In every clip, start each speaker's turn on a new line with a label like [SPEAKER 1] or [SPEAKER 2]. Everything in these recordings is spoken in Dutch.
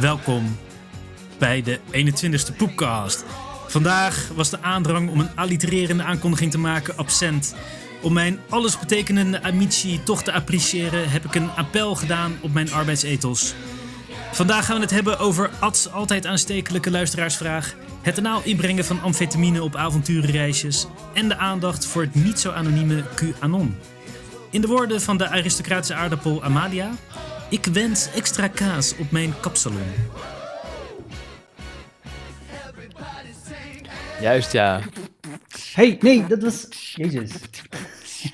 [SPEAKER 1] Welkom bij de 21ste Poepcast. Vandaag was de aandrang om een allitererende aankondiging te maken absent. Om mijn allesbetekenende amici toch te appreciëren, heb ik een appel gedaan op mijn arbeidsethos. Vandaag gaan we het hebben over Ads altijd aanstekelijke luisteraarsvraag, het anaal inbrengen van amfetamine op avonturenreisjes en de aandacht voor het niet zo anonieme QAnon. In de woorden van de aristocratische aardappel Amalia, ik wens extra kaas op mijn kapsalon.
[SPEAKER 2] Juist, ja.
[SPEAKER 3] Hey, nee, dat was. Jezus.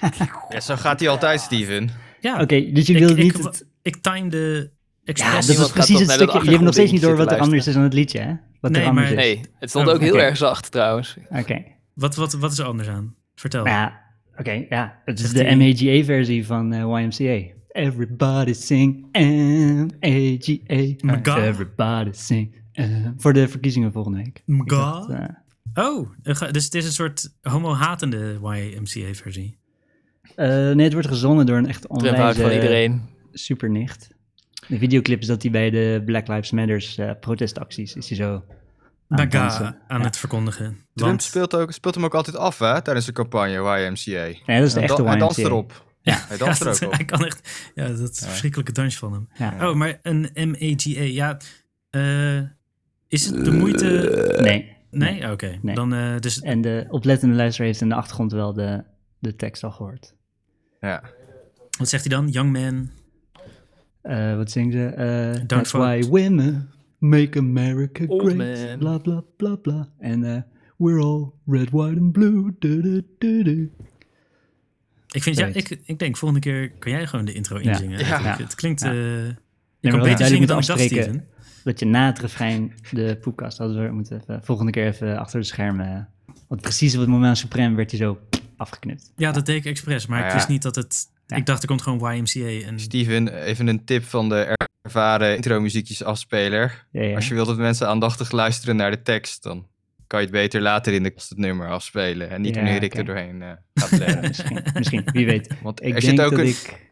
[SPEAKER 3] Oké,
[SPEAKER 4] Ja, zo gaat hij altijd, Steven.
[SPEAKER 1] Ja,
[SPEAKER 3] dus
[SPEAKER 1] ik,
[SPEAKER 3] jullie wilden
[SPEAKER 1] ik,
[SPEAKER 3] niet. Het...
[SPEAKER 1] ik timede
[SPEAKER 3] Ja,
[SPEAKER 1] expres.
[SPEAKER 3] dat was
[SPEAKER 2] gaat
[SPEAKER 3] precies
[SPEAKER 2] toch
[SPEAKER 3] het
[SPEAKER 2] naar dat
[SPEAKER 3] stukje. Je hebt nog steeds niet door wat er
[SPEAKER 2] achtergrond
[SPEAKER 3] anders is dan het liedje, hè? Wat
[SPEAKER 1] Nee,
[SPEAKER 3] er anders
[SPEAKER 1] maar-
[SPEAKER 3] is.
[SPEAKER 2] Nee, het stond
[SPEAKER 1] Oh,
[SPEAKER 2] ook heel
[SPEAKER 1] oké.
[SPEAKER 2] erg zacht trouwens.
[SPEAKER 3] Oké.
[SPEAKER 1] wat, wat, wat is er anders aan? Vertel.
[SPEAKER 3] Nou ja, oké, ja. Het is
[SPEAKER 1] Zegt
[SPEAKER 3] de
[SPEAKER 1] hij-
[SPEAKER 3] MAGA-versie van eh, YMCA. Everybody sing MAGA.
[SPEAKER 1] Maga.
[SPEAKER 3] Everybody sing. eh, voor de verkiezingen volgende week.
[SPEAKER 1] Maga.
[SPEAKER 3] Ik dacht, eh,
[SPEAKER 1] Oh, er ga- dus het is een soort homo-hatende YMCA-versie.
[SPEAKER 3] eh, nee, het wordt gezongen door een echt
[SPEAKER 2] Trump houdt van
[SPEAKER 3] online
[SPEAKER 2] iedereen.
[SPEAKER 3] supernicht. De videoclip is dat hij bij de Black Lives Matters eh, protestacties is hij zo aan het Ah, dansen.
[SPEAKER 1] Naga aan het verkondigen.
[SPEAKER 4] Trump
[SPEAKER 1] Want
[SPEAKER 4] speelt, ook, speelt hem ook altijd af, hè, tijdens de campagne YMCA.
[SPEAKER 3] Nee, dat is de
[SPEAKER 4] Hij dan-
[SPEAKER 3] echte
[SPEAKER 4] Hij danst
[SPEAKER 3] YMCA.
[SPEAKER 4] erop. Ja. Hij danst
[SPEAKER 1] Ja, dat-
[SPEAKER 4] er ook op.
[SPEAKER 1] Hij kan echt. Ja, dat is een verschrikkelijke dans van hem.
[SPEAKER 3] Ja.
[SPEAKER 1] Oh, maar een MAGA. Ja, eh, is het de
[SPEAKER 4] Eh.
[SPEAKER 1] moeite.
[SPEAKER 3] Nee.
[SPEAKER 1] Nee, oké.
[SPEAKER 3] Nee.
[SPEAKER 1] Dan eh, dus.
[SPEAKER 3] En de oplettende luisteraar heeft in de achtergrond wel de, de tekst al gehoord.
[SPEAKER 4] Ja.
[SPEAKER 3] Mm.
[SPEAKER 1] Wat zegt hij dan? Young man.
[SPEAKER 3] Eh, wat zingt ze? Eh, that's
[SPEAKER 1] vote.
[SPEAKER 3] why women make America
[SPEAKER 2] Old
[SPEAKER 3] great.
[SPEAKER 2] man.
[SPEAKER 3] Bla bla bla bla. En eh, we're all red, white and blue. Du, du, du, du.
[SPEAKER 1] Ik, vind, ja,
[SPEAKER 3] Zoiets.
[SPEAKER 1] ik, ik denk, volgende keer kan jij gewoon de intro inzingen. eigenlijk. Het klinkt... eh ik kan
[SPEAKER 3] maar wat
[SPEAKER 1] beter
[SPEAKER 3] duidelijk
[SPEAKER 1] zingen
[SPEAKER 3] moet
[SPEAKER 1] dan ik dacht,
[SPEAKER 3] afspreken.
[SPEAKER 1] Steven.
[SPEAKER 3] Dat je na het refrein de poepkast hadden we moeten even, eh, volgende keer even achter de schermen. eh, Want precies op het moment suprem werd hij zo afgeknipt.
[SPEAKER 1] Ja, dat deed ik expres, maar ik
[SPEAKER 4] Ja.
[SPEAKER 1] wist niet dat het... Ik dacht, er komt gewoon YMCA. En,
[SPEAKER 4] Steven, even een tip van de ervaren intro-muziekjes afspeler.
[SPEAKER 3] Ja, ja.
[SPEAKER 4] Als je wilt dat mensen aandachtig luisteren naar de tekst, dan kan je het beter later in de kost het nummer afspelen. En niet
[SPEAKER 3] Ja,
[SPEAKER 4] wanneer ik
[SPEAKER 3] oké.
[SPEAKER 4] er doorheen eh, gaat leren.
[SPEAKER 3] Misschien, misschien, wie weet.
[SPEAKER 4] Want
[SPEAKER 3] Ik
[SPEAKER 4] er
[SPEAKER 3] denk
[SPEAKER 4] zit ook
[SPEAKER 3] dat
[SPEAKER 4] een,
[SPEAKER 3] ik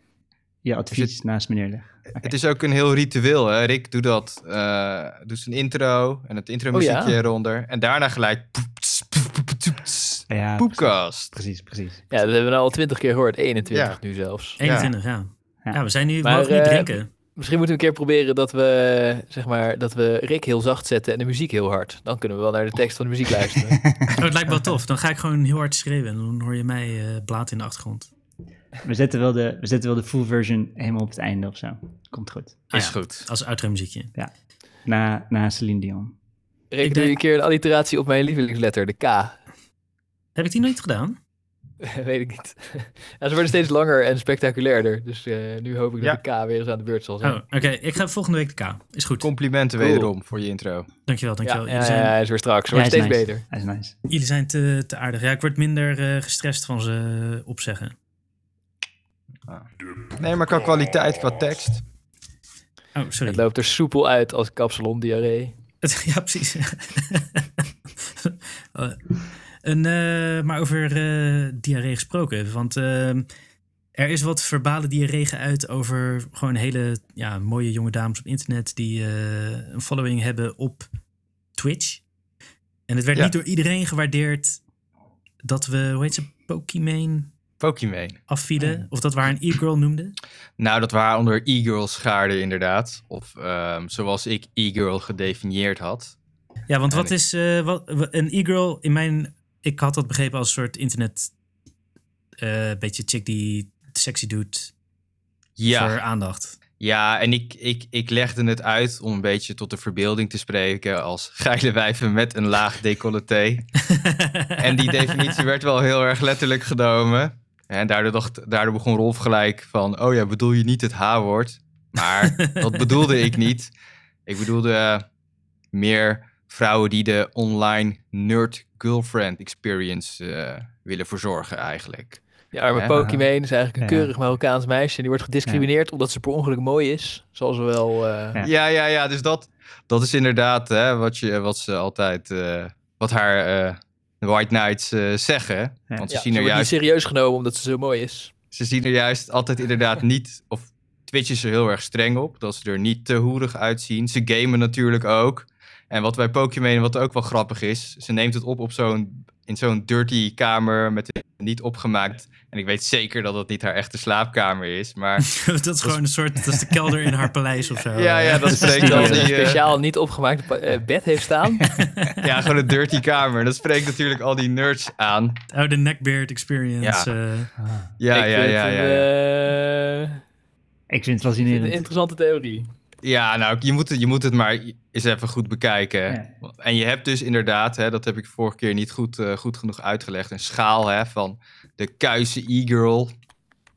[SPEAKER 3] je advies naast me neerleg.
[SPEAKER 4] Het is ook een heel ritueel, hè. Rick doet dat, eh, doet zijn intro en het intro-muziekje
[SPEAKER 2] Oh, ja.
[SPEAKER 4] eronder. En daarna gelijk... poep, tss, poep, poep, poep, tss,
[SPEAKER 3] Ja,
[SPEAKER 4] Poepkast.
[SPEAKER 3] precies, precies.
[SPEAKER 2] Ja, dat hebben we nou al twintig keer gehoord. 21
[SPEAKER 4] Ja.
[SPEAKER 2] nu zelfs.
[SPEAKER 1] 21, ja. ja.
[SPEAKER 3] Ja.
[SPEAKER 1] we zijn nu...
[SPEAKER 2] Maar,
[SPEAKER 1] mogen niet
[SPEAKER 2] eh,
[SPEAKER 1] drinken.
[SPEAKER 2] Misschien moeten we een keer proberen dat we, zeg maar, dat we Rick heel zacht zetten en de muziek heel hard. Dan kunnen we wel naar de tekst van de muziek luisteren.
[SPEAKER 1] Oh, het lijkt me wel tof. Dan ga ik gewoon heel hard schreeuwen en dan hoor je mij eh blaten in de achtergrond.
[SPEAKER 3] We zetten, wel de, we zetten wel de full version helemaal op het einde of zo. Komt goed.
[SPEAKER 1] Ah, ja,
[SPEAKER 4] goed.
[SPEAKER 1] Als outro-muziekje.
[SPEAKER 3] Na, na Celine Dion.
[SPEAKER 2] Rick,
[SPEAKER 1] Ik
[SPEAKER 2] doe
[SPEAKER 1] denk-
[SPEAKER 2] je een keer een alliteratie op mijn lievelingsletter, de K.
[SPEAKER 1] Heb ik die nooit gedaan?
[SPEAKER 2] Weet ik niet. Ja, ze worden steeds langer en spectaculairder. Dus eh, nu hoop ik dat
[SPEAKER 4] Ja.
[SPEAKER 2] de K weer eens aan de beurt zal zijn.
[SPEAKER 1] Oh, oké. Ik ga volgende week de K. Is goed.
[SPEAKER 4] Complimenten
[SPEAKER 2] Cool.
[SPEAKER 4] wederom voor je intro.
[SPEAKER 1] Dankjewel,
[SPEAKER 2] ja,
[SPEAKER 1] dankjewel.
[SPEAKER 2] ja,
[SPEAKER 1] jullie,
[SPEAKER 2] ja,
[SPEAKER 1] zijn,
[SPEAKER 2] hij is weer straks. Wordt
[SPEAKER 3] Hij is
[SPEAKER 2] steeds
[SPEAKER 3] nice.
[SPEAKER 2] beter.
[SPEAKER 3] Hij is nice.
[SPEAKER 1] jullie zijn te, te aardig. Ja, ik word minder eh, gestrest van ze opzeggen.
[SPEAKER 4] Nee, maar qua kwaliteit, qua tekst.
[SPEAKER 1] Oh, sorry.
[SPEAKER 2] Het loopt er soepel uit als kapsalon diarree.
[SPEAKER 1] Het- Ja, precies. Eh, een, eh, maar over eh, diarree gesproken. Want eh, er is wat verbale diarree geuit over gewoon hele ja, mooie jonge dames op internet die eh, een following hebben op Twitch. En het werd
[SPEAKER 4] Ja.
[SPEAKER 1] niet door iedereen gewaardeerd dat we, hoe heet ze, Pokimane
[SPEAKER 4] Pokémon.
[SPEAKER 1] afvielen. Of dat we haar een e-girl noemden.
[SPEAKER 4] Nou, dat we haar onder e-girls schaarden inderdaad. Of ehm, zoals ik e-girl gedefinieerd had.
[SPEAKER 1] Ja, want
[SPEAKER 4] En
[SPEAKER 1] wat
[SPEAKER 4] ik-
[SPEAKER 1] is eh, wat, wa- een e-girl in mijn... Ik had dat begrepen als een soort internet... eh, beetje chick die sexy doet
[SPEAKER 4] Ja,
[SPEAKER 1] voor aandacht.
[SPEAKER 4] ja en ik, ik, ik legde het uit om een beetje tot de verbeelding te spreken als geile wijven met een laag decolleté. en die definitie werd wel heel erg letterlijk genomen. En daardoor, dacht, daardoor begon Rolf gelijk van, oh ja, bedoel je niet het H-woord? Maar dat bedoelde ik niet. Ik bedoelde eh, meer vrouwen die de online nerd girlfriend experience eh, willen verzorgen eigenlijk.
[SPEAKER 2] Die arme
[SPEAKER 4] Ja.
[SPEAKER 2] Pokimane is eigenlijk een
[SPEAKER 3] Ja.
[SPEAKER 2] keurig Marokkaans meisje. En die wordt gediscrimineerd omdat ze per ongeluk mooi is. Zoals ze wel... eh,
[SPEAKER 3] Ja.
[SPEAKER 4] Ja, ja, ja, dus dat, dat is inderdaad hè, wat, je, wat ze altijd, eh, wat haar eh, de White Knights eh, zeggen.
[SPEAKER 3] Ja.
[SPEAKER 4] Want ze,
[SPEAKER 2] ja, ze
[SPEAKER 4] zien er
[SPEAKER 2] wordt
[SPEAKER 4] juist,
[SPEAKER 2] niet serieus genomen omdat ze zo mooi is.
[SPEAKER 4] ze zien er juist altijd inderdaad niet, of Twitch is er heel erg streng op, dat ze er niet te hoerig uitzien. Ze gamen natuurlijk ook. En wat bij Pokémon, wat ook wel grappig is, ze neemt het op, op zo'n, in zo'n dirty kamer met het niet opgemaakt. En ik weet zeker dat dat niet haar echte slaapkamer is, maar
[SPEAKER 1] dat is gewoon een soort, dat is de kelder in haar paleis of zo.
[SPEAKER 4] ja, ja, dat is
[SPEAKER 2] Ik
[SPEAKER 4] zeker
[SPEAKER 2] dat
[SPEAKER 4] dat
[SPEAKER 2] ze een
[SPEAKER 4] die, eh,
[SPEAKER 2] speciaal niet opgemaakt pa- eh, bed heeft staan.
[SPEAKER 4] ja, gewoon een dirty kamer. Dat spreekt natuurlijk al die nerds aan.
[SPEAKER 1] Oh, de neckbeard experience. eh.
[SPEAKER 4] Ja,
[SPEAKER 2] Ik vind
[SPEAKER 4] ja, ja,
[SPEAKER 2] het
[SPEAKER 4] ja,
[SPEAKER 2] een,
[SPEAKER 4] ja.
[SPEAKER 2] eh, ik
[SPEAKER 3] Ik vind het
[SPEAKER 2] vind het
[SPEAKER 3] fascinerend.
[SPEAKER 2] een interessante theorie.
[SPEAKER 4] Ja, nou, je moet, het, je moet het maar eens even goed bekijken.
[SPEAKER 3] Ja.
[SPEAKER 4] En je hebt dus inderdaad, hè, dat heb ik vorige keer niet goed, eh, goed genoeg uitgelegd, een schaal hè, van de kuise e-girl,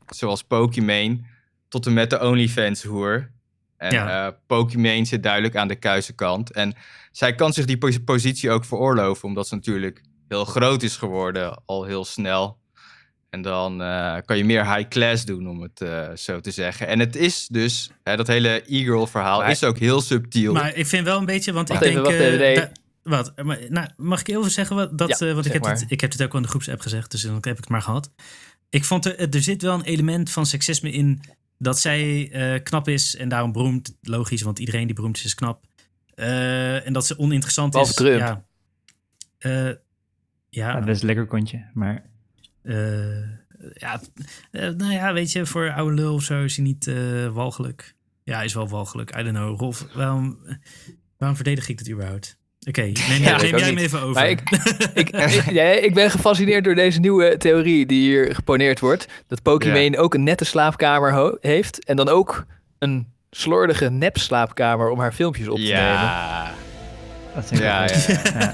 [SPEAKER 4] zoals Pokémon, tot en met de OnlyFans-hoer. En
[SPEAKER 1] Ja.
[SPEAKER 4] ja. Pokémon zit duidelijk aan de kuise kant. En zij kan zich die pos- positie ook veroorloven, omdat ze natuurlijk heel groot is geworden, al heel snel. En dan eh, kan je meer high class doen, om het eh, zo te zeggen. En het is dus, hè, dat hele e-girl verhaal
[SPEAKER 2] Maar-
[SPEAKER 4] is ook heel subtiel.
[SPEAKER 1] Maar ik vind wel een beetje, want
[SPEAKER 2] Wacht
[SPEAKER 1] ik
[SPEAKER 2] even,
[SPEAKER 1] denk...
[SPEAKER 2] wacht even,
[SPEAKER 1] eh,
[SPEAKER 2] nee.
[SPEAKER 1] da- wat? Maar, nou, mag ik heel veel zeggen? Wat, dat,
[SPEAKER 2] Ja,
[SPEAKER 1] eh, want ik
[SPEAKER 2] zeg
[SPEAKER 1] heb, dit,
[SPEAKER 2] maar.
[SPEAKER 1] ik heb dit ook al in de groepsapp gezegd, dus dan heb ik het maar gehad. Ik vond, er, er zit wel een element van seksisme in dat zij eh, knap is en daarom beroemd. Logisch, want iedereen die beroemd is, is knap. Eh, en dat ze oninteressant
[SPEAKER 2] Behalve
[SPEAKER 1] is.
[SPEAKER 2] Trump.
[SPEAKER 1] Ja. Eh, ja,
[SPEAKER 3] Ja, best een lekker kontje, maar
[SPEAKER 1] eh, ja, eh, nou ja, weet je, voor oude lul of zo is hij niet eh, walgelijk. Ja, hij is wel walgelijk. I don't know. Rolf, waarom, waarom verdedig ik dit überhaupt? Oké, neem,
[SPEAKER 2] Ja,
[SPEAKER 1] neem
[SPEAKER 2] ik
[SPEAKER 1] jij
[SPEAKER 2] ook
[SPEAKER 1] hem
[SPEAKER 2] niet.
[SPEAKER 1] even over.
[SPEAKER 2] Maar ik, ik, ik- nee, ik ben gefascineerd door deze nieuwe theorie die hier geponeerd wordt. Dat Pokémon ook een nette slaapkamer ho- heeft. En dan ook een slordige nep slaapkamer om haar filmpjes op te nemen.
[SPEAKER 4] ja.
[SPEAKER 3] dat zijn
[SPEAKER 4] Ja, ja, ja.
[SPEAKER 3] Ja.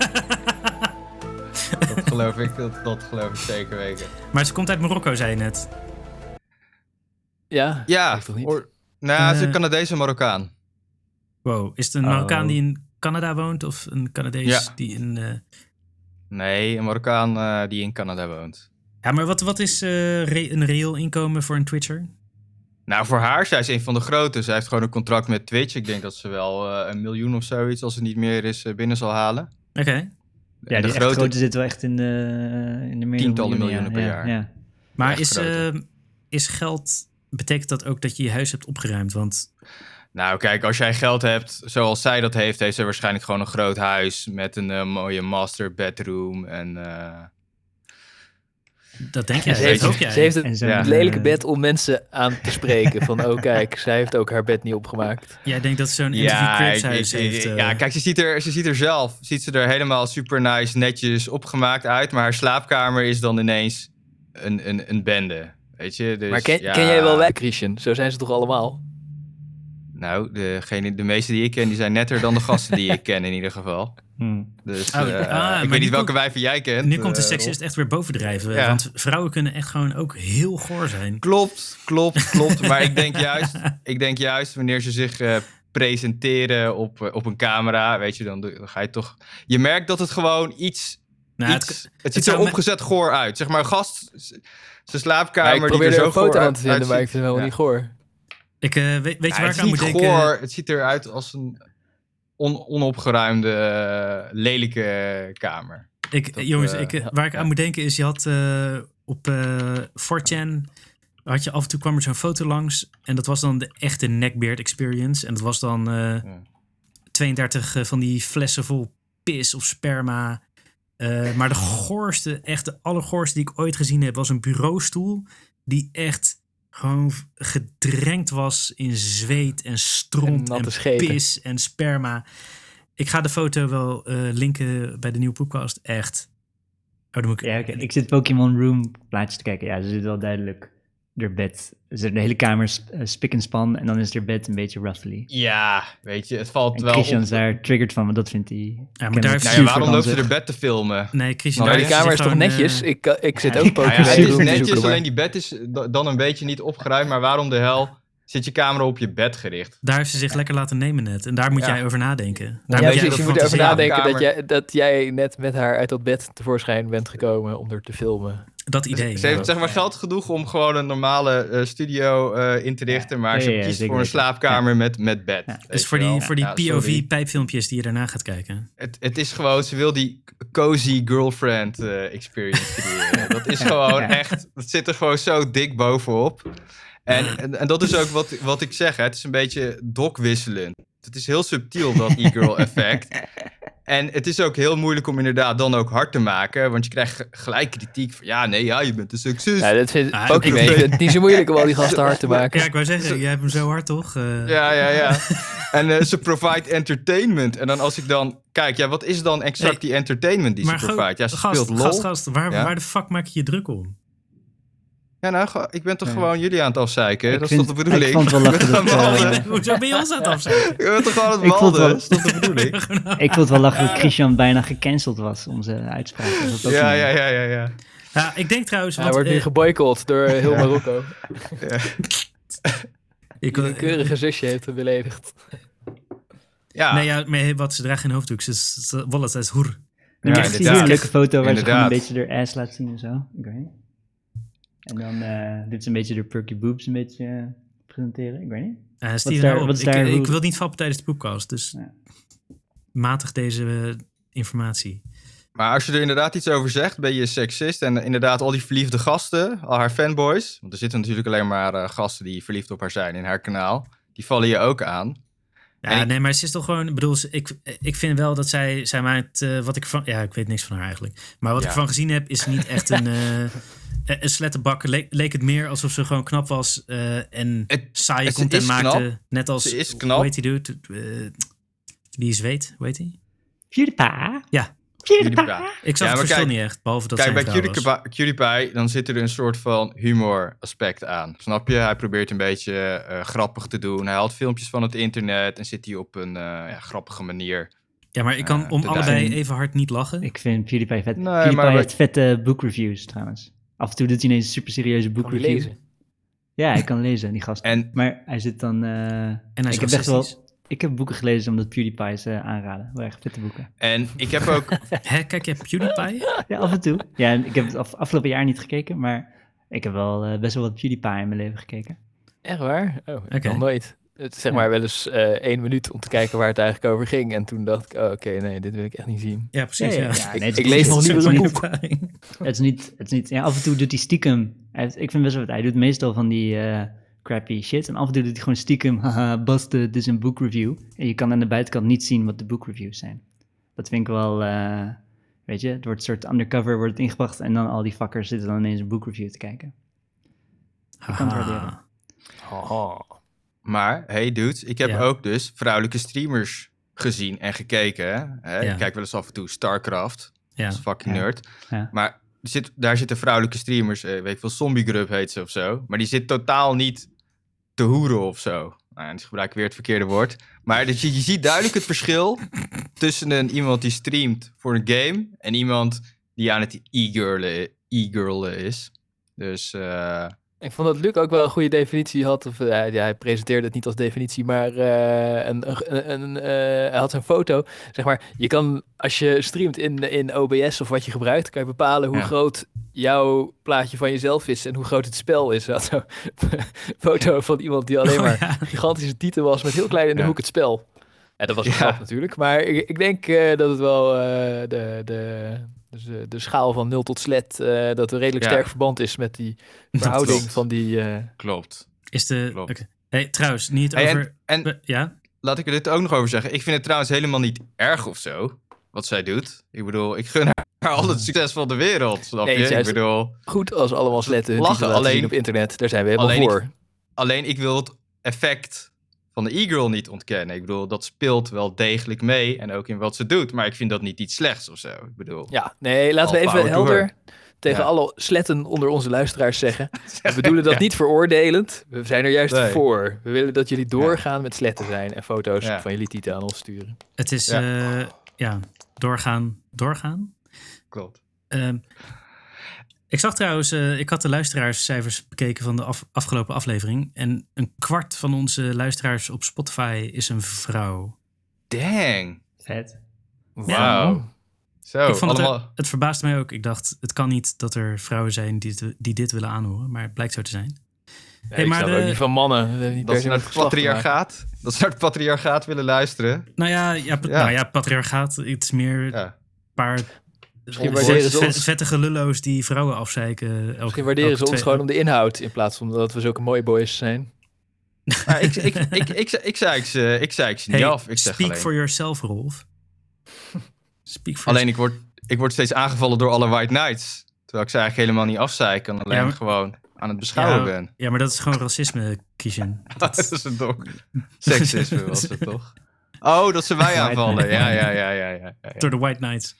[SPEAKER 4] dat geloof ik, dat, dat geloof ik zeker weten.
[SPEAKER 1] Maar ze komt uit Marokko, zei je net.
[SPEAKER 2] Ja,
[SPEAKER 4] Ja,
[SPEAKER 2] Weet toch niet?
[SPEAKER 4] or- nou, ze
[SPEAKER 1] Eh.
[SPEAKER 4] is Canadese Marokkaan.
[SPEAKER 1] Wow, is het een
[SPEAKER 3] Oh.
[SPEAKER 1] Marokkaan die in Canada woont of een Canadees
[SPEAKER 4] Ja.
[SPEAKER 1] die in... eh,
[SPEAKER 4] Nee, een Marokkaan eh, die in Canada woont.
[SPEAKER 1] Ja, maar wat, wat is eh, re- een reëel inkomen voor een Twitcher?
[SPEAKER 4] Nou, voor haar, zij is een van de grote. Zij heeft gewoon een contract met Twitch. Ik denk dat ze wel eh, een miljoen of zoiets, als het niet meer is, eh, binnen zal halen.
[SPEAKER 1] Oké,
[SPEAKER 3] Ja,
[SPEAKER 4] de
[SPEAKER 3] die grote...
[SPEAKER 4] grote-
[SPEAKER 3] grote zit wel echt in de, in de meerdere
[SPEAKER 4] Tientallen miljoenen
[SPEAKER 3] ja,
[SPEAKER 4] per
[SPEAKER 3] ja,
[SPEAKER 4] jaar.
[SPEAKER 3] ja.
[SPEAKER 1] maar
[SPEAKER 4] Echt
[SPEAKER 1] is,
[SPEAKER 4] grote.
[SPEAKER 1] eh, is geld... Betekent dat ook dat je je huis hebt opgeruimd? Want
[SPEAKER 4] Nou, kijk, als jij geld hebt zoals zij dat heeft, heeft zij waarschijnlijk gewoon een groot huis met een eh, mooie master bedroom. En eh,
[SPEAKER 1] dat denk jij,
[SPEAKER 2] Ze
[SPEAKER 1] dat
[SPEAKER 2] heeft,
[SPEAKER 1] hoop jij.
[SPEAKER 2] ze heeft het,
[SPEAKER 3] En zo'n,
[SPEAKER 4] Ja.
[SPEAKER 2] het lelijke
[SPEAKER 3] eh,
[SPEAKER 2] bed om mensen aan te spreken. Van, oh kijk, zij heeft ook haar bed niet opgemaakt.
[SPEAKER 1] Jij denkt dat zo'n interview
[SPEAKER 4] ja,
[SPEAKER 1] Cribs
[SPEAKER 4] ik-
[SPEAKER 1] huis
[SPEAKER 4] ik-
[SPEAKER 1] heeft. eh,
[SPEAKER 4] ja, kijk, ze ziet, er, ze ziet er zelf, ziet ze er helemaal super nice, netjes opgemaakt uit. Maar haar slaapkamer is dan ineens een, een, een bende. Weet je, dus,
[SPEAKER 2] maar ken,
[SPEAKER 4] ja.
[SPEAKER 2] ken jij wel wijk, Christian? Zo zijn ze toch allemaal?
[SPEAKER 4] Nou, degene, de meeste die ik ken, die zijn netter dan de gasten die ik ken in ieder geval.
[SPEAKER 3] Hm.
[SPEAKER 4] Dus
[SPEAKER 1] Oh, ah,
[SPEAKER 4] eh,
[SPEAKER 1] maar
[SPEAKER 4] ik
[SPEAKER 1] nu
[SPEAKER 4] weet niet
[SPEAKER 1] komt-
[SPEAKER 4] welke wijven jij kent.
[SPEAKER 1] Nu komt de
[SPEAKER 4] eh,
[SPEAKER 1] seksist echt weer bovendrijven.
[SPEAKER 4] Ja.
[SPEAKER 1] Want vrouwen kunnen echt gewoon ook heel goor zijn.
[SPEAKER 4] Klopt, klopt, klopt. maar ik denk juist, ik denk juist wanneer ze zich eh, presenteren op, eh, op een camera, weet je, dan, doe- dan ga je toch... Je merkt dat het gewoon iets...
[SPEAKER 1] Nou,
[SPEAKER 4] iets-
[SPEAKER 1] het-
[SPEAKER 4] het, ziet
[SPEAKER 1] zou
[SPEAKER 4] er
[SPEAKER 1] me-
[SPEAKER 4] opgezet goor uit. Zeg maar, een gast, z- zijn
[SPEAKER 2] Maar
[SPEAKER 4] slaapkamer
[SPEAKER 2] ik probeer
[SPEAKER 4] die er
[SPEAKER 2] er
[SPEAKER 4] zo
[SPEAKER 2] een foto
[SPEAKER 4] goor
[SPEAKER 2] aan te vinden,
[SPEAKER 4] uitziet.
[SPEAKER 2] maar ik vind het wel
[SPEAKER 4] Ja.
[SPEAKER 2] niet goor.
[SPEAKER 1] ik, eh, weet, weet je
[SPEAKER 4] Ja,
[SPEAKER 1] waar
[SPEAKER 4] Nou,
[SPEAKER 1] ik
[SPEAKER 4] het is
[SPEAKER 1] aan moet
[SPEAKER 4] niet
[SPEAKER 1] denken?
[SPEAKER 4] goor, het ziet eruit als een on- onopgeruimde, eh, lelijke kamer.
[SPEAKER 1] Ik,
[SPEAKER 4] Dat,
[SPEAKER 1] jongens,
[SPEAKER 4] eh,
[SPEAKER 1] ik, eh,
[SPEAKER 4] ja,
[SPEAKER 1] waar ik aan
[SPEAKER 4] ja.
[SPEAKER 1] moet denken is, je had eh, op eh 4chan, had je af en toe kwam er zo'n foto langs. En dat was dan de echte neckbeard experience. En dat was dan eh,
[SPEAKER 4] Ja.
[SPEAKER 1] 32 eh, van die flessen vol pis of sperma. Eh, maar de goorste, echt de allergoorste die ik ooit gezien heb, was een bureaustoel. Die echt gewoon v- gedrenkt was in zweet en
[SPEAKER 2] En
[SPEAKER 1] stront en,
[SPEAKER 2] natte scheten.
[SPEAKER 1] pis en sperma. Ik ga de foto wel eh, linken bij de nieuwe podcast. Echt. Oh, dan moet ik...
[SPEAKER 3] Ja, oké. ik zit Pokémon Room plaatjes te kijken. Ja, ze zit wel duidelijk. Er bed. Ze de hele kamer is, eh, spik en span. En dan is er bed een beetje roughly.
[SPEAKER 4] Ja, weet je, het valt
[SPEAKER 3] En
[SPEAKER 4] wel op.
[SPEAKER 3] Christian is daar triggered van, want dat vindt hij.
[SPEAKER 1] daar
[SPEAKER 3] kennelijk
[SPEAKER 1] heeft-
[SPEAKER 4] Nou ja,
[SPEAKER 3] super
[SPEAKER 4] waarom loopt ze
[SPEAKER 3] ranzig.
[SPEAKER 4] er bed te filmen?
[SPEAKER 1] Nee, Christian.
[SPEAKER 4] Nou,
[SPEAKER 2] Maar
[SPEAKER 1] daar
[SPEAKER 2] die kamer
[SPEAKER 4] ja,
[SPEAKER 2] is
[SPEAKER 1] zit
[SPEAKER 2] toch
[SPEAKER 1] gewoon,
[SPEAKER 2] netjes?
[SPEAKER 1] eh,
[SPEAKER 2] Ik, kan- ik zit
[SPEAKER 3] ja,
[SPEAKER 2] ook
[SPEAKER 3] ja,
[SPEAKER 4] Nou
[SPEAKER 2] Pokémon
[SPEAKER 4] ja, het is
[SPEAKER 3] Zoeken,
[SPEAKER 4] netjes,
[SPEAKER 2] maar-
[SPEAKER 4] alleen die bed is da- dan een beetje niet opgeruimd. Maar waarom de hel zit je camera op je bed gericht?
[SPEAKER 1] daar heeft ze zich lekker laten nemen net. En daar moet
[SPEAKER 4] Ja.
[SPEAKER 1] jij over nadenken.
[SPEAKER 2] Ja,
[SPEAKER 1] Daar
[SPEAKER 4] weet
[SPEAKER 1] moet jij
[SPEAKER 2] precies.
[SPEAKER 4] dat
[SPEAKER 2] Je
[SPEAKER 1] over
[SPEAKER 2] moet erover
[SPEAKER 1] fantaseren.
[SPEAKER 2] nadenken dat jij,
[SPEAKER 4] kamer.
[SPEAKER 2] dat jij net met haar uit dat bed tevoorschijn bent gekomen om er te filmen.
[SPEAKER 1] Dat idee.
[SPEAKER 4] Ze heeft zeg maar geld genoeg om gewoon een normale eh, studio eh, in te richten. Maar
[SPEAKER 3] Ja,
[SPEAKER 4] ze
[SPEAKER 3] ja, ja,
[SPEAKER 4] kiest
[SPEAKER 3] zeker
[SPEAKER 4] voor een
[SPEAKER 3] weten.
[SPEAKER 4] slaapkamer met, met bed. weet
[SPEAKER 1] Dus
[SPEAKER 4] je
[SPEAKER 1] voor die,
[SPEAKER 4] wel.
[SPEAKER 1] voor die
[SPEAKER 4] Ja, sorry.
[SPEAKER 1] POV-pijpfilmpjes die je daarna gaat kijken.
[SPEAKER 4] Het, het is gewoon, ze wil die cozy girlfriend eh, experience creëren. dat is gewoon
[SPEAKER 3] Ja.
[SPEAKER 4] echt, dat zit er gewoon zo dik bovenop. En, en, en dat is ook wat, wat ik zeg. Hè. Het is een beetje dokwisselend. Het is heel subtiel, dat e-girl effect. En het is ook heel moeilijk om inderdaad dan ook hard te maken. Want je krijgt g- gelijk kritiek van... Ja, nee, ja, je bent een succes.
[SPEAKER 2] Ja,
[SPEAKER 4] Ja,
[SPEAKER 2] dat vindt
[SPEAKER 1] Ah,
[SPEAKER 2] Pokémon
[SPEAKER 1] oké.
[SPEAKER 2] vindt het niet zo moeilijk om al die gasten hard te maken.
[SPEAKER 1] Ja, ik wou zeggen, jij hebt hem zo hard, toch? Eh,
[SPEAKER 4] ja, ja. en eh, ze provide entertainment. En dan als ik dan... Kijk, ja, wat is dan exact
[SPEAKER 1] Hey,
[SPEAKER 4] die entertainment die ze
[SPEAKER 1] go-
[SPEAKER 4] provide? Ja, ze
[SPEAKER 1] gast,
[SPEAKER 4] speelt LOL.
[SPEAKER 1] gast, gast, waar,
[SPEAKER 4] Ja.
[SPEAKER 1] waar de fuck maak je je druk om?
[SPEAKER 4] Ja, nou, ge- ik ben toch
[SPEAKER 3] Ja.
[SPEAKER 4] gewoon jullie aan het afzeiken?
[SPEAKER 3] Ik
[SPEAKER 4] dat
[SPEAKER 3] vind-
[SPEAKER 4] is toch de bedoeling?
[SPEAKER 3] ik vond het wel lachen dat,
[SPEAKER 4] gewoon-
[SPEAKER 3] eh,
[SPEAKER 4] je
[SPEAKER 1] Hoezo ben je ons aan het afzetten?
[SPEAKER 4] bent toch gewoon aan
[SPEAKER 3] Ik
[SPEAKER 4] het
[SPEAKER 3] vond het
[SPEAKER 4] walden?
[SPEAKER 3] wel-
[SPEAKER 4] Dat is toch de bedoeling?
[SPEAKER 3] Ik vond het wel lachen dat Christian bijna gecanceld was om zijn uitspraak. Dat was ook
[SPEAKER 4] Ja,
[SPEAKER 3] een-
[SPEAKER 4] ja, ja, ja, ja.
[SPEAKER 1] Ja, ik denk trouwens...
[SPEAKER 2] Hij
[SPEAKER 1] want,
[SPEAKER 2] wordt nu
[SPEAKER 1] eh,
[SPEAKER 2] geboycott door eh, heel Marokko.
[SPEAKER 1] ik,
[SPEAKER 2] Die een keurige zusje heeft hem beledigd.
[SPEAKER 4] Ja,
[SPEAKER 1] Nee, ja, maar wat ze dragen in hoofddoek, ze, ze, ze- wallet, ze is hoer.
[SPEAKER 3] Nee, maar
[SPEAKER 4] Ja,
[SPEAKER 3] ik zie hier een
[SPEAKER 4] inderdaad.
[SPEAKER 3] leuke foto waar ze
[SPEAKER 4] Inderdaad.
[SPEAKER 3] gewoon een beetje haar ass laat zien en zo. Ik weet niet. En dan, eh, dit is een beetje de perky boobs een beetje eh, presenteren. Ik weet niet.
[SPEAKER 1] Eh Steven,
[SPEAKER 3] is daar-
[SPEAKER 1] hou op.
[SPEAKER 3] wat is
[SPEAKER 1] ik,
[SPEAKER 3] daar-
[SPEAKER 1] ik
[SPEAKER 3] hoe-
[SPEAKER 1] wil niet fappen tijdens de podcast, dus
[SPEAKER 3] Ja.
[SPEAKER 1] matig deze eh, informatie.
[SPEAKER 4] maar als je er inderdaad iets over zegt, ben je seksist. En eh, inderdaad, al die verliefde gasten, al haar fanboys. Want er zitten natuurlijk alleen maar eh, gasten die verliefd op haar zijn in haar kanaal. Die vallen je ook aan.
[SPEAKER 1] Ja,
[SPEAKER 4] En ik-
[SPEAKER 1] nee, maar ze is toch gewoon... Ik bedoel, ze- ik, ik vind wel dat zij... Zij maakt eh, wat ik van... Ja, ik weet niks van haar eigenlijk. Maar wat
[SPEAKER 4] Ja.
[SPEAKER 1] ik van gezien heb, is niet echt een... eh, eh, een slettenbak. Leek, leek het meer alsof ze gewoon knap was eh, en
[SPEAKER 4] Het-
[SPEAKER 1] saaie
[SPEAKER 4] het- ze
[SPEAKER 1] content
[SPEAKER 4] is
[SPEAKER 1] maakte.
[SPEAKER 4] knap.
[SPEAKER 1] Net als...
[SPEAKER 4] Ze is knap.
[SPEAKER 1] Hoe heet die dude? Eh, die is weet, hoe heet die?
[SPEAKER 3] PewDiePie.
[SPEAKER 1] Ja.
[SPEAKER 3] PewDiePie.
[SPEAKER 1] Ik zag
[SPEAKER 4] Ja,
[SPEAKER 1] het
[SPEAKER 4] maar
[SPEAKER 1] verschil
[SPEAKER 4] kijk-
[SPEAKER 1] niet echt, behalve dat
[SPEAKER 4] Kijk,
[SPEAKER 1] zij
[SPEAKER 4] bij
[SPEAKER 1] een vrouw was.
[SPEAKER 4] Cutie- PewDiePie, dan zit er een soort van humor aspect aan. Snap je? Hij probeert een beetje eh, grappig te doen. Hij haalt filmpjes van het internet en zit die op een eh, ja, grappige manier.
[SPEAKER 1] Ja, maar ik kan
[SPEAKER 4] Eh,
[SPEAKER 1] om
[SPEAKER 4] de
[SPEAKER 1] allebei
[SPEAKER 3] duim.
[SPEAKER 1] even hard niet lachen.
[SPEAKER 3] Ik vind PewDiePie vet.
[SPEAKER 4] Nee,
[SPEAKER 3] PewDiePie
[SPEAKER 4] maar-
[SPEAKER 3] heeft vette boekreviews trouwens. Af en toe doet hij ineens super serieuze
[SPEAKER 2] Kan die
[SPEAKER 3] boekreviews.
[SPEAKER 2] lezen.
[SPEAKER 3] Ja, hij kan lezen, die gast.
[SPEAKER 4] En
[SPEAKER 3] Maar hij zit dan... eh,
[SPEAKER 1] En hij is
[SPEAKER 3] ik heb echt wel...
[SPEAKER 1] racistisch.
[SPEAKER 3] Ik heb boeken gelezen omdat PewDiePie ze eh, aanraden. Wel echt vette boeken.
[SPEAKER 4] En ik heb ook.
[SPEAKER 1] Hè, kijk je PewDiePie?
[SPEAKER 3] Ja, af en toe. Ja, en ik heb het af- afgelopen jaar niet gekeken, maar ik heb wel eh, best wel wat PewDiePie in mijn leven gekeken.
[SPEAKER 2] Echt waar? Oh, ik
[SPEAKER 1] Oké.
[SPEAKER 2] nog nooit. Het is zeg
[SPEAKER 3] Ja.
[SPEAKER 2] maar wel eens eh, één minuut om te kijken waar het eigenlijk over ging. En toen dacht ik, oh, oké, nee, dit wil ik echt niet zien.
[SPEAKER 1] Ja, precies.
[SPEAKER 3] Ja,
[SPEAKER 1] Ja,
[SPEAKER 3] ja, ja. Nee, het is
[SPEAKER 2] ik lees
[SPEAKER 3] niet-
[SPEAKER 2] nog
[SPEAKER 3] het
[SPEAKER 2] liever
[SPEAKER 3] is
[SPEAKER 2] een
[SPEAKER 3] niet-
[SPEAKER 2] boek.
[SPEAKER 3] Het is niet, het is niet ja, af en toe doet hij stiekem, hij heeft- ik vind best wel wat, hij doet meestal van die eh, crappy shit. En af en toe doet hij gewoon stiekem, haha, Basten, dit is een boekreview. En je kan aan de buitenkant niet zien wat de boekreviews zijn. Dat vind ik wel, eh, weet je, het wordt een soort undercover, wordt het ingebracht. En dan al die fuckers zitten dan ineens een boekreview te kijken. het waarderen.
[SPEAKER 2] Haha.
[SPEAKER 4] Maar, hey dudes, ik heb
[SPEAKER 1] Ja.
[SPEAKER 4] ook dus vrouwelijke streamers gezien en gekeken. Hè? Hè?
[SPEAKER 1] Ja.
[SPEAKER 4] Ik kijk wel eens af en toe StarCraft.
[SPEAKER 1] Ja.
[SPEAKER 4] Dat is fucking
[SPEAKER 3] Ja.
[SPEAKER 4] nerd.
[SPEAKER 3] Ja.
[SPEAKER 4] Maar er zit, daar zitten vrouwelijke streamers, eh, weet ik veel, Zombie Grub heet ze of zo. Maar die zit totaal niet te hoeren of zo. Nou, en ze gebruiken weer het verkeerde woord. Maar dus je, je ziet duidelijk het verschil tussen een, iemand die streamt voor een game en iemand die aan het e-girlen e-girlen is. Dus eh,
[SPEAKER 2] Ik vond dat Luc ook wel een goede definitie had. Of, eh, ja, hij presenteerde het niet als definitie, maar eh, een, een, een, eh, hij had zijn foto. Zeg maar, je kan, als je streamt in, in OBS of wat je gebruikt, kan je bepalen hoe
[SPEAKER 4] Ja.
[SPEAKER 2] groot jouw plaatje van jezelf is en hoe groot het spel is. Hij had zo'n foto van iemand die alleen maar
[SPEAKER 1] ja.
[SPEAKER 2] gigantische titel was met heel klein in de
[SPEAKER 4] Ja.
[SPEAKER 2] hoek het spel. En dat was een
[SPEAKER 4] Ja.
[SPEAKER 2] grap natuurlijk, maar ik, ik denk eh, dat het wel eh, de, de, dus, eh, de schaal van 0 tot slet, eh, dat er redelijk
[SPEAKER 4] Ja.
[SPEAKER 2] sterk verband is met die
[SPEAKER 1] Dat
[SPEAKER 2] verhouding
[SPEAKER 4] klopt.
[SPEAKER 2] van die... eh,
[SPEAKER 4] klopt.
[SPEAKER 1] Is de...
[SPEAKER 4] Klopt.
[SPEAKER 1] oké. Hey, trouwens, niet
[SPEAKER 4] Hey, en-
[SPEAKER 1] over...
[SPEAKER 4] en-
[SPEAKER 1] we- ja?
[SPEAKER 4] laat ik er dit ook nog over zeggen. Ik vind het trouwens helemaal niet erg of zo, wat zij doet. Ik bedoel, ik gun haar al het succes van de wereld, snap
[SPEAKER 2] Nee,
[SPEAKER 4] je?
[SPEAKER 2] juist.
[SPEAKER 4] Ik bedoel,
[SPEAKER 2] Goed als allemaal sletten hun
[SPEAKER 4] Lachen,
[SPEAKER 2] titel laten
[SPEAKER 4] alleen-
[SPEAKER 2] zien op internet. Daar zijn we helemaal
[SPEAKER 4] alleen
[SPEAKER 2] voor.
[SPEAKER 4] alleen ik wil het effect van de e-girl niet ontkennen. Ik bedoel, dat speelt wel degelijk mee en ook in wat ze doet. Maar ik vind dat niet iets slechts of zo. Ik bedoel,
[SPEAKER 2] Ja, nee, laten we
[SPEAKER 4] All
[SPEAKER 2] even
[SPEAKER 4] power to
[SPEAKER 2] helder tegen
[SPEAKER 4] Ja.
[SPEAKER 2] alle sletten onder onze luisteraars zeggen. We bedoelen dat niet veroordelend. We zijn er juist
[SPEAKER 4] Nee.
[SPEAKER 2] voor. We willen dat jullie doorgaan met sletten zijn en foto's
[SPEAKER 4] Ja.
[SPEAKER 2] van jullie titel aan ons sturen.
[SPEAKER 1] Het is... Ja, ja doorgaan. Doorgaan.
[SPEAKER 4] klopt.
[SPEAKER 1] Ehm, ik zag trouwens... eh, ik had de luisteraarscijfers bekeken van de af- afgelopen aflevering. En een kwart van onze luisteraars op Spotify is een vrouw.
[SPEAKER 2] Oh,
[SPEAKER 4] Dang.
[SPEAKER 3] Vet.
[SPEAKER 4] Wauw. Zo,
[SPEAKER 1] ik vond het,
[SPEAKER 4] allemaal...
[SPEAKER 1] ook- het verbaasde mij ook. Ik dacht, het kan niet dat er vrouwen zijn die, dit- die dit willen aanhoren. Maar het blijkt zo te zijn.
[SPEAKER 2] Nee,
[SPEAKER 1] Hey,
[SPEAKER 2] ik
[SPEAKER 1] maar
[SPEAKER 2] snap
[SPEAKER 1] de-
[SPEAKER 2] ook niet van mannen. Dat, is niet per
[SPEAKER 4] Dat
[SPEAKER 2] se
[SPEAKER 4] ze naar
[SPEAKER 2] met
[SPEAKER 4] het
[SPEAKER 2] geslacht te maken.
[SPEAKER 4] patriarchaat, dat ze naar het patriarchaat willen luisteren.
[SPEAKER 1] Nou ja, ja, pa-
[SPEAKER 4] Ja.
[SPEAKER 1] Nou ja patriarchaat. Het is meer
[SPEAKER 4] Ja.
[SPEAKER 1] paar
[SPEAKER 2] Misschien
[SPEAKER 1] Vet-
[SPEAKER 2] waarderen ze
[SPEAKER 1] vet-
[SPEAKER 2] ons,
[SPEAKER 1] Vettige lullo's die vrouwen afzeiken. Elke,
[SPEAKER 2] misschien waarderen
[SPEAKER 1] elke
[SPEAKER 2] ze ons
[SPEAKER 1] twee-
[SPEAKER 2] gewoon om de inhoud in plaats van dat we zulke mooie boys zijn.
[SPEAKER 4] Maar ik, ik, ik, ik, ik, ik zei ik ze, ik zei ik ze niet
[SPEAKER 1] Hey,
[SPEAKER 4] af. Ik zeg
[SPEAKER 1] speak
[SPEAKER 4] alleen.
[SPEAKER 1] for yourself, Rolf. Speak for
[SPEAKER 4] Alleen ik word, ik word steeds aangevallen door alle White Knights. Terwijl ik ze eigenlijk helemaal niet afzeik en alleen
[SPEAKER 1] Ja, maar-
[SPEAKER 4] gewoon aan het beschouwen
[SPEAKER 1] Ja,
[SPEAKER 4] ben.
[SPEAKER 1] Ja, maar dat is gewoon racisme, Kishin.
[SPEAKER 4] Dat is het toch? Seksisme was het toch? Oh, dat ze mij aanvallen. Ja, ja, ja, ja. ja, ja, ja.
[SPEAKER 1] Door de White Knights.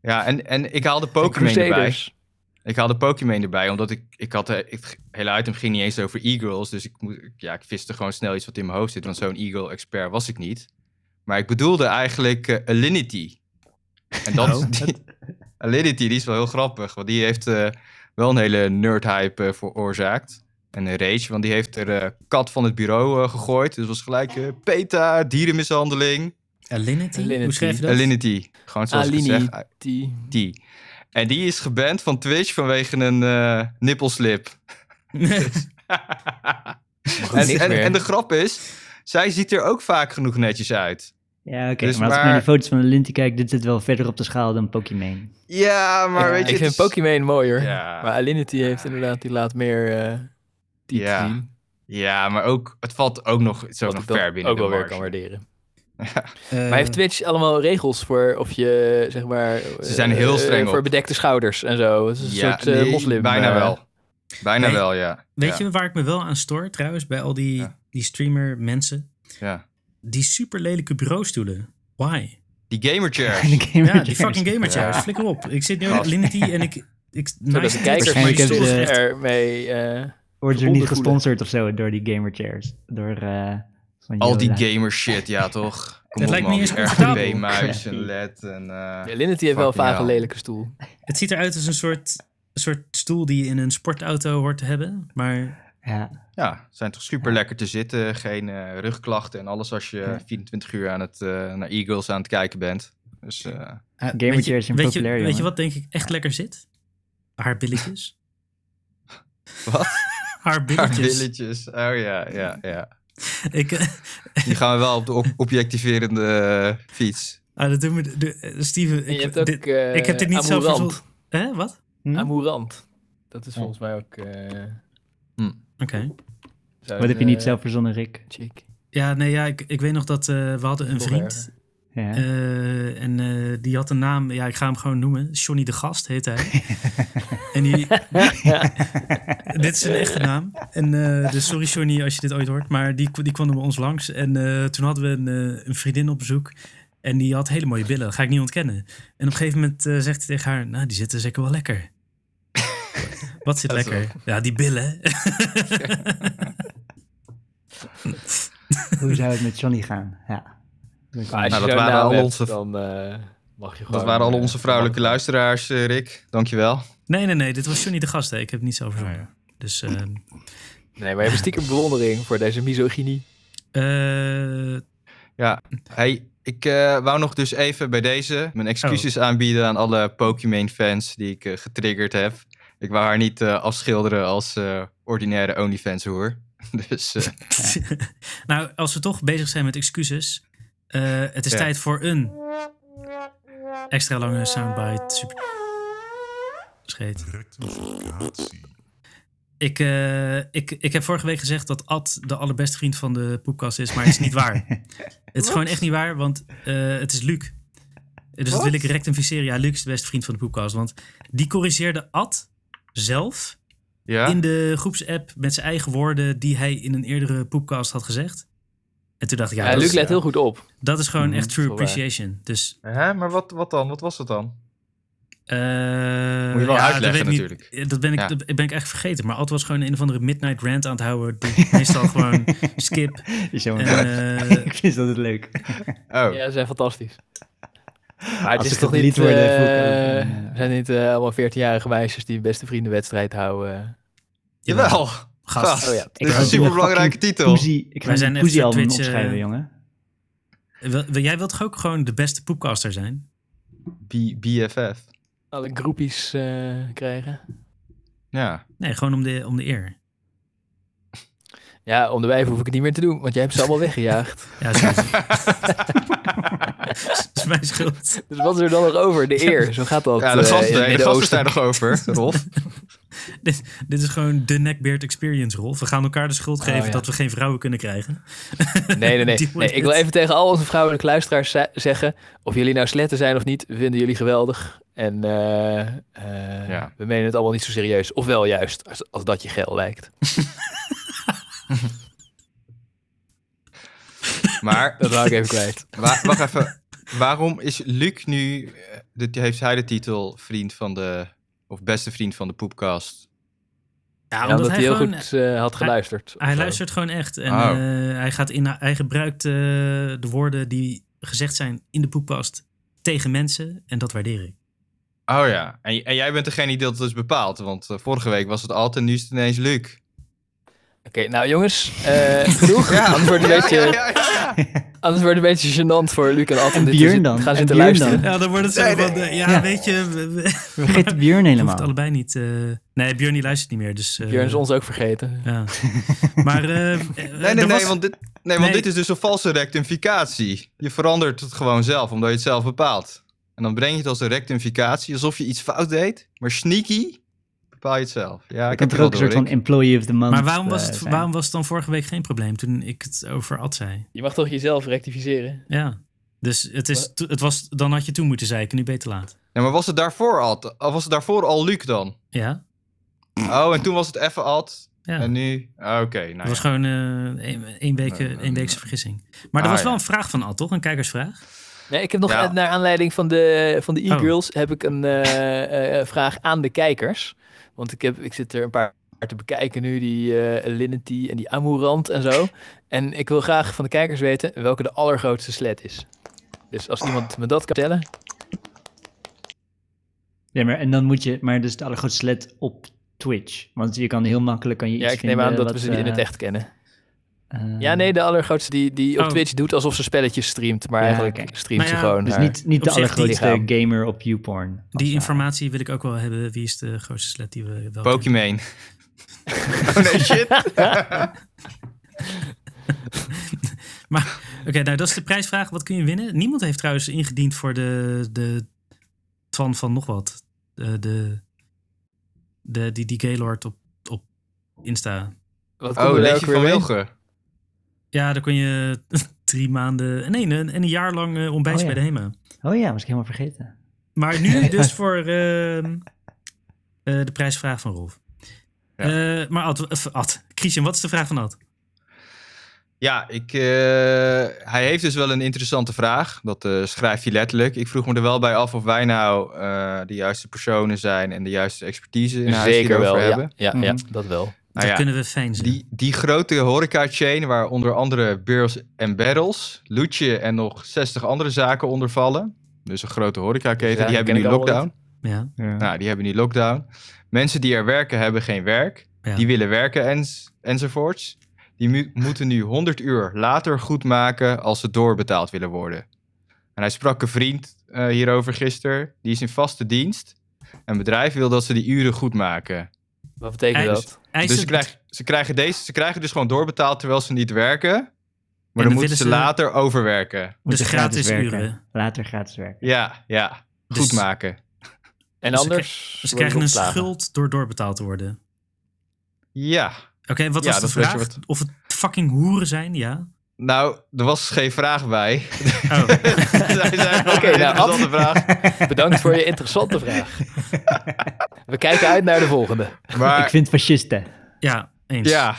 [SPEAKER 4] ja en, en ik haalde Pokémon erbij.
[SPEAKER 2] Crusaders.
[SPEAKER 4] Ik haalde Pokémon erbij, omdat ik, ik had... eh, Het hele item ging niet eens over e-girls. Dus ik, moe- ja, ik viste gewoon snel iets wat in mijn hoofd zit. Want zo'n e-girl expert was ik niet. Maar ik bedoelde eigenlijk eh, Alinity. En dat,
[SPEAKER 1] Oh.
[SPEAKER 4] die, Alinity, die is wel heel grappig. Want die heeft eh, wel een hele nerd-hype eh, veroorzaakt. En een rage, want die heeft er eh, kat van het bureau eh, gegooid. Dus was gelijk eh PETA, dierenmishandeling.
[SPEAKER 1] Alinity?
[SPEAKER 2] Alinity.
[SPEAKER 1] Hoe schrijf je dat?
[SPEAKER 4] Alinity. Gewoon zoals ik
[SPEAKER 2] Alinity.
[SPEAKER 4] zeg,
[SPEAKER 2] Die...
[SPEAKER 4] die. En die is geband van Twitch vanwege een eh, nippelslip. en,
[SPEAKER 2] niks
[SPEAKER 4] en,
[SPEAKER 2] meer.
[SPEAKER 4] en de grap is, zij ziet er ook vaak genoeg netjes uit.
[SPEAKER 3] Ja, oké.
[SPEAKER 4] Dus
[SPEAKER 3] maar als ik
[SPEAKER 4] maar-
[SPEAKER 3] naar die foto's van de Linty kijk, dit zit wel verder op de schaal dan Pokémon.
[SPEAKER 4] Ja, maar
[SPEAKER 3] Ja,
[SPEAKER 4] weet je...
[SPEAKER 2] Ik
[SPEAKER 4] het
[SPEAKER 2] vind
[SPEAKER 4] is-
[SPEAKER 2] Pokémon mooier. Maar
[SPEAKER 4] Ja,
[SPEAKER 2] Alinity heeft inderdaad, die laat meer eh diep
[SPEAKER 4] Ja,
[SPEAKER 2] zien.
[SPEAKER 4] ja, maar ook, het valt ook nog, het is
[SPEAKER 2] Wat
[SPEAKER 4] ook nog
[SPEAKER 2] ik dan
[SPEAKER 4] ver binnen
[SPEAKER 2] ook
[SPEAKER 4] de
[SPEAKER 2] wel weer
[SPEAKER 4] marge.
[SPEAKER 2] kan waarderen.
[SPEAKER 1] Eh,
[SPEAKER 2] Maar heeft Twitch allemaal regels voor of je, zeg maar...
[SPEAKER 4] Ze zijn heel
[SPEAKER 2] eh,
[SPEAKER 4] streng
[SPEAKER 2] Voor
[SPEAKER 4] op.
[SPEAKER 2] bedekte schouders en zo. Het is een
[SPEAKER 4] Ja,
[SPEAKER 2] soort eh,
[SPEAKER 4] nee,
[SPEAKER 2] moslim.
[SPEAKER 4] Bijna
[SPEAKER 2] eh,
[SPEAKER 4] wel. Bijna
[SPEAKER 1] Nee,
[SPEAKER 4] wel, ja.
[SPEAKER 1] Weet
[SPEAKER 4] ja,
[SPEAKER 1] je waar ik me wel aan stoor trouwens? Bij al die,
[SPEAKER 4] Ja.
[SPEAKER 1] die streamer mensen.
[SPEAKER 4] ja.
[SPEAKER 1] Die super lelijke bureaustoelen. Why?
[SPEAKER 4] Die gamerchairs.
[SPEAKER 3] De gamer
[SPEAKER 1] Ja, die
[SPEAKER 3] chairs.
[SPEAKER 1] fucking gamertjes.
[SPEAKER 4] Ja.
[SPEAKER 1] Flikker op. Ik zit nu op
[SPEAKER 4] Gast.
[SPEAKER 1] Alinity en ik... ik
[SPEAKER 2] Zodat
[SPEAKER 1] nice tits,
[SPEAKER 2] de kijkers
[SPEAKER 1] maar je
[SPEAKER 3] Waarschijnlijk hebben
[SPEAKER 1] stoort
[SPEAKER 3] ze-
[SPEAKER 1] echt.
[SPEAKER 2] zich ermee... eh,
[SPEAKER 3] Worden ze niet
[SPEAKER 2] ondergoed.
[SPEAKER 3] gesponsord of zo door die gamer chairs? Door eh, van
[SPEAKER 4] Al die
[SPEAKER 3] Yoda.
[SPEAKER 4] gamer shit, ja toch? Kom
[SPEAKER 1] Het
[SPEAKER 4] op,
[SPEAKER 1] lijkt me
[SPEAKER 4] man.
[SPEAKER 1] niet
[SPEAKER 4] Die
[SPEAKER 1] eens comfortabel.
[SPEAKER 4] RGB-muis en
[SPEAKER 3] Crappy.
[SPEAKER 4] LED en... eh,
[SPEAKER 2] Alinity heeft wel
[SPEAKER 4] Fucking
[SPEAKER 2] vaak een
[SPEAKER 4] hell.
[SPEAKER 2] lelijke stoel.
[SPEAKER 1] Het ziet eruit als een soort, een soort stoel die je in een sportauto hoort te hebben. Maar
[SPEAKER 3] Ja,
[SPEAKER 4] Ja, zijn toch super lekker te zitten. Geen eh, rugklachten en alles als je
[SPEAKER 3] Ja.
[SPEAKER 4] 24 uur aan het, eh, naar Eagles aan het kijken bent. Dus eh,
[SPEAKER 3] gamer
[SPEAKER 1] weet je,
[SPEAKER 3] chairs zijn
[SPEAKER 1] weet, je,
[SPEAKER 3] populair,
[SPEAKER 1] weet je
[SPEAKER 3] jongen.
[SPEAKER 1] wat denk ik echt lekker zit? Haar billetjes.
[SPEAKER 4] Wat?
[SPEAKER 1] Haar
[SPEAKER 4] paar
[SPEAKER 1] billetjes.
[SPEAKER 4] billetjes. Oh ja, ja, ja.
[SPEAKER 1] ik, eh,
[SPEAKER 4] Die gaan we wel op de ob- objectiverende eh, fiets.
[SPEAKER 1] ah, dat doen we... de- eh, Steven,
[SPEAKER 2] En je
[SPEAKER 1] ik,
[SPEAKER 2] hebt ook...
[SPEAKER 1] dit-
[SPEAKER 2] eh,
[SPEAKER 1] ik heb dit niet zo
[SPEAKER 2] Amourant.
[SPEAKER 1] verzonnen. Hè, wat?
[SPEAKER 3] Hm?
[SPEAKER 2] Amourant. Dat is volgens mij ook... eh,
[SPEAKER 1] Oké.
[SPEAKER 2] zo'n,
[SPEAKER 3] Wat heb je niet
[SPEAKER 2] eh,
[SPEAKER 3] zelf verzonnen, Rick?
[SPEAKER 2] chick.
[SPEAKER 1] Ja, nee, ja, ik, ik weet nog dat eh, we hadden een
[SPEAKER 2] Toch
[SPEAKER 1] vriend.
[SPEAKER 3] Ja.
[SPEAKER 1] eh, en eh, die had een naam, ja, ik ga hem gewoon noemen. Johnny de Gast heet hij. en die, dit is een echte naam. En eh, dus sorry Johnny als je dit ooit hoort. Maar die, die kwam er bij ons langs. En eh, toen hadden we een, eh, een vriendin op bezoek. En die had hele mooie billen, ga ik niet ontkennen. En op een gegeven moment eh, zegt hij tegen haar, nou, die zitten zeker wel lekker. Wat zit
[SPEAKER 4] Dat is
[SPEAKER 1] lekker? Ja, die billen.
[SPEAKER 3] Hoe zou het met Johnny gaan? Ja.
[SPEAKER 1] Ah,
[SPEAKER 3] Ah,
[SPEAKER 2] Maar als
[SPEAKER 4] Nou,
[SPEAKER 2] je
[SPEAKER 4] dat
[SPEAKER 2] zo'n
[SPEAKER 4] waren
[SPEAKER 2] naam
[SPEAKER 4] al
[SPEAKER 2] hebt,
[SPEAKER 4] onze-
[SPEAKER 2] Dan eh, mag je gewoon...
[SPEAKER 4] Dat waren al
[SPEAKER 2] eh,
[SPEAKER 4] onze vrouwelijke
[SPEAKER 2] mag-
[SPEAKER 4] luisteraars, eh, Rick. Dankjewel.
[SPEAKER 1] Nee, nee, nee, dit was Johnny de Gast. Hè. Ik heb het
[SPEAKER 4] Oh,
[SPEAKER 1] niet zo verzonnen. Dus ehm,
[SPEAKER 2] Nee, maar je hebt stiekem bewondering voor deze misogynie.
[SPEAKER 1] eh,
[SPEAKER 4] Hey, ik eh, wou nog dus even bij deze mijn excuses aanbieden aan alle Pokémon-fans die ik eh, getriggerd heb. Ik wou haar niet eh, afschilderen als eh, ordinaire OnlyFans-hoer. Dus eh,
[SPEAKER 1] nou, als we toch bezig zijn met excuses. eh, het is
[SPEAKER 4] Ja.
[SPEAKER 1] tijd voor een extra lange soundbite. Super. Scheet. Ik, eh, ik, ik heb vorige week gezegd dat Ad de allerbeste vriend van de poepkast is, maar het is niet waar. het is gewoon echt niet waar, want eh, het is Luc. Dus dat wil ik rectificeren. Ja, Luc is de beste vriend van de poepkast, want die corrigeerde Ad zelf
[SPEAKER 4] ja.
[SPEAKER 1] in de groepsapp met zijn eigen woorden die hij in een eerdere poepcast had gezegd. En toen dacht ik, ja,
[SPEAKER 2] Ja,
[SPEAKER 1] dat,
[SPEAKER 2] Luc
[SPEAKER 1] is,
[SPEAKER 2] let heel goed op.
[SPEAKER 1] dat is gewoon
[SPEAKER 3] Mhm,
[SPEAKER 1] echt true
[SPEAKER 2] dat is wel waar.
[SPEAKER 1] appreciation. Dus,
[SPEAKER 4] Hè, maar wat, wat dan? Wat was het dan?
[SPEAKER 1] eh,
[SPEAKER 4] Moet je wel
[SPEAKER 1] ja, dat weet
[SPEAKER 4] uitleggen
[SPEAKER 1] ik niet.
[SPEAKER 4] natuurlijk.
[SPEAKER 1] Dat ben, ik,
[SPEAKER 4] Ja.
[SPEAKER 1] dat ben ik echt vergeten. Maar Ad was gewoon een of andere midnight rant aan het houden. Die ik meestal gewoon skip.
[SPEAKER 3] Is zo
[SPEAKER 1] En,
[SPEAKER 3] een-
[SPEAKER 1] eh,
[SPEAKER 3] Ik vind dat het leuk.
[SPEAKER 4] Oh,
[SPEAKER 2] Ja, ze zijn fantastisch. Maar het
[SPEAKER 3] Als
[SPEAKER 2] is
[SPEAKER 3] ik
[SPEAKER 2] toch
[SPEAKER 3] het
[SPEAKER 2] niet...
[SPEAKER 3] lied hoorde,
[SPEAKER 2] eh,
[SPEAKER 3] voel ik ook,
[SPEAKER 2] we
[SPEAKER 3] eh,
[SPEAKER 2] zijn niet eh, allemaal 14-jarige meisjes die beste vriendenwedstrijd houden.
[SPEAKER 4] jawel.
[SPEAKER 1] gast.
[SPEAKER 4] Gast.
[SPEAKER 2] Oh ja.
[SPEAKER 4] Dit is
[SPEAKER 1] ga
[SPEAKER 4] een
[SPEAKER 1] ook
[SPEAKER 4] superbelangrijke titel.
[SPEAKER 3] Poezie, ik
[SPEAKER 1] Wij
[SPEAKER 3] ga
[SPEAKER 1] zijn
[SPEAKER 3] een
[SPEAKER 1] echt
[SPEAKER 3] poezie album
[SPEAKER 1] zo'n Twitch, eh,
[SPEAKER 3] opschrijven, jongen.
[SPEAKER 1] Wil, wil- jij wilt toch ook gewoon de beste poepcaster zijn?
[SPEAKER 4] B- BFF.
[SPEAKER 2] Alle groepies eh, krijgen.
[SPEAKER 4] Ja.
[SPEAKER 1] Nee, gewoon om de, om de eer.
[SPEAKER 2] Ja, om de wijven hoef ik het niet meer te doen, want jij hebt ze allemaal weggejaagd.
[SPEAKER 1] Ja, zo is het. is mijn schuld.
[SPEAKER 2] Dus wat is er dan nog over? De eer, zo gaat dat.
[SPEAKER 4] Ja, de
[SPEAKER 2] eh, in
[SPEAKER 4] gasten,
[SPEAKER 2] het
[SPEAKER 4] de gasten
[SPEAKER 2] Midden-Oosten.
[SPEAKER 4] zijn nog over, Rolf.
[SPEAKER 1] Dit, dit is gewoon de neckbeard experience, Rolf. We gaan elkaar de schuld geven
[SPEAKER 2] ja.
[SPEAKER 1] dat we geen vrouwen kunnen krijgen.
[SPEAKER 2] Nee, nee, nee.
[SPEAKER 1] Die wordt
[SPEAKER 2] nee ik wil
[SPEAKER 1] het.
[SPEAKER 2] even tegen al onze vrouwelijke luisteraars ze- zeggen... of jullie nou sletten zijn of niet, we vinden jullie geweldig. En eh, eh,
[SPEAKER 4] Ja.
[SPEAKER 2] we menen het allemaal niet zo serieus. Of wel juist, als, als dat je geil lijkt.
[SPEAKER 4] Maar,
[SPEAKER 2] Dat wou ik even kwijt.
[SPEAKER 4] wa- wacht even. Waarom is Luc nu, eh, dit- heeft hij de titel vriend van de, of beste vriend van de Poepcast?
[SPEAKER 1] Ja,
[SPEAKER 2] Ja,
[SPEAKER 1] omdat, hij,
[SPEAKER 2] heel
[SPEAKER 1] gewoon,
[SPEAKER 2] goed eh, had geluisterd. of
[SPEAKER 1] hij
[SPEAKER 2] zo.
[SPEAKER 1] luistert gewoon echt. En
[SPEAKER 4] Oh.
[SPEAKER 1] eh, hij, gaat in, hij gebruikt eh, de woorden die gezegd zijn in de poepkast tegen mensen. En dat waardeer ik.
[SPEAKER 4] Oh ja, en, en jij bent degene die dat dus bepaalt, want eh, vorige week was het Alt en nu is het ineens Luc.
[SPEAKER 2] Oké, nou jongens, eh, genoeg. Anders, wordt het een beetje, anders wordt het een beetje gênant voor Luc en Anton.
[SPEAKER 3] En
[SPEAKER 2] dit
[SPEAKER 3] Björn
[SPEAKER 2] te zit-
[SPEAKER 3] dan?
[SPEAKER 2] Gaan
[SPEAKER 3] En
[SPEAKER 2] zitten
[SPEAKER 3] Björn
[SPEAKER 2] luisteren.
[SPEAKER 1] Ja, dan wordt het zo
[SPEAKER 4] Nee,
[SPEAKER 1] van,
[SPEAKER 4] nee.
[SPEAKER 1] eh, ja,
[SPEAKER 3] Ja.
[SPEAKER 1] weet je, we, we- we
[SPEAKER 3] Vergeet de Björn
[SPEAKER 1] hoeven het
[SPEAKER 3] helemaal.
[SPEAKER 1] allebei niet. eh, nee, Björn die luistert niet meer, dus... eh,
[SPEAKER 2] Björn is ons ook vergeten.
[SPEAKER 1] Ja. Maar... eh, eh,
[SPEAKER 4] Nee,
[SPEAKER 1] er
[SPEAKER 4] nee, nee,
[SPEAKER 1] was-
[SPEAKER 4] want dit, nee, want
[SPEAKER 1] Nee.
[SPEAKER 4] dit is dus een valse rectificatie. Je verandert het gewoon zelf, omdat je het zelf bepaalt. En dan breng je het als een rectificatie, alsof je iets fout deed. Maar sneaky bepaal je het zelf. Ja,
[SPEAKER 3] Je
[SPEAKER 4] ik
[SPEAKER 3] kan
[SPEAKER 4] heb
[SPEAKER 3] toch
[SPEAKER 4] er
[SPEAKER 3] ook een soort van employee of the month
[SPEAKER 1] Maar waarom was,
[SPEAKER 3] eh,
[SPEAKER 1] het,
[SPEAKER 3] zijn.
[SPEAKER 1] waarom was het dan vorige week geen probleem toen ik het over Ad zei?
[SPEAKER 2] Je mag toch jezelf rectificeren?
[SPEAKER 1] Ja. Dus het is, to- het was, dan had je toen moeten zeiken, nu beter laat.
[SPEAKER 4] Ja, maar was het daarvoor al, was het daarvoor al Luc dan?
[SPEAKER 1] Ja,
[SPEAKER 4] Oh, en toen was het even Ad.
[SPEAKER 1] ja.
[SPEAKER 4] En nu? Ah, Oké, nou
[SPEAKER 1] het was
[SPEAKER 4] ja.
[SPEAKER 1] gewoon eh, één één week, eh,
[SPEAKER 4] Nee, nee,
[SPEAKER 1] één
[SPEAKER 4] nee.
[SPEAKER 1] weekse vergissing. Maar er
[SPEAKER 4] Ah,
[SPEAKER 1] was wel
[SPEAKER 4] ja.
[SPEAKER 1] een vraag van Ad, toch? Een kijkersvraag?
[SPEAKER 2] Nee, ik heb nog
[SPEAKER 4] Ja.
[SPEAKER 2] eh, naar aanleiding van de, van de
[SPEAKER 1] Oh.
[SPEAKER 2] e-girls heb ik een eh, eh, vraag aan de kijkers. Want ik, heb, ik zit er een paar te bekijken nu, die eh Linity en die Amourant en zo. En ik wil graag van de kijkers weten welke de allergrootste slet is. Dus als iemand me dat kan vertellen,
[SPEAKER 3] Ja, maar en dan moet je, maar dus het allergrootste slet op Twitch. Want je kan heel makkelijk kan je iets
[SPEAKER 2] ja, ik neem
[SPEAKER 3] vinden
[SPEAKER 2] aan dat
[SPEAKER 3] wat,
[SPEAKER 2] we ze niet in het
[SPEAKER 3] eh,
[SPEAKER 2] echt kennen.
[SPEAKER 3] eh,
[SPEAKER 2] Ja, nee, de allergrootste die, die op
[SPEAKER 1] Oh.
[SPEAKER 2] Twitch doet alsof ze spelletjes streamt, maar
[SPEAKER 3] Ja,
[SPEAKER 2] eigenlijk
[SPEAKER 3] oké.
[SPEAKER 2] streamt
[SPEAKER 1] Nou
[SPEAKER 2] ze
[SPEAKER 1] ja,
[SPEAKER 2] gewoon.
[SPEAKER 3] Dus
[SPEAKER 2] haar-
[SPEAKER 3] niet, niet
[SPEAKER 1] Op
[SPEAKER 3] de
[SPEAKER 1] zich die
[SPEAKER 3] allergrootste
[SPEAKER 2] lichaam.
[SPEAKER 3] gamer op YouPorn. Of
[SPEAKER 1] Die
[SPEAKER 3] zo.
[SPEAKER 1] informatie wil ik ook wel hebben. Wie is de grootste slet die we wel kennen?
[SPEAKER 4] Pokémon. oh nee, shit.
[SPEAKER 1] Oké, nou dat is de prijsvraag. Wat kun je winnen? Niemand heeft trouwens ingediend voor de, de Twan van nog wat. De, de, de, die, die Gaylord op, op Insta.
[SPEAKER 2] Wat komt
[SPEAKER 4] Oh,
[SPEAKER 2] er nou daar
[SPEAKER 4] Leedje
[SPEAKER 2] ook weer
[SPEAKER 4] van
[SPEAKER 2] mee?
[SPEAKER 4] Wilgen.
[SPEAKER 1] Ja, daar kon je drie maanden, nee, een, een jaar lang eh, ontbijt
[SPEAKER 3] Oh, ja.
[SPEAKER 1] bij de HEMA.
[SPEAKER 3] Oh ja, was ik helemaal vergeten.
[SPEAKER 1] Maar nu dus voor ehm, eh, de prijsvraag van Rolf. Eh, maar Ad, of Ad, Christian, wat is de vraag van
[SPEAKER 4] Nou
[SPEAKER 1] Ad?
[SPEAKER 4] Ja, ik, eh, hij heeft dus wel een interessante vraag. Dat eh, schrijft hij letterlijk. Ik vroeg me er wel bij af of wij nou eh, de juiste personen zijn en de juiste expertise in huis
[SPEAKER 2] Zeker
[SPEAKER 4] hierover
[SPEAKER 2] wel, ja,
[SPEAKER 4] hebben.
[SPEAKER 2] ja, ja,
[SPEAKER 3] Mhm.
[SPEAKER 2] dat wel.
[SPEAKER 1] Dat
[SPEAKER 4] Nou ja,
[SPEAKER 1] kunnen we fijn zijn.
[SPEAKER 4] die, die grote horeca-chain waar onder andere Beurs en Barrels, Loetje en nog 60 andere zaken onder vallen. Dus een grote horecaketen,
[SPEAKER 2] Ja,
[SPEAKER 4] die hebben
[SPEAKER 2] ken
[SPEAKER 4] nu
[SPEAKER 2] ik allemaal
[SPEAKER 4] lockdown.
[SPEAKER 1] Ja.
[SPEAKER 3] Ja.
[SPEAKER 4] Nou, die hebben nu lockdown. Mensen die er werken hebben geen werk.
[SPEAKER 1] Ja.
[SPEAKER 4] Die willen werken en, enzovoorts. Die mu- moeten nu 100 uur later goedmaken als ze doorbetaald willen worden. En hij sprak een vriend eh, hierover gisteren. Die is in vaste dienst. Een bedrijf wil dat ze die uren goedmaken.
[SPEAKER 2] Wat
[SPEAKER 1] Eis-
[SPEAKER 2] betekent dat?
[SPEAKER 1] Eisen-
[SPEAKER 4] Dus ze, krijg- ze, krijgen deze, ze krijgen dus gewoon doorbetaald terwijl ze niet werken. Maar
[SPEAKER 1] dan
[SPEAKER 4] dan moeten
[SPEAKER 1] willen
[SPEAKER 4] ze,
[SPEAKER 1] ze-
[SPEAKER 4] later overwerken.
[SPEAKER 3] Moet
[SPEAKER 1] dus
[SPEAKER 3] je gratis,
[SPEAKER 1] gratis
[SPEAKER 3] werken.
[SPEAKER 1] uren.
[SPEAKER 3] Later gratis werken.
[SPEAKER 4] Ja, ja.
[SPEAKER 1] Dus-
[SPEAKER 4] Goedmaken.
[SPEAKER 2] En
[SPEAKER 1] Dus ze
[SPEAKER 2] anders.
[SPEAKER 1] Ze
[SPEAKER 2] worden
[SPEAKER 1] krijgen een
[SPEAKER 2] ontslagen.
[SPEAKER 1] schuld door doorbetaald te worden.
[SPEAKER 4] Ja.
[SPEAKER 1] Oké, wat
[SPEAKER 4] Ja,
[SPEAKER 1] was de
[SPEAKER 4] dat weet je
[SPEAKER 1] vraag?
[SPEAKER 4] wat-
[SPEAKER 1] Of het fucking hoeren zijn, ja?
[SPEAKER 4] Nou, er was geen vraag bij.
[SPEAKER 1] Oh,
[SPEAKER 4] Zij zijn wel
[SPEAKER 2] Oké,
[SPEAKER 4] een
[SPEAKER 2] nou,
[SPEAKER 4] interessante vraag.
[SPEAKER 2] Bedankt voor je interessante vraag. We kijken uit naar de volgende.
[SPEAKER 4] Maar
[SPEAKER 3] Ik vind fascisten.
[SPEAKER 1] ja, eens.
[SPEAKER 4] ja,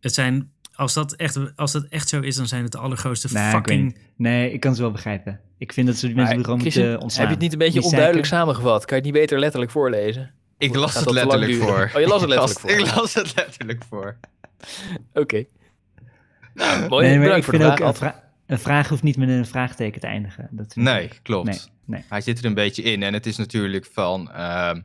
[SPEAKER 1] Het zijn, als dat, echt, als dat echt zo is, dan zijn het de allergrootste
[SPEAKER 3] Nee, ik weet
[SPEAKER 1] fucking...
[SPEAKER 3] niet. Nee, ik kan ze wel begrijpen. Ik vind dat ze die mensen
[SPEAKER 2] Maar,
[SPEAKER 3] gewoon
[SPEAKER 2] Christian,
[SPEAKER 3] moeten ontslaan.
[SPEAKER 2] Heb je het niet een beetje
[SPEAKER 3] Die
[SPEAKER 2] onduidelijk
[SPEAKER 3] zeiken.
[SPEAKER 2] samengevat? Kan je het niet beter letterlijk voorlezen?
[SPEAKER 4] ik las
[SPEAKER 2] Gaat
[SPEAKER 4] het
[SPEAKER 2] dat te lang
[SPEAKER 4] letterlijk voor.
[SPEAKER 2] duren? Oh, je las het letterlijk
[SPEAKER 4] Ik
[SPEAKER 2] voor.
[SPEAKER 4] las- Ik las het letterlijk voor.
[SPEAKER 2] Oké. Nou, mooi.
[SPEAKER 3] Nee, maar
[SPEAKER 2] Bedankt
[SPEAKER 3] ik
[SPEAKER 2] voor de
[SPEAKER 3] vind
[SPEAKER 2] vraag.
[SPEAKER 3] ook een,
[SPEAKER 2] Ad.
[SPEAKER 3] vra- een vraag hoeft niet met een vraagteken te eindigen. Dat vind
[SPEAKER 4] Nee,
[SPEAKER 3] ik.
[SPEAKER 4] klopt.
[SPEAKER 3] Nee, nee.
[SPEAKER 4] Hij zit er een beetje in. En het is natuurlijk van, ehm,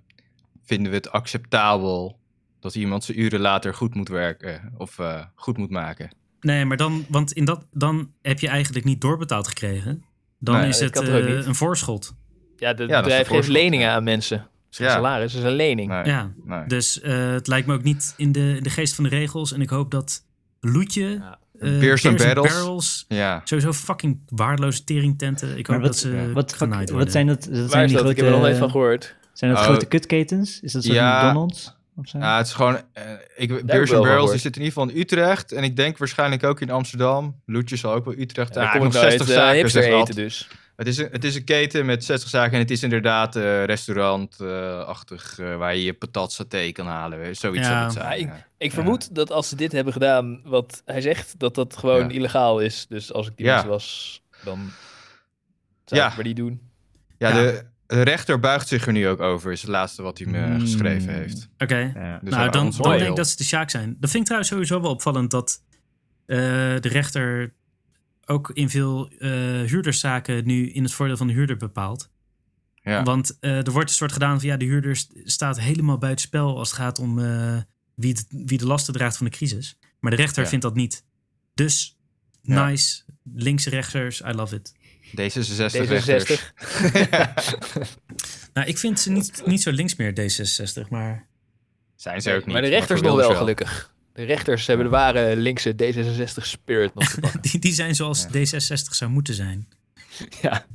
[SPEAKER 4] vinden we het acceptabel dat iemand zijn uren later goed moet werken of eh, goed moet maken?
[SPEAKER 1] Nee, maar dan, want in dat, dan heb je eigenlijk niet doorbetaald gekregen. Dan
[SPEAKER 4] Nee,
[SPEAKER 1] is
[SPEAKER 2] dat
[SPEAKER 1] het
[SPEAKER 2] kan toch ook
[SPEAKER 1] eh,
[SPEAKER 2] niet?
[SPEAKER 1] een voorschot.
[SPEAKER 2] Ja, het
[SPEAKER 4] dat is
[SPEAKER 2] bedrijf
[SPEAKER 4] de
[SPEAKER 2] geeft
[SPEAKER 4] voorschot,
[SPEAKER 2] leningen
[SPEAKER 4] ja.
[SPEAKER 2] aan mensen. Zijn
[SPEAKER 4] Ja.
[SPEAKER 2] salaris is een lening.
[SPEAKER 4] Nee,
[SPEAKER 1] Ja,
[SPEAKER 4] nee.
[SPEAKER 1] dus eh, het lijkt me ook niet in de, in de geest van de regels. En ik hoop dat Loetje
[SPEAKER 2] Ja.
[SPEAKER 1] eh,
[SPEAKER 4] Beers and Barrels.
[SPEAKER 1] Barrels.
[SPEAKER 4] Ja.
[SPEAKER 1] Sowieso fucking waardeloze teringtenten. Ik hoop
[SPEAKER 3] Maar wat,
[SPEAKER 1] dat ze
[SPEAKER 3] wat,
[SPEAKER 1] genaaid
[SPEAKER 3] wat,
[SPEAKER 1] worden.
[SPEAKER 3] zijn dat? dat
[SPEAKER 2] Waar
[SPEAKER 3] zijn
[SPEAKER 2] is
[SPEAKER 3] die
[SPEAKER 2] dat? Ik heb er nog nooit van
[SPEAKER 3] grote,
[SPEAKER 2] gehoord.
[SPEAKER 3] zijn dat
[SPEAKER 4] Oh.
[SPEAKER 3] grote kutketens? Is dat zo'n
[SPEAKER 4] Ja.
[SPEAKER 3] McDonald's? Of zo?
[SPEAKER 4] Ja, het is gewoon. eh, ik,
[SPEAKER 2] wel
[SPEAKER 4] Beers
[SPEAKER 2] van
[SPEAKER 4] and Barrels die
[SPEAKER 2] gehoord.
[SPEAKER 4] zit in ieder geval in Utrecht. En ik denk waarschijnlijk ook in Amsterdam. Loetje zal ook wel Utrecht.
[SPEAKER 2] Daar
[SPEAKER 4] Ja,
[SPEAKER 2] kom ik
[SPEAKER 4] nog
[SPEAKER 2] nooit.
[SPEAKER 4] 60
[SPEAKER 2] 60
[SPEAKER 4] zaken.
[SPEAKER 2] hipster
[SPEAKER 4] zegt Ad.
[SPEAKER 2] eten dus.
[SPEAKER 4] Het, is een, het is een keten met 60 zaken. En het is inderdaad eh, restaurantachtig. eh, waar je je patat saté kan halen. weet je, Zoiets
[SPEAKER 1] Ja.
[SPEAKER 4] zou het zijn.
[SPEAKER 2] Maar ik-
[SPEAKER 4] ja.
[SPEAKER 2] Ik vermoed dat als ze dit hebben gedaan, wat hij zegt, dat dat gewoon
[SPEAKER 4] Ja.
[SPEAKER 2] illegaal is. Dus als ik die
[SPEAKER 4] Ja.
[SPEAKER 2] mensen was, dan zou
[SPEAKER 4] Ja.
[SPEAKER 2] ik maar die doen.
[SPEAKER 4] Ja,
[SPEAKER 1] Ja.
[SPEAKER 4] De, de rechter buigt zich er nu ook over, is het laatste wat hij me
[SPEAKER 3] Hmm.
[SPEAKER 4] geschreven heeft.
[SPEAKER 1] Oké.
[SPEAKER 3] Ja.
[SPEAKER 4] Dus
[SPEAKER 1] Mm. nou,
[SPEAKER 4] aan
[SPEAKER 1] dan,
[SPEAKER 4] ons
[SPEAKER 1] dan denk
[SPEAKER 4] oordeel.
[SPEAKER 1] ik dat ze de Sjaak zijn. Dat vind ik trouwens sowieso wel opvallend dat eh, de rechter ook in veel eh, huurderszaken nu in het voordeel van de huurder bepaalt.
[SPEAKER 4] Ja.
[SPEAKER 1] Want eh, er wordt een soort gedaan van ja, de huurder st- staat helemaal buiten spel als het gaat om eh, wie, het- wie de lasten draagt van de crisis. Maar de rechter
[SPEAKER 4] Ja.
[SPEAKER 1] vindt dat niet. Dus
[SPEAKER 4] Ja.
[SPEAKER 1] nice, linkse rechters, I love it.
[SPEAKER 4] D66 rechters.
[SPEAKER 2] D66.
[SPEAKER 1] Nou, ik vind ze niet, niet zo links meer, D66, maar
[SPEAKER 4] Zijn ze ook niet.
[SPEAKER 2] maar de rechters
[SPEAKER 4] voor
[SPEAKER 2] nog wel,
[SPEAKER 4] Wilders
[SPEAKER 2] gelukkig. De rechters hebben de ware linkse D66 spirit nog te pakken.
[SPEAKER 1] die, die zijn zoals D66 zou moeten zijn.
[SPEAKER 2] ja.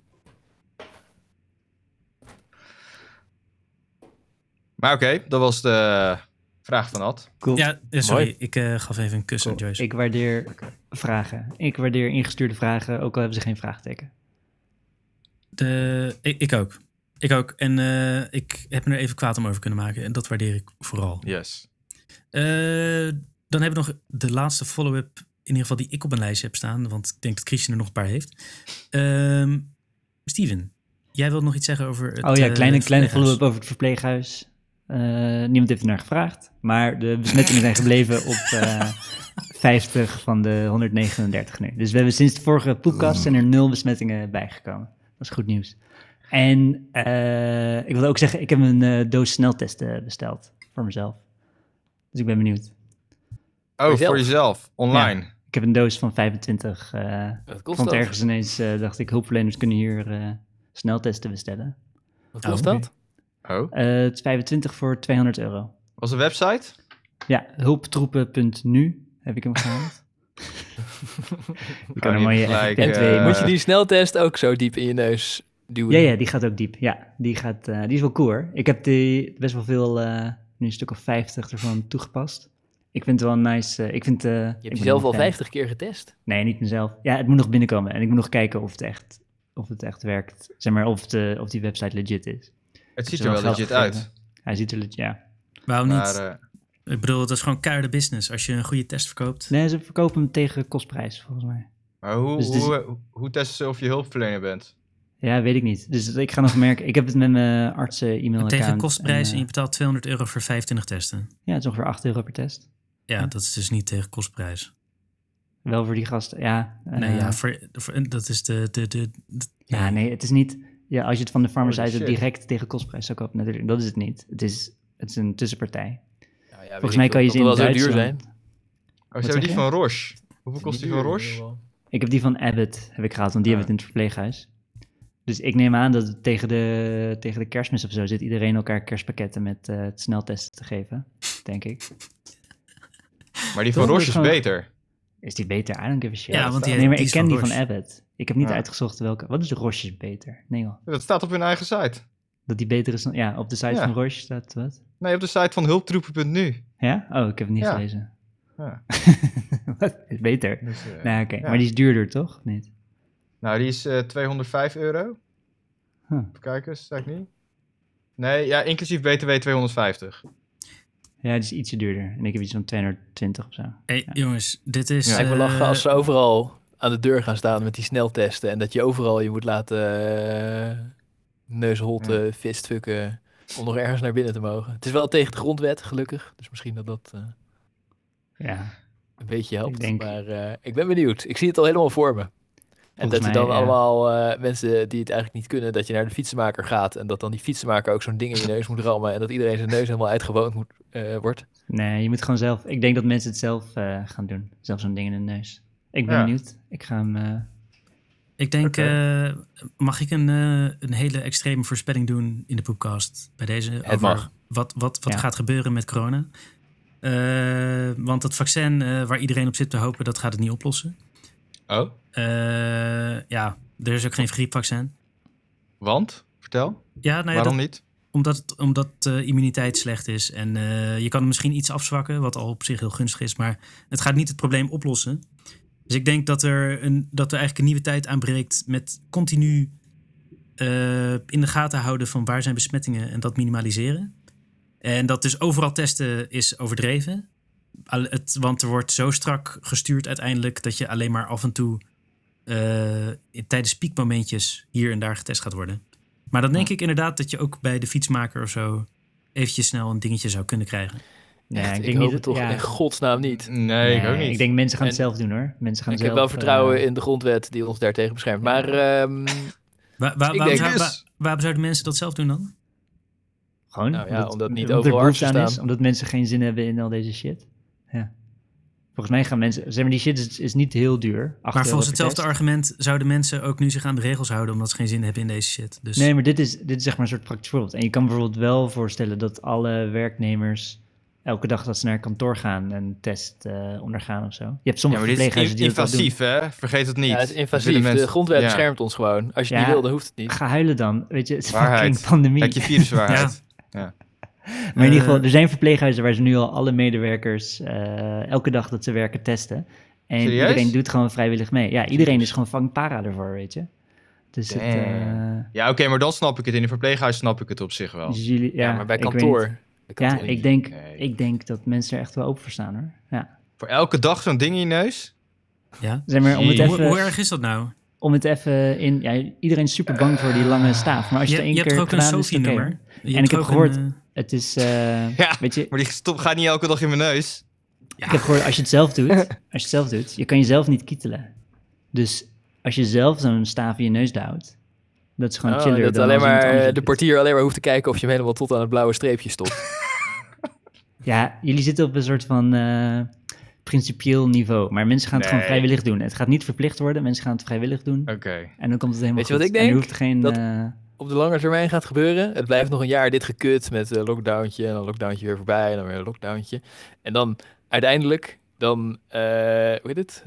[SPEAKER 4] Maar oké, dat was de vraag van Ad.
[SPEAKER 3] Cool.
[SPEAKER 1] Ja, eh, sorry, ik eh, gaf even een kus
[SPEAKER 3] Cool.
[SPEAKER 1] aan Joyce.
[SPEAKER 3] Ik waardeer vragen. Ik waardeer ingestuurde vragen, ook al hebben ze geen vraagteken.
[SPEAKER 1] De, ik, ik ook. Ik ook. En eh, ik heb me er even kwaad om over kunnen maken. En dat waardeer ik vooral.
[SPEAKER 4] Yes.
[SPEAKER 1] Eh, dan hebben we nog de laatste follow-up. In ieder geval die ik op mijn lijstje heb staan. Want ik denk dat Christian er nog een paar heeft. Ehm, Steven, jij wilt nog iets zeggen over het
[SPEAKER 3] oh ja,
[SPEAKER 1] eh,
[SPEAKER 3] kleine, kleine
[SPEAKER 1] verpleeghuis?
[SPEAKER 3] follow-up over het verpleeghuis. Eh, niemand heeft ernaar gevraagd, maar de besmettingen zijn gebleven op eh, 50 van de 139 nu. Dus we hebben sinds de vorige podcast zijn er nul besmettingen bijgekomen. Dat is goed nieuws. En eh, ik wil ook zeggen, ik heb een eh, doos sneltesten besteld voor mezelf. Dus ik ben benieuwd.
[SPEAKER 4] Oh,
[SPEAKER 2] Jezelf.
[SPEAKER 4] voor jezelf, online.
[SPEAKER 3] Ik heb een doos van 25 eh,
[SPEAKER 2] Wat
[SPEAKER 3] Ik
[SPEAKER 2] kost
[SPEAKER 3] vond
[SPEAKER 2] dat?
[SPEAKER 3] ergens ineens, eh, dacht ik, hulpverleners kunnen hier eh, sneltesten bestellen.
[SPEAKER 2] Wat
[SPEAKER 1] Oh,
[SPEAKER 2] kost
[SPEAKER 1] oké.
[SPEAKER 2] dat?
[SPEAKER 4] Oh,
[SPEAKER 3] Eh, het is 25 voor 200 euro.
[SPEAKER 4] was de website?
[SPEAKER 3] Ja, hulptroepen.nu heb ik hem gehaald. je
[SPEAKER 2] Oh,
[SPEAKER 3] kan
[SPEAKER 4] niet
[SPEAKER 3] een mooie
[SPEAKER 4] gelijk,
[SPEAKER 3] FFP2
[SPEAKER 4] eh,
[SPEAKER 2] Moet je
[SPEAKER 3] maken.
[SPEAKER 2] die sneltest ook zo diep in je neus duwen?
[SPEAKER 3] Ja, ja, die gaat ook diep. Ja, die, gaat, eh, die is wel cool hoor. Ik heb die best wel veel, eh, nu een stuk of 50 ervan toegepast. Ik vind het wel een nice. eh, ik vind, eh, ik
[SPEAKER 2] Je
[SPEAKER 3] ben
[SPEAKER 2] hebt jezelf
[SPEAKER 3] wel
[SPEAKER 2] al
[SPEAKER 3] fan.
[SPEAKER 2] 50 keer getest.
[SPEAKER 3] Nee, niet mezelf. Ja, het moet nog binnenkomen. En ik moet nog kijken of het echt, of het echt werkt. Zeg maar, of, de, of die website legit is.
[SPEAKER 4] Het ziet
[SPEAKER 3] ze
[SPEAKER 4] er
[SPEAKER 3] wel
[SPEAKER 4] wel
[SPEAKER 3] geld
[SPEAKER 4] legit
[SPEAKER 3] gegeven.
[SPEAKER 4] uit.
[SPEAKER 3] Hij ziet er legit, ja.
[SPEAKER 1] Waarom niet?
[SPEAKER 4] Maar eh,
[SPEAKER 1] ik bedoel, dat is gewoon keiharde business. Als je een goede test verkoopt.
[SPEAKER 3] Nee, ze verkopen hem tegen kostprijs, volgens mij.
[SPEAKER 4] maar hoe,
[SPEAKER 3] Dus het is-
[SPEAKER 4] hoe, hoe testen ze of je hulpverlener bent?
[SPEAKER 3] Ja, weet ik niet. Dus ik ga nog merken. Ik heb het met mijn artsen e-mailaccount.
[SPEAKER 1] Tegen kostprijs en,
[SPEAKER 3] en, eh,
[SPEAKER 1] je betaalt 200 euro voor 25 testen.
[SPEAKER 3] ja, het is ongeveer 8 euro per test.
[SPEAKER 1] Ja, dat is dus niet tegen kostprijs.
[SPEAKER 3] Wel voor die gasten, ja. eh,
[SPEAKER 1] Nee, ja, voor, voor- dat is de... de, de, de-
[SPEAKER 3] ja, nee, het is niet... Ja, als je het van de farmaceut
[SPEAKER 4] shit.
[SPEAKER 3] direct tegen kostprijs zou kopen, natuurlijk. Dat is het niet. Het is, het is een tussenpartij.
[SPEAKER 2] Nou ja, weet
[SPEAKER 3] Volgens mij
[SPEAKER 2] ik
[SPEAKER 3] kan je
[SPEAKER 2] veel.
[SPEAKER 3] ze in
[SPEAKER 2] Dat zal wel zo duur
[SPEAKER 3] Duitsland-
[SPEAKER 2] zijn.
[SPEAKER 4] Oh, ze
[SPEAKER 3] zeg
[SPEAKER 4] hebben die
[SPEAKER 3] je?
[SPEAKER 4] van Roche. Hoeveel kost die van Roche?
[SPEAKER 3] Ik heb die van Abbott, heb ik gehaald, want die hebben
[SPEAKER 4] Ah.
[SPEAKER 3] het in het verpleeghuis. Dus ik neem aan dat het tegen de, tegen de kerstmis of zo zit iedereen elkaar kerstpakketten met eh, het sneltesten te geven, denk ik.
[SPEAKER 4] Maar die van
[SPEAKER 3] Toch,
[SPEAKER 4] Roche
[SPEAKER 3] dat
[SPEAKER 4] is
[SPEAKER 3] is gewoon-
[SPEAKER 4] beter.
[SPEAKER 3] Is die beter? I don't give a shit.
[SPEAKER 1] Ja, want die-
[SPEAKER 3] nee, maar
[SPEAKER 1] die
[SPEAKER 3] ik
[SPEAKER 1] is
[SPEAKER 3] ken
[SPEAKER 1] van
[SPEAKER 3] die van
[SPEAKER 1] Roche.
[SPEAKER 3] Abbott. Ik heb niet
[SPEAKER 4] Ja.
[SPEAKER 3] uitgezocht welke. Wat is Roche is beter? Nee joh.
[SPEAKER 4] Dat staat op hun eigen site.
[SPEAKER 3] Dat die beter is dan... Ja, op de site
[SPEAKER 4] Ja.
[SPEAKER 3] van Roche staat wat.
[SPEAKER 4] Nee, op de site van hulptroepen.nu.
[SPEAKER 3] Ja? Oh, ik heb het niet
[SPEAKER 4] Ja.
[SPEAKER 3] gelezen.
[SPEAKER 4] Ja.
[SPEAKER 3] wat? Is beter?
[SPEAKER 4] Dus, eh,
[SPEAKER 3] Nou, oké.
[SPEAKER 4] ja.
[SPEAKER 3] Maar die is duurder, toch? Of Niet?
[SPEAKER 4] Nou, die is eh, 205 euro.
[SPEAKER 3] Huh.
[SPEAKER 4] Even kijken, sta ik niet. Nee, ja, inclusief BTW 250.
[SPEAKER 3] Ja, die is ietsje duurder. En ik heb iets van 220 of zo.
[SPEAKER 1] Hey, eh, jongens, dit is...
[SPEAKER 4] Ja.
[SPEAKER 2] Lijkt me lachen
[SPEAKER 1] eh,
[SPEAKER 2] als ze overal aan de deur gaan staan met die sneltesten. En dat je overal je moet laten eh, neusholten, fistfucken. Om nog ergens naar binnen te mogen. Het is wel tegen de grondwet, gelukkig. Dus misschien dat dat eh,
[SPEAKER 3] Ja.
[SPEAKER 2] een beetje helpt.
[SPEAKER 3] Ik denk-
[SPEAKER 2] Maar eh, ik ben benieuwd. Ik zie het al helemaal voor me. En
[SPEAKER 3] Volgens
[SPEAKER 2] dat je
[SPEAKER 3] mij,
[SPEAKER 2] dan
[SPEAKER 3] ja.
[SPEAKER 2] allemaal eh, mensen die het eigenlijk niet kunnen, dat je naar de fietsenmaker gaat. En dat dan die fietsenmaker ook zo'n ding in je neus moet rammen. En dat iedereen zijn neus helemaal uitgewoond moet, eh, wordt.
[SPEAKER 3] Nee, je moet gewoon zelf. Ik denk dat mensen het zelf eh, gaan doen. Zelf zo'n ding in de neus. Ik ben
[SPEAKER 4] Ja.
[SPEAKER 3] benieuwd. Ik ga hem. eh,
[SPEAKER 1] Ik denk,
[SPEAKER 4] Oké.
[SPEAKER 1] eh, mag ik een, eh, een hele extreme voorspelling doen in de podcast bij deze?
[SPEAKER 2] mag.
[SPEAKER 1] Wat, wat, wat
[SPEAKER 3] Ja.
[SPEAKER 1] gaat gebeuren met corona? Eh, Eh, want dat vaccin eh, waar iedereen op zit te hopen, dat gaat het niet oplossen.
[SPEAKER 4] Oh,
[SPEAKER 1] Eh, ja, er is ook geen griepvaccin.
[SPEAKER 4] want? Vertel.
[SPEAKER 1] Ja, nou ja, dat-
[SPEAKER 4] Waarom niet?
[SPEAKER 1] Omdat, het- omdat de immuniteit slecht is. En eh, je kan er misschien iets afzwakken, wat al op zich heel gunstig is. Maar het gaat niet het probleem oplossen. Dus ik denk dat er, een, dat er eigenlijk een nieuwe tijd aanbreekt met continu eh, in de gaten houden van waar zijn besmettingen en dat minimaliseren. En dat dus overal testen is overdreven. Al- Het, want er wordt zo strak gestuurd uiteindelijk dat je alleen maar af en toe eh, in- tijdens piekmomentjes hier en daar getest gaat worden. Maar dan denk ik inderdaad dat je ook bij de fietsmaker of zo eventjes snel een dingetje zou kunnen krijgen.
[SPEAKER 3] Nee,
[SPEAKER 2] Echt, ik,
[SPEAKER 3] denk
[SPEAKER 2] hoop
[SPEAKER 3] niet
[SPEAKER 2] het
[SPEAKER 3] dat-
[SPEAKER 2] toch
[SPEAKER 3] ja.
[SPEAKER 2] in godsnaam niet.
[SPEAKER 4] Nee, ik ook
[SPEAKER 3] Nee,
[SPEAKER 4] niet.
[SPEAKER 3] Ik denk mensen gaan het
[SPEAKER 2] En-
[SPEAKER 3] zelf doen hoor. Mensen gaan
[SPEAKER 2] Ik
[SPEAKER 3] zelf,
[SPEAKER 2] heb wel vertrouwen
[SPEAKER 3] eh,
[SPEAKER 2] in de grondwet die ons daartegen beschermt. Maar ehm,
[SPEAKER 1] Wa- wa-
[SPEAKER 2] Ik
[SPEAKER 1] waarom,
[SPEAKER 2] denk
[SPEAKER 1] zou-
[SPEAKER 4] dus.
[SPEAKER 1] wa- waarom zouden mensen dat zelf doen dan?
[SPEAKER 3] Gewoon.
[SPEAKER 2] Nou ja, omdat niet
[SPEAKER 3] er
[SPEAKER 2] overal
[SPEAKER 3] behoefte
[SPEAKER 2] artsen
[SPEAKER 3] aan is,
[SPEAKER 2] staan.
[SPEAKER 3] Omdat mensen geen zin hebben in al deze shit. Ja. Volgens mij gaan mensen... Zeg maar, die shit is, is niet heel duur. Acht
[SPEAKER 1] Maar
[SPEAKER 3] euro
[SPEAKER 1] volgens
[SPEAKER 3] per
[SPEAKER 1] hetzelfde
[SPEAKER 3] test.
[SPEAKER 1] argument zouden mensen ook nu zich aan de regels houden omdat ze geen zin hebben in deze shit. Dus
[SPEAKER 3] Nee, maar dit is, dit is zeg maar een soort praktisch voorbeeld. En je kan bijvoorbeeld wel voorstellen dat alle werknemers... elke dag dat ze naar kantoor gaan en test eh, ondergaan of zo. Je hebt
[SPEAKER 4] Ja,
[SPEAKER 3] sommige
[SPEAKER 4] maar dit is
[SPEAKER 3] verpleeghuizen
[SPEAKER 4] in-
[SPEAKER 3] die dat wel doen.
[SPEAKER 4] invasief, hè? Vergeet het niet.
[SPEAKER 2] ja, het is
[SPEAKER 4] Dat
[SPEAKER 2] invasief.
[SPEAKER 4] willen mensen-
[SPEAKER 2] De grondwet
[SPEAKER 4] Ja.
[SPEAKER 2] beschermt ons gewoon. Als je het
[SPEAKER 3] Ja.
[SPEAKER 2] niet wil, dan hoeft het niet.
[SPEAKER 3] Ga huilen dan. Weet je, het is
[SPEAKER 4] Waarheid.
[SPEAKER 3] fucking pandemie.
[SPEAKER 4] Kijk je viruswaarheid.
[SPEAKER 3] Maar in ieder
[SPEAKER 1] Eh,
[SPEAKER 3] geval, er zijn verpleeghuizen waar ze nu al alle medewerkers eh, elke dag dat ze werken testen. En
[SPEAKER 4] Serieus?
[SPEAKER 3] iedereen doet gewoon vrijwillig mee. Ja, iedereen is gewoon vang para ervoor, weet je. Dus het,
[SPEAKER 4] Damn. Oh.
[SPEAKER 3] eh,
[SPEAKER 4] Ja, oké, maar dan snap ik het. In een verpleeghuis snap ik het op zich wel.
[SPEAKER 3] dus jullie, ja,
[SPEAKER 2] Ja, maar bij
[SPEAKER 3] ik weet niet.
[SPEAKER 2] kantoor. Bij
[SPEAKER 3] Ja,
[SPEAKER 2] kantoor.
[SPEAKER 3] ik denk,
[SPEAKER 4] Nee.
[SPEAKER 3] ik denk dat mensen er echt wel open voor staan hoor. Ja.
[SPEAKER 4] Voor elke dag zo'n ding in je neus?
[SPEAKER 1] ja.
[SPEAKER 3] Zeg maar, eh, om het
[SPEAKER 4] Jee.
[SPEAKER 1] Hoe, hoe
[SPEAKER 3] even,
[SPEAKER 1] erg is dat nou?
[SPEAKER 3] om het even in. Ja, iedereen is super bang voor die lange staaf. Maar als je,
[SPEAKER 1] Je,
[SPEAKER 3] het één
[SPEAKER 1] je hebt
[SPEAKER 3] keer
[SPEAKER 1] toch ook een
[SPEAKER 3] gedaan, is het oké,
[SPEAKER 1] Sophie-nummer?
[SPEAKER 3] hoor.
[SPEAKER 1] Je
[SPEAKER 3] En
[SPEAKER 1] hebt
[SPEAKER 3] ik heb
[SPEAKER 1] ook
[SPEAKER 3] gehoord,
[SPEAKER 1] een, eh,
[SPEAKER 3] Het is, eh,
[SPEAKER 4] Ja.
[SPEAKER 3] weet je,
[SPEAKER 4] Maar die stop gaat niet elke dag in mijn neus.
[SPEAKER 3] Ik heb gehoord, als je het zelf doet, als je het zelf doet, je kan jezelf niet kietelen. Dus als je zelf zo'n staaf in je neus duwt, dat is gewoon
[SPEAKER 2] Oh,
[SPEAKER 3] chiller
[SPEAKER 2] dat
[SPEAKER 3] dan
[SPEAKER 2] alleen
[SPEAKER 3] als iemand anders
[SPEAKER 2] maar
[SPEAKER 3] het
[SPEAKER 2] de
[SPEAKER 3] doet.
[SPEAKER 2] portier alleen maar hoeft te kijken of je hem helemaal tot aan het blauwe streepje stopt.
[SPEAKER 3] Ja, jullie zitten op een soort van eh, principieel niveau, maar mensen gaan het
[SPEAKER 4] Nee.
[SPEAKER 3] gewoon vrijwillig doen. Het gaat niet verplicht worden, mensen gaan het vrijwillig doen
[SPEAKER 4] Oké.
[SPEAKER 3] en dan komt het helemaal
[SPEAKER 2] Weet je wat
[SPEAKER 3] goed.
[SPEAKER 2] ik
[SPEAKER 3] En
[SPEAKER 2] denk?
[SPEAKER 3] er hoeft geen...
[SPEAKER 2] Dat-
[SPEAKER 3] eh,
[SPEAKER 2] Op de lange termijn gaat gebeuren. Het blijft nog een jaar dit gekut met eh, lockdowntje en dan lockdowntje weer voorbij en dan weer een lockdowntje. En dan uiteindelijk, dan, eh, hoe heet het?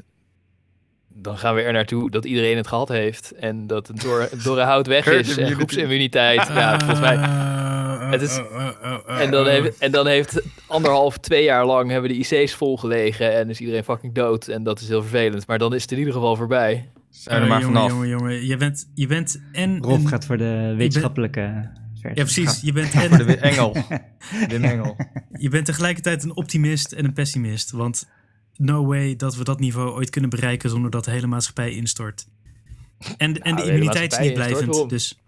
[SPEAKER 2] Dan gaan we er naartoe dat iedereen het gehad heeft en dat het door, dorre hout weg
[SPEAKER 4] Herd
[SPEAKER 2] is en
[SPEAKER 4] immunity.
[SPEAKER 2] groepsimmuniteit. Ja, volgens mij.
[SPEAKER 1] eh,
[SPEAKER 2] het is-
[SPEAKER 1] eh, eh, eh, eh,
[SPEAKER 2] En dan,
[SPEAKER 1] eh,
[SPEAKER 2] heeft, en dan heeft anderhalf, twee jaar lang hebben de IC's volgelegen en is iedereen fucking dood. En dat is heel vervelend. Maar dan is het in ieder geval voorbij.
[SPEAKER 4] Zijn er maar
[SPEAKER 1] jongen,
[SPEAKER 4] vanaf.
[SPEAKER 1] jongen, jongen. Je bent, je bent en...
[SPEAKER 3] Rolf
[SPEAKER 1] een-
[SPEAKER 3] gaat voor de wetenschappelijke
[SPEAKER 1] ja,
[SPEAKER 3] versie.
[SPEAKER 1] precies. Je bent,
[SPEAKER 4] Voor de
[SPEAKER 1] en,
[SPEAKER 4] Wim Engel. Wim Engel.
[SPEAKER 1] je bent tegelijkertijd een optimist en een pessimist. Want no way dat we dat niveau ooit kunnen bereiken zonder dat de hele maatschappij instort.
[SPEAKER 4] Nou,
[SPEAKER 1] En, en de
[SPEAKER 2] hele
[SPEAKER 1] immuniteit is
[SPEAKER 2] maatschappij
[SPEAKER 1] niet
[SPEAKER 2] instort,
[SPEAKER 1] blijvend.
[SPEAKER 2] waarom?
[SPEAKER 1] Dus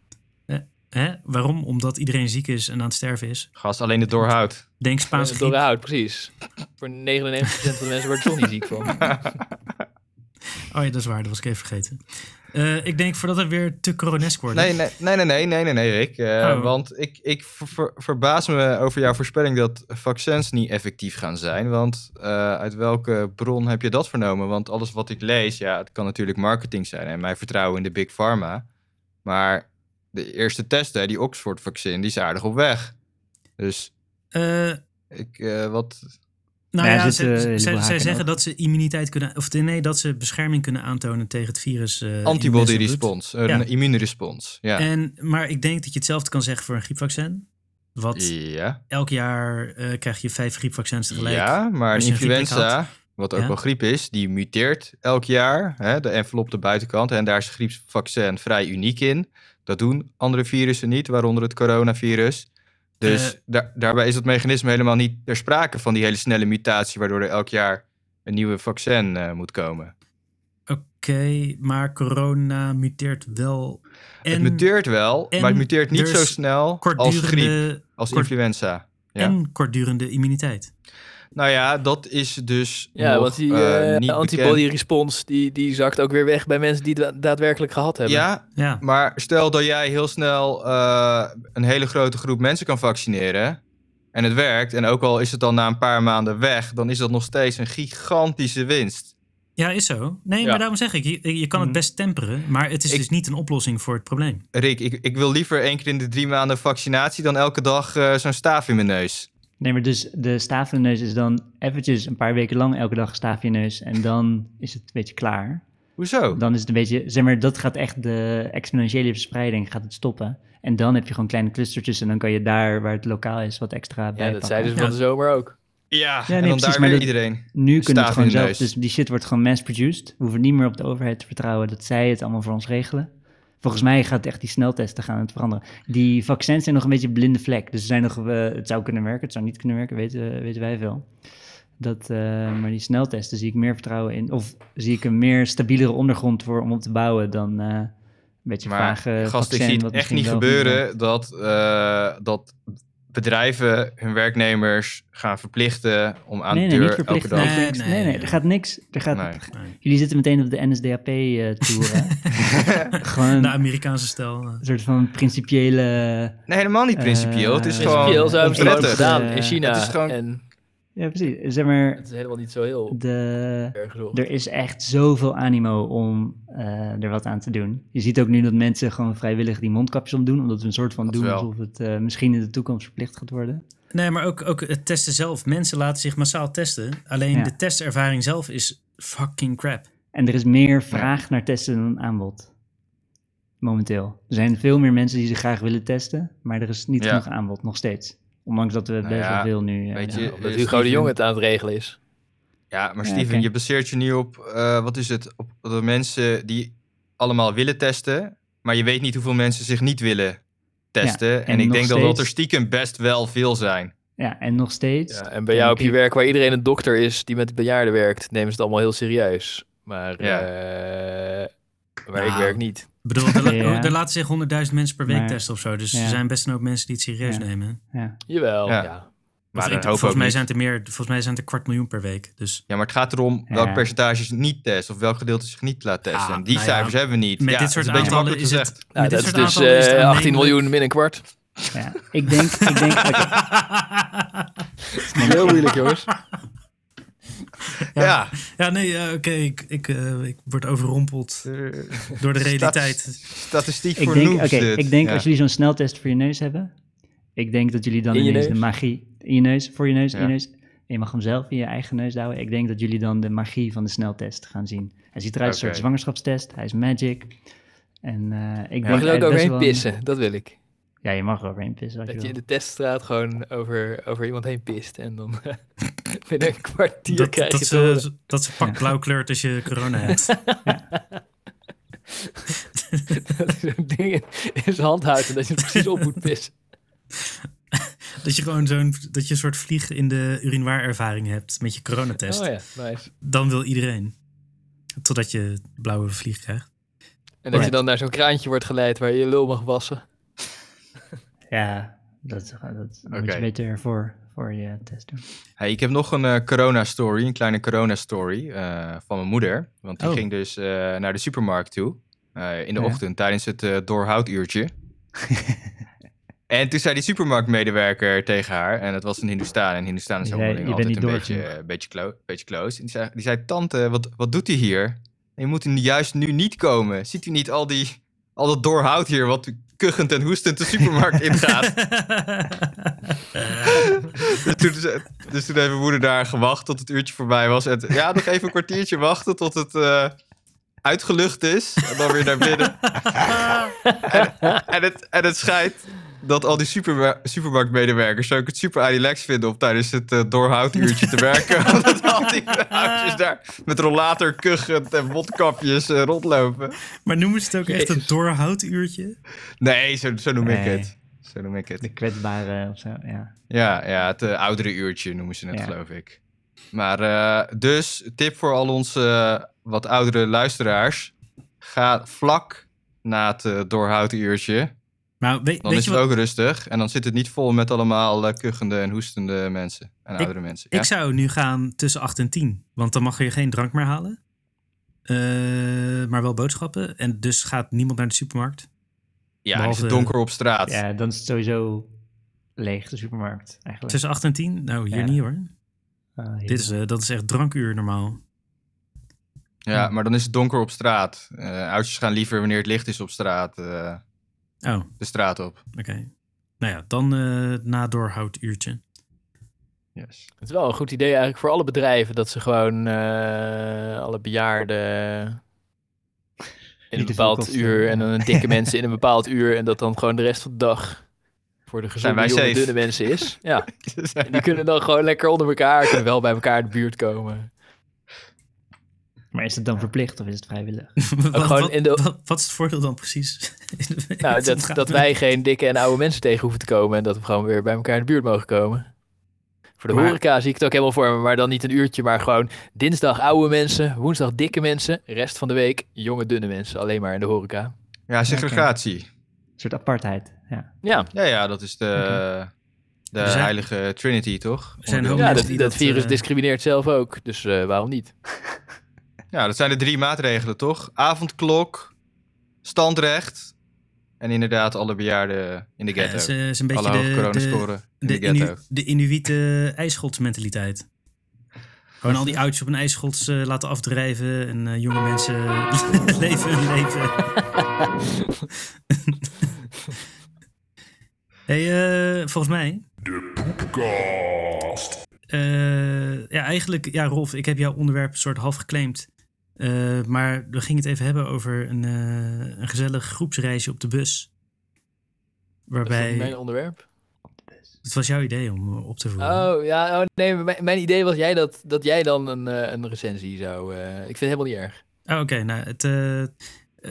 [SPEAKER 1] eh, hè? waarom? Omdat iedereen ziek is en aan het sterven is.
[SPEAKER 4] Gast, alleen het doorhout.
[SPEAKER 1] Denk Spaanse
[SPEAKER 2] Door de
[SPEAKER 1] griep.
[SPEAKER 2] hout, precies. Voor 99% van de mensen wordt Johnny ziek van.
[SPEAKER 1] Oh ja, dat is waar. Dat was ik even vergeten. Eh, ik denk voordat het weer te coronesk wordt.
[SPEAKER 4] Nee, nee, nee, nee, nee, nee, nee, nee Rick. Eh,
[SPEAKER 1] Oh.
[SPEAKER 4] Want ik, ik ver- ver- verbaas me over jouw voorspelling dat vaccins niet effectief gaan zijn. Want eh, uit welke bron heb je dat vernomen? Want alles wat ik lees, ja, het kan natuurlijk marketing zijn en mijn vertrouwen in de Big Pharma. Maar de eerste test, hè, die Oxford-vaccin, die is aardig op weg. Dus
[SPEAKER 1] Eh,
[SPEAKER 4] ik, eh, wat...
[SPEAKER 1] Nou
[SPEAKER 3] Ja,
[SPEAKER 1] ja, ze-
[SPEAKER 3] er zitten
[SPEAKER 1] ze-
[SPEAKER 3] een heleboel
[SPEAKER 1] zij,
[SPEAKER 3] haken
[SPEAKER 1] zeggen
[SPEAKER 3] ook.
[SPEAKER 1] dat ze immuniteit kunnen, of nee, dat ze bescherming kunnen aantonen tegen het virus. eh, in de
[SPEAKER 4] antibody
[SPEAKER 1] mensenbloed.
[SPEAKER 4] response, een
[SPEAKER 1] Ja.
[SPEAKER 4] immuunrespons. Ja.
[SPEAKER 1] En, maar ik denk dat je hetzelfde kan zeggen voor een griepvaccin. Wat
[SPEAKER 4] ja.
[SPEAKER 1] elk jaar eh, krijg je vijf griepvaccins tegelijk.
[SPEAKER 4] ja, maar
[SPEAKER 1] Als je een griepprik
[SPEAKER 4] influenza, wat ook
[SPEAKER 1] Ja.
[SPEAKER 4] wel griep is, die muteert elk jaar. Hè, de envelop de buitenkant. En daar is griepvaccin vrij uniek in. Dat doen andere virussen niet, waaronder het coronavirus. Dus
[SPEAKER 1] Eh.
[SPEAKER 4] daar- daarbij is het mechanisme helemaal niet ter sprake van die hele snelle mutatie, waardoor er elk jaar een nieuwe vaccin eh, moet komen.
[SPEAKER 1] Oké, maar corona muteert wel.
[SPEAKER 4] het
[SPEAKER 1] En
[SPEAKER 4] muteert wel,
[SPEAKER 1] en
[SPEAKER 4] maar het muteert niet
[SPEAKER 1] er
[SPEAKER 4] zo
[SPEAKER 1] is
[SPEAKER 4] snel als griep,
[SPEAKER 1] kortdurende,
[SPEAKER 4] als
[SPEAKER 1] kort-
[SPEAKER 4] influenza. Ja.
[SPEAKER 1] en kortdurende immuniteit.
[SPEAKER 4] Nou ja, dat is dus
[SPEAKER 2] Ja,
[SPEAKER 4] nog,
[SPEAKER 2] want die
[SPEAKER 4] eh,
[SPEAKER 2] eh,
[SPEAKER 4] niet bekend.
[SPEAKER 2] antibody response die, die zakt ook weer weg bij mensen die het da- daadwerkelijk gehad hebben.
[SPEAKER 4] Ja,
[SPEAKER 1] Ja,
[SPEAKER 4] maar stel dat jij heel snel eh, een hele grote groep mensen kan vaccineren. En het werkt. En ook al is het dan na een paar maanden weg, dan is dat nog steeds een gigantische winst.
[SPEAKER 1] ja is zo. Nee,
[SPEAKER 2] Ja.
[SPEAKER 1] maar daarom zeg ik, je, je kan het
[SPEAKER 3] Mhm.
[SPEAKER 1] best temperen, maar het is
[SPEAKER 4] Ik-
[SPEAKER 1] dus niet een oplossing voor het probleem.
[SPEAKER 4] Rick, ik, ik wil liever één keer in de drie maanden vaccinatie dan elke dag eh, zo'n staaf in mijn neus.
[SPEAKER 3] Nee, maar dus de staaf in de neus is dan eventjes een paar weken lang elke dag een staaf in je neus. En dan is het een beetje klaar.
[SPEAKER 4] Hoezo?
[SPEAKER 3] Dan is het een beetje, zeg maar, dat gaat echt de exponentiële verspreiding gaat het stoppen. En dan heb je gewoon kleine clustertjes en dan kan je daar waar het lokaal is wat extra bij
[SPEAKER 2] Ja, dat
[SPEAKER 3] pakken.
[SPEAKER 2] zeiden ze van de zomer ook.
[SPEAKER 4] Ja,
[SPEAKER 3] nee,
[SPEAKER 4] en dan
[SPEAKER 3] precies,
[SPEAKER 4] daar
[SPEAKER 3] maar
[SPEAKER 4] weer
[SPEAKER 3] dit-
[SPEAKER 4] iedereen.
[SPEAKER 3] Nu kunnen we het
[SPEAKER 4] Staaf in
[SPEAKER 3] gewoon
[SPEAKER 4] de
[SPEAKER 3] zelf.
[SPEAKER 4] neus.
[SPEAKER 3] Dus die shit wordt gewoon mass-produced. We hoeven niet meer op de overheid te vertrouwen dat zij het allemaal voor ons regelen. Volgens mij gaat echt die sneltesten gaan het veranderen. Die vaccins zijn nog een beetje een blinde vlek. Dus ze zijn nog, eh, het zou kunnen werken, het zou niet kunnen werken, weten, weten wij veel. Dat, eh, maar die sneltesten zie ik meer vertrouwen in. Of zie ik een meer stabielere ondergrond voor om op te bouwen dan eh, een beetje
[SPEAKER 4] Maar
[SPEAKER 3] vage
[SPEAKER 4] gast, ik
[SPEAKER 3] vaccin,
[SPEAKER 4] zie het
[SPEAKER 3] wat
[SPEAKER 4] echt
[SPEAKER 3] misschien
[SPEAKER 4] niet
[SPEAKER 3] wel goed werkt.
[SPEAKER 4] gebeuren dat, eh, dat bedrijven hun werknemers gaan verplichten om aan
[SPEAKER 3] nee,
[SPEAKER 4] de
[SPEAKER 3] nee, niet
[SPEAKER 4] deur elke
[SPEAKER 3] verplicht.
[SPEAKER 4] dag...
[SPEAKER 3] Nee, niks.
[SPEAKER 1] Nee,
[SPEAKER 3] nee,
[SPEAKER 1] nee.
[SPEAKER 3] nee, er gaat niks. Er gaat,
[SPEAKER 4] Nee.
[SPEAKER 1] Nee.
[SPEAKER 3] Jullie zitten meteen op de NSDAP-tour. eh, Gewoon
[SPEAKER 4] Nou,
[SPEAKER 1] De Amerikaanse stijl. eh.
[SPEAKER 3] een soort van principiële.
[SPEAKER 4] Nee, helemaal niet
[SPEAKER 3] Eh,
[SPEAKER 4] principieel. het is
[SPEAKER 3] eh,
[SPEAKER 4] gewoon
[SPEAKER 2] Principieel zouden ze het gewoon
[SPEAKER 4] prettig.
[SPEAKER 3] prettig.
[SPEAKER 2] gedaan
[SPEAKER 3] Eh,
[SPEAKER 2] in China.
[SPEAKER 4] Oh, het is gewoon-
[SPEAKER 2] En
[SPEAKER 3] Ja, precies. Zeg maar,
[SPEAKER 2] het is helemaal niet zo heel
[SPEAKER 3] de,
[SPEAKER 2] erg gezond.
[SPEAKER 3] er is echt zoveel animo om eh, er wat aan te doen. Je ziet ook nu dat mensen gewoon vrijwillig die mondkapjes omdoen, omdat we een soort van
[SPEAKER 4] Dat
[SPEAKER 3] doen
[SPEAKER 4] wel.
[SPEAKER 3] alsof het eh, misschien in de toekomst verplicht gaat worden.
[SPEAKER 1] Nee, maar ook, ook het testen zelf. Mensen laten zich massaal testen. Alleen
[SPEAKER 3] Ja.
[SPEAKER 1] de testervaring zelf is fucking crap.
[SPEAKER 3] En er is meer vraag naar testen dan aanbod. Momenteel. Er zijn veel meer mensen die zich graag willen testen, maar er is niet
[SPEAKER 4] Ja.
[SPEAKER 3] genoeg aanbod, nog steeds. Ondanks dat we
[SPEAKER 4] Nou
[SPEAKER 3] best
[SPEAKER 4] ja,
[SPEAKER 3] wel veel nu... eh,
[SPEAKER 4] weet je,
[SPEAKER 3] ja.
[SPEAKER 2] Ja, omdat
[SPEAKER 4] eh,
[SPEAKER 2] Hugo de
[SPEAKER 4] Steven-
[SPEAKER 2] Jong het aan het regelen is.
[SPEAKER 4] Ja, maar
[SPEAKER 3] Ja,
[SPEAKER 4] Steven,
[SPEAKER 3] oké.
[SPEAKER 4] je baseert je nu op, eh, wat is het, op de mensen die allemaal willen testen, maar je weet niet hoeveel mensen zich niet willen testen. en,
[SPEAKER 3] en
[SPEAKER 4] ik
[SPEAKER 3] nog
[SPEAKER 4] denk dat dat er
[SPEAKER 3] steeds-
[SPEAKER 4] stiekem best wel veel zijn.
[SPEAKER 3] Ja, en nog steeds...
[SPEAKER 2] Ja, en bij jou op je
[SPEAKER 3] Kijk.
[SPEAKER 2] werk, waar iedereen een dokter is die met de bejaarden werkt, nemen ze het allemaal heel serieus. Maar, eh
[SPEAKER 4] Ja.
[SPEAKER 2] maar ik
[SPEAKER 1] Nou.
[SPEAKER 2] werk niet.
[SPEAKER 1] Ik bedoel, daar, la-
[SPEAKER 3] Ja.
[SPEAKER 1] daar laten zich 100.000 mensen per week
[SPEAKER 3] Maar-
[SPEAKER 1] testen of zo. Dus
[SPEAKER 3] Ja.
[SPEAKER 1] er zijn best een hoop mensen die het serieus
[SPEAKER 3] Ja.
[SPEAKER 1] nemen.
[SPEAKER 3] Ja.
[SPEAKER 2] Jawel,
[SPEAKER 4] Ja.
[SPEAKER 2] ja.
[SPEAKER 4] Maar
[SPEAKER 1] Maar
[SPEAKER 2] eh,
[SPEAKER 1] ik,
[SPEAKER 4] dat hoop ik ook
[SPEAKER 1] volgens mij
[SPEAKER 4] niet.
[SPEAKER 1] zijn het er meer, volgens mij zijn het een kwart miljoen per week. Dus
[SPEAKER 4] Ja, maar het gaat erom welk
[SPEAKER 3] Ja.
[SPEAKER 4] percentage zich niet test of welk gedeelte zich niet laat testen.
[SPEAKER 1] Ah,
[SPEAKER 4] en die
[SPEAKER 1] nou ja,
[SPEAKER 4] cijfers hebben we niet.
[SPEAKER 1] met
[SPEAKER 4] ja,
[SPEAKER 1] dit
[SPEAKER 4] dat
[SPEAKER 1] soort
[SPEAKER 4] is een beetje
[SPEAKER 1] aantallen
[SPEAKER 4] makkelijk
[SPEAKER 1] is het.
[SPEAKER 4] gezegd.
[SPEAKER 2] Nou,
[SPEAKER 1] met dit
[SPEAKER 2] dat is
[SPEAKER 1] soort
[SPEAKER 2] dus
[SPEAKER 1] aantallen is het
[SPEAKER 2] eh, 18
[SPEAKER 1] aannemelijk.
[SPEAKER 2] miljoen min een kwart.
[SPEAKER 3] Ja, ik denk, ik denk, oké,
[SPEAKER 2] Heel moeilijk, jongens.
[SPEAKER 1] Ja.
[SPEAKER 4] Ja.
[SPEAKER 1] Ja, nee, ja, oké. ik, ik, eh, ik word overrompeld
[SPEAKER 4] Eh,
[SPEAKER 1] door de
[SPEAKER 4] Stats-
[SPEAKER 1] realiteit.
[SPEAKER 4] Statistiek
[SPEAKER 3] ik
[SPEAKER 4] voor
[SPEAKER 3] denk,
[SPEAKER 4] noobs
[SPEAKER 3] oké,
[SPEAKER 4] dit.
[SPEAKER 3] ik denk
[SPEAKER 4] Ja.
[SPEAKER 3] als jullie zo'n sneltest voor je neus hebben, ik denk dat jullie dan
[SPEAKER 2] In je
[SPEAKER 3] ineens de
[SPEAKER 2] neus?
[SPEAKER 3] magie in je neus, voor je neus, in
[SPEAKER 4] Ja.
[SPEAKER 3] je neus, en je mag hem zelf in je eigen neus houden. Ik denk dat jullie dan de magie van de sneltest gaan zien. Hij ziet eruit als een soort
[SPEAKER 4] Oké.
[SPEAKER 3] zwangerschapstest, hij is magic. En eh, ik
[SPEAKER 2] Mag
[SPEAKER 3] denk
[SPEAKER 2] je er
[SPEAKER 3] dat
[SPEAKER 2] ook overheen pissen? Dat wil ik.
[SPEAKER 3] Ja, je mag er overheen pissen. Als je
[SPEAKER 2] Dat je in
[SPEAKER 3] wil.
[SPEAKER 2] de teststraat gewoon over, over iemand heen pist en dan binnen een kwartier
[SPEAKER 1] Dat,
[SPEAKER 2] krijg
[SPEAKER 1] dat,
[SPEAKER 2] je het
[SPEAKER 1] ze, dat ze pak blauw kleurt als je corona hebt.
[SPEAKER 2] dat hij zo'n ding in, in zijn hand houdt en dat je het precies op moet pissen.
[SPEAKER 1] Dat je gewoon zo'n, dat je een soort vlieg in de urinoir-ervaring hebt met je coronatest.
[SPEAKER 2] Oh ja, nice.
[SPEAKER 1] Dan wil iedereen. Totdat je blauwe vlieg krijgt.
[SPEAKER 2] En dat je dan naar zo'n kraantje wordt geleid waar je je lul mag wassen.
[SPEAKER 3] Ja, dat, dat moet
[SPEAKER 4] Oké.
[SPEAKER 3] je beter voor, voor je test doen.
[SPEAKER 4] Hey, ik heb nog een eh, corona-story, een kleine corona-story eh, van mijn moeder. Want die
[SPEAKER 1] Oh.
[SPEAKER 4] ging dus eh, naar de supermarkt toe eh, in de
[SPEAKER 3] Ja.
[SPEAKER 4] ochtend tijdens het eh doorhoutuurtje. en toen zei die supermarktmedewerker tegen haar, en het was een Hindustan. En Hindustan is
[SPEAKER 3] Die
[SPEAKER 4] allemaal
[SPEAKER 3] zei,
[SPEAKER 4] dingen
[SPEAKER 3] "Je bent
[SPEAKER 4] altijd een
[SPEAKER 3] niet
[SPEAKER 4] beetje,
[SPEAKER 3] doorgenoeg."
[SPEAKER 4] eh, beetje, clo- beetje close. En die zei, die zei, tante, wat, wat doet hij hier? Je moet nu- juist nu niet komen. Ziet u niet al, die, al dat doorhout hier wat kuchend en hoestend de supermarkt ingaat? Dus toen, ze- dus toen heeft mijn moeder daar gewacht tot het uurtje voorbij was. En t- ja, nog even een kwartiertje wachten tot het eh, uitgelucht is. En dan weer naar binnen. en, en, het, en het schijnt dat al die superma- supermarktmedewerkers zou ik het super relaxed vinden om tijdens het eh, doorhoutuurtje te werken. Omdat al die vrouwtjes daar met rollator kuchend en mondkapjes eh, rondlopen.
[SPEAKER 1] maar noemen ze het ook echt een doorhoutuurtje?
[SPEAKER 4] Nee, zo, zo noem ik
[SPEAKER 3] Nee.
[SPEAKER 4] het. Zo noem ik het.
[SPEAKER 3] De kwetsbare of zo, ja.
[SPEAKER 4] Ja, ja het eh, oudere uurtje noemen ze het,
[SPEAKER 3] Ja.
[SPEAKER 4] geloof ik. Maar eh, dus, tip voor al onze eh, wat oudere luisteraars. Ga vlak na het eh, doorhouten uurtje.
[SPEAKER 1] Maar Nou, weet,
[SPEAKER 4] Dan
[SPEAKER 1] weet
[SPEAKER 4] is
[SPEAKER 1] je
[SPEAKER 4] het
[SPEAKER 1] wat?
[SPEAKER 4] ook rustig. En dan zit het niet vol met allemaal eh, kuchende en hoestende mensen. En oudere mensen. Ja?
[SPEAKER 1] Ik zou nu gaan tussen 8 en 10. Want dan mag je geen drank meer halen. Eh, maar wel boodschappen. En dus gaat niemand naar de supermarkt.
[SPEAKER 4] ja, en is het
[SPEAKER 1] behalve-
[SPEAKER 4] donker op straat.
[SPEAKER 3] Ja, dan is het sowieso leeg, de supermarkt, eigenlijk.
[SPEAKER 1] Tussen 8 en 10? Nou, hier
[SPEAKER 3] Ja.
[SPEAKER 1] niet hoor.
[SPEAKER 3] Ah, hier.
[SPEAKER 1] Dit is, eh, dat is echt drankuur normaal.
[SPEAKER 4] Ja, maar dan is het donker op straat. Eh oudjes gaan liever wanneer het licht is op straat eh,
[SPEAKER 1] Oh,
[SPEAKER 4] de straat op.
[SPEAKER 1] oké. Nou ja, dan eh na doorhouduurtje.
[SPEAKER 4] Yes.
[SPEAKER 2] Het is wel een goed idee eigenlijk voor alle bedrijven dat ze gewoon eh, alle bejaarden in een
[SPEAKER 3] te veel
[SPEAKER 2] bepaald
[SPEAKER 3] kosten.
[SPEAKER 2] uur en dan dikke mensen in een bepaald uur en dat dan gewoon de rest van de dag voor de gezonde
[SPEAKER 4] wij
[SPEAKER 2] jonge,
[SPEAKER 4] safe?
[SPEAKER 2] dunne mensen is. Ja, en die kunnen dan gewoon lekker onder elkaar, kunnen wel bij elkaar in de buurt komen.
[SPEAKER 3] Maar is het dan verplicht of is het vrijwillig?
[SPEAKER 1] wat,
[SPEAKER 2] gewoon
[SPEAKER 1] wat-
[SPEAKER 2] in de-
[SPEAKER 1] wat- wat is het voordeel dan precies? In de-
[SPEAKER 2] Nou,
[SPEAKER 1] het
[SPEAKER 2] dat,
[SPEAKER 1] omgaan
[SPEAKER 2] dat
[SPEAKER 1] met-
[SPEAKER 2] wij geen dikke en oude mensen tegen hoeven te komen. En dat we gewoon weer bij elkaar in de buurt mogen komen. Voor de
[SPEAKER 1] Maar-
[SPEAKER 2] horeca zie ik het ook helemaal voor me. Maar dan niet een uurtje, maar gewoon dinsdag oude mensen, woensdag dikke mensen. Rest van de week jonge, dunne mensen. Alleen maar in de horeca.
[SPEAKER 4] Ja, segregatie.
[SPEAKER 3] Een soort apartheid. Ja.
[SPEAKER 2] Ja,
[SPEAKER 4] Ja, ja, dat is de, de
[SPEAKER 1] Er zijn-
[SPEAKER 4] heilige trinity, toch?
[SPEAKER 1] Er zijn
[SPEAKER 4] Onderdeel.
[SPEAKER 1] homo-
[SPEAKER 2] ja
[SPEAKER 1] mensen
[SPEAKER 2] dat,
[SPEAKER 1] die
[SPEAKER 2] dat
[SPEAKER 1] dat,
[SPEAKER 2] virus
[SPEAKER 1] eh,
[SPEAKER 2] discrimineert zelf ook. Dus eh, waarom niet?
[SPEAKER 4] Ja, dat zijn de drie maatregelen, toch? Avondklok, standrecht en inderdaad alle bejaarden in de
[SPEAKER 1] Ja, het
[SPEAKER 4] ghetto.
[SPEAKER 1] is, eh, is een beetje
[SPEAKER 4] alle
[SPEAKER 1] de,
[SPEAKER 4] hoge
[SPEAKER 1] de,
[SPEAKER 4] coronascoren in de,
[SPEAKER 1] de,
[SPEAKER 4] ghetto.
[SPEAKER 1] Inu- de Inuïte ijsschotsmentaliteit. Gewoon al die oudjes op een ijsschots eh, laten afdrijven en eh, jonge mensen leven hun leven. hey, eh, volgens mij. De Poepcast. eh, ja, eigenlijk, ja, Rolf, ik heb jouw onderwerp soort half geclaimd. Eh, maar we gingen het even hebben over een, eh, een gezellig groepsreisje op de bus.
[SPEAKER 2] Dat is
[SPEAKER 1] Waarbij.
[SPEAKER 2] toch mijn onderwerp.
[SPEAKER 1] Het was jouw idee om eh, op te voeren.
[SPEAKER 2] Oh, ja, oh, nee, mijn, mijn idee was jij dat, dat jij dan een, eh, een recensie zou... eh, ik vind het helemaal niet erg.
[SPEAKER 1] Oh, Oké, nou, het... eh,
[SPEAKER 3] Ik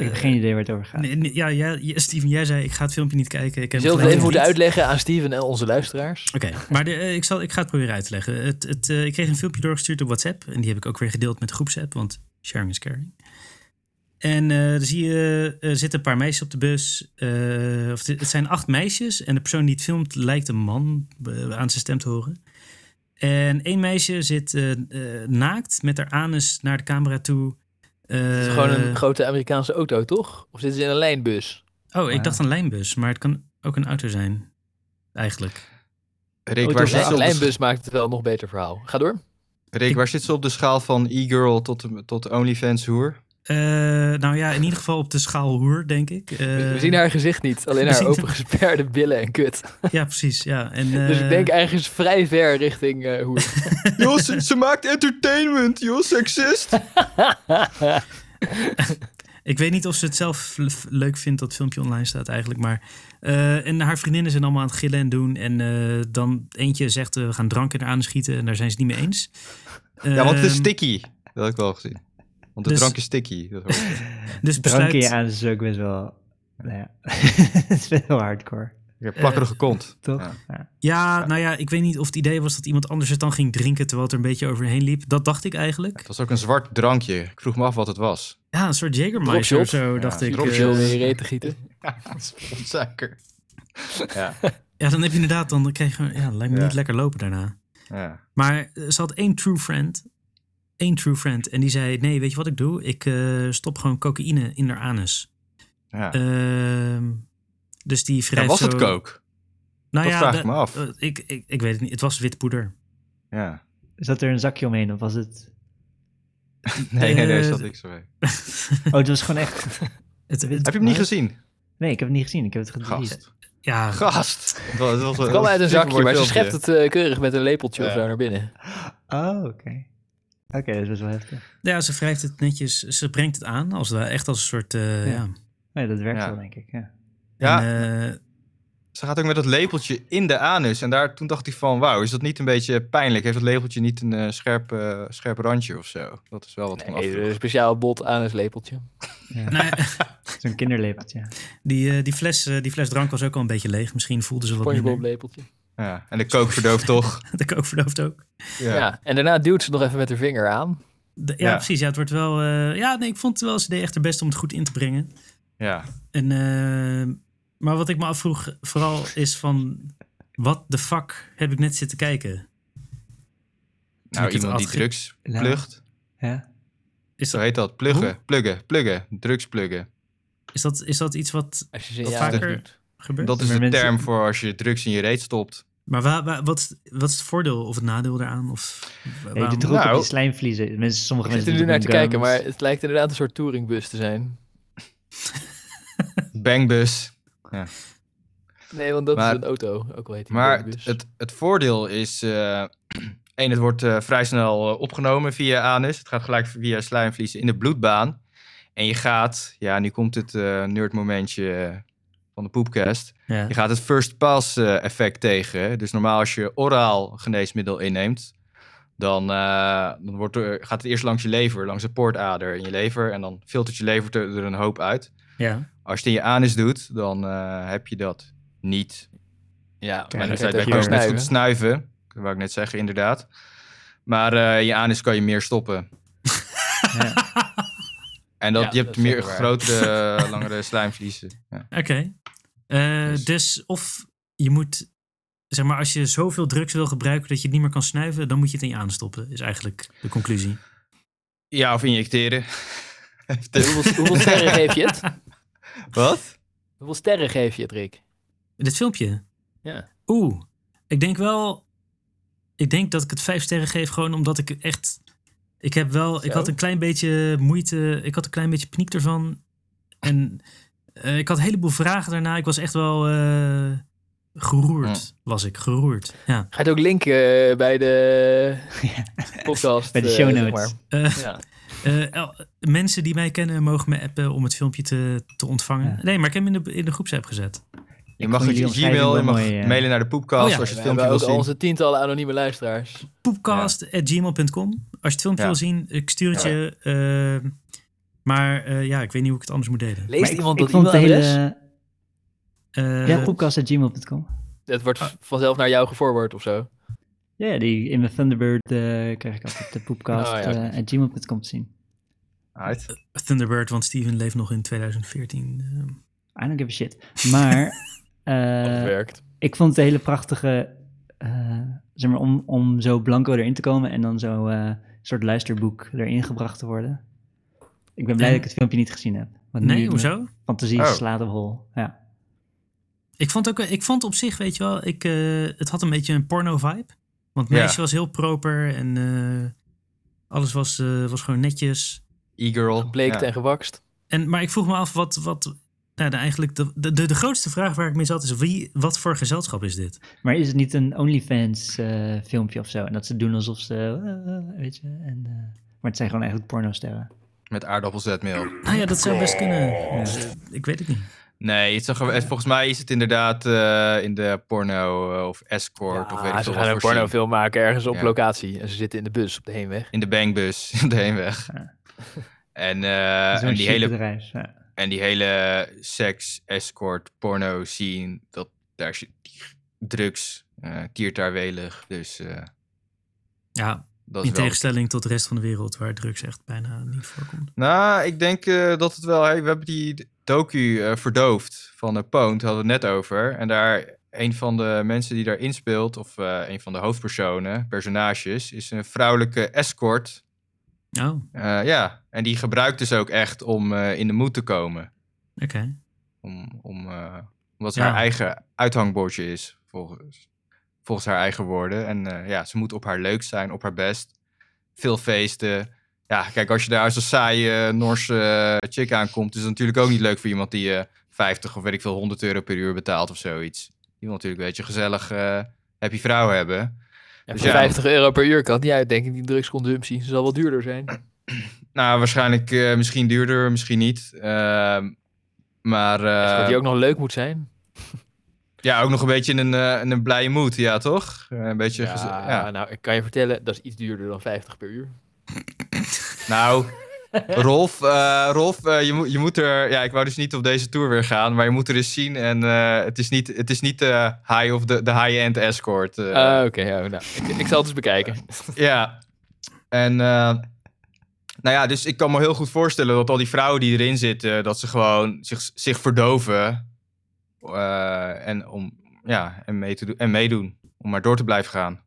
[SPEAKER 3] heb
[SPEAKER 1] eh,
[SPEAKER 3] geen idee waar het over gaat.
[SPEAKER 1] nee, nee, ja, ja, ja, Steven, jij zei ik ga het filmpje niet kijken. Ik
[SPEAKER 2] Je
[SPEAKER 1] heb
[SPEAKER 2] zult het
[SPEAKER 1] gelijk
[SPEAKER 2] even moeten
[SPEAKER 1] niet.
[SPEAKER 2] uitleggen aan Steven en onze luisteraars.
[SPEAKER 1] Oké, maar de, eh, ik, zal, ik ga het proberen uit te leggen. Het, het, eh, ik kreeg een filmpje doorgestuurd op WhatsApp. En die heb ik ook weer gedeeld met de groepsapp, want sharing is caring. En eh, dan zie je, er zitten een paar meisjes op de bus. eh, of het, het zijn acht meisjes. En de persoon die het filmt lijkt een man eh, aan zijn stem te horen. En één meisje zit eh, eh, naakt met haar anus naar de camera toe.
[SPEAKER 2] Het is
[SPEAKER 1] Eh,
[SPEAKER 2] gewoon een grote Amerikaanse auto, toch? Of zitten ze in een lijnbus?
[SPEAKER 1] Oh, ik
[SPEAKER 3] Ja.
[SPEAKER 1] dacht een lijnbus, maar het kan ook een auto zijn. Eigenlijk.
[SPEAKER 4] Rick,
[SPEAKER 3] Auto's
[SPEAKER 4] waar
[SPEAKER 3] zijn
[SPEAKER 4] zit,
[SPEAKER 2] Oh, Een
[SPEAKER 4] ze op de,
[SPEAKER 2] lijnbus maakt het wel een nog beter verhaal. Ga door.
[SPEAKER 4] Rick, waar zit ze op de schaal van e-girl tot, tot OnlyFans hoer?
[SPEAKER 1] Eh, nou ja, in ieder geval op de schaal hoer, denk ik. Eh,
[SPEAKER 2] We zien haar gezicht niet, alleen
[SPEAKER 1] we
[SPEAKER 2] haar
[SPEAKER 1] zien-
[SPEAKER 2] opengesperde billen en kut.
[SPEAKER 1] Ja, precies. Ja. En,
[SPEAKER 2] Dus
[SPEAKER 1] eh,
[SPEAKER 2] ik denk eigenlijk is vrij ver richting eh hoe.
[SPEAKER 4] joh, ze, ze maakt entertainment, joh, seksist.
[SPEAKER 1] ik weet niet of ze het zelf l- leuk vindt dat het filmpje online staat eigenlijk. Maar, eh, en haar vriendinnen zijn allemaal aan het gillen en doen. En eh, dan eentje zegt, eh, we gaan drank in haar aanschieten. En daar zijn ze het niet mee eens.
[SPEAKER 4] Ja, want het is
[SPEAKER 1] Ehm,
[SPEAKER 4] sticky. Dat heb ik wel gezien. Want de
[SPEAKER 1] Dus-
[SPEAKER 4] drank is sticky. Dat hoor ik.
[SPEAKER 1] Dus
[SPEAKER 3] Drank in
[SPEAKER 1] besluit,
[SPEAKER 3] je aan is ook best wel... Nou ja. het is best wel hardcore,
[SPEAKER 4] Ik heb plakkerige kont.
[SPEAKER 3] toch?
[SPEAKER 4] Ja.
[SPEAKER 3] Ja.
[SPEAKER 1] Ja, nou ja, ik weet niet of het idee was dat iemand anders het dan ging drinken... terwijl het er een beetje overheen liep. Dat dacht ik eigenlijk.
[SPEAKER 4] Het was ook een zwart drankje. Ik vroeg me af wat het was.
[SPEAKER 1] Ja, een soort Jägermeister
[SPEAKER 2] Dropshot.
[SPEAKER 1] of zo, dacht ik.
[SPEAKER 2] Om
[SPEAKER 4] dropshot.
[SPEAKER 1] Eh,
[SPEAKER 2] veel in je reet te gieten.
[SPEAKER 4] Suiker. Ja,
[SPEAKER 1] Ja, dan heb je inderdaad, dan krijg je, ja, lijkt me
[SPEAKER 4] Ja.
[SPEAKER 1] niet lekker lopen daarna.
[SPEAKER 4] ja.
[SPEAKER 1] Maar eh, ze had één true friend, één true friend, en die zei, nee, weet je wat ik doe? Ik eh, stop gewoon cocaïne in haar anus.
[SPEAKER 4] ja.
[SPEAKER 1] Ehm, dus die
[SPEAKER 4] En
[SPEAKER 1] wrijft
[SPEAKER 4] was
[SPEAKER 1] zo...
[SPEAKER 4] het kook?
[SPEAKER 1] Nou
[SPEAKER 4] Dat vraag ik
[SPEAKER 1] da-
[SPEAKER 4] me af.
[SPEAKER 1] eh, Ik, ik, ik weet het niet, het was wit poeder.
[SPEAKER 4] Ja.
[SPEAKER 3] Zat er een zakje omheen of was het...
[SPEAKER 4] Nee, nee, daar
[SPEAKER 1] Eh,
[SPEAKER 4] zat niks mee.
[SPEAKER 3] Oh, het was gewoon echt...
[SPEAKER 1] Het, het-
[SPEAKER 4] Heb je hem niet gezien?
[SPEAKER 3] Nee, ik heb het niet gezien. Ik heb het gedelete.
[SPEAKER 4] Gast.
[SPEAKER 1] ja,
[SPEAKER 4] Gast. Het was- was
[SPEAKER 2] Het kwam uit een zakje, maar ze
[SPEAKER 4] supermooi
[SPEAKER 2] schept
[SPEAKER 4] filmpje.
[SPEAKER 2] het eh, keurig met een lepeltje of
[SPEAKER 4] Ja.
[SPEAKER 2] zo naar binnen.
[SPEAKER 3] Oh, oké. Oké, dat is best wel heftig.
[SPEAKER 1] ja, ze wrijft het netjes, ze brengt het aan, als, het- echt als een soort... eh,
[SPEAKER 3] Ja.
[SPEAKER 1] ja.
[SPEAKER 3] Nee, dat werkt
[SPEAKER 4] Ja.
[SPEAKER 3] wel, denk ik. Ja.
[SPEAKER 4] Ja,
[SPEAKER 1] En, eh,
[SPEAKER 4] ze gaat ook met dat lepeltje in de anus. En daar, toen dacht ik van, wauw, is dat niet een beetje pijnlijk? Heeft dat lepeltje niet een eh, scherp, eh, scherp randje of zo? Dat is wel wat ik me
[SPEAKER 2] Nee,
[SPEAKER 4] afvroeg.
[SPEAKER 2] een eh, speciaal bot aan het lepeltje.
[SPEAKER 1] nou ja,
[SPEAKER 3] Zo'n kinderlepeltje. ja.
[SPEAKER 1] die, eh, die, fles, eh, die fles drank was ook al een beetje leeg. Misschien voelde ze wat
[SPEAKER 2] Spongebob
[SPEAKER 1] minder.
[SPEAKER 2] lepeltje.
[SPEAKER 4] Ja, en de kook verdooft toch?
[SPEAKER 1] De kookverdoofd ook.
[SPEAKER 4] eh, Ja.
[SPEAKER 2] Ja. en daarna duwt ze het nog even met haar vinger aan.
[SPEAKER 1] De- ja,
[SPEAKER 4] Ja.
[SPEAKER 1] precies. Ja, het wordt wel. eh, ja, nee, ik vond het wel eens idee echt het best om het goed in te brengen.
[SPEAKER 4] ja.
[SPEAKER 1] En, eh, maar wat ik me afvroeg, vooral is van. Wat de fuck heb ik net zitten kijken?
[SPEAKER 4] Nou,
[SPEAKER 1] ik het
[SPEAKER 4] iemand die
[SPEAKER 1] afging-
[SPEAKER 4] drugs
[SPEAKER 3] Nou.
[SPEAKER 4] plugt.
[SPEAKER 3] Ja?
[SPEAKER 1] Is
[SPEAKER 4] Zo
[SPEAKER 1] dat,
[SPEAKER 4] heet dat. Pluggen, pluggen, pluggen. Drugs pluggen.
[SPEAKER 1] is dat, is dat iets wat
[SPEAKER 2] Als je ze in
[SPEAKER 1] Wat
[SPEAKER 2] je anus
[SPEAKER 1] vaker-
[SPEAKER 2] doet.
[SPEAKER 1] gebeurt?
[SPEAKER 4] Dat is
[SPEAKER 3] Maar
[SPEAKER 4] de
[SPEAKER 3] mensen-
[SPEAKER 4] term voor als je drugs in je reet stopt.
[SPEAKER 1] maar waar, waar- wat, is- wat is het voordeel of het nadeel daaraan? Of, wa-
[SPEAKER 3] Nee, je
[SPEAKER 1] waarom?
[SPEAKER 3] doet er ook
[SPEAKER 4] Nou.
[SPEAKER 3] op die slijmvliezen. Mensen, sommige
[SPEAKER 2] Ik zit
[SPEAKER 3] mensen
[SPEAKER 2] er nu naar te
[SPEAKER 3] doen
[SPEAKER 2] kijken,
[SPEAKER 3] gums.
[SPEAKER 2] maar het lijkt inderdaad een soort touringbus te zijn.
[SPEAKER 4] Bangbus.
[SPEAKER 2] Nee, want dat
[SPEAKER 4] Maar-
[SPEAKER 2] is een auto, ook al heet die
[SPEAKER 4] Maar
[SPEAKER 2] touringbus.
[SPEAKER 4] het, het voordeel is, eh, Eén, het wordt eh, vrij snel eh, opgenomen via anus. Het gaat gelijk via slijmvliezen in de bloedbaan. En je gaat, ja, nu komt het eh nerdmomentje eh, van de poepcast.
[SPEAKER 1] Ja.
[SPEAKER 4] Je gaat het first pass eh, effect tegen. Dus normaal als je oraal geneesmiddel inneemt, dan, eh, dan wordt er, gaat het eerst langs je lever, langs de poortader in je lever. En dan filtert je lever er, er een hoop uit.
[SPEAKER 1] ja.
[SPEAKER 4] Als je het in je anus doet, dan eh, heb je dat niet. Ja,
[SPEAKER 1] dan
[SPEAKER 4] maar
[SPEAKER 1] kan
[SPEAKER 4] dan
[SPEAKER 1] je
[SPEAKER 4] zei
[SPEAKER 1] het
[SPEAKER 4] bij
[SPEAKER 1] ook
[SPEAKER 4] kan je net zo
[SPEAKER 2] snuiven.
[SPEAKER 4] goed snuiven. Dat wou ik net zeggen, inderdaad. Maar eh, je anus kan je meer stoppen. En dat,
[SPEAKER 2] Ja,
[SPEAKER 4] je hebt
[SPEAKER 2] dat is
[SPEAKER 4] meer
[SPEAKER 2] zeker waar.
[SPEAKER 4] grotere, langere slijmvliezen. Ja.
[SPEAKER 1] Oké. Eh,
[SPEAKER 4] Dus-
[SPEAKER 1] Dus of je moet, zeg maar, als je zoveel drugs wil gebruiken dat je het niet meer kan snuiven, dan moet je het in je aanstoppen, is eigenlijk de conclusie.
[SPEAKER 4] Ja, of injecteren.
[SPEAKER 2] Hoeveel, hoeveel sterren geef je het?
[SPEAKER 4] Wat?
[SPEAKER 2] Hoeveel sterren geef je het, Rick?
[SPEAKER 1] Dit filmpje.
[SPEAKER 2] Ja.
[SPEAKER 1] Oeh, ik denk wel, ik denk dat ik het vijf sterren geef gewoon omdat ik echt, ik heb wel, ik
[SPEAKER 2] Zo?
[SPEAKER 1] had een klein beetje moeite, ik had een klein beetje paniek ervan. En eh, ik had een heleboel vragen daarna. Ik was echt wel eh, geroerd,
[SPEAKER 2] Mm.
[SPEAKER 1] was ik, geroerd. Ja.
[SPEAKER 2] Ga je het ook linken eh, bij de
[SPEAKER 3] Ja.
[SPEAKER 2] podcast?
[SPEAKER 3] Bij de
[SPEAKER 2] eh,
[SPEAKER 3] show
[SPEAKER 2] zeg
[SPEAKER 3] notes.
[SPEAKER 1] Eh,
[SPEAKER 2] maar. Ja.
[SPEAKER 1] Eh, el- mensen die mij kennen mogen me appen om het filmpje te, te ontvangen.
[SPEAKER 3] Ja.
[SPEAKER 1] Nee, maar ik heb hem in de, in de groepsapp gezet.
[SPEAKER 4] Je
[SPEAKER 3] vond
[SPEAKER 4] mag
[SPEAKER 3] jullie
[SPEAKER 4] je
[SPEAKER 3] omschrijving
[SPEAKER 4] Gmail, je
[SPEAKER 3] wel
[SPEAKER 4] mag
[SPEAKER 3] mooi, eh.
[SPEAKER 4] mailen naar de poepcast
[SPEAKER 1] Oh ja,
[SPEAKER 4] als je
[SPEAKER 2] We
[SPEAKER 4] het
[SPEAKER 2] hebben
[SPEAKER 4] filmpje wil
[SPEAKER 2] ook al
[SPEAKER 4] zien.
[SPEAKER 2] onze tientallen anonieme luisteraars.
[SPEAKER 1] Poepcast.gmail.com. Als je het filmpje
[SPEAKER 4] Ja.
[SPEAKER 1] wil zien, ik stuur het
[SPEAKER 4] Ja.
[SPEAKER 1] je. eh, maar eh, ja, ik weet niet hoe ik het anders moet delen.
[SPEAKER 2] Leest
[SPEAKER 3] Maar
[SPEAKER 2] iemand
[SPEAKER 3] ik,
[SPEAKER 2] dat
[SPEAKER 3] ik vond de
[SPEAKER 2] e-mailadres?
[SPEAKER 3] hele...
[SPEAKER 1] Eh,
[SPEAKER 3] Ja, podcast.gmail.com.
[SPEAKER 2] Het wordt v- vanzelf naar jou gevoorwoord of zo.
[SPEAKER 3] Ja, die in mijn Thunderbird eh, krijg ik altijd de podcast
[SPEAKER 2] Oh ja,
[SPEAKER 3] eh,
[SPEAKER 2] oké.
[SPEAKER 3] at gmail.com te zien.
[SPEAKER 4] Right.
[SPEAKER 1] Thunderbird, want Steven leeft nog in 2014. eh.
[SPEAKER 3] I don't give a shit. Maar
[SPEAKER 2] Dat het
[SPEAKER 3] eh,
[SPEAKER 2] werkt.
[SPEAKER 3] ik vond het een hele prachtige, eh, zeg maar, om, om zo blanco erin te komen en dan zo eh, een soort luisterboek erin gebracht te worden. Ik ben blij
[SPEAKER 1] En?
[SPEAKER 3] dat ik het filmpje niet gezien heb. Want nu
[SPEAKER 1] nee,
[SPEAKER 3] mijn
[SPEAKER 1] hoezo?
[SPEAKER 3] Fantasie
[SPEAKER 4] Oh.
[SPEAKER 3] slaat op hol. Ja.
[SPEAKER 1] Ik vond, ook, ik vond op zich, weet je wel, ik, eh, het had een beetje een porno-vibe. Want het
[SPEAKER 4] Ja.
[SPEAKER 1] meisje was heel proper en eh, alles was, eh, was gewoon netjes.
[SPEAKER 4] E-girl.
[SPEAKER 2] Bleekt
[SPEAKER 4] ja.
[SPEAKER 2] en gewakst.
[SPEAKER 1] En, maar ik vroeg me af wat. wat nou, de, eigenlijk de, de, de grootste vraag waar ik mee zat is: wie, wat voor gezelschap is dit?
[SPEAKER 3] Maar is het niet een OnlyFans eh, filmpje of zo? En dat ze doen alsof ze, eh, weet je, en, eh, maar het zijn gewoon eigenlijk
[SPEAKER 4] Eh,
[SPEAKER 3] pornosterren.
[SPEAKER 4] Met aardappelzetmeel.
[SPEAKER 1] Nou ja, dat zou best kunnen. Ik weet het niet.
[SPEAKER 4] Nee, het zag er- het- volgens mij is het inderdaad eh, in de porno eh, of escort of weet ik
[SPEAKER 2] Ja, ze
[SPEAKER 4] veel
[SPEAKER 2] gaan een
[SPEAKER 4] wat voor scene.
[SPEAKER 2] pornofilm maken ergens op
[SPEAKER 4] Ja.
[SPEAKER 2] locatie. En ze zitten in de bus op de heenweg.
[SPEAKER 4] In de bangbus, de heenweg. En, eh,
[SPEAKER 3] Zo'n
[SPEAKER 4] en, die
[SPEAKER 3] chic
[SPEAKER 4] hele,
[SPEAKER 3] bedrijf. Ja.
[SPEAKER 4] en die hele seks, escort, porno scene, dat, daar zit drugs, eh tiert daar welig. Dus eh,
[SPEAKER 1] Ja,
[SPEAKER 4] dat is
[SPEAKER 1] in
[SPEAKER 4] wel...
[SPEAKER 1] tegenstelling tot de rest van de wereld, waar drugs echt bijna niet voorkomt.
[SPEAKER 4] Nou, ik denk eh, dat het wel... hey, we hebben die docu eh, verdoofd van de Pound, hadden we het net over. En daar, een van de mensen die daarin speelt, of eh, een van de hoofdpersonen, personages, is een vrouwelijke escort
[SPEAKER 1] Oh, oké.
[SPEAKER 4] Eh, ja, en die gebruikt dus ook echt om eh, in de moed te komen. Om, om, eh, omdat ze
[SPEAKER 1] Ja.
[SPEAKER 4] haar eigen uithangbordje is, volgens, volgens haar eigen woorden. En eh, ja, ze moet op haar leuk zijn, op haar best. Veel feesten. Ja, kijk, als je daar als een saaie eh, Noorse eh, chick aankomt... is het natuurlijk ook niet leuk voor iemand die eh 50 of weet ik veel 100 euro per uur betaalt of zoiets. Die wil natuurlijk een beetje gezellig eh, happy vrouw hebben.
[SPEAKER 2] En
[SPEAKER 4] Dus
[SPEAKER 2] voor
[SPEAKER 4] ja.
[SPEAKER 2] 50 euro per uur kan het niet uit, denk ik, die drugsconsumptie. Ze zal wel duurder zijn. Dus
[SPEAKER 4] Nou, waarschijnlijk eh, misschien duurder, misschien niet. Ehm, maar... eh,
[SPEAKER 2] Dat die ook nog leuk moet zijn.
[SPEAKER 4] Ja, ook nog een beetje in een, eh, in een blije mood, ja toch? Eh, Een beetje gez-
[SPEAKER 2] Ja,
[SPEAKER 4] ja.
[SPEAKER 2] nou, ik kan je vertellen, dat is iets duurder dan 50 per uur.
[SPEAKER 4] Nou, Rolf, eh, Rolf eh, je, moet- je moet er... Ja, ik wou dus niet op deze tour weer gaan, maar je moet er eens zien. En eh, het is niet, het is niet de high of de, de high-end escort. eh.
[SPEAKER 2] Ah, Oké, ja, nou, ik, ik zal het eens bekijken.
[SPEAKER 4] Ja. En eh, nou ja, dus ik kan me heel goed voorstellen dat al die vrouwen die erin zitten, dat ze gewoon zich, zich verdoven. eh, en om ja, en, mee te doen, en meedoen. Om maar door te blijven gaan.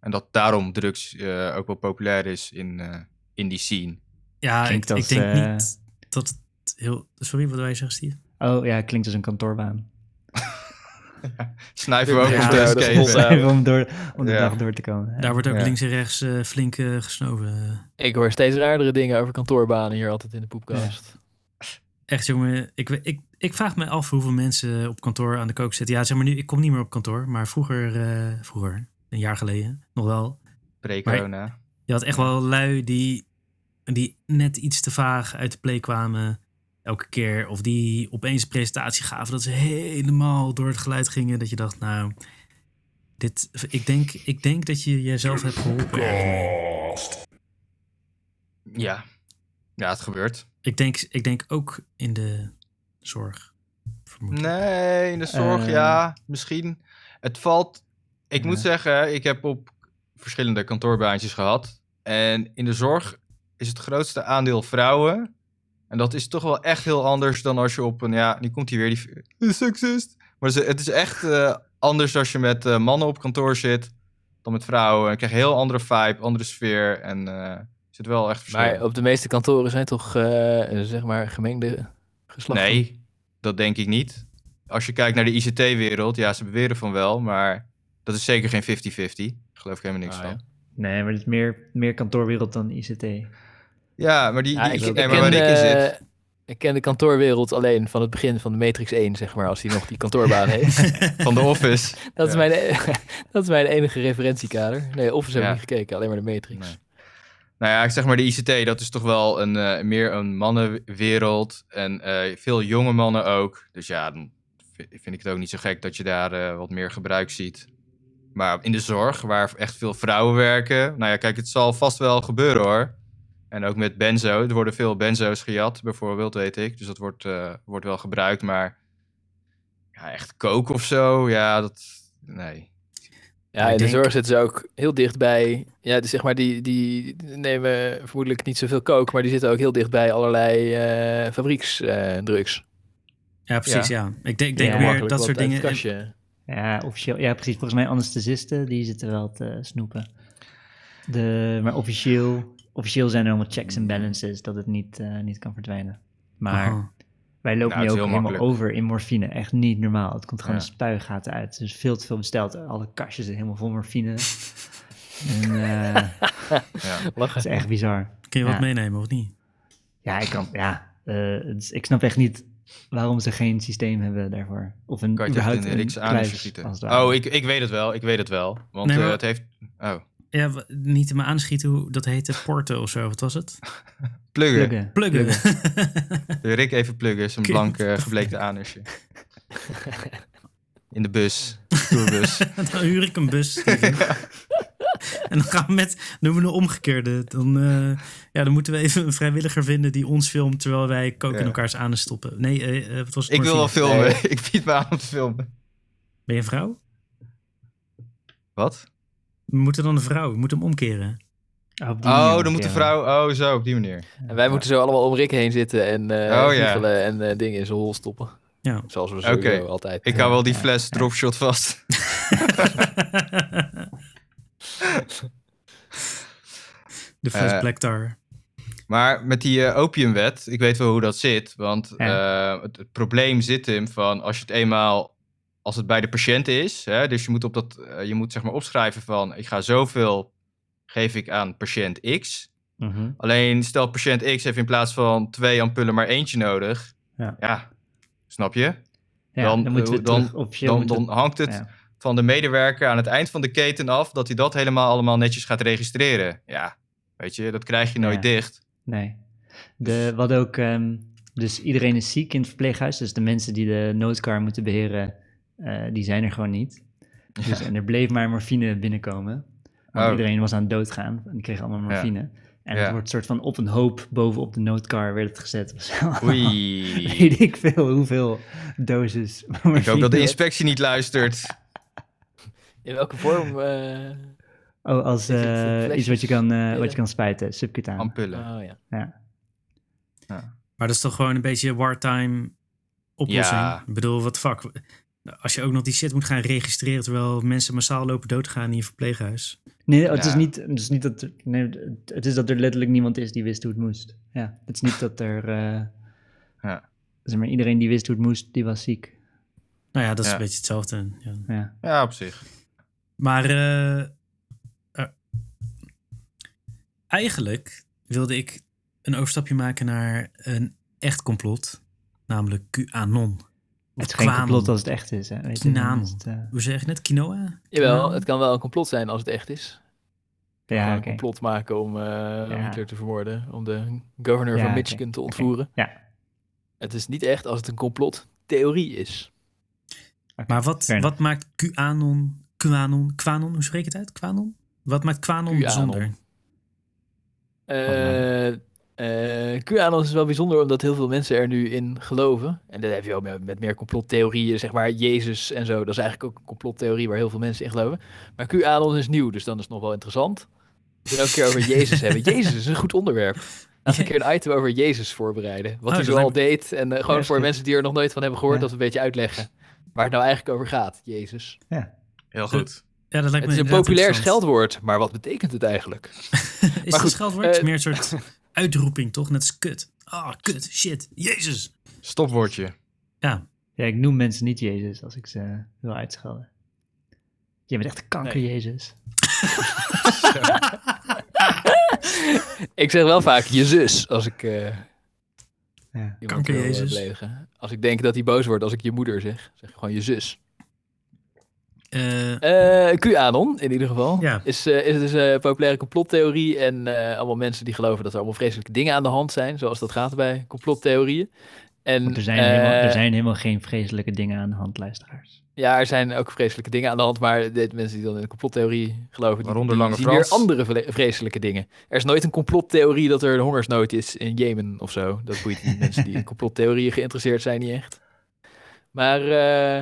[SPEAKER 4] En dat daarom drugs eh, ook wel populair is in, eh, in die scene.
[SPEAKER 1] Ja,
[SPEAKER 3] Klinkt
[SPEAKER 1] ik,
[SPEAKER 3] als,
[SPEAKER 1] ik denk
[SPEAKER 3] eh,
[SPEAKER 1] niet dat het heel. Sorry, wat wij zeggen, Steve?
[SPEAKER 3] Oh ja, klinkt als een kantoorbaan.
[SPEAKER 4] Snuiven we ook
[SPEAKER 1] Ja,
[SPEAKER 4] ons
[SPEAKER 1] dat
[SPEAKER 4] best,
[SPEAKER 2] is
[SPEAKER 4] Kees.
[SPEAKER 2] hot, hè.
[SPEAKER 3] Even om, door, om de
[SPEAKER 4] Ja.
[SPEAKER 3] dag door te komen.
[SPEAKER 1] Daar wordt ook
[SPEAKER 4] Ja.
[SPEAKER 1] links en rechts eh, flink eh, gesnoven.
[SPEAKER 2] Ik hoor steeds raardere dingen over kantoorbanen hier altijd in de poepkast.
[SPEAKER 1] Echt, jongen, ik, we- ik, ik vraag me af hoeveel mensen op kantoor aan de kook zitten. Ja, zeg maar nu, ik kom niet meer op kantoor, maar vroeger, eh, vroeger, een jaar geleden, nog wel.
[SPEAKER 4] pre-corona.
[SPEAKER 1] Je had echt wel lui die, die net iets te vaag uit de play kwamen elke keer. Of die opeens een presentatie gaven dat ze helemaal door het geluid gingen. Dat je dacht, nou, dit, ik, denk, ik denk dat je jezelf hebt geholpen. ergens mee.
[SPEAKER 4] Ja. Ja, het gebeurt.
[SPEAKER 1] Ik denk, ik denk ook in de zorg. vermoed ik.
[SPEAKER 4] Nee, in de zorg,
[SPEAKER 3] Eh.
[SPEAKER 4] ja. Misschien. Het valt... Ik moet
[SPEAKER 3] Ja.
[SPEAKER 4] zeggen, ik heb op verschillende kantoorbaantjes gehad. En in de zorg is het grootste aandeel vrouwen. En dat is toch wel echt heel anders dan als je op een... Ja, nu komt hij weer, die... de Seksist. Maar ze- het is echt eh, anders als je met eh, mannen op kantoor zit dan met vrouwen. Dan krijg je een heel andere vibe, andere sfeer. En eh, er zit wel echt verschil.
[SPEAKER 2] Maar op de meeste kantoren zijn toch, eh, zeg maar, gemengde geslachten?
[SPEAKER 4] Nee, dat denk ik niet. Als je kijkt naar de ICT-wereld, ja, ze beweren van wel, maar dat is zeker geen 50-50. Geloof ik helemaal niks
[SPEAKER 2] Ah,
[SPEAKER 4] van.
[SPEAKER 2] ja.
[SPEAKER 4] Ja,
[SPEAKER 3] Nee, maar het is meer, meer kantoorwereld dan ICT.
[SPEAKER 4] maar die,
[SPEAKER 2] Ja,
[SPEAKER 4] die
[SPEAKER 2] ik,
[SPEAKER 4] ICT
[SPEAKER 2] ik,
[SPEAKER 4] maar
[SPEAKER 2] ken,
[SPEAKER 4] waar ik in
[SPEAKER 2] eh,
[SPEAKER 4] zit.
[SPEAKER 2] ik ken de kantoorwereld alleen van het begin van de Matrix 1, zeg maar, als hij nog die kantoorbaan heeft.
[SPEAKER 4] Van de Office.
[SPEAKER 2] Dat, is
[SPEAKER 4] Ja.
[SPEAKER 2] mijn, e- dat is mijn enige referentiekader. Nee, Office heb
[SPEAKER 4] Ja.
[SPEAKER 2] ik niet gekeken, alleen maar de Matrix.
[SPEAKER 4] Nee. Nou ja, ik zeg maar, de ICT, dat is toch wel een, eh, meer een mannenwereld. En eh, veel jonge mannen ook. Dus ja, dan vi- vind ik het ook niet zo gek dat je daar eh, wat meer gebruik ziet. Maar in de zorg, waar echt veel vrouwen werken. Nou ja, kijk, het zal vast wel gebeuren hoor. En ook met benzo. Er worden veel benzo's gejat, bijvoorbeeld, weet ik. Dus dat wordt, eh, wordt wel gebruikt. Maar ja, echt koken of zo, ja, dat. Nee.
[SPEAKER 2] Ja,
[SPEAKER 1] Ik
[SPEAKER 2] in de
[SPEAKER 1] denk-
[SPEAKER 2] zorg zitten ze ook heel dichtbij. Ja, dus zeg maar, die, die nemen vermoedelijk niet zoveel kook, maar die zitten ook heel dichtbij allerlei eh fabrieksdrugs.
[SPEAKER 1] Ja, precies, ja. Ik denk, ik denk
[SPEAKER 3] Ja.
[SPEAKER 1] meer dat soort dingen.
[SPEAKER 2] Kastje.
[SPEAKER 3] Ja, officieel. Ja, precies. Volgens mij anesthesisten, die zitten wel te snoepen. De, maar officieel, officieel zijn er allemaal checks en balances dat het niet, eh, niet kan verdwijnen. Maar
[SPEAKER 1] Aha.
[SPEAKER 3] wij lopen
[SPEAKER 4] Nou, het
[SPEAKER 3] nu
[SPEAKER 4] is
[SPEAKER 3] ook
[SPEAKER 4] heel
[SPEAKER 3] helemaal
[SPEAKER 4] makkelijk.
[SPEAKER 3] over in morfine. Echt niet normaal. Het komt gewoon
[SPEAKER 4] Ja.
[SPEAKER 3] de spuigaten uit. Er is veel te veel besteld. Alle kastjes zijn helemaal vol morfine. en, eh,
[SPEAKER 4] Ja.
[SPEAKER 2] Lachen.
[SPEAKER 3] dat is echt bizar.
[SPEAKER 1] Kun je wat
[SPEAKER 3] Ja.
[SPEAKER 1] meenemen of niet?
[SPEAKER 3] Ja, ik kan. Ja, eh, het is- ik snap echt niet waarom ze geen systeem hebben daarvoor. Of een
[SPEAKER 4] Kan je het
[SPEAKER 3] überhaupt
[SPEAKER 4] in de
[SPEAKER 3] een
[SPEAKER 4] Riks aan
[SPEAKER 3] kluis,
[SPEAKER 4] schieten?
[SPEAKER 3] als het ware.
[SPEAKER 4] Oh, ik, ik weet het wel. Ik weet het wel. Want
[SPEAKER 1] Nee,
[SPEAKER 4] eh,
[SPEAKER 1] maar-
[SPEAKER 4] het heeft. Oh,
[SPEAKER 1] Ja, w- niet in me aanschieten, hoe, dat heette porten of zo. Wat was het?
[SPEAKER 4] pluggen.
[SPEAKER 3] Pluggen.
[SPEAKER 1] Pluggen.
[SPEAKER 4] Rick even pluggen. Zijn
[SPEAKER 1] Kind.
[SPEAKER 4] blank eh, gebleekte anusje. In de bus. Tourbus.
[SPEAKER 1] dan huur ik een bus. Steven. En dan gaan we met, doen we een omgekeerde. Dan, eh, ja, dan moeten we even een vrijwilliger vinden die ons filmt terwijl wij koken
[SPEAKER 4] Ja.
[SPEAKER 1] in elkaars aan stoppen. Nee, eh, eh, wat was het?
[SPEAKER 4] ik wil wel
[SPEAKER 1] Morfine.
[SPEAKER 4] filmen.
[SPEAKER 2] Nee.
[SPEAKER 4] ik bied me aan om te filmen.
[SPEAKER 1] Ben je een vrouw?
[SPEAKER 4] Wat?
[SPEAKER 1] We moeten dan een vrouw, we moeten hem omkeren.
[SPEAKER 3] op die
[SPEAKER 4] Oh,
[SPEAKER 3] manier,
[SPEAKER 4] dan moet de
[SPEAKER 3] ja.
[SPEAKER 4] vrouw. Oh, zo, op die manier.
[SPEAKER 2] En wij moeten zo allemaal om Rick heen zitten en eh
[SPEAKER 4] Oh, ja.
[SPEAKER 2] giechelen en eh, dingen in zijn hol stoppen.
[SPEAKER 1] Ja.
[SPEAKER 2] Zoals we sowieso
[SPEAKER 4] Oké.
[SPEAKER 2] altijd.
[SPEAKER 4] Ik hou wel die fles dropshot vast.
[SPEAKER 1] De fles
[SPEAKER 4] Eh.
[SPEAKER 1] Black Tar.
[SPEAKER 4] Maar met die eh, opiumwet, ik weet wel hoe dat zit. Want eh, het, het probleem zit hem van als je het eenmaal, als het bij de patiënt is. Hè, dus je moet, op dat, eh, je moet zeg maar opschrijven van ik ga zoveel geef ik aan patiënt X.
[SPEAKER 3] Mhm.
[SPEAKER 4] Alleen stel patiënt X heeft in plaats van twee ampullen maar eentje nodig.
[SPEAKER 3] Ja.
[SPEAKER 4] snap je?
[SPEAKER 3] Ja,
[SPEAKER 4] Dan,
[SPEAKER 3] dan, moeten we
[SPEAKER 4] eh, dan-
[SPEAKER 3] terug officieel
[SPEAKER 4] Dan,
[SPEAKER 3] moeten we-
[SPEAKER 4] dan hangt het
[SPEAKER 3] ja.
[SPEAKER 4] van de medewerker aan het eind van de keten af dat hij dat helemaal allemaal netjes gaat registreren. Ja, weet je, dat krijg je nooit
[SPEAKER 3] Ja.
[SPEAKER 4] dicht.
[SPEAKER 3] Nee. De, wat ook, ehm, dus iedereen is ziek in het verpleeghuis. Dus de mensen die de noodkar moeten beheren, eh, die zijn er gewoon niet. Dus, En er bleef maar morfine binnenkomen. Want
[SPEAKER 4] Oh.
[SPEAKER 3] iedereen was aan het doodgaan en die kreeg allemaal morfine. En
[SPEAKER 4] Ja.
[SPEAKER 3] het wordt soort van op een hoop bovenop de noodkar werd het gezet. of zo.
[SPEAKER 4] Oei.
[SPEAKER 3] Weet ik veel hoeveel doses morfine.
[SPEAKER 4] Ik hoop dat de inspectie niet luistert.
[SPEAKER 2] In welke vorm? eh,
[SPEAKER 3] Oh, als
[SPEAKER 2] Ik vind
[SPEAKER 3] eh,
[SPEAKER 2] flesjes
[SPEAKER 3] iets wat je, kan, eh, wat
[SPEAKER 2] pillen.
[SPEAKER 3] je kan spuiten, subcutaan.
[SPEAKER 4] Ampullen.
[SPEAKER 2] oh, ja.
[SPEAKER 1] Maar dat is toch gewoon een beetje wartime oplossing.
[SPEAKER 4] Ja.
[SPEAKER 1] Ik bedoel, wat fuck. Als je ook nog die shit moet gaan registreren terwijl mensen massaal lopen doodgaan in je verpleeghuis.
[SPEAKER 3] Nee, het, is
[SPEAKER 4] Ja.
[SPEAKER 3] niet, het is niet dat er, nee, het- het is dat er letterlijk niemand is die wist hoe het moest. Ja, het is niet dat er, eh,
[SPEAKER 4] Ja.
[SPEAKER 3] zeg maar, iedereen die wist hoe het moest, die was ziek.
[SPEAKER 1] Nou ja, dat is
[SPEAKER 4] Ja.
[SPEAKER 1] een beetje hetzelfde. Ja.
[SPEAKER 3] Ja,
[SPEAKER 4] Ja, op zich.
[SPEAKER 1] Maar eh, eh, eigenlijk wilde ik een overstapje maken naar een echt complot. Namelijk QAnon.
[SPEAKER 3] het is geen
[SPEAKER 1] kwamen.
[SPEAKER 3] complot als het echt is. Hè, weet je, dan
[SPEAKER 1] Kwamen.
[SPEAKER 3] is het, eh,
[SPEAKER 1] Hoe zeg je het? Quinoa?
[SPEAKER 2] Jawel,
[SPEAKER 1] Nou.
[SPEAKER 2] het kan wel een complot zijn als het echt is.
[SPEAKER 3] Ja,
[SPEAKER 2] Gewoon
[SPEAKER 3] oké.
[SPEAKER 2] een complot maken om, eh, om
[SPEAKER 3] Ja.
[SPEAKER 2] Hitler te vermoorden. Om de governor
[SPEAKER 3] Ja,
[SPEAKER 2] van
[SPEAKER 3] oké.
[SPEAKER 2] Michigan te ontvoeren.
[SPEAKER 3] Ja.
[SPEAKER 2] Het is niet echt als het een complottheorie is.
[SPEAKER 1] Maar wat,
[SPEAKER 3] Fair
[SPEAKER 1] wat maakt QAnon, QAnon, QAnon, hoe spreek je het uit? QAnon? Wat maakt QAnon
[SPEAKER 2] QAnon.
[SPEAKER 1] bijzonder?
[SPEAKER 2] Eh eh, QAnon is wel bijzonder omdat heel veel mensen er nu in geloven. En dat heb je ook met, met meer complottheorieën, zeg maar Jezus en zo. Dat is eigenlijk ook een complottheorie waar heel veel mensen in geloven. Maar QAnon is nieuw, dus dan is het nog wel interessant. We elke keer over Jezus hebben. Jezus is een goed onderwerp. Laten we een keer een item over Jezus voorbereiden. Wat
[SPEAKER 1] Oh,
[SPEAKER 2] hij
[SPEAKER 1] dat
[SPEAKER 2] zoal deed. En eh, gewoon
[SPEAKER 3] Ja,
[SPEAKER 2] voor
[SPEAKER 3] goed.
[SPEAKER 2] mensen die er nog nooit van hebben gehoord,
[SPEAKER 3] Ja.
[SPEAKER 2] dat we een beetje uitleggen. Waar het nou eigenlijk over gaat, Jezus.
[SPEAKER 4] Heel goed.
[SPEAKER 1] Ja, dat lijkt
[SPEAKER 2] Het
[SPEAKER 1] me
[SPEAKER 2] is een
[SPEAKER 1] inderdaad
[SPEAKER 2] populair
[SPEAKER 1] interessant.
[SPEAKER 2] scheldwoord, maar wat betekent het eigenlijk?
[SPEAKER 1] Is
[SPEAKER 2] Maar
[SPEAKER 1] het een
[SPEAKER 2] goed,
[SPEAKER 1] scheldwoord? Het is
[SPEAKER 2] eh,
[SPEAKER 1] meer een soort uitroeping, toch? Net als kut. Ah, kut, shit, jezus.
[SPEAKER 4] Stopwoordje.
[SPEAKER 1] Ja,
[SPEAKER 3] ja, ik noem mensen niet Jezus als ik ze eh, wil uitschelden. Je bent echt een kanker, Jezus.
[SPEAKER 2] Ik zeg wel vaak je zus als ik eh,
[SPEAKER 3] Ja.
[SPEAKER 2] iemand
[SPEAKER 1] Kanker
[SPEAKER 2] wil eh,
[SPEAKER 1] Jezus.
[SPEAKER 2] beledigen. Als ik denk dat hij boos wordt als ik je moeder zeg, zeg ik gewoon je zus.
[SPEAKER 1] eh,
[SPEAKER 2] Eh QAnon in ieder geval
[SPEAKER 1] Ja.
[SPEAKER 2] is, eh, is dus een populaire complottheorie en eh, allemaal mensen die geloven dat er allemaal vreselijke dingen aan de hand zijn, zoals dat gaat bij complottheorieën. En,
[SPEAKER 3] Want er zijn,
[SPEAKER 2] eh,
[SPEAKER 3] helemaal, er zijn helemaal geen vreselijke dingen aan de hand, luisteraars.
[SPEAKER 2] Ja, er zijn ook vreselijke dingen aan de hand, maar de mensen die dan in de complottheorie geloven, die-
[SPEAKER 4] Waaronder
[SPEAKER 2] die,
[SPEAKER 4] Lange
[SPEAKER 2] zien
[SPEAKER 4] Frans.
[SPEAKER 2] weer andere vle- vreselijke dingen. Er is nooit een complottheorie dat er een hongersnood is in Jemen of zo. Dat boeit die mensen die in complottheorieën geïnteresseerd zijn niet echt. Maar, eh,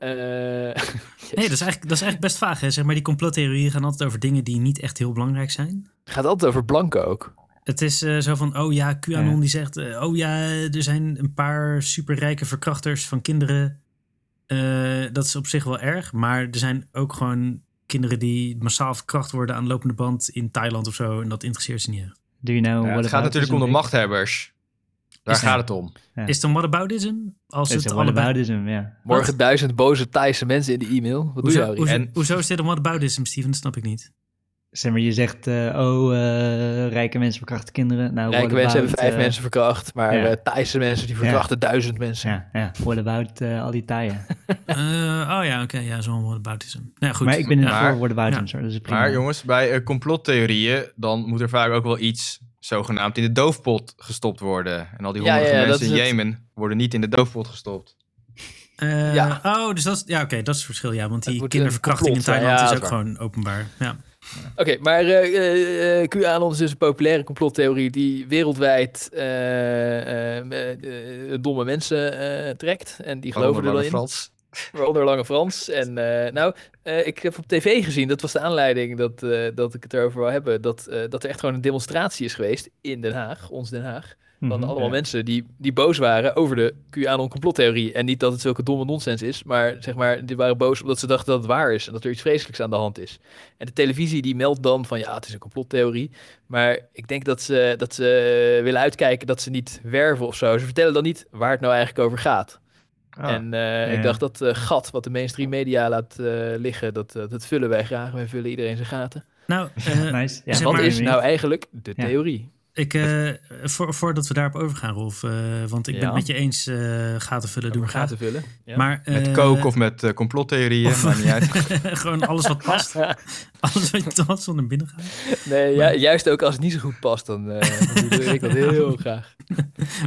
[SPEAKER 2] eh,
[SPEAKER 1] nee, dat is, eigenlijk, dat is eigenlijk best vaag. Hè? Zeg maar, die complottheorieën gaan altijd over dingen die niet echt heel belangrijk zijn.
[SPEAKER 2] het gaat altijd over blanken ook.
[SPEAKER 1] Het is eh, zo van, oh ja, QAnon
[SPEAKER 3] Ja.
[SPEAKER 1] die zegt, eh, oh ja, er zijn een paar superrijke verkrachters van kinderen. Eh, dat is op zich wel erg, maar er zijn ook gewoon kinderen die massaal verkracht worden aan lopende band in Thailand of zo. En dat interesseert ze niet echt.
[SPEAKER 3] Do you know
[SPEAKER 4] Ja,
[SPEAKER 3] what
[SPEAKER 4] het gaat
[SPEAKER 3] about
[SPEAKER 4] natuurlijk om de
[SPEAKER 3] ism?
[SPEAKER 4] machthebbers. Daar
[SPEAKER 1] Is-
[SPEAKER 4] gaat het om.
[SPEAKER 3] Ja.
[SPEAKER 1] Is het dan whataboutism? Als
[SPEAKER 3] It's
[SPEAKER 1] het
[SPEAKER 3] a what
[SPEAKER 1] allebei...
[SPEAKER 3] about ism, ja.
[SPEAKER 2] Morgen duizend boze Thaise mensen in de e-mail. Wat doe je,
[SPEAKER 1] Hoezo,
[SPEAKER 2] Arie?
[SPEAKER 1] hoezo,
[SPEAKER 4] En-
[SPEAKER 1] hoezo is dit een whataboutism, Steven? Dat snap ik niet.
[SPEAKER 3] Zeg maar, je zegt, eh, oh, eh, rijke mensen verkrachten kinderen. Nou,
[SPEAKER 2] Rijke
[SPEAKER 3] what
[SPEAKER 2] mensen
[SPEAKER 3] about,
[SPEAKER 2] hebben vijf
[SPEAKER 3] eh,
[SPEAKER 2] mensen verkracht, maar
[SPEAKER 3] ja.
[SPEAKER 2] eh Thaise mensen die verkrachten duizend mensen.
[SPEAKER 3] Ja, ja, what about eh, al die taaien?
[SPEAKER 1] Eh, oh ja, oké, ja, zo'n whataboutism. Nou ja, goed.
[SPEAKER 3] Maar ik ben het
[SPEAKER 1] Ja.
[SPEAKER 4] Maar-
[SPEAKER 3] voor what about
[SPEAKER 1] ja.
[SPEAKER 3] isms, hoor. Dat is prima.
[SPEAKER 4] Maar jongens, bij eh, complottheorieën, dan moet er vaak ook wel iets zogenaamd in de doofpot gestopt worden. En al die
[SPEAKER 2] Ja,
[SPEAKER 4] honderden
[SPEAKER 2] ja, ja,
[SPEAKER 4] mensen in
[SPEAKER 2] dat is het.
[SPEAKER 4] Jemen worden niet in de doofpot gestopt.
[SPEAKER 1] Eh,
[SPEAKER 2] Ja.
[SPEAKER 1] Oh, dus dat, is- ja, oké, dat is het verschil, ja. Want
[SPEAKER 2] Het
[SPEAKER 1] die
[SPEAKER 2] moet
[SPEAKER 1] kinderverkrachting
[SPEAKER 2] een
[SPEAKER 1] in
[SPEAKER 2] complot zijn,
[SPEAKER 1] Thailand
[SPEAKER 2] ja,
[SPEAKER 1] is
[SPEAKER 2] dat
[SPEAKER 1] ook
[SPEAKER 2] is
[SPEAKER 1] gewoon openbaar. Ja.
[SPEAKER 2] Oké, maar eh, eh, QAnon is dus een populaire complottheorie die wereldwijd eh, eh, eh, eh, domme mensen eh, trekt. En die geloven er wel
[SPEAKER 4] Waaronder Lange
[SPEAKER 2] in.
[SPEAKER 4] Frans.
[SPEAKER 2] Waaronder Lange Frans. En eh, nou, eh, ik heb op tv gezien, dat was de aanleiding dat, eh, dat ik het erover wil hebben, dat, eh, dat er echt gewoon een demonstratie is geweest in Den Haag, ons Den Haag.
[SPEAKER 3] Mhm.
[SPEAKER 2] Van allemaal
[SPEAKER 4] ja.
[SPEAKER 2] mensen die, die boos waren over de QAnon complottheorie. En niet dat het zulke domme nonsens is, maar zeg maar, die waren boos omdat ze dachten dat het waar is en dat er iets vreselijks aan de hand is. En de televisie die meldt dan van ja, het is een complottheorie. Maar ik denk dat ze, dat ze willen uitkijken dat ze niet werven of zo. Ze vertellen dan niet waar het nou eigenlijk over gaat.
[SPEAKER 4] Ah,
[SPEAKER 2] En eh,
[SPEAKER 3] ja.
[SPEAKER 2] ik dacht dat eh, gat wat de mainstream media laat eh, liggen, dat, eh, dat vullen wij graag. Wij vullen iedereen zijn gaten.
[SPEAKER 1] Nou, eh,
[SPEAKER 3] Nice. Ja,
[SPEAKER 1] Zeg
[SPEAKER 2] Wat
[SPEAKER 1] maar-
[SPEAKER 2] is nou eigenlijk de
[SPEAKER 3] Ja.
[SPEAKER 2] theorie?
[SPEAKER 1] Ik, eh, voor, voordat we daarop overgaan, Rolf, eh, want ik ben
[SPEAKER 2] Ja.
[SPEAKER 1] het met je eens, eh, gaten vullen doen we gaten.
[SPEAKER 2] Gaten vullen. Ja.
[SPEAKER 1] Maar,
[SPEAKER 4] met
[SPEAKER 1] eh,
[SPEAKER 4] kook of met eh, complottheorieën, maakt niet uit.
[SPEAKER 1] gewoon alles wat past. alles wat je past, wat naar binnen gaat.
[SPEAKER 2] Nee, ju- juist ook als het niet zo goed past, dan, eh, dan doe ik dat heel graag.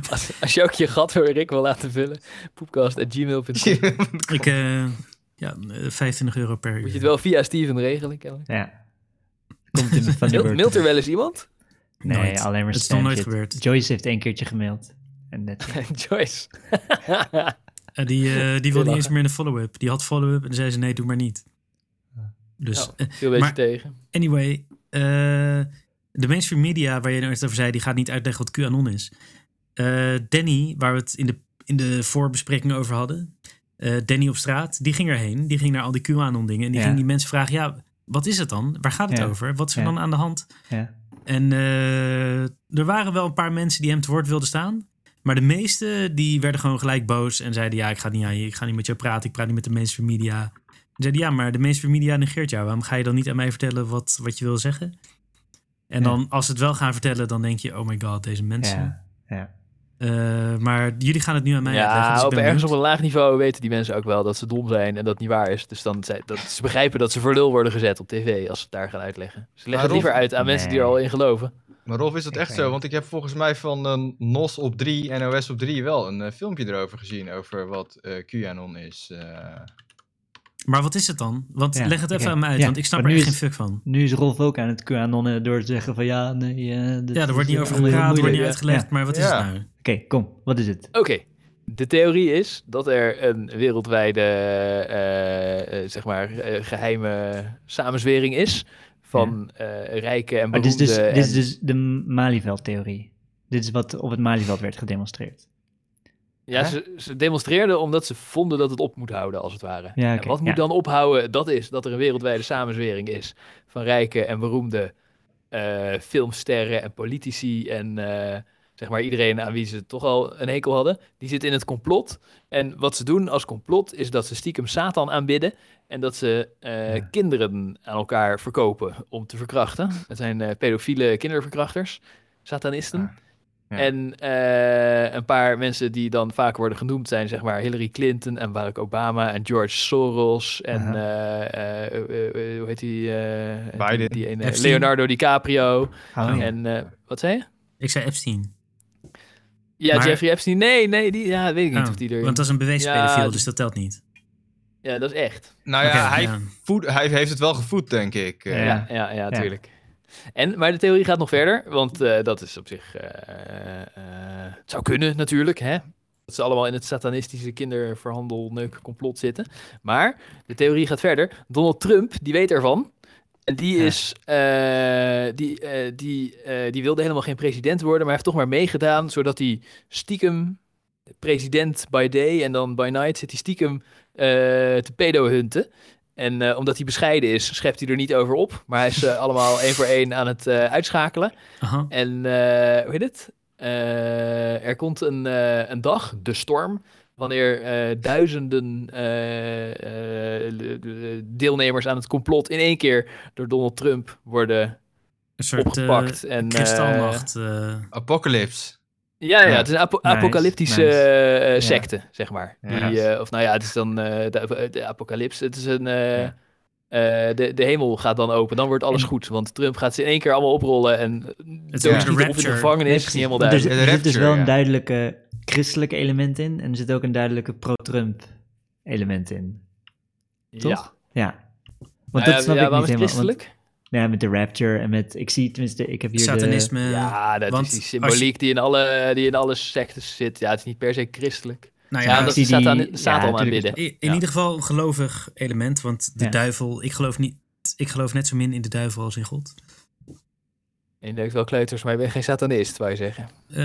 [SPEAKER 2] Als, als je ook je gat voor Rick wil laten vullen, poepkast.gmail.com.
[SPEAKER 1] Ik, eh, ja, eh, 25 euro per uur.
[SPEAKER 2] Moet je het wel via Steven regelen, kennelijk.
[SPEAKER 3] Ja. Komt in de
[SPEAKER 2] Mailt,
[SPEAKER 3] Thunderbird.
[SPEAKER 2] mailt er wel eens iemand?
[SPEAKER 3] Nee,
[SPEAKER 1] Nooit.
[SPEAKER 3] alleen maar
[SPEAKER 1] Het is nog
[SPEAKER 3] spam
[SPEAKER 1] nooit
[SPEAKER 3] shit.
[SPEAKER 1] gebeurd.
[SPEAKER 3] Joyce heeft één keertje gemaild. En dat
[SPEAKER 2] Joyce.
[SPEAKER 1] Eh, die, eh, die wilde
[SPEAKER 2] lachen.
[SPEAKER 1] niet eens meer in de follow-up. Die had follow-up en zei ze nee, doe maar niet. Dus
[SPEAKER 2] Nou, Veel beetje
[SPEAKER 1] Maar-
[SPEAKER 2] tegen.
[SPEAKER 1] Anyway, eh, de mainstream media waar je nou eerst over zei, die gaat niet uitleggen wat QAnon is. Eh, Danny, waar we het in de, in de voorbespreking over hadden, eh, Danny op straat, die ging erheen. Die ging naar al die QAnon dingen en die
[SPEAKER 3] Ja.
[SPEAKER 1] ging die mensen vragen, ja, wat is het dan? Waar gaat het
[SPEAKER 3] Ja.
[SPEAKER 1] over? Wat is er
[SPEAKER 3] Ja.
[SPEAKER 1] dan aan de hand?
[SPEAKER 3] Ja.
[SPEAKER 1] En eh, er waren wel een paar mensen die hem te woord wilden staan. Maar de meesten die werden gewoon gelijk boos en zeiden: Ja, ik ga niet aan je, ik ga niet met jou praten, ik praat niet met de mainstream media. En zeiden: Ja, maar de mainstream media negeert jou. Waarom ga je dan niet aan mij vertellen wat, wat je wil zeggen? En
[SPEAKER 3] Ja. eh,
[SPEAKER 1] dan, als ze het wel gaan vertellen, dan denk je: Oh my god, deze mensen.
[SPEAKER 3] Ja, ja.
[SPEAKER 1] Eh, maar jullie gaan het nu aan mij uitleggen. Dus
[SPEAKER 2] Ja,
[SPEAKER 1] ik
[SPEAKER 2] op,
[SPEAKER 1] ben
[SPEAKER 2] ergens op
[SPEAKER 1] benieuwd.
[SPEAKER 2] een laag niveau weten die mensen ook wel dat ze dom zijn en dat het niet waar is. Dus dan zij, dat, ze begrijpen dat ze voor lul worden gezet op tv als ze het daar gaan uitleggen. Ze leggen het
[SPEAKER 4] Waarom?
[SPEAKER 2] liever uit aan mensen die er
[SPEAKER 3] Nee.
[SPEAKER 2] al in geloven.
[SPEAKER 4] Maar Rolf, is dat
[SPEAKER 3] Ik
[SPEAKER 4] echt
[SPEAKER 3] weet
[SPEAKER 4] zo?
[SPEAKER 3] niet.
[SPEAKER 4] Want ik heb volgens mij van eh, NOS op 3, NOS op 3 wel een eh, filmpje erover gezien. Over wat eh QAnon is. eh.
[SPEAKER 1] Maar wat is het dan? Want
[SPEAKER 3] Ja,
[SPEAKER 1] leg het even
[SPEAKER 3] oké.
[SPEAKER 1] aan mij uit,
[SPEAKER 3] Ja,
[SPEAKER 1] want ik snap er
[SPEAKER 3] maar nu
[SPEAKER 1] echt geen
[SPEAKER 3] is-
[SPEAKER 1] fuck van.
[SPEAKER 3] Nu is Rolf ook aan het QAnonnen door te zeggen van ja, nee. eh, dat
[SPEAKER 1] Ja, er
[SPEAKER 3] is
[SPEAKER 1] wordt niet over
[SPEAKER 3] allemaal heel
[SPEAKER 1] gepraat, er wordt niet
[SPEAKER 3] moeilijk.
[SPEAKER 1] uitgelegd,
[SPEAKER 3] Ja.
[SPEAKER 1] maar wat is
[SPEAKER 4] Ja.
[SPEAKER 1] het nou?
[SPEAKER 3] Oké, kom, wat is het?
[SPEAKER 2] Oké, de theorie is dat er een wereldwijde eh, eh, zeg maar, eh, geheime samenzwering is van eh rijken en
[SPEAKER 3] Maar dit is
[SPEAKER 2] beroemden.
[SPEAKER 3] dus, dit
[SPEAKER 2] en-
[SPEAKER 3] is dus de Malieveld-theorie. Dit is wat op het Malieveld werd gedemonstreerd. dus-
[SPEAKER 2] Ja,
[SPEAKER 4] Hè?
[SPEAKER 2] ze, ze demonstreerden omdat ze vonden dat het op moet houden, als het ware.
[SPEAKER 3] Ja,
[SPEAKER 2] En
[SPEAKER 3] oké,
[SPEAKER 2] wat moet
[SPEAKER 3] ja.
[SPEAKER 2] dan ophouden? Dat is dat er een wereldwijde samenzwering is van rijke en beroemde eh, filmsterren en politici en eh, zeg maar iedereen aan wie ze toch al een hekel hadden. Die zit in het complot. En wat ze doen als complot is dat ze stiekem Satan aanbidden en dat ze eh,
[SPEAKER 3] Ja.
[SPEAKER 2] kinderen aan elkaar verkopen om te verkrachten. Het zijn eh, pedofiele kinderverkrachters, satanisten.
[SPEAKER 3] Ah,
[SPEAKER 4] Ja.
[SPEAKER 2] En eh, een paar mensen die dan vaak worden genoemd zijn, zeg maar Hillary Clinton en Barack Obama en George Soros en
[SPEAKER 3] Aha.
[SPEAKER 2] eh, eh, eh, eh, hoe heet die? eh,
[SPEAKER 4] Biden.
[SPEAKER 2] Die ene,
[SPEAKER 1] Epstein.
[SPEAKER 2] Leonardo DiCaprio.
[SPEAKER 3] Oh, ja.
[SPEAKER 2] En eh, wat zei je?
[SPEAKER 1] Ik zei Epstein.
[SPEAKER 2] Ja,
[SPEAKER 1] Maar-
[SPEAKER 2] Jeffrey Epstein. Nee, nee, die, ja, weet ik niet
[SPEAKER 1] Oh,
[SPEAKER 2] of die er.
[SPEAKER 1] want dat is een bewezen pedofiel,
[SPEAKER 2] Ja,
[SPEAKER 1] dus dat telt niet.
[SPEAKER 2] Ja, dat is echt.
[SPEAKER 4] nou ja,
[SPEAKER 1] Oké,
[SPEAKER 4] hij,
[SPEAKER 1] ja.
[SPEAKER 4] voed- hij heeft het wel gevoed, denk ik. eh.
[SPEAKER 3] Ja.
[SPEAKER 2] Ja, ja, ja, tuurlijk. En, maar de theorie gaat nog verder, want eh, dat is op zich. eh, eh, eh, het zou kunnen natuurlijk, hè? Dat ze allemaal in het satanistische kinderverhandel, neuk, complot zitten. Maar de theorie gaat verder. Donald Trump, die weet ervan. En die,
[SPEAKER 3] Ja.
[SPEAKER 2] is, eh, die, eh, die, eh, die wilde helemaal geen president worden, maar heeft toch maar meegedaan, zodat hij stiekem president by day en dan by night zit hij stiekem eh, te pedo-hunten. En eh, omdat hij bescheiden is, schept hij er niet over op. Maar hij is eh, allemaal één voor één aan het eh, uitschakelen.
[SPEAKER 1] Aha.
[SPEAKER 2] En eh, hoe heet het? Eh, er komt een, eh, een dag, de storm, wanneer eh, duizenden eh, eh, de- de- deelnemers aan het complot in één keer door Donald Trump worden
[SPEAKER 1] Een soort eh,
[SPEAKER 2] opgepakt. en, eh,
[SPEAKER 1] kristalnacht. eh,
[SPEAKER 4] Apocalypse.
[SPEAKER 2] Ja, ja,
[SPEAKER 4] Ja.
[SPEAKER 2] het is een apo-
[SPEAKER 3] Nice,
[SPEAKER 2] apocalyptische
[SPEAKER 3] nice.
[SPEAKER 2] eh,
[SPEAKER 4] Ja.
[SPEAKER 2] secte, zeg maar. Die,
[SPEAKER 4] Ja.
[SPEAKER 2] eh, of nou ja, het is dan eh, de, de apocalypse. Het is een. eh,
[SPEAKER 4] Ja.
[SPEAKER 2] eh, de, de hemel gaat dan open, dan wordt alles
[SPEAKER 3] En-
[SPEAKER 2] goed. Want Trump gaat ze in één keer allemaal oprollen. En
[SPEAKER 1] is
[SPEAKER 2] het is
[SPEAKER 1] de
[SPEAKER 2] niet of in de
[SPEAKER 1] rapture.
[SPEAKER 2] gevangenis, is niet helemaal duidelijk.
[SPEAKER 3] Er,
[SPEAKER 4] De
[SPEAKER 3] zit- er zit dus
[SPEAKER 4] rapture,
[SPEAKER 3] wel een
[SPEAKER 4] ja.
[SPEAKER 3] duidelijke christelijke element in. En er zit ook een duidelijke pro-Trump element in. dus- toch?
[SPEAKER 2] Ja.
[SPEAKER 3] Ja. Want
[SPEAKER 2] Nou
[SPEAKER 3] dat snap
[SPEAKER 2] ja,
[SPEAKER 3] ik
[SPEAKER 2] waarom is het
[SPEAKER 3] niet helemaal. want- Nou
[SPEAKER 2] christelijk?
[SPEAKER 3] Ja, met de Rapture en met. Ik zie tenminste, ik heb hier. De,
[SPEAKER 1] satanisme.
[SPEAKER 2] ja, dat
[SPEAKER 1] want
[SPEAKER 2] is die
[SPEAKER 1] als
[SPEAKER 2] symboliek die, in alle, die in alle sectes zit. Ja, het is niet per se christelijk.
[SPEAKER 1] nou
[SPEAKER 2] Ja,
[SPEAKER 1] ja,
[SPEAKER 2] dat
[SPEAKER 3] zie
[SPEAKER 2] is
[SPEAKER 3] die-
[SPEAKER 2] Satan,
[SPEAKER 3] ja,
[SPEAKER 2] Satan
[SPEAKER 3] natuurlijk is
[SPEAKER 2] aanbidden.
[SPEAKER 1] i- in
[SPEAKER 2] ja.
[SPEAKER 1] ieder geval een gelovig element, want de
[SPEAKER 3] Ja.
[SPEAKER 1] duivel, ik geloof niet, ik geloof net zo min in de duivel als in God.
[SPEAKER 2] En je denkt wel kleuters, maar je bent geen satanist, wou je zeggen.
[SPEAKER 1] Eh,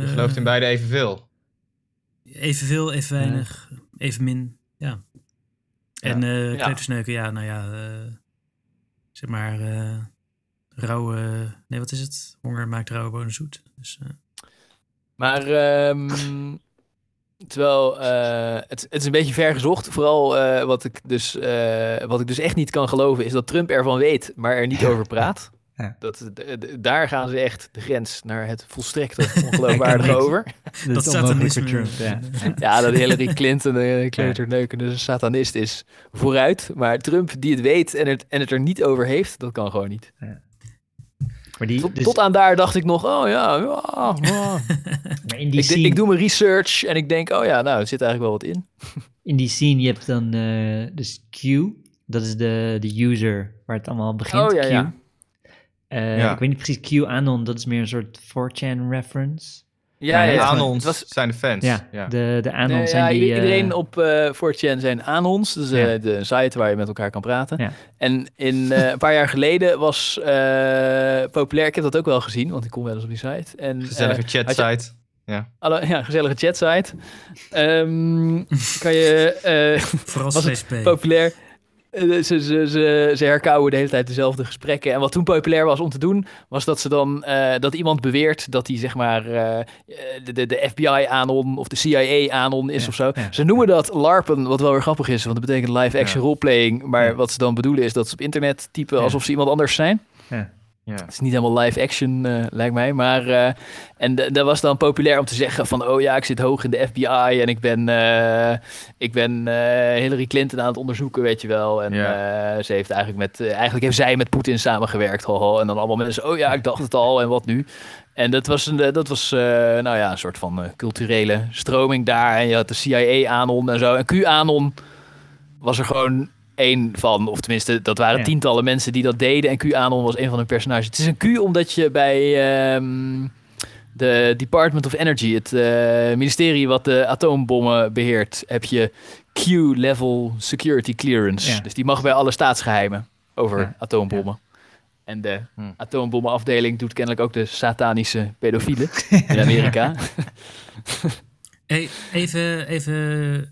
[SPEAKER 4] Je gelooft in beide evenveel.
[SPEAKER 1] Evenveel, even
[SPEAKER 3] Ja.
[SPEAKER 1] weinig, even min. Ja. En eh
[SPEAKER 2] Ja.
[SPEAKER 1] kleutersneuken, ja, nou ja, eh, zeg maar, eh rauwe, nee, wat is het? Honger maakt rauwe bonen zoet. Dus, eh,
[SPEAKER 2] Maar ehm, terwijl eh, het, het is een beetje ver gezocht. Vooral eh, wat, ik dus, eh, wat ik dus echt niet kan geloven is dat Trump ervan weet, maar er niet over praat.
[SPEAKER 3] Ja.
[SPEAKER 2] Dat, d- d- daar gaan ze echt de grens naar het volstrekte ongeloofwaardige
[SPEAKER 3] Kijk,
[SPEAKER 2] over.
[SPEAKER 1] dat
[SPEAKER 3] dat satanisme.
[SPEAKER 1] satanisme.
[SPEAKER 3] Trump, ja.
[SPEAKER 2] Ja, dat Hillary Clinton, de kleuterneukende een satanist is, vooruit. Maar Trump, die het weet en het, en het er niet over heeft, dat kan gewoon niet.
[SPEAKER 3] Maar, die,
[SPEAKER 2] Tot,
[SPEAKER 3] dus,
[SPEAKER 2] tot aan daar dacht ik nog, oh ja, ja, ja.
[SPEAKER 3] maar in die
[SPEAKER 2] Ik, de-
[SPEAKER 3] scene,
[SPEAKER 2] ik doe mijn research en ik denk, oh ja, nou, er zit eigenlijk wel wat in.
[SPEAKER 3] in die scene je hebt dan eh, dus Q. Dat is de, de user waar het allemaal begint.
[SPEAKER 2] Oh, ja,
[SPEAKER 3] Q.
[SPEAKER 2] ja.
[SPEAKER 3] Eh,
[SPEAKER 4] Ja.
[SPEAKER 3] Ik weet niet precies, Q Anon, dat is meer een soort 4chan reference.
[SPEAKER 2] Ja,
[SPEAKER 3] Ja,
[SPEAKER 2] ja,
[SPEAKER 3] maar-
[SPEAKER 4] Aan
[SPEAKER 2] Het
[SPEAKER 4] ons
[SPEAKER 2] was-
[SPEAKER 4] zijn de fans.
[SPEAKER 3] Ja,
[SPEAKER 4] Ja.
[SPEAKER 3] de, de Anon
[SPEAKER 2] Nee,
[SPEAKER 3] zijn
[SPEAKER 2] ja,
[SPEAKER 3] die...
[SPEAKER 2] ieder-
[SPEAKER 3] eh,
[SPEAKER 2] iedereen op eh 4chan zijn aan ons. Dus eh,
[SPEAKER 3] Ja.
[SPEAKER 2] de site waar je met elkaar kan praten.
[SPEAKER 3] Ja.
[SPEAKER 2] En in, eh, een paar jaar geleden was eh, populair. Ik heb dat ook wel gezien, want ik kom wel eens op die site. En, eh,
[SPEAKER 4] Gezellige chatsite.
[SPEAKER 2] alle, ja, gezellige chatsite. Ehm kan je eh,
[SPEAKER 1] vooral
[SPEAKER 2] Was het
[SPEAKER 1] CSP.
[SPEAKER 2] populair. eh, Ze, ze, ze, ze herkauwen de hele tijd dezelfde gesprekken. En wat toen populair was om te doen, was dat ze dan eh, dat iemand beweert dat hij zeg maar eh, de, de, de FBI anon of de CIA anon is
[SPEAKER 3] Ja,
[SPEAKER 2] of zo.
[SPEAKER 3] ja.
[SPEAKER 2] Ze noemen dat LARPen, wat wel weer grappig is, want dat betekent live action roleplaying. Maar
[SPEAKER 3] Ja.
[SPEAKER 2] wat ze dan bedoelen is dat ze op internet typen
[SPEAKER 3] Ja.
[SPEAKER 2] alsof ze iemand anders zijn.
[SPEAKER 3] Ja.
[SPEAKER 4] Ja.
[SPEAKER 2] Het is niet helemaal live action, eh, lijkt mij. Maar, eh, en d- dat was dan populair om te zeggen van... oh ja, ik zit hoog in de FBI en ik ben, eh, ik ben eh, Hillary Clinton aan het onderzoeken, weet je wel. En eh, ze heeft eigenlijk, met, eh, eigenlijk heeft zij met Poetin samengewerkt. Hoho. En dan allemaal mensen, oh ja, ik dacht het al en wat nu? En dat was, een, eh, dat was eh, nou ja, een soort van eh, culturele stroming daar. En je had de CIA-anon en zo. En Q-anon was er gewoon één van. Of tenminste, dat waren
[SPEAKER 3] Ja.
[SPEAKER 2] tientallen mensen die dat deden. En Q-anon was één van hun personages. Het is een Q omdat je bij ehm, de Department of Energy... het eh, ministerie wat de atoombommen beheert... heb je Q-level security clearance.
[SPEAKER 3] Ja.
[SPEAKER 2] Dus die mag bij alle staatsgeheimen over
[SPEAKER 3] Ja.
[SPEAKER 2] atoombommen. En de
[SPEAKER 4] Hm.
[SPEAKER 2] atoombommenafdeling doet kennelijk ook de satanische pedofielen in Amerika.
[SPEAKER 1] Hey, even, even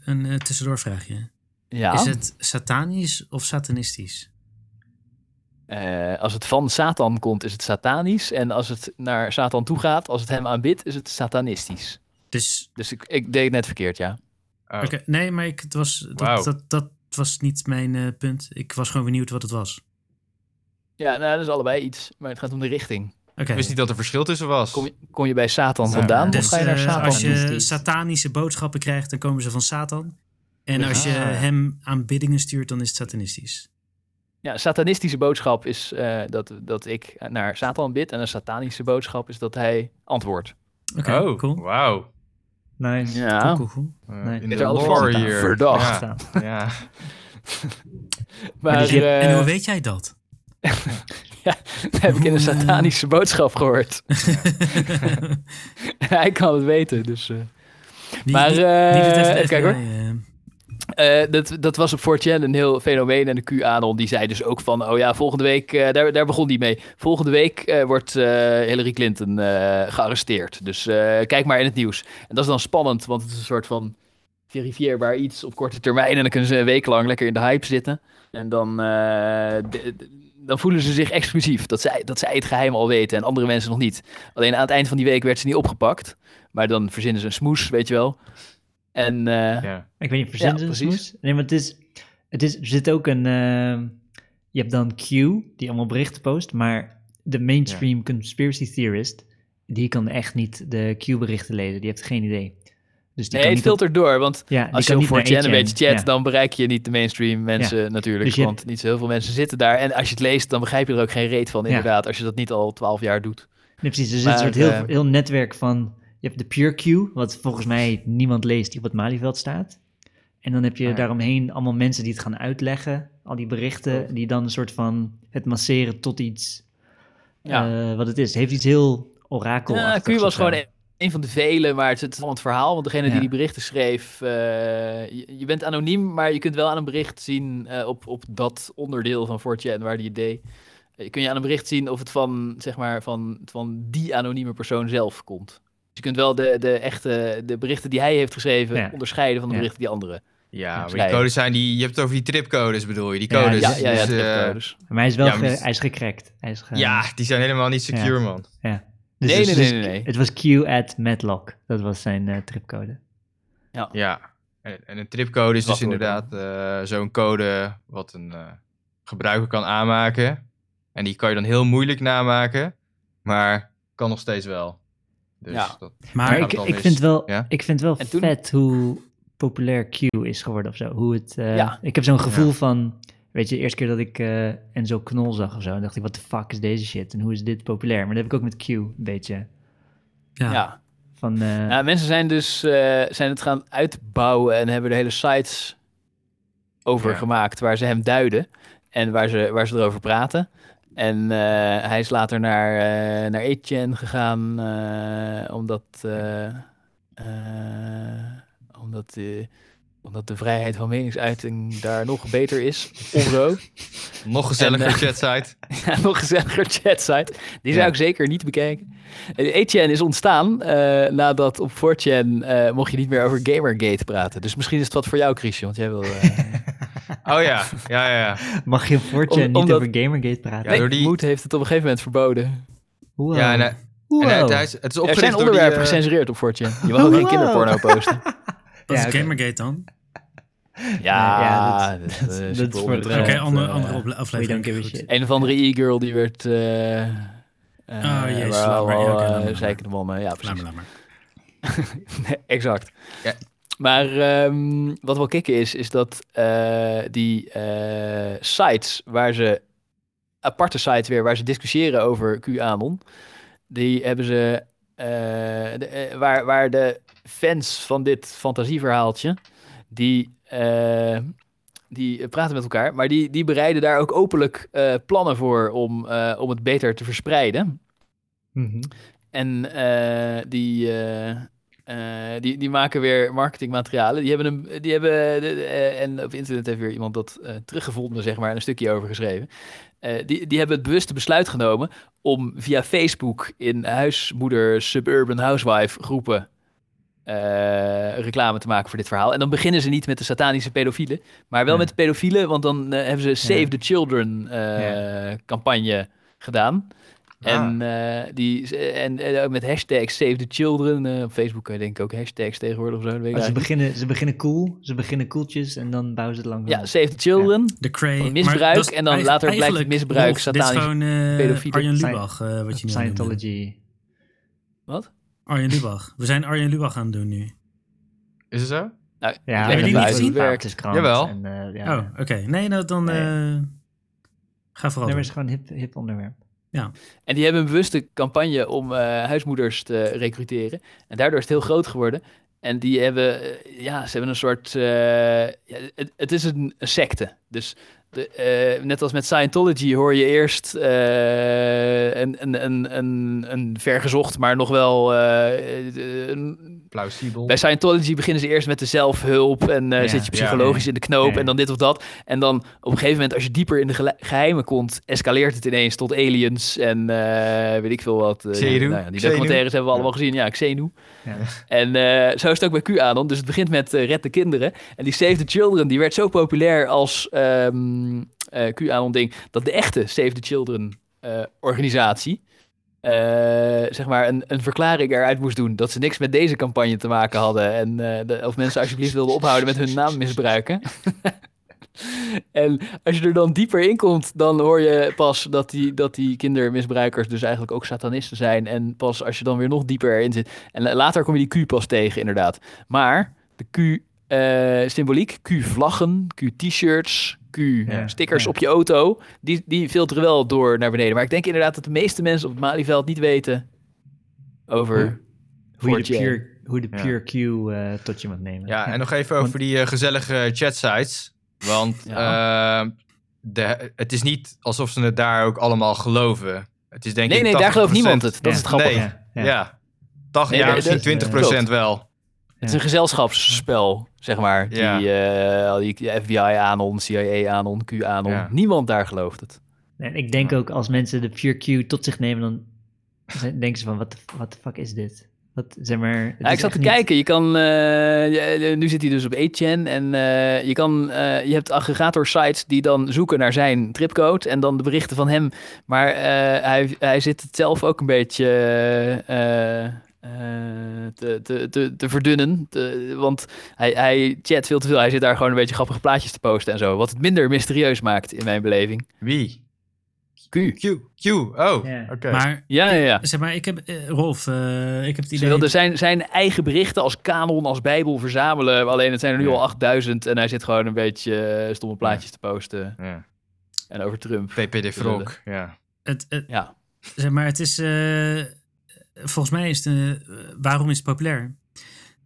[SPEAKER 1] een eh, tussendoorvraagje.
[SPEAKER 2] ja,
[SPEAKER 1] Is het satanisch of satanistisch?
[SPEAKER 2] eh, als het van Satan komt, is het satanisch. En als het naar Satan toe gaat, als het hem aanbidt, is het satanistisch.
[SPEAKER 1] Dus,
[SPEAKER 2] Dus ik, ik deed het net verkeerd, ja.
[SPEAKER 4] Oh.
[SPEAKER 1] oké, nee, maar ik, het was, dat,
[SPEAKER 4] Wauw.
[SPEAKER 1] dat, dat was niet mijn eh, punt. Ik was gewoon benieuwd wat het was.
[SPEAKER 2] Ja, nou, dat is allebei iets, maar het gaat om de richting.
[SPEAKER 1] Oké.
[SPEAKER 4] Ik wist niet dat er verschil tussen was.
[SPEAKER 2] Kom je, kom je bij Satan
[SPEAKER 3] Nou,
[SPEAKER 2] vandaan
[SPEAKER 3] dus,
[SPEAKER 2] of ga je naar
[SPEAKER 1] eh,
[SPEAKER 2] Satan?
[SPEAKER 1] als je
[SPEAKER 3] toe?
[SPEAKER 1] satanische boodschappen krijgt, dan komen ze van Satan. En als je
[SPEAKER 4] Ah.
[SPEAKER 1] hem aanbiddingen stuurt, dan is het satanistisch.
[SPEAKER 2] Ja, satanistische boodschap is eh, dat, dat ik naar Satan bid. En een satanische boodschap is dat hij antwoordt.
[SPEAKER 1] Oké,
[SPEAKER 4] oh,
[SPEAKER 1] cool. Cool,
[SPEAKER 4] wauw.
[SPEAKER 3] Nice.
[SPEAKER 2] Ja,
[SPEAKER 1] cool, cool.
[SPEAKER 4] Eh,
[SPEAKER 3] Nee.
[SPEAKER 4] in
[SPEAKER 2] Is
[SPEAKER 4] de
[SPEAKER 2] er alles
[SPEAKER 4] lore
[SPEAKER 2] van
[SPEAKER 4] hier.
[SPEAKER 2] verdacht?
[SPEAKER 4] Ja,
[SPEAKER 3] Staan.
[SPEAKER 4] ja.
[SPEAKER 2] maar
[SPEAKER 1] Dus je-
[SPEAKER 2] eh,
[SPEAKER 1] en hoe weet jij dat?
[SPEAKER 2] heb ik in een satanische boodschap gehoord.
[SPEAKER 1] Die-
[SPEAKER 2] hij kan het weten, dus... eh. maar
[SPEAKER 1] die-
[SPEAKER 2] eh,
[SPEAKER 1] die doet even
[SPEAKER 2] even kijken hoor.
[SPEAKER 1] FBI, eh,
[SPEAKER 2] Eh, dat, dat was op 4chan een heel fenomeen. En de Q-anon die zei dus ook van... Oh ja, volgende week... eh, daar, daar begon die mee. Volgende week eh, wordt eh, Hillary Clinton eh, gearresteerd. Dus eh, kijk maar in het nieuws. En dat is dan spannend, want het is een soort van... Verifieerbaar iets op korte termijn. En dan kunnen ze een week lang lekker in de hype zitten. En dan, eh, d- d- dan voelen ze zich exclusief. Dat zij, dat zij het geheim al weten en andere mensen nog niet. Alleen aan het eind van die week werd ze niet opgepakt. Maar dan verzinnen ze een smoes, weet je wel. En... eh,
[SPEAKER 4] ja.
[SPEAKER 3] Ik weet niet, verzinnen
[SPEAKER 2] Ja,
[SPEAKER 3] ze het
[SPEAKER 2] precies.
[SPEAKER 3] smoes? Nee, maar het is, het is, er zit ook een, ehm, je hebt dan Q, die allemaal berichten post, maar de mainstream conspiracy theorist, die kan echt niet de Q berichten lezen, die heeft geen idee. Dus die
[SPEAKER 2] Nee,
[SPEAKER 3] kan
[SPEAKER 2] het
[SPEAKER 3] niet op-
[SPEAKER 2] filtert door, want
[SPEAKER 3] ja, die
[SPEAKER 2] als je op
[SPEAKER 3] kan niet naar
[SPEAKER 2] 4chan een
[SPEAKER 3] 8chan,
[SPEAKER 2] beetje chat,
[SPEAKER 3] ja.
[SPEAKER 2] dan bereik je niet de mainstream mensen natuurlijk,
[SPEAKER 3] Dus je-
[SPEAKER 2] want niet zo heel veel mensen zitten daar. En als je het leest, dan begrijp je er ook geen reet van,
[SPEAKER 3] Ja.
[SPEAKER 2] inderdaad, als je dat niet al twaalf jaar doet.
[SPEAKER 3] Nee, precies. Er zit
[SPEAKER 2] Maar,
[SPEAKER 3] een soort heel,
[SPEAKER 2] eh,
[SPEAKER 3] heel netwerk van. Je hebt de Pure Q, wat volgens mij niemand leest die op het Malieveld staat. En dan heb je
[SPEAKER 4] Ah, ja.
[SPEAKER 3] daaromheen allemaal mensen die het gaan uitleggen. Al die berichten, die dan een soort van het masseren tot iets.
[SPEAKER 2] Ja.
[SPEAKER 3] eh, wat het is. Het heeft iets heel orakel.
[SPEAKER 2] Ja, Q was gewoon e- een, een van de vele, maar het zit van het verhaal, want degene
[SPEAKER 3] Ja.
[SPEAKER 2] die die berichten schreef, eh, je, je bent anoniem, maar je kunt wel aan een bericht zien eh, op, op dat onderdeel van 4chan waar die het deed. Eh, kun je aan een bericht zien of het van, zeg maar, van, van die anonieme persoon zelf komt. Dus je kunt wel de, de echte de berichten die hij heeft geschreven
[SPEAKER 3] Ja.
[SPEAKER 2] onderscheiden van de
[SPEAKER 3] Ja.
[SPEAKER 2] berichten die anderen.
[SPEAKER 4] Ja, maar die
[SPEAKER 2] Zij-
[SPEAKER 4] codes zijn die... Je hebt het over die tripcodes bedoel je, die
[SPEAKER 3] Ja,
[SPEAKER 4] codes.
[SPEAKER 2] ja, ja, ja,
[SPEAKER 4] Dus, eh,
[SPEAKER 2] tripcodes.
[SPEAKER 3] Maar hij is wel
[SPEAKER 4] Ja, maar
[SPEAKER 3] ge-
[SPEAKER 4] die is-
[SPEAKER 3] hij is gecrackt. Hij is ge-
[SPEAKER 4] ja, die zijn helemaal niet secure, man.
[SPEAKER 3] ja.
[SPEAKER 2] Nee,
[SPEAKER 3] het is- dus
[SPEAKER 2] nee, nee, nee, nee.
[SPEAKER 3] Het was Q at Matlock. Dat was zijn eh, tripcode.
[SPEAKER 4] Ja. En, en een tripcode is dus
[SPEAKER 2] Wachtwoord,
[SPEAKER 4] inderdaad eh, zo'n code wat een eh, gebruiker kan aanmaken. En die kan je dan heel moeilijk namaken, maar kan nog steeds wel. Dus
[SPEAKER 2] Ja.
[SPEAKER 4] dat,
[SPEAKER 1] maar
[SPEAKER 3] Maar
[SPEAKER 4] Ja,
[SPEAKER 3] ik,
[SPEAKER 4] dat dan
[SPEAKER 3] ik,
[SPEAKER 4] is-
[SPEAKER 3] vind wel,
[SPEAKER 4] ja.
[SPEAKER 3] ik vind wel
[SPEAKER 2] En toen-
[SPEAKER 3] vet hoe populair Q is geworden of zo. Hoe het, eh,
[SPEAKER 2] Ja.
[SPEAKER 3] Ik heb zo'n gevoel
[SPEAKER 4] Ja.
[SPEAKER 3] van, weet je, de eerste keer dat ik eh Enzo Knol zag of zo, dacht ik, wat de fuck is deze shit en hoe is dit populair? Maar dat heb ik ook met Q een beetje.
[SPEAKER 1] ja.
[SPEAKER 2] ja.
[SPEAKER 3] Van, eh,
[SPEAKER 2] Ja, mensen zijn dus eh, zijn het gaan uitbouwen en hebben er hele sites over
[SPEAKER 4] Ja.
[SPEAKER 2] gemaakt waar ze hem duiden en waar ze, waar ze erover praten. En eh, hij is later naar, eh naar 8chan gegaan, eh, omdat, eh, eh, omdat, eh, omdat de vrijheid van meningsuiting daar nog beter is, of zo.
[SPEAKER 4] nog gezelliger
[SPEAKER 2] En, eh,
[SPEAKER 4] chatsite.
[SPEAKER 2] Ja, nog gezelliger chatsite. Die zou
[SPEAKER 4] Ja.
[SPEAKER 2] ik zeker niet bekijken. Eh, 8chan is ontstaan eh, nadat op 4chan eh, mocht je niet meer over Gamergate praten. Dus misschien is het wat voor jou, Christian. Want jij wil... eh,
[SPEAKER 4] Oh ja, ja, ja. ja.
[SPEAKER 3] mag je voortje
[SPEAKER 2] om-
[SPEAKER 3] niet
[SPEAKER 2] omdat-
[SPEAKER 3] over Gamergate praten?
[SPEAKER 4] Ja,
[SPEAKER 2] nee,
[SPEAKER 4] door die-
[SPEAKER 2] Moed heeft het op een gegeven moment verboden.
[SPEAKER 3] Wow.
[SPEAKER 4] Ja, en, eh,
[SPEAKER 3] Wow.
[SPEAKER 4] en het, hij is- het is
[SPEAKER 2] Er
[SPEAKER 4] opgericht
[SPEAKER 2] zijn
[SPEAKER 4] door die,
[SPEAKER 2] onderwerpen
[SPEAKER 4] eh,
[SPEAKER 2] gecensureerd op 4chan. Je mag ook geen
[SPEAKER 3] Wow.
[SPEAKER 2] kinderporno posten.
[SPEAKER 1] Wat
[SPEAKER 3] Ja,
[SPEAKER 1] is
[SPEAKER 3] oké.
[SPEAKER 1] Gamergate dan?
[SPEAKER 2] Ja,
[SPEAKER 3] ja,
[SPEAKER 2] dat,
[SPEAKER 3] dat-
[SPEAKER 2] eh,
[SPEAKER 3] dat
[SPEAKER 2] super
[SPEAKER 3] is voor-
[SPEAKER 1] Oké,
[SPEAKER 2] onbedreigd,
[SPEAKER 1] andere,
[SPEAKER 2] eh.
[SPEAKER 1] andere opla-
[SPEAKER 3] We don't
[SPEAKER 1] aflevering.
[SPEAKER 3] give a
[SPEAKER 1] Goed.
[SPEAKER 3] shit.
[SPEAKER 2] Een of andere e-girl die werd. eh eh,
[SPEAKER 1] Oh, jezus, laat maar.
[SPEAKER 2] waar
[SPEAKER 1] Ja,
[SPEAKER 2] allemaal,
[SPEAKER 1] oké,
[SPEAKER 2] eh,
[SPEAKER 1] laat maar.
[SPEAKER 2] zeikende mannen. Ja, precies.
[SPEAKER 1] Laat maar, laat maar.
[SPEAKER 2] exact.
[SPEAKER 4] Ja.
[SPEAKER 2] Maar ehm, wat wel kicken is, is dat eh, die eh, sites waar ze, aparte sites weer, waar ze discussiëren over QAnon, die hebben ze, eh, de- eh, waar, waar de fans van dit fantasieverhaaltje, die, eh, die praten met elkaar, maar die, die bereiden daar ook openlijk eh, plannen voor om, eh, om het beter te verspreiden. En eh, die, eh, eh, die, die maken weer marketingmaterialen. Die hebben een, die hebben, de- de- eh, en op internet heeft weer iemand dat eh, teruggevonden, zeg maar, en een stukje over geschreven. Eh, die, die hebben het bewuste besluit genomen om via Facebook in huismoeder, suburban housewife groepen eh, reclame te maken voor dit verhaal. En dan beginnen ze niet met de satanische pedofielen, maar wel
[SPEAKER 3] Ja.
[SPEAKER 2] met de pedofielen, want dan eh, hebben ze Save
[SPEAKER 3] Ja.
[SPEAKER 2] the Children eh, campagne gedaan. En,
[SPEAKER 3] Ah.
[SPEAKER 2] eh, die, ze- en, en ook met hashtags Save the Children. eh, op Facebook kan je denk ik ook hashtags tegenwoordig of zo. dat weet ik
[SPEAKER 3] Oh, ze,
[SPEAKER 2] eigenlijk
[SPEAKER 3] beginnen, ze beginnen cool, ze beginnen koeltjes en dan bouwen ze het lang
[SPEAKER 2] niet.
[SPEAKER 3] door.
[SPEAKER 2] ja, Save the Children.
[SPEAKER 1] De Cray.
[SPEAKER 2] Van misbruik
[SPEAKER 1] maar dat is
[SPEAKER 2] en dan
[SPEAKER 1] eig-
[SPEAKER 2] later blijkt
[SPEAKER 1] eigenlijk,
[SPEAKER 2] misbruik,
[SPEAKER 1] Rolf, Dit is
[SPEAKER 2] satanisch,
[SPEAKER 1] gewoon eh
[SPEAKER 2] pedofiele-
[SPEAKER 1] Arjen
[SPEAKER 3] Sci-
[SPEAKER 1] Lubach, eh, wat je nu aan het doen bent.
[SPEAKER 3] Scientology.
[SPEAKER 1] Arjen Lubach. We zijn Arjen Lubach aan het doen nu.
[SPEAKER 4] Is het zo?
[SPEAKER 3] Ja,
[SPEAKER 1] Hebben jullie
[SPEAKER 3] en
[SPEAKER 1] niet
[SPEAKER 3] de
[SPEAKER 1] gezien?
[SPEAKER 3] Paapjeskrant
[SPEAKER 4] Jawel.
[SPEAKER 3] En, eh, ja.
[SPEAKER 1] Oh, oké. Nee, nou dan... eh, ga vooral
[SPEAKER 3] Nee, maar
[SPEAKER 1] door.
[SPEAKER 3] het is gewoon een hip, hip onderwerp.
[SPEAKER 2] En die hebben een bewuste campagne om eh, huismoeders te recruteren. En daardoor is het heel groot geworden. En die hebben, eh, ja, ze hebben een soort, eh, ja, het, het is een, een secte. Dus de, eh, net als met Scientology hoor je eerst eh, een, een, een, een, een vergezocht, maar nog wel eh, een,
[SPEAKER 4] Plausibel.
[SPEAKER 2] bij Scientology beginnen ze eerst met de zelfhulp en eh,
[SPEAKER 3] Ja,
[SPEAKER 2] zit je
[SPEAKER 4] ja,
[SPEAKER 2] psychologisch
[SPEAKER 3] ja,
[SPEAKER 2] in
[SPEAKER 3] ja.
[SPEAKER 2] de knoop
[SPEAKER 3] Ja, ja.
[SPEAKER 2] en dan dit of dat. En dan op een gegeven moment, als je dieper in de gele- geheimen komt, escaleert het ineens tot aliens en eh, weet ik veel wat. eh,
[SPEAKER 4] Xenu.
[SPEAKER 2] nou ja, die
[SPEAKER 4] Xenu.
[SPEAKER 2] documentaires hebben we allemaal gezien. Ja, Xenu.
[SPEAKER 3] Ja.
[SPEAKER 2] En eh, zo is het ook bij QAnon. Dus het begint met eh, Red de Kinderen. En die Save the Children, die werd zo populair als ehm eh, QAnon-ding... dat de echte Save the Children eh, organisatie... eh, zeg maar een, een verklaring eruit moest doen dat ze niks met deze campagne te maken hadden. En eh, de- of mensen alsjeblieft wilden ophouden met hun naam misbruiken. en als je er dan dieper in komt, dan hoor je pas dat die, dat die kindermisbruikers dus eigenlijk ook satanisten zijn. En pas als je dan weer nog dieper erin zit. En la- later kom je die Q pas tegen, inderdaad. Maar de Q-symboliek, Q-vlaggen, Q-t-shirts,
[SPEAKER 3] Ja,
[SPEAKER 2] Q-stickers
[SPEAKER 3] ja.
[SPEAKER 2] op je auto, die, die filteren wel door naar beneden. Maar ik denk inderdaad dat de meeste mensen op het Malieveld niet weten over...
[SPEAKER 3] Hoe je de
[SPEAKER 2] 4chan.
[SPEAKER 3] pure, hoe je de
[SPEAKER 4] Ja.
[SPEAKER 3] pure Q eh, tot je moet nemen.
[SPEAKER 4] Ja, en nog even over die eh, gezellige chatsites. Want eh, de, het is niet alsof ze het daar ook allemaal geloven. Het is denk
[SPEAKER 2] Nee,
[SPEAKER 4] ik
[SPEAKER 2] nee, daar gelooft
[SPEAKER 4] 80%
[SPEAKER 2] niemand het. Dat is het grappige.
[SPEAKER 4] Nee,
[SPEAKER 3] Ja, ja.
[SPEAKER 4] ja. Dag,
[SPEAKER 2] Nee,
[SPEAKER 4] ja,
[SPEAKER 2] nee,
[SPEAKER 4] misschien
[SPEAKER 2] dat- eh,
[SPEAKER 4] 20
[SPEAKER 2] klopt.
[SPEAKER 4] wel.
[SPEAKER 2] Het is een gezelschapsspel, zeg maar.
[SPEAKER 4] Ja.
[SPEAKER 2] Die, eh, al die FBI anon, CIA anon, Q anon.
[SPEAKER 4] Ja.
[SPEAKER 2] Niemand daar gelooft het.
[SPEAKER 3] En ik denk ook als mensen de pure Q tot zich nemen, dan zijn- denken ze van, wat de what the fuck is dit? Wat, zeg maar, het
[SPEAKER 2] Ja,
[SPEAKER 3] is
[SPEAKER 2] ik zat te
[SPEAKER 3] echt niet-
[SPEAKER 2] kijken. Je kan, eh, je- eh, nu zit hij dus op 8chan. En eh, je, kan, eh, je hebt aggregator sites die dan zoeken naar zijn tripcode. En dan de berichten van hem. Maar eh, hij, hij zit het zelf ook een beetje eh, eh, te, te, te, te verdunnen. Te- want hij, hij chat veel te veel. Hij zit daar gewoon een beetje grappige plaatjes te posten en zo. Wat het minder mysterieus maakt in mijn beleving.
[SPEAKER 4] Wie?
[SPEAKER 2] Q. Ja,
[SPEAKER 4] Q. Q. Oh,
[SPEAKER 3] Ja.
[SPEAKER 4] oké.
[SPEAKER 1] Maar,
[SPEAKER 2] ja, ja.
[SPEAKER 1] zeg maar, ik heb... eh, Rolf, eh, ik heb het
[SPEAKER 2] Ze
[SPEAKER 1] idee...
[SPEAKER 2] wilden zijn, zijn eigen berichten als kanon, als bijbel verzamelen. Alleen het zijn er nu
[SPEAKER 4] Ja.
[SPEAKER 2] al 8000 en hij zit gewoon een beetje eh, stomme plaatjes te posten.
[SPEAKER 4] Ja.
[SPEAKER 2] En over Trump.
[SPEAKER 4] PP de Frog. Ja.
[SPEAKER 1] Het, het-
[SPEAKER 2] Ja.
[SPEAKER 1] Zeg maar, het is... eh, volgens mij is het... eh, waarom is het populair?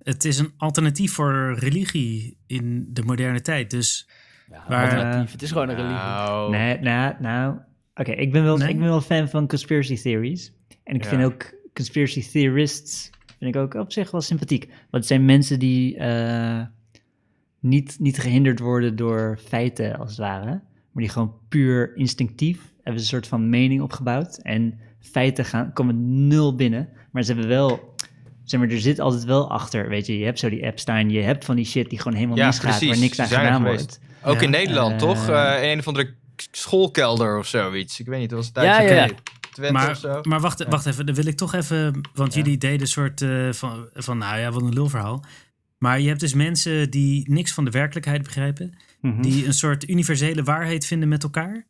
[SPEAKER 1] Het is een alternatief voor religie in de moderne tijd. Dus
[SPEAKER 2] ja
[SPEAKER 1] Maar,
[SPEAKER 2] alternatief. het is gewoon een religie.
[SPEAKER 4] Nou,
[SPEAKER 3] Nee, nou, nou. Oké, ik, ben wel
[SPEAKER 1] Nee?
[SPEAKER 3] ik ben wel fan van conspiracy theories. En ik
[SPEAKER 4] Ja.
[SPEAKER 3] vind ook conspiracy theorists vind ik ook op zich wel sympathiek. Want het zijn mensen die eh, niet, niet gehinderd worden door feiten, als het ware. Maar die gewoon puur instinctief hebben ze een soort van mening opgebouwd. En feiten gaan, komen nul binnen. Maar ze hebben wel... Zeg maar, er zit altijd wel achter, weet je. Je hebt zo die Epstein, je hebt van die shit die gewoon helemaal
[SPEAKER 4] Ja,
[SPEAKER 3] misgaat, waar
[SPEAKER 4] precies.
[SPEAKER 3] niks aan
[SPEAKER 4] Die zijn er
[SPEAKER 3] gedaan
[SPEAKER 4] geweest.
[SPEAKER 3] wordt.
[SPEAKER 4] Ook
[SPEAKER 1] Ja.
[SPEAKER 4] in Nederland,
[SPEAKER 3] Eh,
[SPEAKER 4] toch? Eh, in een of andere k- schoolkelder of zoiets. Ik weet niet, dat was een
[SPEAKER 2] Ja,
[SPEAKER 4] tijdje
[SPEAKER 2] ja, ja.
[SPEAKER 4] geleden. Twente of
[SPEAKER 1] Maar,
[SPEAKER 4] zo.
[SPEAKER 1] maar wacht, wacht even, dan wil ik toch even... Want jullie deden een soort eh, van, van, nou ja, wat een lulverhaal. Maar je hebt dus mensen die niks van de werkelijkheid begrijpen.
[SPEAKER 2] Hm.
[SPEAKER 3] Mhm.
[SPEAKER 1] Die een soort universele waarheid vinden met elkaar.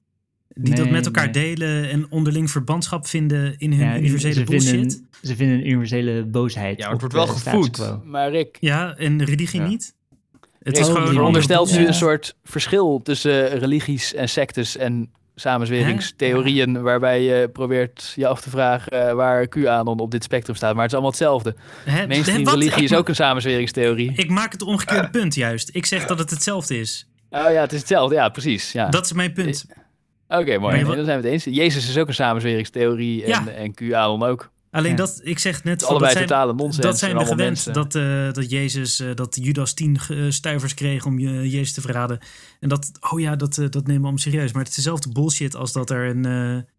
[SPEAKER 1] Die dat
[SPEAKER 3] Nee,
[SPEAKER 1] met elkaar
[SPEAKER 3] nee.
[SPEAKER 1] delen en onderling verbandschap vinden in hun
[SPEAKER 3] Ja,
[SPEAKER 1] universele
[SPEAKER 3] ze
[SPEAKER 1] bullshit.
[SPEAKER 3] Vinden, ze vinden een universele boosheid.
[SPEAKER 4] Ja, maar het
[SPEAKER 3] op
[SPEAKER 4] wordt wel
[SPEAKER 3] de
[SPEAKER 4] gevoed.
[SPEAKER 3] status quo.
[SPEAKER 2] Maar Rick,
[SPEAKER 1] Ja, en religie
[SPEAKER 4] Ja.
[SPEAKER 1] niet. Het
[SPEAKER 2] Rick
[SPEAKER 1] is gewoon
[SPEAKER 2] veronderstelt
[SPEAKER 3] Ja.
[SPEAKER 2] nu een soort verschil tussen eh, religies en sectes en samenzweringstheorieën, waarbij je probeert je af te vragen eh, waar QAnon op dit spectrum staat. Maar het is allemaal hetzelfde.
[SPEAKER 1] Hè, hè,
[SPEAKER 2] Mainstream
[SPEAKER 1] wat?
[SPEAKER 2] religie
[SPEAKER 1] Ik
[SPEAKER 2] is
[SPEAKER 1] ma-
[SPEAKER 2] ook een samenzweringstheorie.
[SPEAKER 1] Ik maak het omgekeerde punt juist. Ik zeg dat het hetzelfde is.
[SPEAKER 2] Oh ja, het is hetzelfde. Ja, precies. Ja.
[SPEAKER 1] Dat is mijn punt.
[SPEAKER 2] Oké,
[SPEAKER 1] Maar
[SPEAKER 2] mooi.
[SPEAKER 1] je
[SPEAKER 2] Nee,
[SPEAKER 1] wa-
[SPEAKER 2] dan zijn we het eens. Jezus is ook een samenzweringstheorie en, eh,
[SPEAKER 1] Ja.
[SPEAKER 2] en QAnon ook.
[SPEAKER 1] Alleen
[SPEAKER 3] Ja.
[SPEAKER 1] dat, ik zeg net...
[SPEAKER 2] Het is
[SPEAKER 1] van,
[SPEAKER 2] allebei
[SPEAKER 1] dat zijn,
[SPEAKER 2] totale nonsens.
[SPEAKER 1] dat zijn
[SPEAKER 2] en
[SPEAKER 1] de
[SPEAKER 2] allemaal
[SPEAKER 1] gewend
[SPEAKER 2] mensen.
[SPEAKER 1] dat, eh, dat Jezus, eh, dat Judas tien ge- eh, stuivers kreeg om je, Jezus te verraden. En dat, oh ja, dat, eh, dat nemen we allemaal serieus. Maar het is dezelfde bullshit als dat er een, eh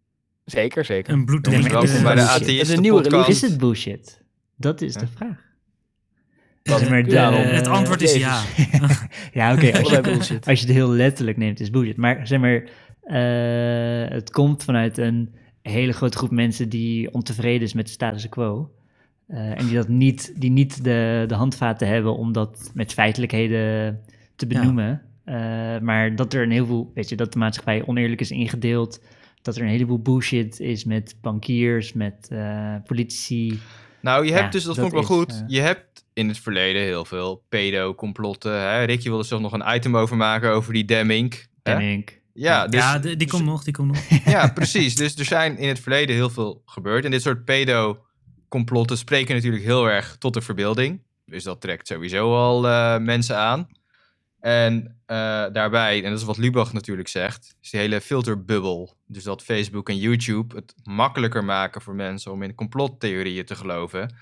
[SPEAKER 2] Zeker, zeker.
[SPEAKER 1] een bloeddrinkende...
[SPEAKER 3] maar
[SPEAKER 4] Welkom bij de
[SPEAKER 3] dat is- dat
[SPEAKER 1] het
[SPEAKER 3] is een
[SPEAKER 4] atheïste
[SPEAKER 2] nieuwe religie.
[SPEAKER 4] podcast.
[SPEAKER 3] Is het bullshit? Dat is
[SPEAKER 4] Ja.
[SPEAKER 3] de vraag.
[SPEAKER 2] Wat
[SPEAKER 3] Zeg maar, de-
[SPEAKER 2] daarom.
[SPEAKER 1] het antwoord is ja.
[SPEAKER 3] Ja, oké. als,
[SPEAKER 2] Allebei
[SPEAKER 3] je-
[SPEAKER 2] bullshit.
[SPEAKER 3] als je het heel letterlijk neemt, is bullshit. Maar zeg maar, eh, het komt vanuit een hele grote groep mensen die ontevreden is met de status quo. Eh, en die, dat niet, die niet de, de handvaten hebben om dat met feitelijkheden te
[SPEAKER 1] Ja.
[SPEAKER 3] benoemen. Eh, maar dat er een heel veel, weet je, dat de maatschappij oneerlijk is ingedeeld. Dat er een heleboel bullshit is met bankiers, met eh, politici.
[SPEAKER 4] Nou, je hebt
[SPEAKER 3] Ja,
[SPEAKER 4] dus, dat,
[SPEAKER 3] dat
[SPEAKER 4] vond ik wel
[SPEAKER 3] is,
[SPEAKER 4] goed,
[SPEAKER 3] eh.
[SPEAKER 4] je hebt in het verleden heel veel pedo-complotten. hè. Ricky wilde zelf nog een item over maken over die Demmink. hè.
[SPEAKER 3] Denk.
[SPEAKER 4] Ja, dus,
[SPEAKER 1] ja, de- die komt nog, die komt nog.
[SPEAKER 4] ja, precies. Dus er zijn in het verleden heel veel gebeurd. En dit soort pedo-complotten spreken natuurlijk heel erg tot de verbeelding. Dus dat trekt sowieso al eh, mensen aan. En eh, daarbij, en dat is wat Lubach natuurlijk zegt, is die hele filterbubbel. Dus dat Facebook en YouTube het makkelijker maken voor mensen om in complottheorieën te geloven.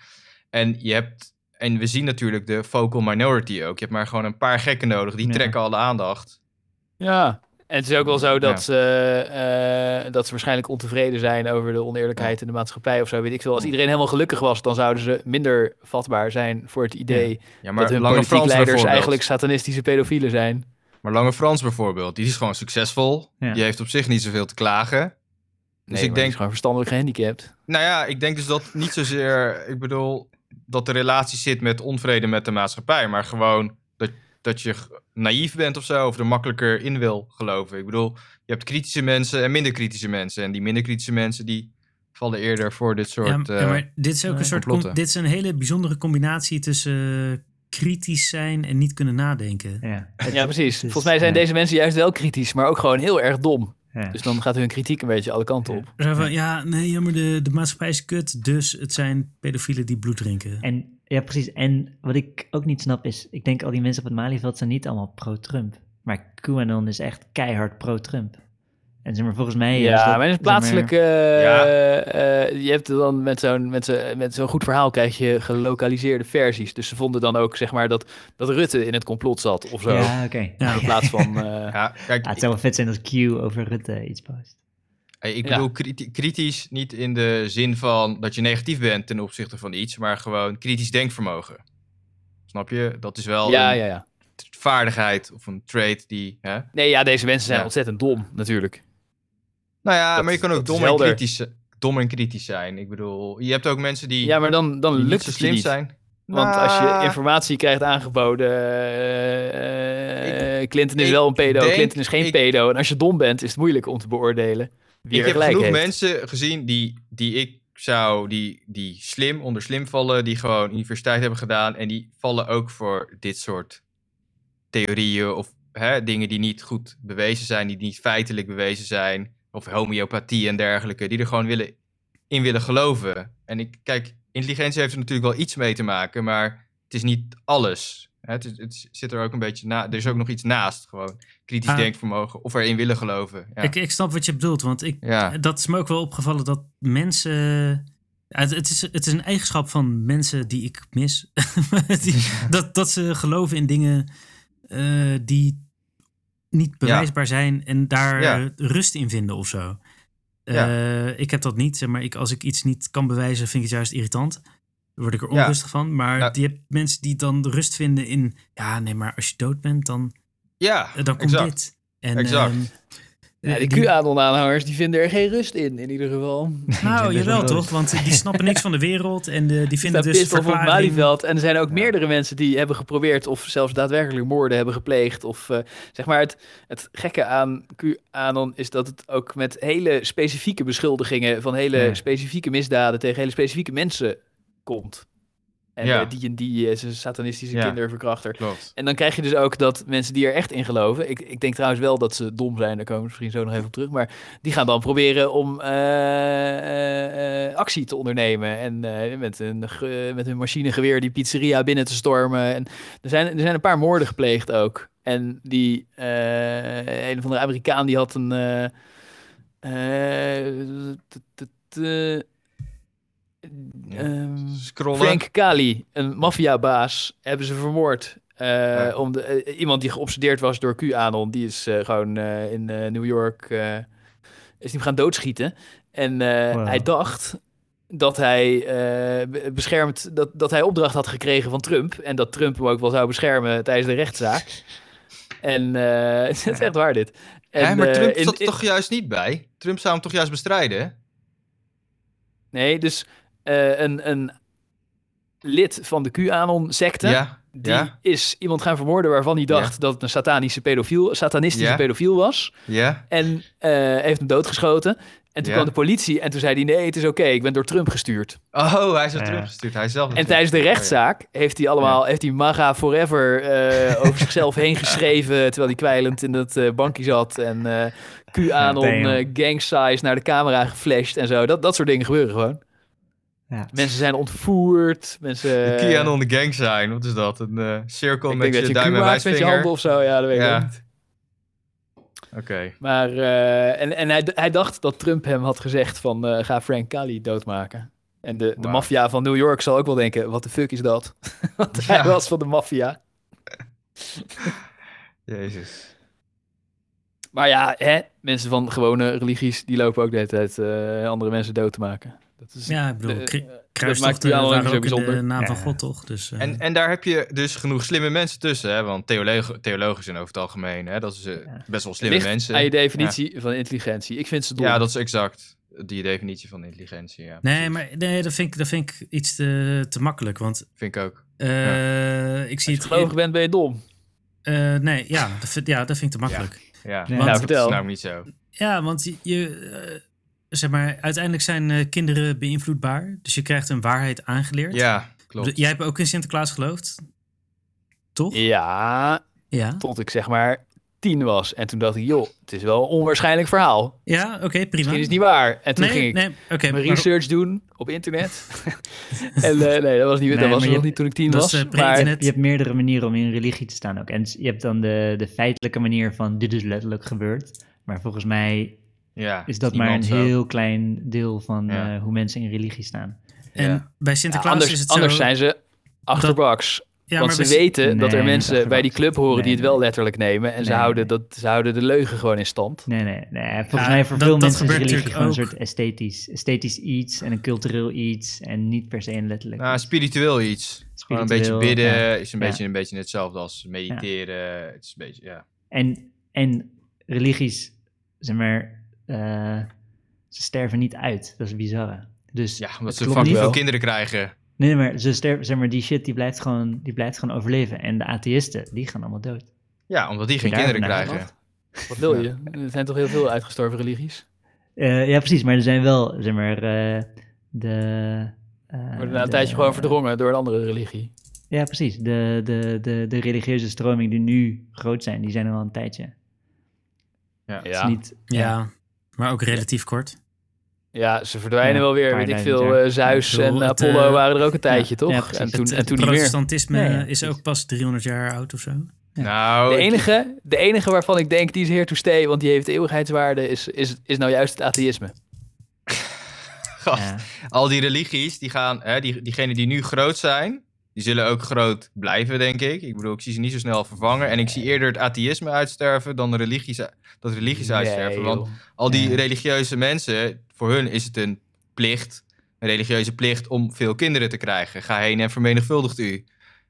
[SPEAKER 4] En je hebt, en we zien natuurlijk de vocal minority ook. Je hebt maar gewoon een paar gekken nodig, die
[SPEAKER 3] Ja.
[SPEAKER 4] trekken alle aandacht.
[SPEAKER 2] Ja. En het is ook wel zo dat, ze, eh, eh, dat ze waarschijnlijk ontevreden zijn over de oneerlijkheid in de maatschappij of zo, weet ik veel. Als iedereen helemaal gelukkig was, dan zouden ze minder vatbaar zijn voor het idee
[SPEAKER 4] Ja,
[SPEAKER 2] dat hun
[SPEAKER 4] Lange
[SPEAKER 2] politiek
[SPEAKER 4] Frans
[SPEAKER 2] leiders
[SPEAKER 4] bijvoorbeeld.
[SPEAKER 2] eigenlijk satanistische pedofielen zijn.
[SPEAKER 4] Maar Lange Frans bijvoorbeeld, die is gewoon succesvol.
[SPEAKER 3] Ja.
[SPEAKER 4] Die heeft op zich niet zoveel te klagen. Dus
[SPEAKER 2] Nee,
[SPEAKER 4] ik
[SPEAKER 2] maar die
[SPEAKER 4] denk,
[SPEAKER 2] is gewoon verstandelijk gehandicapt.
[SPEAKER 4] nou ja, ik denk dus dat niet zozeer, ik bedoel, dat de relatie zit met onvrede met de maatschappij, maar gewoon dat, dat je g- naïef bent of zo, of er makkelijker in wil geloven. Ik bedoel, je hebt kritische mensen en minder kritische mensen. En die minder kritische mensen, die vallen eerder voor dit soort...
[SPEAKER 1] Ja, ja,
[SPEAKER 4] eh,
[SPEAKER 1] maar dit is ook
[SPEAKER 3] nee,
[SPEAKER 1] een soort.
[SPEAKER 4] complotten.
[SPEAKER 1] com- Dit is een hele bijzondere combinatie tussen eh, kritisch zijn en niet kunnen nadenken.
[SPEAKER 3] Ja,
[SPEAKER 2] Ja, precies.
[SPEAKER 3] is-
[SPEAKER 2] Volgens mij zijn
[SPEAKER 3] ja.
[SPEAKER 2] deze mensen juist wel kritisch, maar ook gewoon heel erg dom.
[SPEAKER 3] ja.
[SPEAKER 2] Dus dan gaat hun kritiek een beetje alle kanten op.
[SPEAKER 1] Zo van, ja, nee, jammer, de, de maatschappij is kut, dus het zijn pedofielen die bloed drinken.
[SPEAKER 3] En ja, precies. En wat ik ook niet snap is, ik denk al die mensen op het Malieveld zijn niet allemaal pro-Trump. Maar QAnon is echt keihard pro-Trump. En zeg maar, volgens mij
[SPEAKER 2] Ja,
[SPEAKER 4] dus
[SPEAKER 3] is dat...
[SPEAKER 2] maar het is
[SPEAKER 3] zeg
[SPEAKER 2] plaatselijk.
[SPEAKER 3] maar-
[SPEAKER 2] eh,
[SPEAKER 4] Ja.
[SPEAKER 2] eh, je hebt dan met zo'n met zo, met zo'n goed verhaal krijg je gelokaliseerde versies. Dus ze vonden dan ook zeg maar dat, dat Rutte in het complot zat of zo.
[SPEAKER 3] Ja, oké.
[SPEAKER 1] Ja.
[SPEAKER 2] In plaats van. eh,
[SPEAKER 4] ja, kijk,
[SPEAKER 3] Ah, het
[SPEAKER 4] ik,
[SPEAKER 3] zou wel vet zijn als Q over Rutte iets post.
[SPEAKER 4] ik
[SPEAKER 2] ja.
[SPEAKER 4] bedoel kriti- kritisch niet in de zin van dat je negatief bent ten opzichte van iets, maar gewoon kritisch denkvermogen. Snap je? Dat is wel
[SPEAKER 2] ja,
[SPEAKER 4] een-
[SPEAKER 2] ja, ja.
[SPEAKER 4] t- vaardigheid of een trait die. Hè?
[SPEAKER 2] Nee, ja, deze mensen zijn
[SPEAKER 4] Ja.
[SPEAKER 2] ontzettend dom natuurlijk.
[SPEAKER 4] Nou ja,
[SPEAKER 2] Dat
[SPEAKER 4] maar je
[SPEAKER 2] is-
[SPEAKER 4] kan ook
[SPEAKER 2] dat is
[SPEAKER 4] dom en,
[SPEAKER 2] helder.
[SPEAKER 4] kritisch, dom en kritisch zijn. Ik bedoel, je hebt ook mensen die,
[SPEAKER 2] Ja, maar dan, dan
[SPEAKER 4] die niet
[SPEAKER 2] lukt
[SPEAKER 4] zo
[SPEAKER 2] het je
[SPEAKER 4] slim
[SPEAKER 2] niet.
[SPEAKER 4] zijn.
[SPEAKER 2] Want als je
[SPEAKER 4] Nou,
[SPEAKER 2] informatie krijgt aangeboden, eh, eh, Clinton is
[SPEAKER 4] ik
[SPEAKER 2] wel een pedo,
[SPEAKER 4] denk-
[SPEAKER 2] Clinton is geen
[SPEAKER 4] ik-
[SPEAKER 2] pedo. En als je dom bent, is het moeilijk om te beoordelen wie
[SPEAKER 4] Ik
[SPEAKER 2] er
[SPEAKER 4] heb
[SPEAKER 2] gelijk
[SPEAKER 4] genoeg
[SPEAKER 2] heeft.
[SPEAKER 4] mensen gezien die, die ik zou, die, die slim onder slim vallen, die gewoon universiteit hebben gedaan en die vallen ook voor dit soort theorieën of hè, dingen die niet goed bewezen zijn, die niet feitelijk bewezen zijn, of homeopathie en dergelijke, die er gewoon willen, in willen geloven. En ik kijk, intelligentie heeft er natuurlijk wel iets mee te maken, maar het is niet alles. Hè, het, is- het zit er ook een beetje na. Er is ook nog iets naast, gewoon kritisch
[SPEAKER 1] Ah.
[SPEAKER 4] denkvermogen of erin willen geloven. Ja.
[SPEAKER 1] Ik, ik snap wat je bedoelt, want ik,
[SPEAKER 4] ja.
[SPEAKER 1] dat is me ook wel opgevallen dat mensen. eh, Het, het, is, het is een eigenschap van mensen die ik mis. die, dat, dat ze geloven in dingen eh, die niet bewijsbaar zijn en daar eh,
[SPEAKER 4] Ja.
[SPEAKER 1] rust in vinden of zo.
[SPEAKER 4] Ja.
[SPEAKER 1] Eh, ik heb dat niet, zeg maar ik, als ik iets niet kan bewijzen, vind ik het juist irritant. Dan word ik er
[SPEAKER 4] Ja.
[SPEAKER 1] onrustig van. Maar
[SPEAKER 4] Nou-
[SPEAKER 1] je hebt mensen die dan de rust vinden in... Ja, nee, maar als je dood bent, dan,
[SPEAKER 4] Ja,
[SPEAKER 1] eh, dan komt
[SPEAKER 4] exact.
[SPEAKER 1] dit. En,
[SPEAKER 4] Exact.
[SPEAKER 1] ehm,
[SPEAKER 2] Ja, de QAnon-aanhangers die vinden er geen rust in, in ieder geval.
[SPEAKER 1] Nou, jawel toch? Want die snappen niks van de wereld en de, die vinden
[SPEAKER 2] Staan
[SPEAKER 1] dus
[SPEAKER 2] pissed off op het
[SPEAKER 1] verklaring-
[SPEAKER 2] Malieveld. En er zijn ook meerdere mensen die hebben geprobeerd of zelfs daadwerkelijk moorden hebben gepleegd. Of eh, zeg maar het, het gekke aan QAnon is dat het ook met hele specifieke beschuldigingen van hele
[SPEAKER 4] Ja.
[SPEAKER 2] specifieke misdaden tegen hele specifieke mensen komt. En
[SPEAKER 4] Ja.
[SPEAKER 2] eh, die en die eh, is een satanistische
[SPEAKER 4] Ja.
[SPEAKER 2] kinderverkrachter.
[SPEAKER 4] Klopt.
[SPEAKER 2] En dan krijg je dus ook dat mensen die er echt in geloven. Ik, ik denk trouwens wel dat ze dom zijn, daar komen we misschien zo nog even op terug. Maar die gaan dan proberen om eh, eh, eh, actie te ondernemen. En eh, met, hun, ge- met hun machinegeweer die pizzeria binnen te stormen. En er, zijn, er zijn een paar moorden gepleegd ook. En die eh, een van de Amerikaan die had een. eh, eh, t- t- t- eh, ehm,
[SPEAKER 4] Scrollen.
[SPEAKER 2] Frank Kali, een maffiabaas, hebben ze vermoord. Eh,
[SPEAKER 4] Ja.
[SPEAKER 2] om de, eh, iemand die geobsedeerd was door QAnon, die is eh, gewoon eh, in eh, New York eh, is hem gaan doodschieten. En eh,
[SPEAKER 4] Oh
[SPEAKER 3] Wow.
[SPEAKER 2] hij dacht dat hij eh, be- beschermd, dat, dat hij opdracht had gekregen van Trump. En dat Trump hem ook wel zou beschermen tijdens de rechtszaak. En eh, het is echt waar dit. En,
[SPEAKER 4] Hè, maar
[SPEAKER 2] eh,
[SPEAKER 4] Trump
[SPEAKER 2] in-
[SPEAKER 4] zat er
[SPEAKER 2] in-
[SPEAKER 4] toch juist niet bij? Trump zou hem toch juist bestrijden? hè?
[SPEAKER 2] Nee, dus eh, een, een lid van de QAnon-secte.
[SPEAKER 4] Ja.
[SPEAKER 2] Die
[SPEAKER 4] Ja.
[SPEAKER 2] is iemand gaan vermoorden waarvan hij dacht dat het een satanische pedofiel, satanistische
[SPEAKER 4] Ja.
[SPEAKER 2] pedofiel was.
[SPEAKER 4] Ja.
[SPEAKER 2] En eh, heeft hem doodgeschoten. En toen
[SPEAKER 4] Ja.
[SPEAKER 2] kwam de politie en toen zei hij: Nee, het is oké, ik ben door Trump gestuurd.
[SPEAKER 4] Oh, hij is er
[SPEAKER 3] Ja.
[SPEAKER 4] teruggestuurd. Hij is zelf
[SPEAKER 2] En
[SPEAKER 4] natuurlijk.
[SPEAKER 2] tijdens de
[SPEAKER 4] Oh, ja.
[SPEAKER 2] rechtszaak heeft hij allemaal, heeft hij MAGA Forever eh, over zichzelf heen geschreven. Terwijl hij kwijlend in dat eh, bankje zat. En eh QAnon
[SPEAKER 3] Ja, damn.
[SPEAKER 2] eh, gang size naar de camera geflasht en zo. Dat, dat soort dingen gebeuren gewoon.
[SPEAKER 3] Ja.
[SPEAKER 2] Mensen zijn ontvoerd. Mensen.
[SPEAKER 4] De QAnon de gang zijn. Wat is dat? Een eh, cirkel
[SPEAKER 2] eh, Ik
[SPEAKER 4] met
[SPEAKER 2] denk
[SPEAKER 4] je
[SPEAKER 2] dat je
[SPEAKER 4] duim en
[SPEAKER 2] Q maakt met je handen
[SPEAKER 4] wijsvinger.
[SPEAKER 2] of zo. Ja, dat weet ik ook
[SPEAKER 4] Ja.
[SPEAKER 2] niet.
[SPEAKER 4] Oké.
[SPEAKER 2] Maar, eh, en, en hij, hij dacht dat Trump hem had gezegd van eh, ga Frank Cali doodmaken. En de, de
[SPEAKER 4] Wauw.
[SPEAKER 2] maffia van New York zal ook wel denken, wat de fuck is dat? Want
[SPEAKER 4] Ja.
[SPEAKER 2] hij was van de maffia.
[SPEAKER 4] Jezus.
[SPEAKER 2] Maar ja, hè, mensen van gewone religies, die lopen ook de hele tijd eh, andere mensen dood te maken. Dat is,
[SPEAKER 1] Ja, ik bedoel,
[SPEAKER 2] De-
[SPEAKER 1] kru-
[SPEAKER 2] dat maakt
[SPEAKER 1] kruistochten
[SPEAKER 2] die allemaal
[SPEAKER 1] waren
[SPEAKER 2] niet zo
[SPEAKER 1] ook in de
[SPEAKER 2] bijzonder.
[SPEAKER 1] naam van
[SPEAKER 3] Ja.
[SPEAKER 1] God, toch? Dus, eh,
[SPEAKER 4] En, en daar heb je dus genoeg slimme mensen tussen, hè? Want theologen, theologen zijn over het algemeen, hè? Dat is eh,
[SPEAKER 3] Ja.
[SPEAKER 4] best wel slimme
[SPEAKER 2] Ligt
[SPEAKER 4] mensen.
[SPEAKER 2] Aan je definitie van intelligentie. Ik vind ze dom.
[SPEAKER 4] Ja, dat is exact die definitie van intelligentie, ja.
[SPEAKER 1] nee,
[SPEAKER 4] precies.
[SPEAKER 1] maar nee, dat, vind ik, dat vind ik iets te, te makkelijk. Want
[SPEAKER 4] Vind ik ook.
[SPEAKER 1] eh, ik zie
[SPEAKER 2] Als je
[SPEAKER 1] het.
[SPEAKER 2] gelovig bent, ben je dom.
[SPEAKER 1] eh, nee, ja dat, vind, ja, dat vind ik te makkelijk.
[SPEAKER 4] Ja,
[SPEAKER 3] Ja.
[SPEAKER 4] dat
[SPEAKER 2] Nou,
[SPEAKER 4] is
[SPEAKER 2] vertel.
[SPEAKER 4] nou niet zo.
[SPEAKER 1] Ja, want je- je, eh, zeg maar, uiteindelijk zijn eh, kinderen beïnvloedbaar. Dus je krijgt een waarheid aangeleerd.
[SPEAKER 4] Ja,
[SPEAKER 1] De-
[SPEAKER 4] klopt.
[SPEAKER 3] Dus
[SPEAKER 1] Jij hebt ook in Sinterklaas geloofd, toch?
[SPEAKER 2] Ja,
[SPEAKER 1] Ja.
[SPEAKER 2] tot ik zeg maar tien was. En toen dacht ik, joh, het is wel een onwaarschijnlijk verhaal.
[SPEAKER 1] Ja, oké, prima.
[SPEAKER 2] Misschien is het niet waar. En toen
[SPEAKER 1] nee,
[SPEAKER 2] ging ik
[SPEAKER 1] nee, oké. maar
[SPEAKER 2] mijn research doen op internet. en eh, nee, dat was, niet,
[SPEAKER 3] Nee,
[SPEAKER 2] dat
[SPEAKER 3] maar
[SPEAKER 2] was
[SPEAKER 3] je
[SPEAKER 2] nog
[SPEAKER 3] hebt-
[SPEAKER 2] niet toen ik tien
[SPEAKER 1] dat
[SPEAKER 2] was.
[SPEAKER 1] is, eh,
[SPEAKER 2] maar
[SPEAKER 1] pre-internet.
[SPEAKER 3] Je hebt meerdere manieren om in een religie te staan ook. En je hebt dan de, de feitelijke manier van dit is letterlijk gebeurd. Maar volgens mij
[SPEAKER 4] Ja,
[SPEAKER 3] is dat
[SPEAKER 4] is
[SPEAKER 3] maar een
[SPEAKER 4] niemand zo.
[SPEAKER 3] heel klein deel van
[SPEAKER 4] Ja.
[SPEAKER 3] eh, hoe mensen in religie staan.
[SPEAKER 1] en
[SPEAKER 4] Ja.
[SPEAKER 1] bij
[SPEAKER 2] ja,
[SPEAKER 1] Sinterklaas is
[SPEAKER 2] anders,
[SPEAKER 1] het zo...
[SPEAKER 2] anders zijn ze achterbaks.
[SPEAKER 1] ja,
[SPEAKER 2] want
[SPEAKER 1] maar
[SPEAKER 2] ze
[SPEAKER 1] bij-
[SPEAKER 2] weten dat
[SPEAKER 3] Nee,
[SPEAKER 2] er
[SPEAKER 3] niet
[SPEAKER 2] mensen bij die
[SPEAKER 3] achterbaks.
[SPEAKER 2] club horen die
[SPEAKER 3] Nee,
[SPEAKER 2] het wel letterlijk nemen. En ze,
[SPEAKER 3] Nee,
[SPEAKER 2] houden
[SPEAKER 3] nee.
[SPEAKER 2] dat, ze houden de leugen gewoon in stand.
[SPEAKER 3] Nee, nee, nee. Volgens
[SPEAKER 1] Ja,
[SPEAKER 3] mij voor
[SPEAKER 1] dat-
[SPEAKER 3] veel
[SPEAKER 1] dat
[SPEAKER 3] mensen is
[SPEAKER 1] gebeurt
[SPEAKER 3] religie
[SPEAKER 1] natuurlijk
[SPEAKER 3] gewoon een
[SPEAKER 1] ook.
[SPEAKER 3] soort esthetisch, esthetisch iets en een cultureel iets en niet per se een letterlijk.
[SPEAKER 4] Nou, spiritueel iets. Gewoon een beetje
[SPEAKER 3] Spiritueel,
[SPEAKER 4] bidden
[SPEAKER 3] ja.
[SPEAKER 4] is een,
[SPEAKER 3] Ja.
[SPEAKER 4] beetje, een beetje hetzelfde als mediteren. Het is een beetje, ja.
[SPEAKER 3] En, en religies, zeg maar, eh, ze sterven niet uit. Dat is bizar. Dus
[SPEAKER 4] Ja,
[SPEAKER 3] het
[SPEAKER 4] omdat ze
[SPEAKER 3] klopt
[SPEAKER 4] fucking
[SPEAKER 3] niet.
[SPEAKER 4] veel kinderen krijgen.
[SPEAKER 3] Nee, maar, ze sterven, zeg maar die shit die blijft, gewoon, die blijft gewoon overleven. En de atheïsten, die gaan allemaal dood.
[SPEAKER 4] Ja, omdat die geen
[SPEAKER 3] Heb je
[SPEAKER 4] kinderen
[SPEAKER 3] daarover
[SPEAKER 4] krijgen.
[SPEAKER 2] Wat wil je? Er zijn toch heel veel uitgestorven religies?
[SPEAKER 3] Eh, ja, precies. Maar er zijn wel, zeg maar, eh, de... eh,
[SPEAKER 2] Worden na een
[SPEAKER 3] de-
[SPEAKER 2] tijdje gewoon verdrongen door een andere religie.
[SPEAKER 3] Ja, precies. De, de, de, de religieuze stromingen die nu groot zijn, die zijn er al een tijdje.
[SPEAKER 4] Ja.
[SPEAKER 3] Het is niet...
[SPEAKER 1] Ja, maar ook relatief kort.
[SPEAKER 2] Ja, ze verdwijnen
[SPEAKER 3] Ja,
[SPEAKER 2] wel weer.
[SPEAKER 3] paar
[SPEAKER 2] Weet ik
[SPEAKER 3] duizend
[SPEAKER 2] veel,
[SPEAKER 3] jaar.
[SPEAKER 2] eh, Zeus
[SPEAKER 1] Ik bedoel,
[SPEAKER 2] en
[SPEAKER 1] het,
[SPEAKER 2] Apollo
[SPEAKER 1] eh,
[SPEAKER 2] waren er ook een tijdje, toch?
[SPEAKER 3] ja, precies.
[SPEAKER 2] en toen,
[SPEAKER 1] het,
[SPEAKER 2] en
[SPEAKER 1] het
[SPEAKER 2] toen niet meer.
[SPEAKER 1] protestantisme
[SPEAKER 3] Ja, ja,
[SPEAKER 1] is ook pas 300 jaar oud of zo.
[SPEAKER 4] Nou,
[SPEAKER 2] De
[SPEAKER 4] ik-
[SPEAKER 2] enige, de enige waarvan ik denk die is here to stay, want die heeft eeuwigheidswaarde, is, is, is nou juist het atheïsme.
[SPEAKER 4] gast,
[SPEAKER 3] Ja.
[SPEAKER 4] al die religies, die gaan, hè, die, diegenen die nu groot zijn, die zullen ook groot blijven, denk ik. Ik bedoel, ik zie ze niet zo snel vervangen. En ik zie eerder het atheïsme uitsterven dan de religies, dat religies uitsterven.
[SPEAKER 2] Nee,
[SPEAKER 4] want eh,
[SPEAKER 2] joh.
[SPEAKER 4] al die
[SPEAKER 3] Ja.
[SPEAKER 4] religieuze mensen, voor hun is het een plicht, een religieuze plicht om veel kinderen te krijgen. Ga heen en vermenigvuldigt u.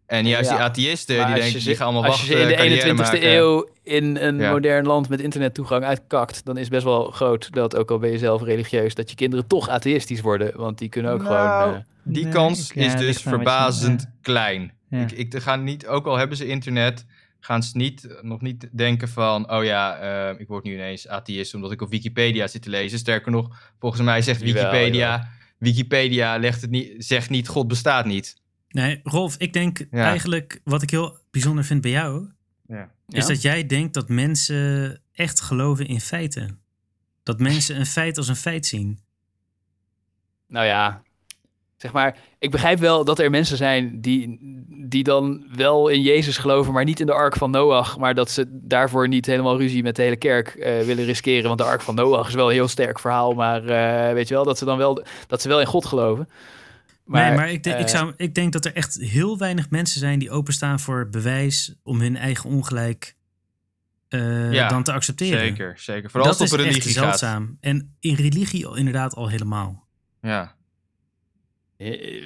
[SPEAKER 4] En juist
[SPEAKER 2] Ja.
[SPEAKER 4] die atheïsten, die
[SPEAKER 2] Maar als je
[SPEAKER 4] denken,
[SPEAKER 2] ze-
[SPEAKER 4] die gaan allemaal
[SPEAKER 2] Als je
[SPEAKER 4] wachten,
[SPEAKER 2] ze in de
[SPEAKER 4] carrière
[SPEAKER 2] 21ste
[SPEAKER 4] maken.
[SPEAKER 2] eeuw in een
[SPEAKER 4] Ja.
[SPEAKER 2] modern land met internettoegang uitkakt, dan is best wel groot dat, ook al ben je zelf religieus, dat je kinderen toch atheïstisch worden. Want die kunnen ook
[SPEAKER 4] Nou,
[SPEAKER 2] gewoon. eh,
[SPEAKER 4] Die
[SPEAKER 3] Nee,
[SPEAKER 4] kans
[SPEAKER 3] ik, ja,
[SPEAKER 4] is
[SPEAKER 3] ligt
[SPEAKER 4] dus
[SPEAKER 3] aan wat je-
[SPEAKER 4] verbazend
[SPEAKER 3] ja.
[SPEAKER 4] klein.
[SPEAKER 3] Ja.
[SPEAKER 4] Ik, ik ga niet, ook al hebben ze internet, gaan ze niet, nog niet denken van, oh ja, eh, ik word nu ineens atheïst omdat ik op Wikipedia zit te lezen. Sterker nog, volgens mij zegt
[SPEAKER 2] Jawel,
[SPEAKER 4] Wikipedia, Wikipedia legt het niet, zegt niet, God bestaat niet.
[SPEAKER 1] Nee, Rolf, ik denk
[SPEAKER 4] Ja.
[SPEAKER 1] eigenlijk wat ik heel bijzonder vind bij jou, is
[SPEAKER 2] ja?
[SPEAKER 1] dat jij denkt dat mensen echt geloven in feiten. Dat mensen een feit als een feit zien.
[SPEAKER 2] Nou ja, zeg maar, ik begrijp wel dat er mensen zijn die, die dan wel in Jezus geloven, maar niet in de Ark van Noach. Maar dat ze daarvoor niet helemaal ruzie met de hele kerk eh, willen riskeren. Want de Ark van Noach is wel een heel sterk verhaal, maar eh, weet je wel, dat ze dan wel, dat ze wel in God geloven.
[SPEAKER 1] nee, maar ik, denk- ik,
[SPEAKER 2] eh,
[SPEAKER 1] zou, ik denk dat er echt heel weinig mensen zijn die openstaan voor bewijs om hun eigen ongelijk eh,
[SPEAKER 4] Ja,
[SPEAKER 1] dan te accepteren.
[SPEAKER 4] Zeker, zeker. Vooral
[SPEAKER 1] dat
[SPEAKER 4] als het op
[SPEAKER 1] is
[SPEAKER 4] religie
[SPEAKER 1] echt
[SPEAKER 4] gaat.
[SPEAKER 1] zeldzaam. En in religie al inderdaad al helemaal.
[SPEAKER 4] Ja.
[SPEAKER 2] Eh,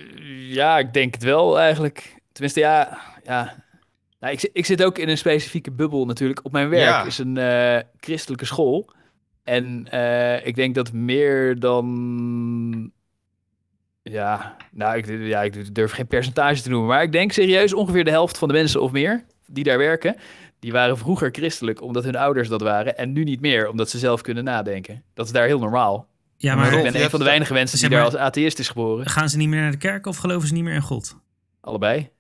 [SPEAKER 2] Ja, ik denk het wel eigenlijk. Tenminste, ja. ja. Nou, ik, zi- ik zit ook in een specifieke bubbel natuurlijk. Op mijn werk
[SPEAKER 4] Ja.
[SPEAKER 2] is een eh, christelijke school. En eh, ik denk dat meer dan. Ja, nou, ik, ja, ik durf geen percentage te noemen. Maar ik denk serieus ongeveer de helft van de mensen of meer die daar werken. Die waren vroeger christelijk omdat hun ouders dat waren. En nu niet meer omdat ze zelf kunnen nadenken. Dat is daar heel normaal.
[SPEAKER 1] Ja,
[SPEAKER 4] Maar
[SPEAKER 1] maar
[SPEAKER 4] Rolf,
[SPEAKER 2] ik
[SPEAKER 1] Rolf,
[SPEAKER 2] ben
[SPEAKER 4] je
[SPEAKER 2] een van de
[SPEAKER 4] hebt-
[SPEAKER 2] weinige mensen die
[SPEAKER 1] zeg maar-
[SPEAKER 2] daar als atheïst is geboren.
[SPEAKER 1] gaan ze niet meer naar de kerk of geloven ze niet meer in God?
[SPEAKER 2] Allebei.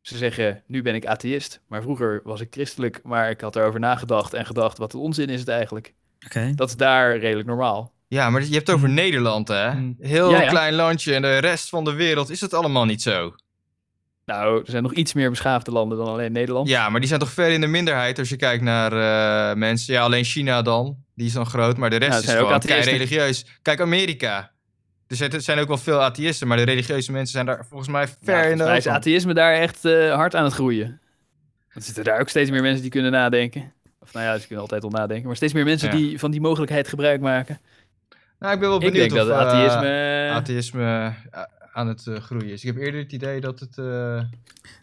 [SPEAKER 2] Ze zeggen, nu ben ik atheïst, maar vroeger was ik christelijk, maar ik had erover nagedacht en gedacht, wat een onzin is het eigenlijk.
[SPEAKER 1] Oké. Nou,
[SPEAKER 2] Dat is daar redelijk normaal.
[SPEAKER 4] ja, maar je hebt het over Nederland, hè?
[SPEAKER 3] Mm.
[SPEAKER 4] Heel
[SPEAKER 2] Ja, ja.
[SPEAKER 4] klein landje en de rest van de wereld is het allemaal niet zo.
[SPEAKER 2] Nou, er zijn nog iets meer beschaafde landen dan alleen Nederland.
[SPEAKER 4] Ja, maar die zijn toch ver in de minderheid als je kijkt naar eh, mensen. Ja, alleen China dan. Die is dan groot, maar de
[SPEAKER 2] Ja,
[SPEAKER 4] rest
[SPEAKER 2] het
[SPEAKER 4] is
[SPEAKER 2] zijn ook
[SPEAKER 4] gewoon kei
[SPEAKER 2] atheïsten.
[SPEAKER 4] religieus. Kijk, Amerika. Er zijn, er zijn ook wel veel atheïsten, maar de religieuze mensen zijn daar volgens mij ver
[SPEAKER 2] Nou,
[SPEAKER 4] in
[SPEAKER 2] volgens
[SPEAKER 4] de
[SPEAKER 2] mij is
[SPEAKER 4] hoofd van.
[SPEAKER 2] atheïsme daar echt eh, hard aan het groeien. Want er zitten daar ook steeds meer mensen die kunnen nadenken. Of nou ja, ze kunnen altijd al nadenken, maar steeds meer mensen
[SPEAKER 4] Ja.
[SPEAKER 2] die van die mogelijkheid gebruik maken.
[SPEAKER 4] Nou, ik ben wel
[SPEAKER 2] Ik
[SPEAKER 4] benieuwd
[SPEAKER 2] denk
[SPEAKER 4] of
[SPEAKER 2] dat
[SPEAKER 4] eh,
[SPEAKER 2] atheïsme...
[SPEAKER 4] atheïsme, eh, aan het eh, groeien is. Ik heb eerder het idee dat het eh,
[SPEAKER 1] Nou, ik,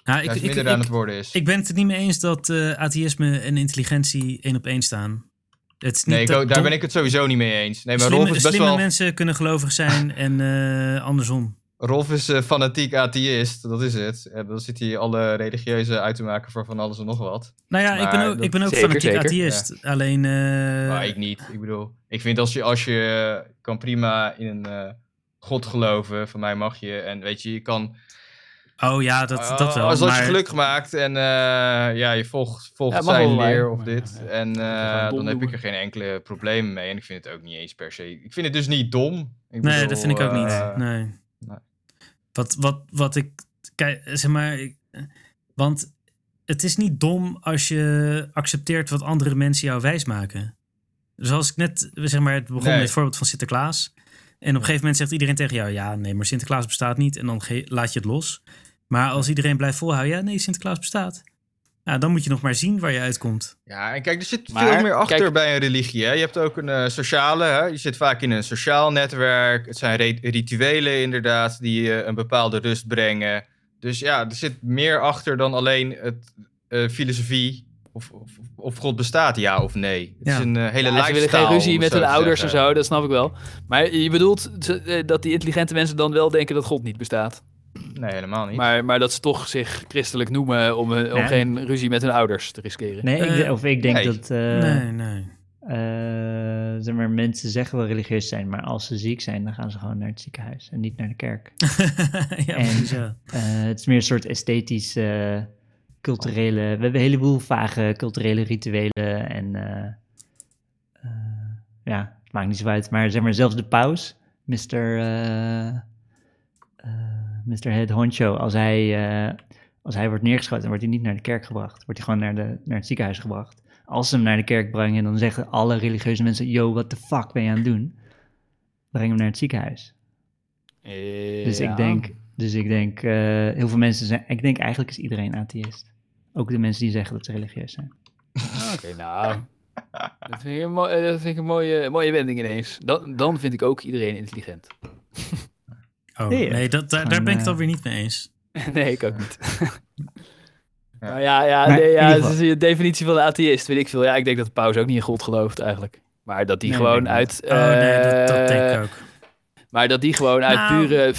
[SPEAKER 4] juist
[SPEAKER 1] ik,
[SPEAKER 4] minder aan
[SPEAKER 1] ik,
[SPEAKER 4] het worden is.
[SPEAKER 1] ik ben het er niet mee eens dat eh, atheïsme en intelligentie één op één staan. Het is niet
[SPEAKER 4] nee, ik
[SPEAKER 1] dat
[SPEAKER 4] ook- daar
[SPEAKER 1] dom-
[SPEAKER 4] ben ik het sowieso niet mee eens. Nee, maar
[SPEAKER 1] slimme,
[SPEAKER 4] Rolf is best
[SPEAKER 1] slimme
[SPEAKER 4] wel...
[SPEAKER 1] mensen kunnen gelovig zijn en eh, andersom.
[SPEAKER 4] Rolf is eh, fanatiek atheïst, dat is het. En dan zit hij alle religieuze uit te maken voor van alles en nog wat.
[SPEAKER 1] Nou ja, ik ben
[SPEAKER 4] Maar
[SPEAKER 1] ook,
[SPEAKER 4] dat-
[SPEAKER 1] ik ben ook
[SPEAKER 2] Zeker,
[SPEAKER 1] fanatiek
[SPEAKER 2] zeker.
[SPEAKER 1] atheïst. Alleen, eh,
[SPEAKER 4] Maar ik niet. Ik bedoel, ik vind als je, als je eh, kan prima in een eh, god geloven, van mij mag je. En weet je, je kan.
[SPEAKER 1] oh ja, dat,
[SPEAKER 4] eh,
[SPEAKER 1] dat wel.
[SPEAKER 4] als dat
[SPEAKER 1] maar-
[SPEAKER 4] je geluk maakt en eh, ja, je volgt, volgt
[SPEAKER 2] Ja, mag
[SPEAKER 4] zijn
[SPEAKER 2] online.
[SPEAKER 4] leer of dit. En eh,
[SPEAKER 2] gewoon dom
[SPEAKER 4] dan heb ik
[SPEAKER 2] doen.
[SPEAKER 4] er geen enkele problemen mee. En ik vind het ook niet eens per se. Ik vind het dus niet dom. Ik
[SPEAKER 1] Nee,
[SPEAKER 4] bedoel,
[SPEAKER 1] dat vind ik ook
[SPEAKER 4] eh,
[SPEAKER 1] niet. Nee.
[SPEAKER 4] nee.
[SPEAKER 1] Wat, wat, wat ik. Kijk, zeg maar. ik- want het is niet dom als je accepteert wat andere mensen jou wijsmaken. Zoals ik net, zeg maar, het begon
[SPEAKER 4] Nee.
[SPEAKER 1] met het voorbeeld van Sinterklaas. En op een gegeven moment zegt iedereen tegen jou: ja, nee, maar Sinterklaas bestaat niet. En dan ge- laat je het los. Maar als iedereen blijft volhouden: ja, nee, Sinterklaas bestaat. Nou, dan moet je nog maar zien waar je uitkomt.
[SPEAKER 4] Ja, en kijk, er zit
[SPEAKER 2] Maar,
[SPEAKER 4] veel meer achter
[SPEAKER 2] kijk-
[SPEAKER 4] bij een religie. Hè? Je hebt ook een eh, sociale, hè? je zit vaak in een sociaal netwerk. Het zijn re- rituelen inderdaad die je een bepaalde rust brengen. Dus ja, er zit meer achter dan alleen het eh, filosofie of, of, of God bestaat, ja of nee. Het
[SPEAKER 1] Ja.
[SPEAKER 4] is een eh, hele
[SPEAKER 2] Ja,
[SPEAKER 4] lifestyle.
[SPEAKER 2] ze willen geen ruzie
[SPEAKER 4] om
[SPEAKER 2] met
[SPEAKER 4] zo
[SPEAKER 2] hun
[SPEAKER 4] te
[SPEAKER 2] ouders
[SPEAKER 4] zeggen.
[SPEAKER 2] en zo, dat snap ik wel. Maar je bedoelt eh, dat die intelligente mensen dan wel denken dat God niet bestaat.
[SPEAKER 4] Nee, helemaal niet.
[SPEAKER 2] Maar, maar dat ze toch zich christelijk noemen om, hun- om
[SPEAKER 3] Nee.
[SPEAKER 2] geen ruzie met hun ouders te riskeren.
[SPEAKER 3] Nee, ik,
[SPEAKER 1] Eh,
[SPEAKER 3] of ik denk
[SPEAKER 4] nee.
[SPEAKER 3] dat eh,
[SPEAKER 1] nee, nee.
[SPEAKER 3] eh, zeg maar, mensen zeggen wel religieus zijn, maar als ze ziek zijn, dan gaan ze gewoon naar het ziekenhuis en niet naar de kerk.
[SPEAKER 1] ja,
[SPEAKER 3] En-
[SPEAKER 1] precies. Ja.
[SPEAKER 3] Eh, het is meer een soort esthetisch, eh, culturele... We hebben een heleboel vage culturele rituelen en... eh, eh, ja, het maakt niet zo uit. Maar zeg maar, zelfs de paus, Mr. eh, eh, Mr. Head Honcho, als hij, eh, als hij wordt neergeschoten, dan wordt hij niet naar de kerk gebracht. Wordt hij gewoon naar, de, naar het ziekenhuis gebracht. Als ze hem naar de kerk brengen, dan zeggen alle religieuze mensen... Yo, what the fuck ben je aan het doen? Breng hem naar het ziekenhuis. Dus ik denk, dus ik denk eh, heel veel mensen zijn. Ik denk eigenlijk is iedereen atheïst. Ook de mensen die zeggen dat ze religieus zijn.
[SPEAKER 2] Oké, nou. Dat vind ik een, mooi- eh, dat vind ik een mooie, mooie wending ineens. Dan, dan vind ik ook iedereen intelligent.
[SPEAKER 1] Oh,
[SPEAKER 3] Nee,
[SPEAKER 1] nee, dat, daar, daar
[SPEAKER 3] gewoon,
[SPEAKER 1] ben ik
[SPEAKER 3] eh,
[SPEAKER 1] het alweer niet mee eens.
[SPEAKER 2] nee, ik ook niet. Ja, maar Nou ja, ja,
[SPEAKER 3] Maar
[SPEAKER 2] nee,
[SPEAKER 3] in
[SPEAKER 2] ja
[SPEAKER 3] ieder
[SPEAKER 2] dat is de definitie van een atheïst, weet ik veel. Ja, ik denk dat de paus ook niet in God gelooft eigenlijk. Maar dat die
[SPEAKER 3] Nee,
[SPEAKER 2] gewoon
[SPEAKER 3] denk ik
[SPEAKER 2] uit...
[SPEAKER 1] Oh nee, dat, dat
[SPEAKER 2] eh,
[SPEAKER 1] denk ik ook.
[SPEAKER 2] Maar dat die gewoon uit
[SPEAKER 1] Nou.
[SPEAKER 2] pure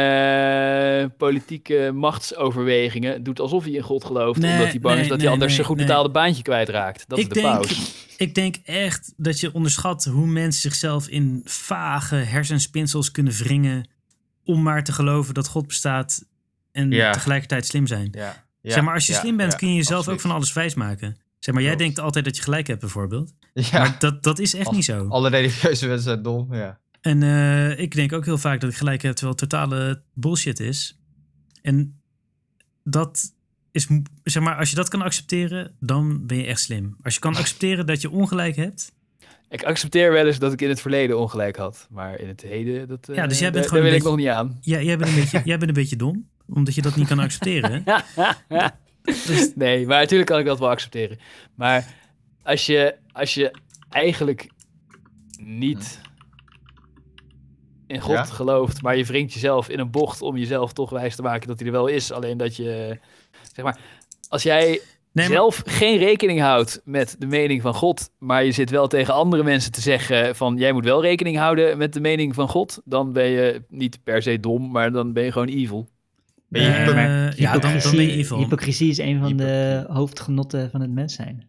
[SPEAKER 2] filijne politieke machtsoverwegingen doet alsof hij in God gelooft.
[SPEAKER 1] Nee,
[SPEAKER 2] omdat hij bang
[SPEAKER 1] nee,
[SPEAKER 2] is dat
[SPEAKER 1] nee,
[SPEAKER 2] hij anders
[SPEAKER 1] nee,
[SPEAKER 2] zijn goed
[SPEAKER 1] nee.
[SPEAKER 2] betaalde baantje kwijtraakt. Dat
[SPEAKER 1] ik
[SPEAKER 2] is de
[SPEAKER 1] denk,
[SPEAKER 2] paus.
[SPEAKER 1] Ik denk echt dat je onderschat hoe mensen zichzelf in vage hersenspinsels kunnen wringen. om maar te geloven dat God bestaat en
[SPEAKER 4] Ja.
[SPEAKER 1] tegelijkertijd slim zijn.
[SPEAKER 4] Ja.
[SPEAKER 1] zeg maar, als je slim bent, kun je jezelf ook van
[SPEAKER 4] alles.
[SPEAKER 1] alles wijs maken. Zeg maar, jij
[SPEAKER 4] Klopt.
[SPEAKER 1] denkt altijd dat je gelijk hebt, bijvoorbeeld.
[SPEAKER 4] Ja,
[SPEAKER 1] Maar dat, dat is echt
[SPEAKER 4] Als-
[SPEAKER 1] niet zo.
[SPEAKER 4] alle religieuze mensen zijn dom. Ja.
[SPEAKER 1] En eh, ik denk ook heel vaak dat ik gelijk heb, terwijl het totale bullshit is. En dat is, m- zeg maar, als je dat kan accepteren, dan ben je echt slim. Als je kan accepteren dat je ongelijk hebt.
[SPEAKER 2] Ik accepteer wel eens dat ik in het verleden ongelijk had. Maar in het heden, dat, eh,
[SPEAKER 1] Ja, dus jij bent
[SPEAKER 2] daar,
[SPEAKER 1] gewoon
[SPEAKER 2] daar wil
[SPEAKER 1] een
[SPEAKER 2] ik nog niet aan.
[SPEAKER 1] Ja, jij bent een beetje, jij bent een beetje dom, omdat je dat niet kan accepteren. Dus-
[SPEAKER 2] nee, maar natuurlijk kan ik dat wel accepteren. Maar als je, als je eigenlijk niet in God
[SPEAKER 4] Ja?
[SPEAKER 2] gelooft, maar je wringt jezelf in een bocht om jezelf toch wijs te maken dat hij er wel is. Alleen dat je, zeg maar, als jij
[SPEAKER 1] Nee, maar,
[SPEAKER 2] zelf geen rekening houdt met de mening van God, maar je zit wel tegen andere mensen te zeggen van jij moet wel rekening houden met de mening van God, dan ben je niet per se dom, maar dan ben je gewoon evil.
[SPEAKER 4] Ben je hypo-
[SPEAKER 1] eh, ja, dan, dan ben je
[SPEAKER 3] Hypocrisie-
[SPEAKER 1] evil.
[SPEAKER 3] Hypocrisie is een van de
[SPEAKER 4] Hypocrisie.
[SPEAKER 3] hoofdgenotten van het mens zijn.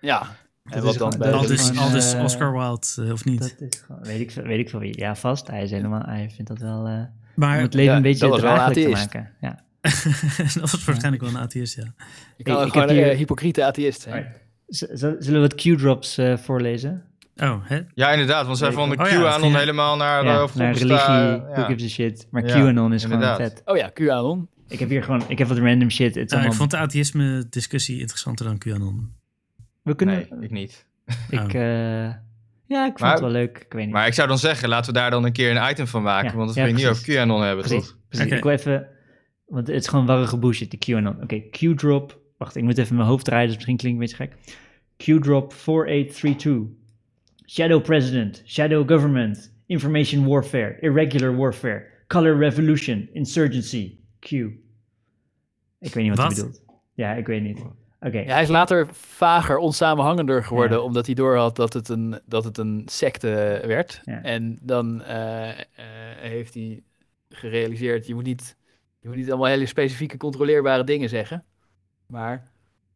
[SPEAKER 2] Ja. En
[SPEAKER 3] is
[SPEAKER 2] wat dan
[SPEAKER 3] gewoon-
[SPEAKER 2] bij
[SPEAKER 3] dat
[SPEAKER 1] Al
[SPEAKER 3] is
[SPEAKER 2] de-
[SPEAKER 1] dus,
[SPEAKER 3] gewoon,
[SPEAKER 1] al dus
[SPEAKER 3] eh,
[SPEAKER 1] Oscar Wilde, eh, of niet?
[SPEAKER 3] Dat is gewoon, weet ik, veel- weet ik veel wie. Ja, vast. Hij is helemaal, hij vindt dat wel, eh, om
[SPEAKER 1] Maar
[SPEAKER 3] het leven
[SPEAKER 2] Ja,
[SPEAKER 3] een beetje
[SPEAKER 2] dat was wel
[SPEAKER 3] draaglijk te
[SPEAKER 2] atheïst.
[SPEAKER 3] maken. Ja.
[SPEAKER 1] dat was waarschijnlijk wel een atheïst, ja.
[SPEAKER 2] Je kan
[SPEAKER 3] Ik-
[SPEAKER 2] ook
[SPEAKER 3] ik
[SPEAKER 2] gewoon
[SPEAKER 3] heb
[SPEAKER 2] een
[SPEAKER 3] hier-
[SPEAKER 2] eh, hypocriete atheïst zijn.
[SPEAKER 3] Z- z- Zullen we wat Q-drops eh, voorlezen?
[SPEAKER 1] Oh, hè?
[SPEAKER 4] ja, inderdaad. Want zij
[SPEAKER 3] Nee,
[SPEAKER 4] vonden
[SPEAKER 1] oh ja, dat
[SPEAKER 4] QAnon
[SPEAKER 1] ging-
[SPEAKER 4] helemaal naar,
[SPEAKER 3] Ja,
[SPEAKER 4] eh, of God
[SPEAKER 3] naar religie,
[SPEAKER 4] bestaat,
[SPEAKER 3] who
[SPEAKER 4] ja.
[SPEAKER 3] gives a shit. Maar
[SPEAKER 4] Ja,
[SPEAKER 3] QAnon is gewoon
[SPEAKER 4] inderdaad.
[SPEAKER 3] vet.
[SPEAKER 2] Oh ja, QAnon.
[SPEAKER 3] Ik heb hier gewoon, ik heb wat random shit. Het is
[SPEAKER 1] Nou, ik
[SPEAKER 3] allemaal-
[SPEAKER 1] vond de atheïsme-discussie interessanter dan QAnon.
[SPEAKER 3] We kunnen,
[SPEAKER 4] Nee, ik niet.
[SPEAKER 1] Oh.
[SPEAKER 3] ik, eh, ja, ik vond
[SPEAKER 4] Maar-
[SPEAKER 3] het wel leuk. Ik weet niet.
[SPEAKER 4] Maar ik zou dan zeggen, laten we daar dan een keer een item van maken.
[SPEAKER 3] Ja,
[SPEAKER 4] want als
[SPEAKER 3] ja,
[SPEAKER 4] we het niet over
[SPEAKER 3] precies.
[SPEAKER 4] QAnon hebben,
[SPEAKER 3] Precies,
[SPEAKER 4] toch?
[SPEAKER 3] precies.
[SPEAKER 1] Oké.
[SPEAKER 3] Ik wil even... Want het is gewoon warrige bullshit, de QAnon. Oké, Q-drop... Wacht, ik moet even mijn hoofd draaien, dus misschien klinkt het een beetje gek. Q-drop 4832. Shadow president, shadow government, information warfare, irregular warfare, color revolution, insurgency, Q. Ik weet niet wat,
[SPEAKER 1] Wat?
[SPEAKER 3] hij bedoelt. Ja, ik weet niet.
[SPEAKER 4] Oh.
[SPEAKER 3] Oké,
[SPEAKER 2] Ja, hij is later vager, onsamenhangender geworden,
[SPEAKER 3] Ja.
[SPEAKER 2] omdat hij doorhad dat het een, dat het een secte werd.
[SPEAKER 3] Ja.
[SPEAKER 2] En dan eh, eh, heeft hij gerealiseerd, je moet, niet, je moet niet allemaal hele specifieke, controleerbare dingen zeggen, maar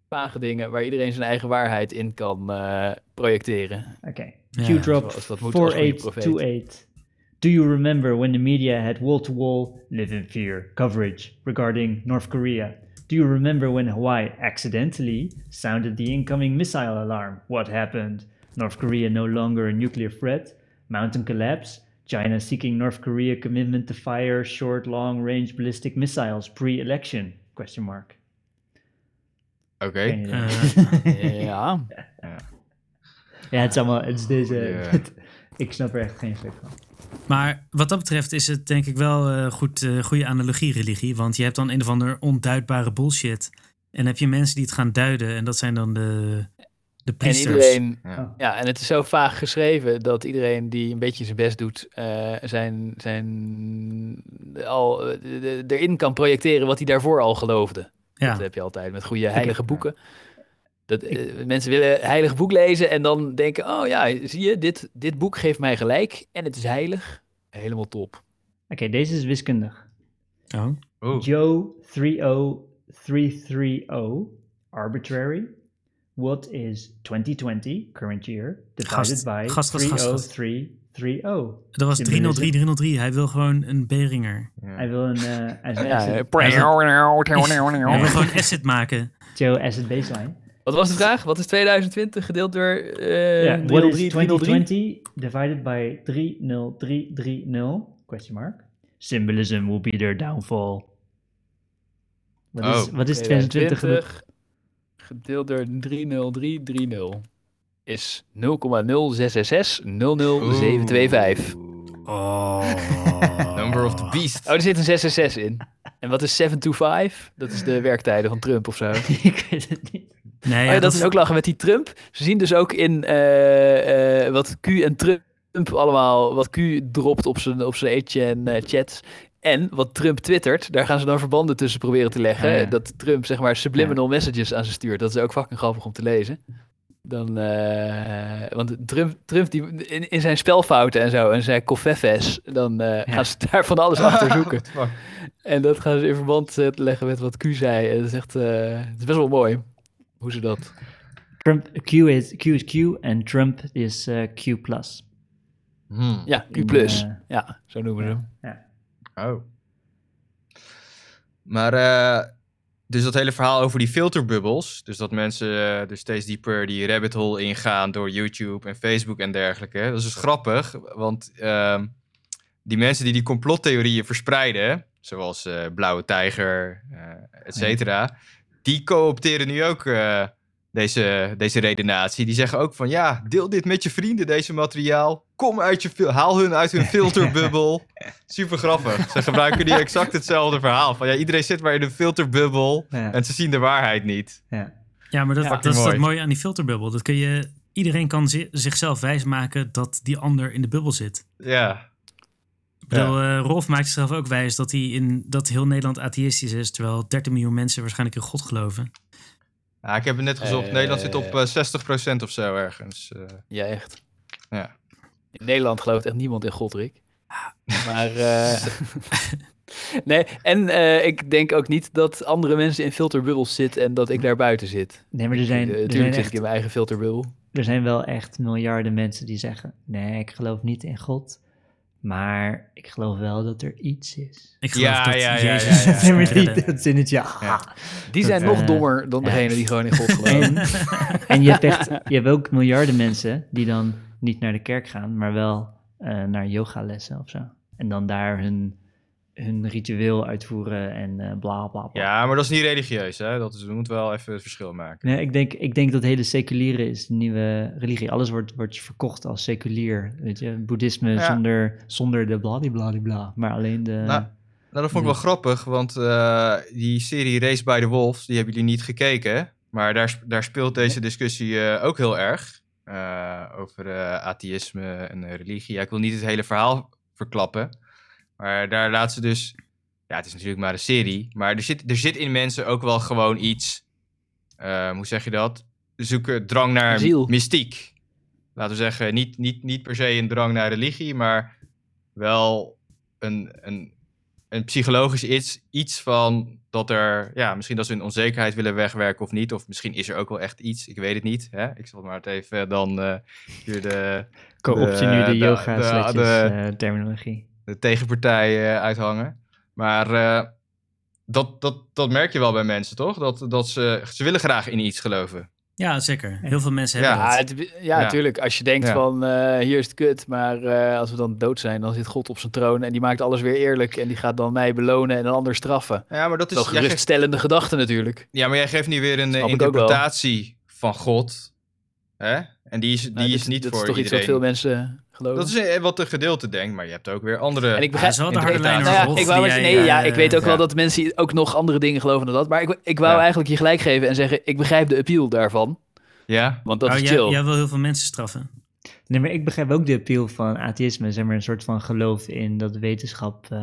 [SPEAKER 2] vage dingen waar iedereen zijn eigen waarheid in kan eh, projecteren.
[SPEAKER 3] oké.
[SPEAKER 1] Ja.
[SPEAKER 3] Q-drop
[SPEAKER 2] Zoals dat moet als goede profeet.
[SPEAKER 3] 4828. Do you remember when the media had wall to wall live in fear coverage regarding North Korea? Do you remember when Hawaii accidentally sounded the incoming missile alarm? What happened? North Korea no longer a nuclear threat? Mountain collapse? China seeking North Korea commitment to fire short long range ballistic missiles pre-election? Question mark.
[SPEAKER 4] Oké.
[SPEAKER 2] Ja,
[SPEAKER 3] ja, het is allemaal, het is deze,
[SPEAKER 4] Ja.
[SPEAKER 3] ik snap er echt geen fuck van.
[SPEAKER 1] Maar wat dat betreft is het denk ik wel een goed, eh, goede analogie religie. Want je hebt dan een of ander onduidbare bullshit. En heb je mensen die het gaan duiden. En dat zijn dan de, de
[SPEAKER 2] en
[SPEAKER 1] priesters.
[SPEAKER 2] iedereen
[SPEAKER 4] Ja.
[SPEAKER 2] Ja, en het is zo vaag geschreven dat iedereen die een beetje zijn best doet, eh, zijn, zijn al, eh, de- de- erin kan projecteren wat hij daarvoor al geloofde. Dat
[SPEAKER 1] ja.
[SPEAKER 2] heb je altijd met goede heilige boeken. Dat, eh, mensen willen heilig boek lezen en dan denken, oh ja, zie je, dit, dit boek geeft mij gelijk en het is heilig. Helemaal top.
[SPEAKER 3] Oké, deze is wiskundig.
[SPEAKER 1] Oh.
[SPEAKER 4] Oeh.
[SPEAKER 3] Joe 30330 oh, arbitrary. What is 2020 current year divided
[SPEAKER 1] Gast,
[SPEAKER 3] by
[SPEAKER 1] gast, gast, gast, gast.
[SPEAKER 3] 30330?
[SPEAKER 1] Dat was
[SPEAKER 3] Symbolisme.
[SPEAKER 1] 303, 303. Hij wil gewoon een beringer.
[SPEAKER 3] Hij wil een eh, hij is een
[SPEAKER 2] Ja, eh,
[SPEAKER 3] asset- hij is
[SPEAKER 1] Hij wil
[SPEAKER 2] Ja.
[SPEAKER 1] gewoon asset maken.
[SPEAKER 3] een Joe asset baseline.
[SPEAKER 2] Wat was de vraag? Wat is 2020 gedeeld door eh
[SPEAKER 3] Ja, what
[SPEAKER 2] 303,
[SPEAKER 3] is
[SPEAKER 2] 303?
[SPEAKER 3] 2020 divided by 30330? oh? Question mark. Symbolism will be their downfall. Wat is,
[SPEAKER 4] Oh.
[SPEAKER 3] wat is 2020? gedoe-
[SPEAKER 2] gedeeld door 303330 is 0,066600725.
[SPEAKER 1] Oh.
[SPEAKER 4] Number of the beast.
[SPEAKER 2] Oh, er zit een 666 in. En wat is 725? Dat is de werktijden van Trump of zo. Oh
[SPEAKER 3] Ik weet het niet.
[SPEAKER 1] Nee,
[SPEAKER 2] ja, dat, is ook lachen met die Trump. Ze zien dus ook in eh, eh, wat Q en Trump allemaal, wat Q dropt op zijn, op zijn en chat. En wat Trump twittert, daar gaan ze dan verbanden tussen proberen te leggen.
[SPEAKER 3] Ja, ja.
[SPEAKER 2] Dat Trump zeg maar subliminal messages aan ze stuurt. Dat is ook fucking grappig om te lezen. Dan, eh, want Trump, Trump die, in, in zijn spelfouten en zo, en zijn koffeffes, dan eh, gaan ze daar van alles achter zoeken.
[SPEAKER 4] Fuck.
[SPEAKER 2] En dat gaan ze in verband eh, leggen met wat Q zei. En dat is echt, eh, het is best wel mooi hoe ze dat...
[SPEAKER 3] Trump, Q, is, Q is Q en Trump is eh, Q+. plus.
[SPEAKER 4] Hmm.
[SPEAKER 2] Ja, Q+.
[SPEAKER 3] In, eh,
[SPEAKER 2] ja, zo noemen ze hem.
[SPEAKER 4] Oh. Maar, eh, dus dat hele verhaal over die filterbubbels. Dus dat mensen eh, dus steeds dieper die rabbit hole ingaan door YouTube en Facebook en dergelijke. Dat is dus grappig, want ehm, die mensen die die complottheorieën verspreiden, zoals eh, Blauwe Tijger, eh et cetera, die co-opteren nu ook eh, deze, deze redenatie. Die zeggen ook van, ja, deel dit met je vrienden, deze materiaal. Kom uit je, fil- haal hun uit hun filterbubbel. Super grappig. Ze gebruiken nu exact hetzelfde verhaal. Van ja, iedereen zit maar in een filterbubbel
[SPEAKER 3] Ja.
[SPEAKER 4] en ze zien de waarheid niet.
[SPEAKER 1] Ja, maar dat,
[SPEAKER 4] Ja.
[SPEAKER 1] dat is dat
[SPEAKER 4] Mooi.
[SPEAKER 1] mooie aan die filterbubbel. Dat kun je, iedereen kan zi- zichzelf wijsmaken dat die ander in de bubbel zit.
[SPEAKER 4] Ja.
[SPEAKER 1] Ik bedoel, eh, Rolf maakt zichzelf ook wijs dat, hij in, dat heel Nederland atheïstisch is, terwijl 13 miljoen mensen waarschijnlijk in God geloven.
[SPEAKER 4] Ja, Ah, ik heb het net gezocht.
[SPEAKER 2] Eh.
[SPEAKER 4] Nederland zit op eh 60% of zo ergens. Eh,
[SPEAKER 2] Ja, echt.
[SPEAKER 4] Ja.
[SPEAKER 2] In Nederland gelooft echt niemand in God, Rick.
[SPEAKER 3] Ah.
[SPEAKER 2] Maar. eh, nee, en eh, ik denk ook niet dat andere mensen in filterbubbels zitten en dat ik daar buiten zit.
[SPEAKER 3] Nee, maar er zijn,
[SPEAKER 2] Eh,
[SPEAKER 3] er, zijn
[SPEAKER 2] Tuurlijk zit ik
[SPEAKER 3] echt,
[SPEAKER 2] in mijn eigen filterbubbel.
[SPEAKER 3] er zijn wel echt miljarden mensen die zeggen... Nee, ik geloof niet in God, maar ik geloof wel dat er iets is.
[SPEAKER 1] Ik geloof
[SPEAKER 4] Ja,
[SPEAKER 1] dat
[SPEAKER 4] ja, ja,
[SPEAKER 1] Jezus
[SPEAKER 4] ja, ja.
[SPEAKER 1] ons
[SPEAKER 3] Zijn
[SPEAKER 1] gaat
[SPEAKER 3] we niet
[SPEAKER 1] redden.
[SPEAKER 3] dat zinnetje? ah.
[SPEAKER 4] Ja.
[SPEAKER 2] Die zijn
[SPEAKER 3] Eh,
[SPEAKER 2] nog dommer dan
[SPEAKER 3] ja.
[SPEAKER 2] degene die gewoon in God geloven.
[SPEAKER 3] En, en je, hebt echt, je hebt ook miljarden mensen die dan niet naar de kerk gaan, maar wel eh, naar yogalessen of zo. En dan daar hun, hun ritueel uitvoeren en eh bla bla bla.
[SPEAKER 4] ja, maar dat is niet religieus. Hè? Dat is, we moeten wel even het verschil maken.
[SPEAKER 3] Nee, ik, denk, ik denk dat hele seculiere is de nieuwe religie. Alles wordt, wordt verkocht als seculier. Weet je, boeddhisme
[SPEAKER 4] Ja.
[SPEAKER 3] zonder, zonder de bladibladibla, maar alleen de...
[SPEAKER 4] Nou, Nou, dat vond ik wel grappig, want eh, die serie Race by the Wolves, die hebben jullie niet gekeken. Maar daar, sp- daar speelt deze discussie eh, ook heel erg. eh, over eh, atheïsme en eh, religie. Ja, ik wil niet het hele verhaal verklappen. Maar daar laat ze dus... Ja, het is natuurlijk maar een serie. Maar er zit, er zit in mensen ook wel gewoon iets... eh, hoe zeg je dat? Zoeken drang naar
[SPEAKER 2] Ziel.
[SPEAKER 4] mystiek. Laten we zeggen, niet, niet, niet per se een drang naar religie, maar wel een, een, een psychologisch iets, iets van dat er, ja, misschien dat ze hun onzekerheid willen wegwerken of niet. Of misschien is er ook wel echt iets, ik weet het niet. Hè? Ik zal maar het even dan eh hier de,
[SPEAKER 3] co-opt je nu
[SPEAKER 4] de-
[SPEAKER 3] de
[SPEAKER 4] de-
[SPEAKER 3] yoga
[SPEAKER 4] de-
[SPEAKER 3] sletjes,
[SPEAKER 4] de-
[SPEAKER 3] eh, terminologie.
[SPEAKER 4] de tegenpartij eh, uithangen. Maar eh, dat, dat, dat merk je wel bij mensen, toch? Dat, dat ze, ze willen graag in iets geloven.
[SPEAKER 1] Ja, zeker. Heel veel mensen
[SPEAKER 4] Ja,
[SPEAKER 1] hebben
[SPEAKER 2] Ja,
[SPEAKER 1] dat.
[SPEAKER 2] het- ja,
[SPEAKER 4] Ja.
[SPEAKER 2] tuurlijk. Als je denkt
[SPEAKER 4] Ja.
[SPEAKER 2] van eh, hier is het kut, maar eh, als we dan dood zijn, dan zit God op zijn troon en die maakt alles weer eerlijk en die gaat dan mij belonen en een ander straffen.
[SPEAKER 4] Ja, maar dat is...
[SPEAKER 2] Wel
[SPEAKER 4] Dus jij geeft-
[SPEAKER 2] geruststellende gedachte natuurlijk.
[SPEAKER 4] Ja, maar jij geeft nu weer een eh,
[SPEAKER 2] Snap ik ook wel.
[SPEAKER 4] interpretatie van God. Hè? En die is, die
[SPEAKER 2] Nou,
[SPEAKER 4] is
[SPEAKER 2] dit-
[SPEAKER 4] niet
[SPEAKER 2] dat
[SPEAKER 4] voor
[SPEAKER 2] is toch
[SPEAKER 4] iedereen.
[SPEAKER 2] iets wat veel mensen geloven.
[SPEAKER 4] Dat is eh, wat de gedeelte denkt, maar je hebt ook weer andere...
[SPEAKER 1] Ja,
[SPEAKER 2] en ik
[SPEAKER 1] dat
[SPEAKER 2] begrijp,
[SPEAKER 1] is wel de harde lijn.
[SPEAKER 4] interpretatie.
[SPEAKER 2] Nou ja,
[SPEAKER 1] Rolf,
[SPEAKER 2] ik, wou
[SPEAKER 1] die
[SPEAKER 2] wat-
[SPEAKER 1] jij,
[SPEAKER 2] nee, ja,
[SPEAKER 1] eh,
[SPEAKER 2] ik weet ook
[SPEAKER 4] ja.
[SPEAKER 2] wel dat mensen ook nog andere dingen geloven dan dat. Maar ik, ik wou
[SPEAKER 4] Ja.
[SPEAKER 2] eigenlijk je gelijk geven en zeggen: ik begrijp de appeal daarvan.
[SPEAKER 4] Ja?
[SPEAKER 2] Want dat
[SPEAKER 1] Oh,
[SPEAKER 2] is
[SPEAKER 1] jij,
[SPEAKER 2] chill.
[SPEAKER 1] jij wil heel veel mensen straffen.
[SPEAKER 3] Nee, maar ik begrijp ook de appeal van atheïsme. Zeg maar een soort van geloof in dat wetenschap eh,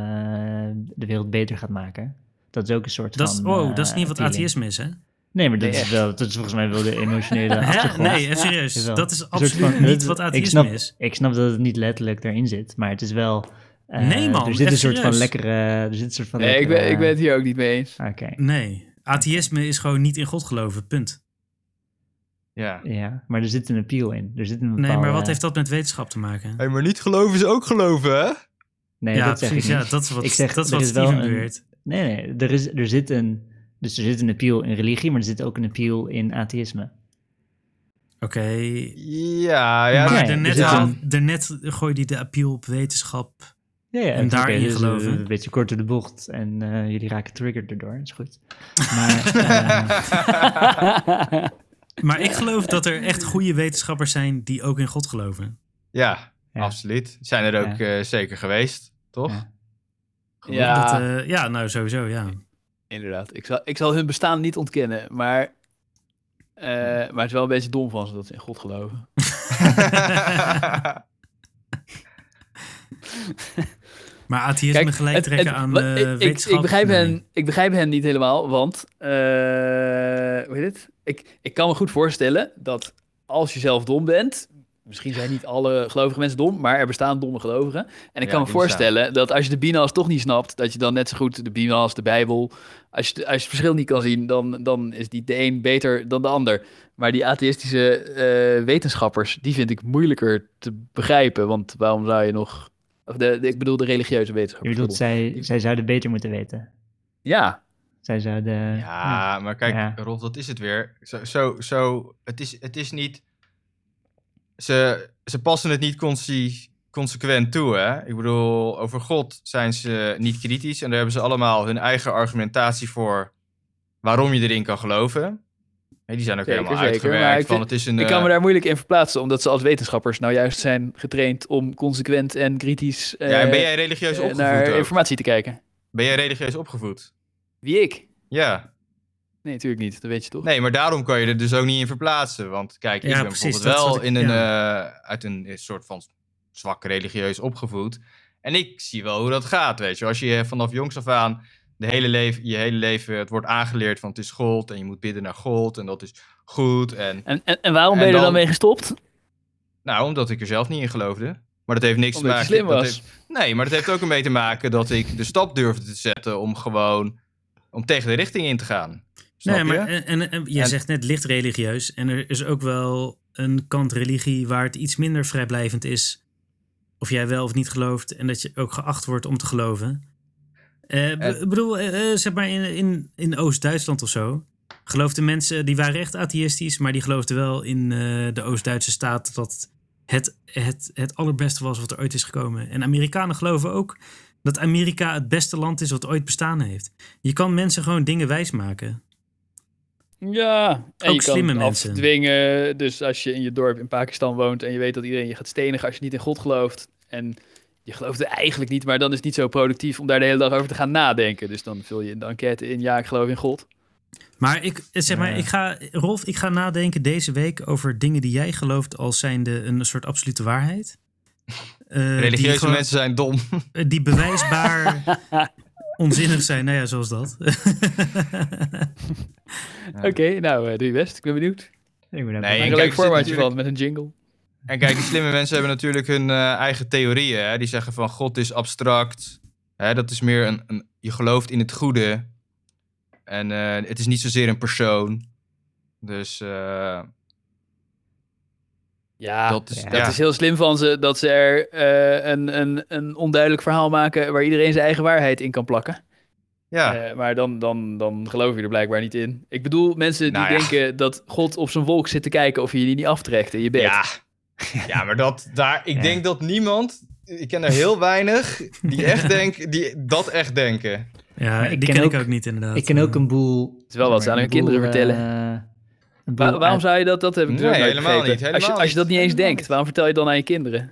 [SPEAKER 3] de wereld beter gaat maken. Dat is ook een soort
[SPEAKER 1] Dat
[SPEAKER 3] van...
[SPEAKER 1] is, oh,
[SPEAKER 3] eh,
[SPEAKER 1] dat is niet wat
[SPEAKER 3] appealing.
[SPEAKER 1] atheïsme is, hè?
[SPEAKER 3] Nee, maar dat,
[SPEAKER 2] Nee,
[SPEAKER 3] is, wel, dat is volgens mij wel de emotionele
[SPEAKER 1] Hè?
[SPEAKER 3] achtergrond.
[SPEAKER 1] Nee, eh, serieus.
[SPEAKER 3] Jawel.
[SPEAKER 1] Dat is
[SPEAKER 3] Een soort
[SPEAKER 1] absoluut
[SPEAKER 3] van-
[SPEAKER 1] niet
[SPEAKER 3] dat-
[SPEAKER 1] wat
[SPEAKER 3] ik snap,
[SPEAKER 1] atheïsme is.
[SPEAKER 3] Ik snap dat het niet letterlijk daarin zit, maar het is wel... eh,
[SPEAKER 1] Nee, man,
[SPEAKER 3] Er zit
[SPEAKER 1] echt
[SPEAKER 3] een soort van
[SPEAKER 1] serieus.
[SPEAKER 3] lekkere... Er zit een soort van
[SPEAKER 2] nee, ik ben,
[SPEAKER 3] lekkere-
[SPEAKER 2] ik ben het hier ook niet mee eens.
[SPEAKER 3] Oké,
[SPEAKER 1] Nee, atheïsme is gewoon niet in God geloven, punt.
[SPEAKER 4] Ja.
[SPEAKER 3] ja. Maar er zit een appeal in. Er zit een
[SPEAKER 1] Nee, maar
[SPEAKER 3] bepaalde-
[SPEAKER 1] wat heeft dat met wetenschap te maken?
[SPEAKER 4] Hey, maar niet geloven is ook geloven, hè?
[SPEAKER 3] Nee,
[SPEAKER 1] ja,
[SPEAKER 3] dat zeg
[SPEAKER 1] precies.
[SPEAKER 3] ik
[SPEAKER 1] Ja,
[SPEAKER 3] niet.
[SPEAKER 1] dat is wat,
[SPEAKER 3] Ik zeg,
[SPEAKER 1] dat is
[SPEAKER 3] er
[SPEAKER 1] wat
[SPEAKER 3] is wel
[SPEAKER 1] Steven
[SPEAKER 3] een-
[SPEAKER 1] beweert.
[SPEAKER 3] Nee, nee, er, is, er zit een... Dus er zit een appeal in religie, maar er zit ook een appeal in atheïsme.
[SPEAKER 1] Oké,
[SPEAKER 4] Ja, ja.
[SPEAKER 1] maar
[SPEAKER 3] nee,
[SPEAKER 1] daarnet,
[SPEAKER 3] dus het is
[SPEAKER 1] haal-
[SPEAKER 3] een-
[SPEAKER 1] daarnet gooi hij de appeal op wetenschap.
[SPEAKER 3] Ja, ja,
[SPEAKER 1] En
[SPEAKER 3] het is
[SPEAKER 1] daarin
[SPEAKER 3] oké, dus, eh,
[SPEAKER 1] geloven.
[SPEAKER 3] Een beetje kort door de bocht en eh, jullie raken triggered erdoor, is goed. Maar, eh,
[SPEAKER 1] Maar ik geloof dat er echt goede wetenschappers zijn die ook in God geloven.
[SPEAKER 4] ja,
[SPEAKER 3] Ja.
[SPEAKER 4] absoluut. Zijn er ook eh, zeker geweest, toch?
[SPEAKER 3] Ja.
[SPEAKER 2] Ja,
[SPEAKER 1] Dat, eh, ja, nou sowieso, ja.
[SPEAKER 4] eh,
[SPEAKER 2] inderdaad. Ik zal, ik zal hun bestaan niet ontkennen. Maar, eh, maar het is wel een beetje dom van ze dat ze in God geloven.
[SPEAKER 1] Maar atheïsme
[SPEAKER 2] Kijk,
[SPEAKER 1] gelijk
[SPEAKER 2] het-
[SPEAKER 1] trekken
[SPEAKER 2] het-
[SPEAKER 1] aan
[SPEAKER 2] wat-
[SPEAKER 1] eh,
[SPEAKER 2] ik- ik,
[SPEAKER 1] wetenschap.
[SPEAKER 2] ik, begrijp
[SPEAKER 1] Nee.
[SPEAKER 2] hen, ik begrijp hen niet helemaal, want eh, hoe heet het? Ik, ik kan me goed voorstellen dat als je zelf dom bent, misschien zijn niet alle gelovige mensen dom, maar er bestaan domme gelovigen. En ik
[SPEAKER 4] Ja,
[SPEAKER 2] kan me
[SPEAKER 4] die bestaan.
[SPEAKER 2] voorstellen dat als je de Bina's toch niet snapt, dat je dan net zo goed de Bina's, de Bijbel, als je, als je het verschil niet kan zien, dan, dan is niet de een beter dan de ander. Maar die atheïstische eh, wetenschappers, die vind ik moeilijker te begrijpen, want waarom zou je nog... Of de, de- ik bedoel de religieuze
[SPEAKER 3] Je
[SPEAKER 2] wetenschappers.
[SPEAKER 3] bedoelt, zij, zij zouden beter moeten weten.
[SPEAKER 2] Ja,
[SPEAKER 3] Zij zouden... ja.
[SPEAKER 4] Ja, maar kijk,
[SPEAKER 3] Ja.
[SPEAKER 4] Rolf, dat is het weer. Zo, zo, zo het, is, het is niet... Ze, ze passen het niet consi- consequent toe, hè? Ik bedoel, over God zijn ze niet kritisch... en daar hebben ze allemaal hun eigen argumentatie voor... waarom je erin kan geloven. Hè, die zijn ook
[SPEAKER 2] Zeker,
[SPEAKER 4] helemaal
[SPEAKER 2] zeker, maar
[SPEAKER 4] uitgewerkt
[SPEAKER 2] ik
[SPEAKER 4] van...
[SPEAKER 2] vind-
[SPEAKER 4] het is een,
[SPEAKER 2] ik kan
[SPEAKER 4] eh,
[SPEAKER 2] me daar moeilijk in verplaatsen, omdat ze als wetenschappers nou juist zijn getraind om consequent en kritisch eh,
[SPEAKER 4] ja, en ben jij religieus
[SPEAKER 2] eh,
[SPEAKER 4] opgevoed
[SPEAKER 2] naar
[SPEAKER 4] ook?
[SPEAKER 2] informatie te kijken.
[SPEAKER 4] Ben jij religieus opgevoed?
[SPEAKER 2] Wie ik?
[SPEAKER 4] Ja.
[SPEAKER 2] Nee, natuurlijk niet. Dat weet je toch?
[SPEAKER 4] Nee, maar daarom kan je er dus ook niet in verplaatsen. Want kijk, ik
[SPEAKER 1] Ja,
[SPEAKER 4] ben
[SPEAKER 1] precies, dat
[SPEAKER 4] bijvoorbeeld
[SPEAKER 1] is
[SPEAKER 4] wel
[SPEAKER 1] wat ik-
[SPEAKER 4] in een, eh, uit een soort van zwak religieus opgevoed. En ik zie wel hoe dat gaat, weet je. Als je vanaf jongs af aan de hele leven, je hele leven het wordt aangeleerd van het is God en je moet bidden naar God en dat is goed. En
[SPEAKER 2] En, en, en waarom
[SPEAKER 4] En
[SPEAKER 2] ben je er dan
[SPEAKER 4] dan-
[SPEAKER 2] mee gestopt?
[SPEAKER 4] nou, omdat ik er zelf niet in geloofde. Maar dat heeft niks
[SPEAKER 2] Omdat
[SPEAKER 4] te
[SPEAKER 2] je slim
[SPEAKER 4] maken... dat
[SPEAKER 2] was.
[SPEAKER 4] heeft- nee, maar dat heeft ook ermee te maken dat ik de stap durfde te zetten om gewoon... om tegen de richting in te gaan. Snap
[SPEAKER 1] Nee,
[SPEAKER 4] je?
[SPEAKER 1] maar eh, en, en, en jij
[SPEAKER 4] En-
[SPEAKER 1] zegt net licht religieus. En er is ook wel een kant religie waar het iets minder vrijblijvend is. Of jij wel of niet gelooft. En dat je ook geacht wordt om te geloven. Eh, b-
[SPEAKER 4] En-
[SPEAKER 1] ik bedoel, eh, eh, zeg maar in, in, in Oost-Duitsland of zo. Geloofden mensen, die waren echt atheïstisch. Maar die geloofden wel in eh, de Oost-Duitse staat dat het, het, het allerbeste was wat er ooit is gekomen. En Amerikanen geloven ook dat Amerika het beste land is wat ooit bestaan heeft. Je kan mensen gewoon dingen wijsmaken.
[SPEAKER 2] Ja, en
[SPEAKER 1] Ook
[SPEAKER 2] je kan
[SPEAKER 1] slimme
[SPEAKER 2] het
[SPEAKER 1] mensen.
[SPEAKER 2] afdwingen. Dus als je in je dorp in Pakistan woont en je weet dat iedereen je gaat stenigen als je niet in God gelooft. En je gelooft er eigenlijk niet, maar dan is het niet zo productief om daar de hele dag over te gaan nadenken. Dus dan vul je in de enquête in, ja, ik geloof in God.
[SPEAKER 1] Maar ik eh, zeg maar,
[SPEAKER 3] Ja.
[SPEAKER 1] ik ga, Rolf, ik ga nadenken deze week over dingen die jij gelooft als zijnde een soort absolute waarheid. Eh, die,
[SPEAKER 4] Religieuze
[SPEAKER 1] gewoon-
[SPEAKER 4] mensen zijn dom.
[SPEAKER 1] eh, die bewijsbaar onzinnig zijn. Nou ja, zoals dat.
[SPEAKER 4] Ja.
[SPEAKER 2] Oké, nou, eh, doe je best. Ik ben benieuwd.
[SPEAKER 3] Ik ben daar
[SPEAKER 4] Nee,
[SPEAKER 2] Maak
[SPEAKER 3] blij
[SPEAKER 2] er
[SPEAKER 4] en
[SPEAKER 2] een
[SPEAKER 3] mee.
[SPEAKER 4] kijk,
[SPEAKER 1] dus
[SPEAKER 2] leuk
[SPEAKER 4] er zit
[SPEAKER 2] formaatje
[SPEAKER 4] natuurlijk-
[SPEAKER 2] van met een jingle.
[SPEAKER 4] En kijk, die slimme mensen hebben natuurlijk hun eh, eigen theorieën. Hè? Die zeggen van God is abstract. Hè? Dat is meer een, een. Je gelooft in het goede. En eh, het is niet zozeer een persoon. Dus eh,
[SPEAKER 2] Ah, Ja, dat,
[SPEAKER 4] dat is.
[SPEAKER 3] ja.
[SPEAKER 4] ja.
[SPEAKER 2] is heel slim van ze dat ze er eh, een, een, een onduidelijk verhaal maken waar iedereen zijn eigen waarheid in kan plakken.
[SPEAKER 4] ja.
[SPEAKER 2] Eh, maar dan, dan, dan geloof je er blijkbaar niet in. Ik bedoel, mensen die
[SPEAKER 4] Nou ja.
[SPEAKER 2] denken dat God op zijn wolk zit te kijken of je die niet aftrekt in je bed.
[SPEAKER 4] Ja. ja, maar dat daar. Ik
[SPEAKER 3] Ja.
[SPEAKER 4] denk dat niemand. Ik ken er heel weinig die echt denken, die dat echt denken.
[SPEAKER 1] ja,
[SPEAKER 3] Maar
[SPEAKER 1] die
[SPEAKER 3] ik ken
[SPEAKER 1] ken ik
[SPEAKER 3] ook-
[SPEAKER 1] ook niet inderdaad. Eh,
[SPEAKER 3] Ik ken ook een boel...
[SPEAKER 2] is wel wat ze aan hun kinderen vertellen. Wa- waarom zou je dat? Dat heb ik dus
[SPEAKER 4] Nee,
[SPEAKER 2] ook nooit
[SPEAKER 4] helemaal
[SPEAKER 2] begrepen.
[SPEAKER 4] niet,
[SPEAKER 2] als, je,
[SPEAKER 4] helemaal
[SPEAKER 2] als je dat niet eens
[SPEAKER 4] Helemaal
[SPEAKER 2] denkt,
[SPEAKER 4] niet.
[SPEAKER 2] waarom vertel je dan aan je kinderen?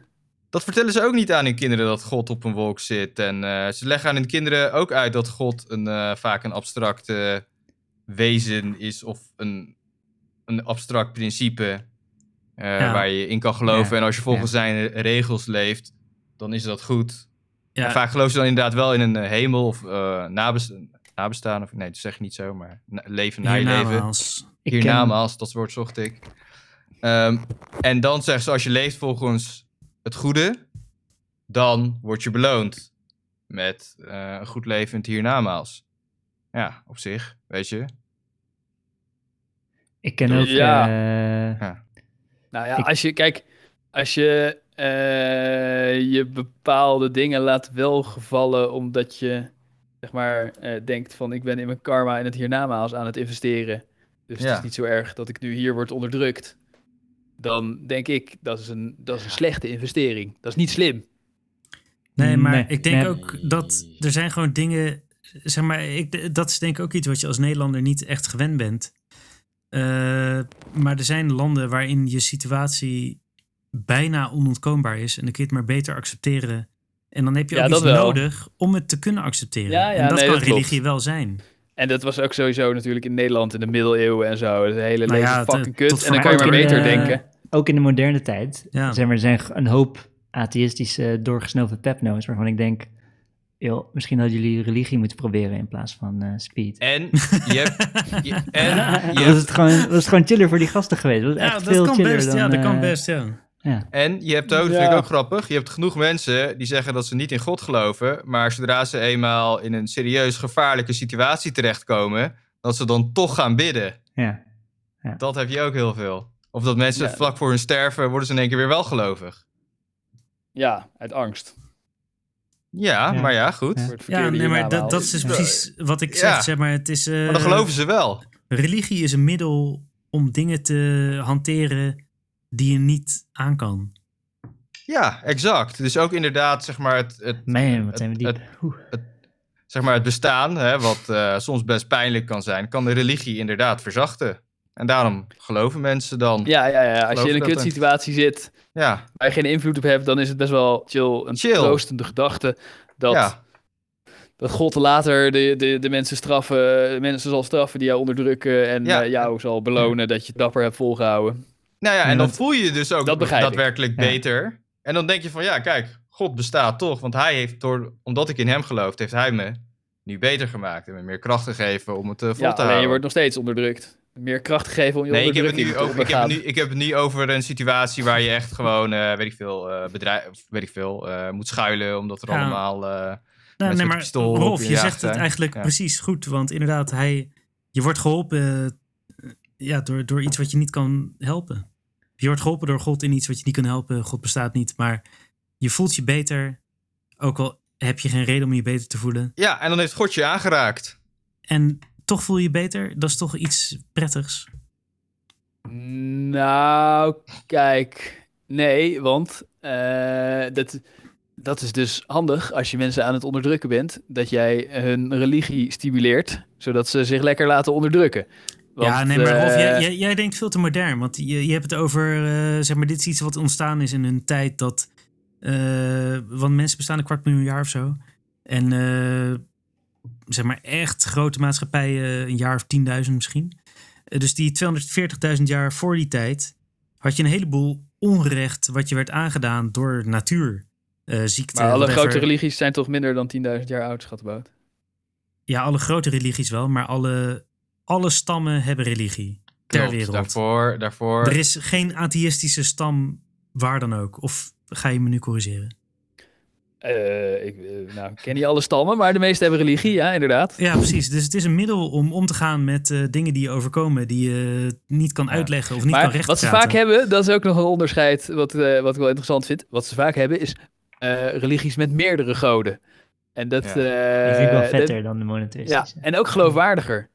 [SPEAKER 4] Dat vertellen ze ook niet aan hun kinderen dat God op een wolk zit. En eh, ze leggen aan hun kinderen ook uit dat God een, eh, vaak een abstract eh, wezen is of een, een abstract principe eh,
[SPEAKER 1] Ja.
[SPEAKER 4] waar je in kan geloven.
[SPEAKER 3] Ja,
[SPEAKER 4] En als je volgens zijn regels leeft, dan is dat goed.
[SPEAKER 1] Ja.
[SPEAKER 4] En vaak geloven ze dan inderdaad wel in een eh, hemel of eh nabes- nabestaan. Of, nee, dat zeg je niet zo, maar na- leven na je leven.
[SPEAKER 1] Hiernamaals.
[SPEAKER 3] Ik ken-
[SPEAKER 4] Hiernamaals, dat woord zocht ik. Ehm, en dan zegt ze, als je leeft volgens het goede, dan word je beloond met eh, een goed leven in het hiernamaals. Ja, op zich, weet je.
[SPEAKER 3] Ik ken ook...
[SPEAKER 2] Ja.
[SPEAKER 3] eh,
[SPEAKER 2] Nou ja,
[SPEAKER 3] Ik-
[SPEAKER 2] als je, kijk, als je eh, je bepaalde dingen laat wel gevallen omdat je, zeg maar, eh, denkt van ik ben in mijn karma en het hiernamaals aan het investeren. Dus het
[SPEAKER 4] Ja.
[SPEAKER 2] is niet zo erg dat ik nu hier word onderdrukt. Dan denk ik, dat is een, dat is een slechte investering. Dat is niet slim.
[SPEAKER 1] Nee, maar
[SPEAKER 3] Nee,
[SPEAKER 1] ik denk
[SPEAKER 3] nee.
[SPEAKER 1] ook dat er zijn gewoon dingen. Zeg maar, ik, dat is denk ik ook iets wat je als Nederlander niet echt gewend bent. Eh, maar er zijn landen waarin je situatie bijna onontkoombaar is. En dan kun je het maar beter accepteren. En dan heb je
[SPEAKER 2] Ja,
[SPEAKER 1] ook
[SPEAKER 2] dat
[SPEAKER 1] iets
[SPEAKER 2] wel.
[SPEAKER 1] nodig om het te kunnen accepteren.
[SPEAKER 2] Ja, ja,
[SPEAKER 1] en dat
[SPEAKER 2] nee,
[SPEAKER 1] kan
[SPEAKER 2] dat klopt.
[SPEAKER 1] religie wel zijn.
[SPEAKER 2] En dat was ook sowieso natuurlijk in Nederland in de middeleeuwen en zo. Het hele
[SPEAKER 1] Nou
[SPEAKER 2] leven
[SPEAKER 1] ja, t-
[SPEAKER 2] fucking
[SPEAKER 1] tot
[SPEAKER 2] kut. En dan
[SPEAKER 1] voor eh,
[SPEAKER 2] kan je
[SPEAKER 1] mij
[SPEAKER 2] maar
[SPEAKER 1] ook in
[SPEAKER 2] beter
[SPEAKER 1] de-
[SPEAKER 2] denken.
[SPEAKER 3] ook in de moderne tijd
[SPEAKER 1] Ja.
[SPEAKER 3] zeg maar, er zijn een hoop atheïstische doorgesnoven pepno's eh, waarvan ik denk, joh, misschien hadden jullie religie moeten proberen in plaats van eh, speed.
[SPEAKER 4] En je hebt... je- en je
[SPEAKER 3] Dat was, het gewoon, was het gewoon chiller voor die gasten geweest. Was
[SPEAKER 1] Ja,
[SPEAKER 3] echt
[SPEAKER 1] dat
[SPEAKER 3] veel
[SPEAKER 1] kan
[SPEAKER 3] chiller
[SPEAKER 1] best.
[SPEAKER 3] dan,
[SPEAKER 1] ja, dat kan
[SPEAKER 3] eh,
[SPEAKER 1] best, ja.
[SPEAKER 3] ja.
[SPEAKER 4] En je hebt ook, dat
[SPEAKER 2] Ja.
[SPEAKER 4] vind ik ook grappig, je hebt genoeg mensen die zeggen dat ze niet in God geloven, maar zodra ze eenmaal in een serieus gevaarlijke situatie terechtkomen, dat ze dan toch gaan bidden.
[SPEAKER 3] Ja.
[SPEAKER 4] Dat heb je ook heel veel. Of dat mensen
[SPEAKER 2] Ja.
[SPEAKER 4] vlak voor hun sterven, worden ze in één keer weer wel gelovig.
[SPEAKER 2] Ja, uit angst.
[SPEAKER 4] Ja,
[SPEAKER 3] Ja.
[SPEAKER 4] maar ja, goed.
[SPEAKER 2] Voor het
[SPEAKER 1] Ja,
[SPEAKER 2] verkeerde
[SPEAKER 1] nee, maar
[SPEAKER 2] hierna
[SPEAKER 1] dat,
[SPEAKER 2] wel.
[SPEAKER 1] dat is dus
[SPEAKER 4] Ja.
[SPEAKER 1] precies wat ik
[SPEAKER 4] Ja.
[SPEAKER 1] zeg. zeg maar, het is, eh,
[SPEAKER 4] Maar dan geloven ze wel.
[SPEAKER 1] Religie is een middel om dingen te hanteren die je niet aan kan.
[SPEAKER 4] Ja, exact. Dus ook inderdaad, zeg maar, het, het,
[SPEAKER 3] Man, wat zijn we
[SPEAKER 4] het-
[SPEAKER 3] diep. Oeh.
[SPEAKER 4] zeg maar, het bestaan, hè, wat eh, soms best pijnlijk kan zijn, kan de religie inderdaad verzachten. En daarom geloven mensen dan.
[SPEAKER 2] Ja, ja, ja. Als
[SPEAKER 4] Geloof
[SPEAKER 2] je in een
[SPEAKER 4] dat dan.
[SPEAKER 2] kutsituatie zit
[SPEAKER 4] ja.
[SPEAKER 2] waar je geen invloed op hebt, dan is het best wel chill. Een
[SPEAKER 4] Chill.
[SPEAKER 2] troostende gedachte dat,
[SPEAKER 4] ja.
[SPEAKER 2] dat God later de, de, de mensen straffen, de mensen zal straffen die jou onderdrukken en
[SPEAKER 4] Ja.
[SPEAKER 2] eh, jou zal belonen dat je het dapper hebt volgehouden.
[SPEAKER 4] Nou ja,
[SPEAKER 3] Ja,
[SPEAKER 4] en dan
[SPEAKER 3] dat-
[SPEAKER 4] voel je je dus ook
[SPEAKER 2] dat begrijp ik.
[SPEAKER 4] daadwerkelijk
[SPEAKER 3] Ja.
[SPEAKER 4] beter. En dan denk je van, ja, kijk, God bestaat toch. Want hij heeft, door, omdat ik in hem geloof, heeft hij me nu beter gemaakt. En me meer kracht gegeven om het eh, vol
[SPEAKER 2] Ja,
[SPEAKER 4] te
[SPEAKER 2] alleen je
[SPEAKER 4] houden.
[SPEAKER 2] wordt nog steeds onderdrukt. Meer kracht gegeven om je
[SPEAKER 4] Nee, ik heb, het
[SPEAKER 2] onderdrukking
[SPEAKER 4] nu
[SPEAKER 2] te
[SPEAKER 4] over, ik, heb het
[SPEAKER 2] ondergaan.
[SPEAKER 4] nu, ik heb het niet over een situatie waar je echt gewoon, eh, weet ik veel, eh, bedrijf, of weet ik veel eh, moet schuilen. Omdat er
[SPEAKER 1] Ja.
[SPEAKER 4] allemaal... eh,
[SPEAKER 1] Nou,
[SPEAKER 4] Met
[SPEAKER 1] nee,
[SPEAKER 4] zo'n
[SPEAKER 1] maar
[SPEAKER 4] pistool op
[SPEAKER 1] Rolf,
[SPEAKER 4] je
[SPEAKER 1] je
[SPEAKER 4] jacht,
[SPEAKER 1] zegt het
[SPEAKER 4] hè?
[SPEAKER 1] eigenlijk
[SPEAKER 4] Ja.
[SPEAKER 1] precies goed. Want inderdaad, hij, je wordt geholpen eh, ja, door, door iets wat je niet kan helpen. Je wordt geholpen door God in iets wat je niet kan helpen. God bestaat niet, maar je voelt je beter. Ook al heb je geen reden om je beter te voelen.
[SPEAKER 4] ja, en dan heeft God je aangeraakt.
[SPEAKER 1] En toch voel je je beter. Dat is toch iets prettigs.
[SPEAKER 2] Nou, kijk. Nee, want eh, dat, dat is dus handig als je mensen aan het onderdrukken bent. Dat jij hun religie stimuleert, zodat ze zich lekker laten onderdrukken. Want,
[SPEAKER 1] ja, nee, maar Rolf,
[SPEAKER 2] eh,
[SPEAKER 1] jij, jij, jij denkt veel te modern. Want je, je hebt het over, eh, zeg maar, dit is iets wat ontstaan is in hun tijd. Dat, eh, want mensen bestaan een kwart miljoen jaar of zo. En eh, zeg maar echt grote maatschappijen, een jaar of 10.000 misschien. Eh, dus die 240.000 jaar voor die tijd had je een heleboel onrecht wat je werd aangedaan door natuur. eh ziekte,
[SPEAKER 2] maar alle
[SPEAKER 1] whatever.
[SPEAKER 2] grote religies zijn toch minder dan 10.000 jaar oud, schatboot.
[SPEAKER 1] Ja, alle grote religies wel, maar alle, alle stammen hebben religie ter
[SPEAKER 4] Klopt,
[SPEAKER 1] wereld.
[SPEAKER 4] Daarvoor, daarvoor.
[SPEAKER 1] Er is geen atheïstische stam waar dan ook. Of ga je me nu corrigeren?
[SPEAKER 2] Eh ik eh, nou, ik ken niet alle stammen, maar de meeste hebben religie, ja, inderdaad.
[SPEAKER 1] Ja, precies. Dus het is een middel om om te gaan met eh, dingen die je overkomen, die je niet kan uitleggen of niet kan
[SPEAKER 2] Maar
[SPEAKER 1] rechtpraten.
[SPEAKER 2] wat ze vaak hebben, dat is ook nog een onderscheid wat, eh, wat ik wel interessant vind. Wat ze vaak hebben is eh, religies met meerdere goden. En dat,
[SPEAKER 4] Ja.
[SPEAKER 2] eh,
[SPEAKER 3] Dat vind ik wel
[SPEAKER 2] dat-
[SPEAKER 3] vetter dan de
[SPEAKER 2] ja,
[SPEAKER 3] monotheïstische.
[SPEAKER 2] en ook geloofwaardiger.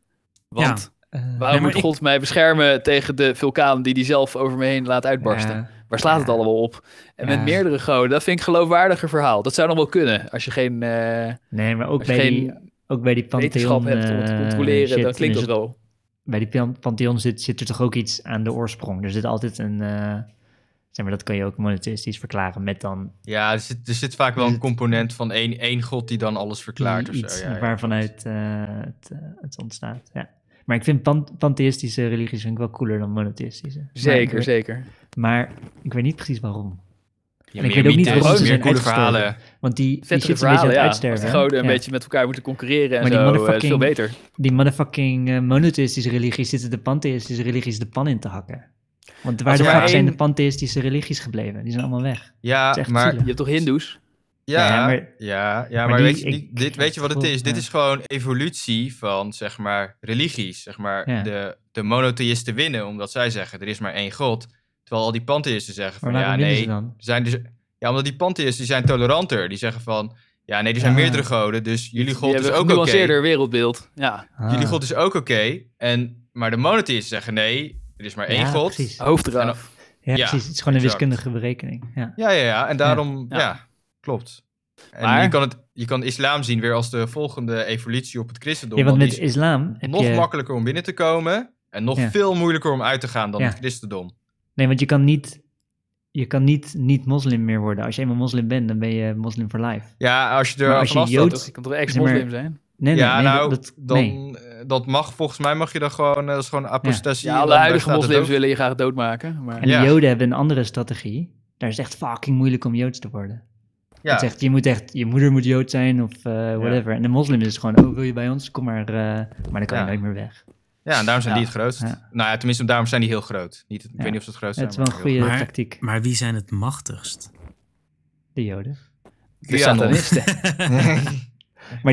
[SPEAKER 2] Want
[SPEAKER 3] Eh,
[SPEAKER 2] waarom
[SPEAKER 1] Nee, maar
[SPEAKER 2] moet God mij beschermen tegen de vulkaan die die zelf over me heen laat uitbarsten?
[SPEAKER 3] ja.
[SPEAKER 2] Waar slaat het
[SPEAKER 3] Ja.
[SPEAKER 2] allemaal op? En
[SPEAKER 3] Ja.
[SPEAKER 2] met meerdere goden, dat vind ik een geloofwaardiger verhaal. Dat zou nog wel kunnen als je geen, eh,
[SPEAKER 3] Nee, maar ook
[SPEAKER 2] als je
[SPEAKER 3] bij, die,
[SPEAKER 2] geen
[SPEAKER 3] ook bij die pantheon...
[SPEAKER 2] wetenschap hebt om het te
[SPEAKER 3] eh,
[SPEAKER 2] controleren,
[SPEAKER 3] shit,
[SPEAKER 2] dan klinkt
[SPEAKER 3] is
[SPEAKER 2] dat wel.
[SPEAKER 3] bij die pan- pantheon zit, zit er toch ook iets aan de oorsprong. Er zit altijd een... eh, zeg maar, dat kan je ook monotheïstisch verklaren met dan
[SPEAKER 4] Ja, er zit, er zit vaak wel een component van één, één God die dan alles verklaart. Of
[SPEAKER 3] i- Hm. iets
[SPEAKER 4] zo. Ja, ja.
[SPEAKER 3] waarvanuit eh, het, eh, het ontstaat. Ja. Maar ik vind pan- pantheïstische religies vind ik wel cooler dan monotheïstische.
[SPEAKER 2] Zeker,
[SPEAKER 3] maar,
[SPEAKER 2] zeker.
[SPEAKER 3] Maar ik weet niet precies waarom.
[SPEAKER 4] Ja,
[SPEAKER 3] En ik
[SPEAKER 4] meer
[SPEAKER 3] weet ook niet
[SPEAKER 4] mythes,
[SPEAKER 2] waarom ze
[SPEAKER 4] meer
[SPEAKER 3] zijn
[SPEAKER 4] coole
[SPEAKER 3] uitgestorven.
[SPEAKER 4] verhalen.
[SPEAKER 3] Want die, die
[SPEAKER 2] Vettere
[SPEAKER 3] shit is een beetje aan
[SPEAKER 2] verhalen,
[SPEAKER 3] het
[SPEAKER 2] ja. Als
[SPEAKER 3] uitsterven.
[SPEAKER 2] de
[SPEAKER 3] hè?
[SPEAKER 2] goden een
[SPEAKER 3] Ja.
[SPEAKER 2] beetje met elkaar moeten concurreren en
[SPEAKER 3] Maar die
[SPEAKER 2] zo, eh,
[SPEAKER 3] motherfucking-
[SPEAKER 2] veel beter.
[SPEAKER 3] Die motherfucking eh, monotheïstische religies zitten de pantheïstische religies de pan in te hakken. Want waar
[SPEAKER 2] Als
[SPEAKER 3] de
[SPEAKER 4] er maar
[SPEAKER 3] fuck zijn
[SPEAKER 2] één-
[SPEAKER 3] de pantheïstische religies gebleven? Die zijn allemaal weg. Het is
[SPEAKER 4] Ja,
[SPEAKER 3] echt
[SPEAKER 4] maar,
[SPEAKER 2] Je hebt toch hindoes?
[SPEAKER 4] ja,
[SPEAKER 3] Ja,
[SPEAKER 4] ja,
[SPEAKER 3] maar-
[SPEAKER 4] maar, ja,
[SPEAKER 3] maar
[SPEAKER 4] maar
[SPEAKER 3] die-
[SPEAKER 4] weet, je, die-
[SPEAKER 3] ik-
[SPEAKER 4] dit, weet je wat het
[SPEAKER 3] Goed,
[SPEAKER 4] is? Dit
[SPEAKER 3] ja.
[SPEAKER 4] is gewoon evolutie van, zeg maar, religies. Zeg maar,
[SPEAKER 3] Ja.
[SPEAKER 4] de, de monotheïsten winnen, omdat zij zeggen, er is maar één God. Terwijl al die pantheïsten zeggen
[SPEAKER 3] Maar
[SPEAKER 4] van,
[SPEAKER 3] waarom
[SPEAKER 4] ja,
[SPEAKER 3] winnen
[SPEAKER 4] nee,
[SPEAKER 3] ze dan?
[SPEAKER 4] zijn dus, ja, omdat die pantheïsten zijn toleranter. Die zeggen van, ja, nee, er zijn
[SPEAKER 3] Ah.
[SPEAKER 4] meerdere goden, dus jullie
[SPEAKER 2] Die
[SPEAKER 4] God is
[SPEAKER 2] hebben een
[SPEAKER 4] ook oké.
[SPEAKER 2] genuanceerder wereldbeeld. Ja,
[SPEAKER 4] Jullie
[SPEAKER 3] Ah.
[SPEAKER 4] God is ook oké. en, maar de monotheïsten zeggen, nee, er is maar één
[SPEAKER 3] Ja,
[SPEAKER 4] God.
[SPEAKER 3] Precies.
[SPEAKER 2] hoofd eraf.
[SPEAKER 4] En dan-
[SPEAKER 3] Ja,
[SPEAKER 4] Ja,
[SPEAKER 3] precies. Het is gewoon een
[SPEAKER 4] exact.
[SPEAKER 3] wiskundige berekening. Ja.
[SPEAKER 4] Ja, ja, ja. En daarom,
[SPEAKER 2] Ja.
[SPEAKER 4] ja, klopt. En
[SPEAKER 2] Maar-
[SPEAKER 4] je, kan het, je kan islam zien weer als de volgende evolutie op het christendom.
[SPEAKER 3] Ja, want
[SPEAKER 4] want
[SPEAKER 3] met
[SPEAKER 4] die is
[SPEAKER 3] islam heb
[SPEAKER 4] nog
[SPEAKER 3] je...
[SPEAKER 4] makkelijker om binnen te komen en nog
[SPEAKER 3] Ja.
[SPEAKER 4] veel moeilijker om uit te gaan dan
[SPEAKER 3] Ja.
[SPEAKER 4] het christendom.
[SPEAKER 3] Nee, want je kan niet... Je kan niet niet-moslim meer worden. Als je eenmaal moslim bent, dan ben je moslim for life.
[SPEAKER 4] Ja, als je
[SPEAKER 3] Maar
[SPEAKER 4] er
[SPEAKER 3] als je
[SPEAKER 4] vanaf
[SPEAKER 3] Jood-
[SPEAKER 4] staat...
[SPEAKER 2] Toch? Je kan toch ex-moslim zijn?
[SPEAKER 3] Nee, nee,
[SPEAKER 4] ja,
[SPEAKER 3] nee,
[SPEAKER 4] nou,
[SPEAKER 3] dat,
[SPEAKER 4] dan,
[SPEAKER 3] nee.
[SPEAKER 4] eh, dat mag volgens mij mag je dan gewoon, eh, dat is gewoon apostasie.
[SPEAKER 2] Ja, alle
[SPEAKER 4] dan
[SPEAKER 2] huidige
[SPEAKER 4] staat het
[SPEAKER 2] moslims
[SPEAKER 4] ook.
[SPEAKER 2] willen je graag doodmaken. Maar...
[SPEAKER 3] En
[SPEAKER 4] Ja.
[SPEAKER 3] de joden hebben een andere strategie. Daar is het echt fucking moeilijk om joods te worden.
[SPEAKER 4] Ja.
[SPEAKER 3] Het zegt, je moet echt, je moeder moet Jood zijn of eh, whatever. En de moslim is gewoon, oh, wil je bij ons? Kom maar, eh, maar dan kan
[SPEAKER 4] Ja.
[SPEAKER 3] je nooit meer weg.
[SPEAKER 4] Ja, en daarom zijn
[SPEAKER 2] Ja.
[SPEAKER 4] die het grootst.
[SPEAKER 3] Ja.
[SPEAKER 4] Nou ja, tenminste, daarom zijn die heel groot. Niet, ik
[SPEAKER 3] Ja.
[SPEAKER 4] weet niet of ze het grootst
[SPEAKER 3] Het is
[SPEAKER 4] zijn.
[SPEAKER 3] wel een
[SPEAKER 4] maar heel
[SPEAKER 3] goede
[SPEAKER 1] Maar-
[SPEAKER 3] tactiek,
[SPEAKER 1] Maar wie zijn het machtigst?
[SPEAKER 3] de Joden.
[SPEAKER 2] De
[SPEAKER 4] QAnon.
[SPEAKER 2] satanisten.
[SPEAKER 1] Nou
[SPEAKER 3] Maar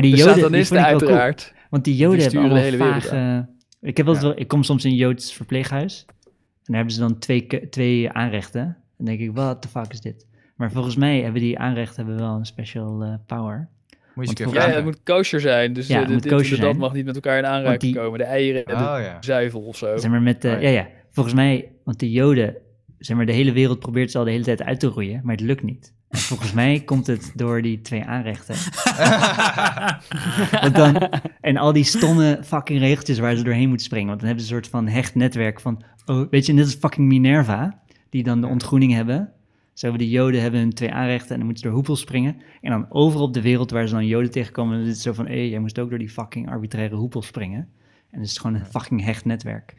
[SPEAKER 2] De
[SPEAKER 3] die Joden, die vond
[SPEAKER 2] satanisten
[SPEAKER 3] ik wel cool.
[SPEAKER 2] uiteraard.
[SPEAKER 3] Want die Joden
[SPEAKER 2] Die
[SPEAKER 3] hebben
[SPEAKER 2] sturen
[SPEAKER 3] allemaal
[SPEAKER 2] de hele wereld
[SPEAKER 3] vage... Ik, heb wel eens
[SPEAKER 4] Ja.
[SPEAKER 3] wel, ik kom soms in een Joods verpleeghuis. En daar hebben ze dan twee, ke- twee aanrechten. En dan denk ik, what the fuck is dit? Maar volgens mij hebben die aanrechten hebben wel een special eh, power.
[SPEAKER 4] Moet je eens een
[SPEAKER 3] Want
[SPEAKER 4] keer
[SPEAKER 2] Ja,
[SPEAKER 3] volgens-
[SPEAKER 2] ja, het
[SPEAKER 4] vragen.
[SPEAKER 2] moet kosher zijn. Dus
[SPEAKER 3] Ja,
[SPEAKER 2] eh,
[SPEAKER 3] het
[SPEAKER 2] de-
[SPEAKER 3] moet
[SPEAKER 2] dit en
[SPEAKER 3] kosher
[SPEAKER 2] de dat
[SPEAKER 3] zijn.
[SPEAKER 2] mag niet met elkaar in aanraking
[SPEAKER 3] die-
[SPEAKER 2] komen. De eieren en de
[SPEAKER 4] Oh ja.
[SPEAKER 2] zuivel of zo.
[SPEAKER 3] Zeg maar met, eh,
[SPEAKER 4] Oh,
[SPEAKER 3] ja,
[SPEAKER 4] ja.
[SPEAKER 3] ja. Volgens mij, want de Joden, zeg maar, de hele wereld probeert ze al de hele tijd uit te roeien, maar het lukt niet. En volgens mij komt het door die twee aanrechten. Want dan, en al die stomme fucking regeltjes waar ze doorheen moeten springen. Want dan hebben ze een soort van hecht netwerk van, oh, weet je, net als fucking Minerva, die dan de ontgroening hebben. Zo hebben de Joden hebben hun twee aanrechten en dan moeten ze door hoepels springen. En dan overal op de wereld waar ze dan Joden tegenkomen, dan is het zo van, hé, jij moest ook door die fucking arbitraire hoepels springen. En dus het is gewoon een fucking hecht netwerk.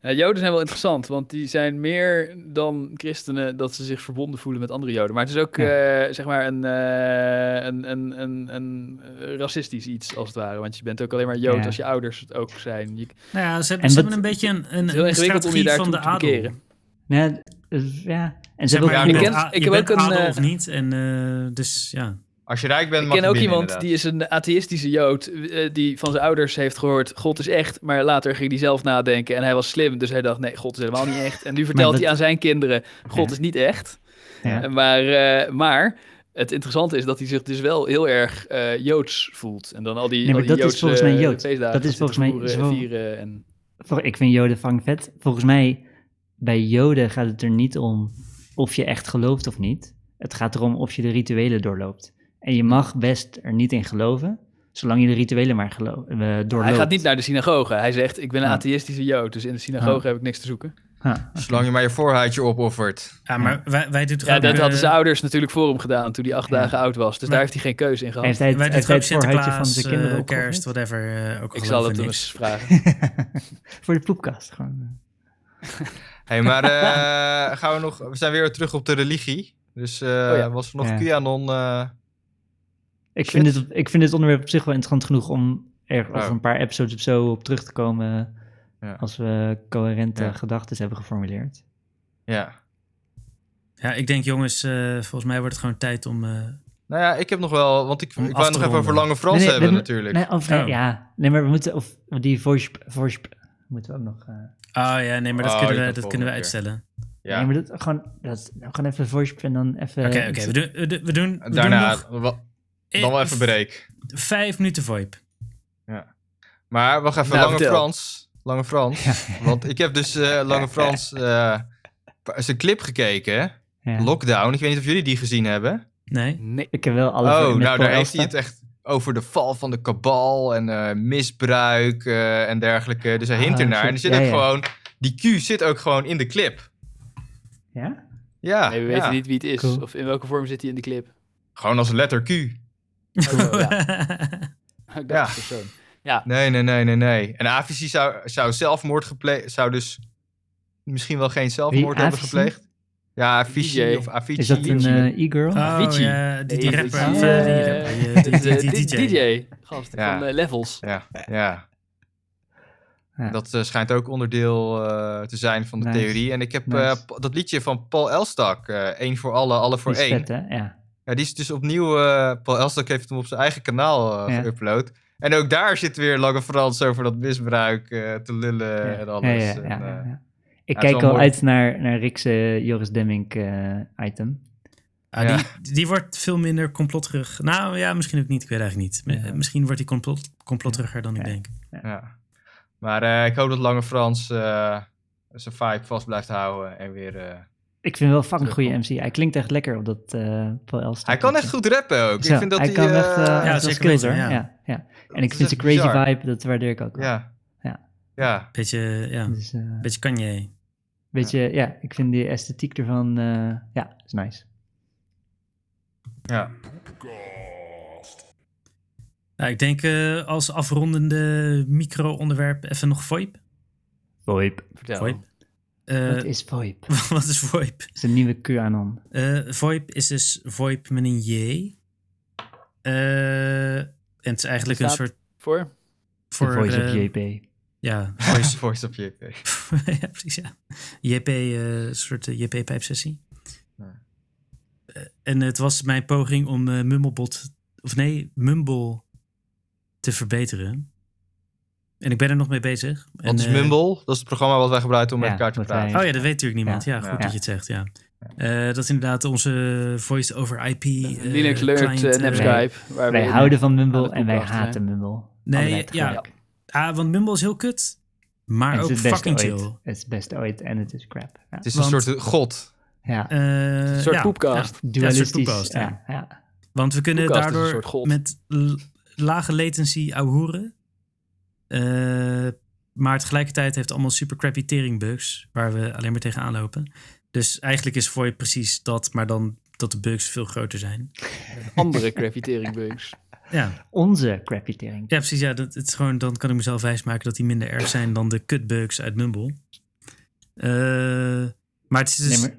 [SPEAKER 2] Ja, Joden zijn wel interessant, want die zijn meer dan christenen dat ze zich verbonden voelen met andere Joden. Maar het is ook eh, zeg maar een, eh, een, een, een, een eh, racistisch iets als het ware. Want je bent ook alleen maar Jood
[SPEAKER 3] Ja.
[SPEAKER 2] als je ouders het ook zijn. Je, het
[SPEAKER 1] nou ja, ze hebben,
[SPEAKER 3] En
[SPEAKER 1] ze
[SPEAKER 3] wat-
[SPEAKER 1] hebben een beetje een,
[SPEAKER 2] is heel
[SPEAKER 1] een, een
[SPEAKER 2] ingewikkeld om je
[SPEAKER 1] strategie
[SPEAKER 2] daartoe
[SPEAKER 1] van de
[SPEAKER 2] te
[SPEAKER 1] adel.
[SPEAKER 2] bekeren.
[SPEAKER 3] Nee, dus, ja. En ze
[SPEAKER 1] Zeg
[SPEAKER 3] hebben
[SPEAKER 1] maar,
[SPEAKER 4] ook-
[SPEAKER 1] je
[SPEAKER 4] Ik
[SPEAKER 1] bent,
[SPEAKER 2] ken-
[SPEAKER 1] a-
[SPEAKER 2] ik
[SPEAKER 1] je
[SPEAKER 2] heb
[SPEAKER 1] bent
[SPEAKER 2] ook een,
[SPEAKER 1] adel
[SPEAKER 2] eh,
[SPEAKER 1] of niet. En, eh, dus ja.
[SPEAKER 4] Als je rijk bent,
[SPEAKER 2] Ik
[SPEAKER 4] mag
[SPEAKER 2] ken
[SPEAKER 4] je
[SPEAKER 2] ook
[SPEAKER 4] binnen,
[SPEAKER 2] iemand
[SPEAKER 4] inderdaad.
[SPEAKER 2] die is een atheïstische Jood, eh, die van zijn ouders heeft gehoord, God is echt. Maar later ging hij zelf nadenken en hij was slim, dus hij dacht, nee, God is helemaal niet echt. En nu vertelt
[SPEAKER 3] dat-
[SPEAKER 2] hij aan zijn kinderen, God
[SPEAKER 3] Ja.
[SPEAKER 2] is niet echt.
[SPEAKER 3] Ja.
[SPEAKER 2] Eh, Maar, eh, maar het interessante is dat hij zich dus wel heel erg eh, Joods voelt. En dan al die,
[SPEAKER 3] Nee, maar
[SPEAKER 2] al die
[SPEAKER 3] dat is
[SPEAKER 2] Joodse
[SPEAKER 3] volgens mij Joods.
[SPEAKER 2] feestdagen
[SPEAKER 3] Dat is
[SPEAKER 2] zitten
[SPEAKER 3] volgens mij
[SPEAKER 2] voeren
[SPEAKER 3] zo-
[SPEAKER 2] en vieren. En...
[SPEAKER 3] Vol- Ik vind Joden vang vet. Volgens mij, bij Joden gaat het er niet om of je echt gelooft of niet. Het gaat erom of je de rituelen doorloopt. En je mag best er niet in geloven, zolang je de rituelen maar gelo- eh, doorloopt.
[SPEAKER 2] Hij gaat niet naar de synagoge. Hij zegt, ik ben een
[SPEAKER 3] Ja.
[SPEAKER 2] atheïstische Jood, dus in de synagoge heb ik niks te zoeken.
[SPEAKER 3] Ha.
[SPEAKER 4] Zolang je maar je voorhuidje opoffert.
[SPEAKER 1] Ja, maar wij, wij doen toch
[SPEAKER 2] Ja,
[SPEAKER 1] ook,
[SPEAKER 2] dat
[SPEAKER 1] eh,
[SPEAKER 2] hadden zijn ouders natuurlijk voor hem gedaan toen hij acht
[SPEAKER 3] Ja.
[SPEAKER 2] dagen oud was. Dus
[SPEAKER 1] Maar-
[SPEAKER 2] daar heeft hij geen keuze in gehad.
[SPEAKER 3] Heeft hij het,
[SPEAKER 1] wij doen
[SPEAKER 3] heeft
[SPEAKER 1] toch
[SPEAKER 3] hij
[SPEAKER 1] ook
[SPEAKER 3] het voorhuidje van
[SPEAKER 1] Sinterklaas,
[SPEAKER 3] zijn kinderen
[SPEAKER 1] eh,
[SPEAKER 3] ook
[SPEAKER 1] kerst,
[SPEAKER 3] gehoord?
[SPEAKER 1] whatever. eh, ook al
[SPEAKER 2] Ik
[SPEAKER 1] geloof
[SPEAKER 2] zal het
[SPEAKER 1] ik
[SPEAKER 2] hem
[SPEAKER 1] niks.
[SPEAKER 2] eens vragen.
[SPEAKER 3] Voor de poepkast gewoon.
[SPEAKER 4] hey, maar eh, gaan we nog... We zijn weer terug op de religie. Dus eh
[SPEAKER 2] ja.
[SPEAKER 4] was er nog
[SPEAKER 3] Oh Ja.
[SPEAKER 4] QAnon... eh,
[SPEAKER 3] Ik vind, dit, ik vind dit onderwerp op zich wel interessant genoeg om er
[SPEAKER 4] Ja.
[SPEAKER 3] over een paar episodes of zo op terug te komen.
[SPEAKER 4] Oh. Ja.
[SPEAKER 3] Als we coherente
[SPEAKER 4] Ja.
[SPEAKER 3] gedachten hebben geformuleerd.
[SPEAKER 4] ja.
[SPEAKER 1] Ja, ik denk jongens, eh, volgens mij wordt het gewoon tijd om... eh,
[SPEAKER 4] Nou ja, ik heb nog wel... Want ik, ik
[SPEAKER 1] Om
[SPEAKER 4] wou
[SPEAKER 1] af te
[SPEAKER 4] nog even
[SPEAKER 1] ronden.
[SPEAKER 4] over Lange Frans
[SPEAKER 3] Nee, nee,
[SPEAKER 4] hebben
[SPEAKER 3] we-
[SPEAKER 4] natuurlijk.
[SPEAKER 3] Nee, of,
[SPEAKER 1] Oh.
[SPEAKER 3] ja. Nee, maar we moeten... Of die voice... voice moeten we ook nog... eh,
[SPEAKER 1] Oh ja, nee, maar dat
[SPEAKER 4] Oh, je
[SPEAKER 1] kunnen we,
[SPEAKER 4] kan
[SPEAKER 1] dat kunnen we
[SPEAKER 4] volgende keer.
[SPEAKER 1] uitstellen.
[SPEAKER 4] ja.
[SPEAKER 3] Nee, maar dat, gewoon, dat, nou, gewoon even voice en dan even...
[SPEAKER 1] Oké, oké. we doen, we doen, we doen we doen
[SPEAKER 4] Daarna
[SPEAKER 1] nog e-
[SPEAKER 4] wa- dan wel even break.
[SPEAKER 1] vijf minuten VoIP.
[SPEAKER 4] Maar wacht even,
[SPEAKER 2] Nou,
[SPEAKER 4] Lange
[SPEAKER 2] vertel.
[SPEAKER 4] Frans. Lange Frans. Want ik heb dus eh, Lange Frans eh, zijn clip gekeken.
[SPEAKER 3] Ja.
[SPEAKER 4] Lockdown. Ik weet niet of jullie die gezien hebben.
[SPEAKER 1] Nee?
[SPEAKER 2] Nee.
[SPEAKER 3] Ik heb wel alle...
[SPEAKER 4] oh,
[SPEAKER 3] met
[SPEAKER 4] nou
[SPEAKER 3] Paul
[SPEAKER 4] daar heeft hij het
[SPEAKER 3] Elsta.
[SPEAKER 4] echt over de val van de kabal en eh, misbruik eh, en dergelijke. Dus hij hint
[SPEAKER 3] Ah,
[SPEAKER 4] ernaar.
[SPEAKER 3] shit.
[SPEAKER 4] En er zit
[SPEAKER 3] Ja,
[SPEAKER 4] ook
[SPEAKER 3] ja.
[SPEAKER 4] gewoon... Die Q zit ook gewoon in de clip.
[SPEAKER 3] Ja?
[SPEAKER 4] Ja,
[SPEAKER 2] Nee, we
[SPEAKER 4] ja.
[SPEAKER 2] weten niet wie het is.
[SPEAKER 3] Cool.
[SPEAKER 2] Of in welke vorm zit hij in de clip. Oh,
[SPEAKER 4] gewoon als letter Q.
[SPEAKER 1] Oh,
[SPEAKER 2] Ik dacht
[SPEAKER 4] Ja.
[SPEAKER 2] persoon.
[SPEAKER 4] Nee, nee, nee, nee, nee. En Avicii zou, zou zelfmoord gepleegd... Zou dus misschien wel geen zelfmoord hebben
[SPEAKER 3] Avicii?
[SPEAKER 4] gepleegd. Ah. Ja, Avicii
[SPEAKER 2] DJ.
[SPEAKER 4] of Avicii.
[SPEAKER 3] Is dat een eh, e-girl?
[SPEAKER 1] Oh
[SPEAKER 2] Avicii.
[SPEAKER 1] ja, die, die
[SPEAKER 2] Nee,
[SPEAKER 1] rapper.
[SPEAKER 2] dat
[SPEAKER 1] of,
[SPEAKER 2] is,
[SPEAKER 1] eh,
[SPEAKER 2] eh,
[SPEAKER 1] die rapper, die- die-
[SPEAKER 2] dat is, eh,
[SPEAKER 1] die- die-
[SPEAKER 2] di-
[SPEAKER 1] DJ.
[SPEAKER 2] DJ. Gast
[SPEAKER 4] Ja.
[SPEAKER 2] van eh, Levels.
[SPEAKER 4] Ja, ja.
[SPEAKER 3] Ja.
[SPEAKER 4] Dat eh, schijnt ook onderdeel eh, te zijn van de
[SPEAKER 3] Nice.
[SPEAKER 4] theorie. En ik heb
[SPEAKER 3] Nice.
[SPEAKER 4] eh, Pa- dat liedje van Paul Elstak, eh Eén voor alle, alle voor
[SPEAKER 3] Die is
[SPEAKER 4] één.
[SPEAKER 3] vet, hè? Ja.
[SPEAKER 4] Ja, die is dus opnieuw, eh, Paul Elstak heeft hem op zijn eigen kanaal eh
[SPEAKER 3] Ja.
[SPEAKER 4] geüpload. En ook daar zit weer Lange Frans over dat misbruik eh, te lullen en alles.
[SPEAKER 3] Ja, ja,
[SPEAKER 4] En,
[SPEAKER 3] ja,
[SPEAKER 4] eh,
[SPEAKER 3] ja. Ik
[SPEAKER 4] het is
[SPEAKER 3] kijk
[SPEAKER 4] wel
[SPEAKER 3] al
[SPEAKER 4] mooi.
[SPEAKER 3] uit naar, naar Rick's eh, Joris Demmink eh, item.
[SPEAKER 1] Ah, die, die wordt veel minder complotterig. Nou ja, misschien ook niet. Ik weet eigenlijk niet. M-
[SPEAKER 3] Ja.
[SPEAKER 1] Misschien wordt hij complot, complotteriger dan ik
[SPEAKER 3] Ja.
[SPEAKER 1] denk.
[SPEAKER 4] ja. Maar eh, ik hoop dat Lange Frans eh, zijn vibe vast blijft houden en weer... eh,
[SPEAKER 3] Ik vind wel een fucking goede
[SPEAKER 4] Terugkomt.
[SPEAKER 3] MC. Hij klinkt echt lekker op dat eh Paul Elstak.
[SPEAKER 4] Hij kan echt goed rappen ook.
[SPEAKER 3] Zo,
[SPEAKER 4] ik vind dat
[SPEAKER 3] hij
[SPEAKER 4] hij...
[SPEAKER 3] kan echt
[SPEAKER 4] eh,
[SPEAKER 3] eh, echt wel
[SPEAKER 1] zeker
[SPEAKER 3] skills
[SPEAKER 1] weten,
[SPEAKER 3] hoor.
[SPEAKER 1] ja.
[SPEAKER 3] Ja. Ja, En
[SPEAKER 4] Dat
[SPEAKER 3] ik
[SPEAKER 4] is
[SPEAKER 3] vind de
[SPEAKER 4] echt
[SPEAKER 3] crazy
[SPEAKER 4] bizar.
[SPEAKER 3] vibe, dat waardeer ik ook wel.
[SPEAKER 4] Ja.
[SPEAKER 3] Ja.
[SPEAKER 4] Ja.
[SPEAKER 1] Beetje, ja,
[SPEAKER 3] Dus, eh,
[SPEAKER 1] beetje Kanye.
[SPEAKER 3] weet je, ja, ik vind die esthetiek ervan, eh, ja, is nice.
[SPEAKER 4] ja.
[SPEAKER 1] Nou, ik denk eh, als afrondende micro-onderwerp even nog VoIP.
[SPEAKER 3] Boyp.
[SPEAKER 2] Vertel.
[SPEAKER 1] VoIP. Eh,
[SPEAKER 3] Wat is VoIP? Dat
[SPEAKER 1] wat is VoIP?
[SPEAKER 3] is een nieuwe QAnon.
[SPEAKER 1] Eh, VoIP is dus VoIP met een J. Eh, en het is eigenlijk een
[SPEAKER 2] Staat-
[SPEAKER 1] soort
[SPEAKER 2] Voor?
[SPEAKER 1] voor...
[SPEAKER 3] de voice
[SPEAKER 1] eh,
[SPEAKER 3] of JP.
[SPEAKER 1] Ja,
[SPEAKER 4] Voice, voice op JP.
[SPEAKER 1] ja, precies, ja. JP, eh, soort eh, JP-pijpsessie.
[SPEAKER 4] Ja.
[SPEAKER 1] Eh, en het was mijn poging om eh, Mumblebot, of nee, Mumble te verbeteren. En ik ben er nog mee bezig. En,
[SPEAKER 4] Wat is
[SPEAKER 1] eh,
[SPEAKER 4] Mumble? Dat is het programma wat wij gebruiken om
[SPEAKER 3] Ja,
[SPEAKER 4] met elkaar te
[SPEAKER 3] wat
[SPEAKER 4] praten.
[SPEAKER 3] wij-
[SPEAKER 1] Oh ja, dat weet natuurlijk niemand. Ja,
[SPEAKER 4] Ja.
[SPEAKER 1] goed
[SPEAKER 4] Ja.
[SPEAKER 1] dat je het zegt, ja. Eh, dat is inderdaad onze voice over IP. eh,
[SPEAKER 2] Linux Learned
[SPEAKER 1] client,
[SPEAKER 2] eh,
[SPEAKER 1] eh,
[SPEAKER 2] NapSkype. waar
[SPEAKER 3] Wij
[SPEAKER 2] we-
[SPEAKER 3] houden van
[SPEAKER 2] aan
[SPEAKER 3] Mumble
[SPEAKER 2] het
[SPEAKER 3] en wij
[SPEAKER 2] opdrachten, hè?
[SPEAKER 3] haten Mumble.
[SPEAKER 1] Nee,
[SPEAKER 3] Allebei
[SPEAKER 1] ja.
[SPEAKER 3] tegelijk.
[SPEAKER 1] Ah, want Mumble is heel kut,
[SPEAKER 3] En
[SPEAKER 1] maar
[SPEAKER 3] het
[SPEAKER 1] ook
[SPEAKER 3] is het beste
[SPEAKER 1] fucking
[SPEAKER 3] ooit.
[SPEAKER 1] chill.
[SPEAKER 3] Het is het beste ooit en het is crap. Ja.
[SPEAKER 4] Het is
[SPEAKER 1] Want-
[SPEAKER 4] een soort god.
[SPEAKER 3] ja.
[SPEAKER 1] Eh,
[SPEAKER 2] Een soort
[SPEAKER 1] ja,
[SPEAKER 2] poepcast.
[SPEAKER 3] Dualistisch.
[SPEAKER 1] poepkast, ja.
[SPEAKER 3] ja, ja.
[SPEAKER 1] Want we kunnen
[SPEAKER 2] Koelkast is een soort
[SPEAKER 1] daardoor
[SPEAKER 2] golf.
[SPEAKER 1] met l- lage latency ouwehoeren. Eh, maar tegelijkertijd heeft het allemaal super crappy tering bugs. Waar we alleen maar tegenaan lopen. Dus eigenlijk is VoIP precies dat. Maar dan dat de bugs veel groter zijn.
[SPEAKER 2] Andere gravitering bugs.
[SPEAKER 1] Ja,
[SPEAKER 3] Onze crappy tering.
[SPEAKER 1] ja precies. Ja, dat, het is gewoon, dan kan ik mezelf wijsmaken dat die minder erg zijn dan de kutbugs uit Mumble. Eh, maar het is dus...
[SPEAKER 3] Nee,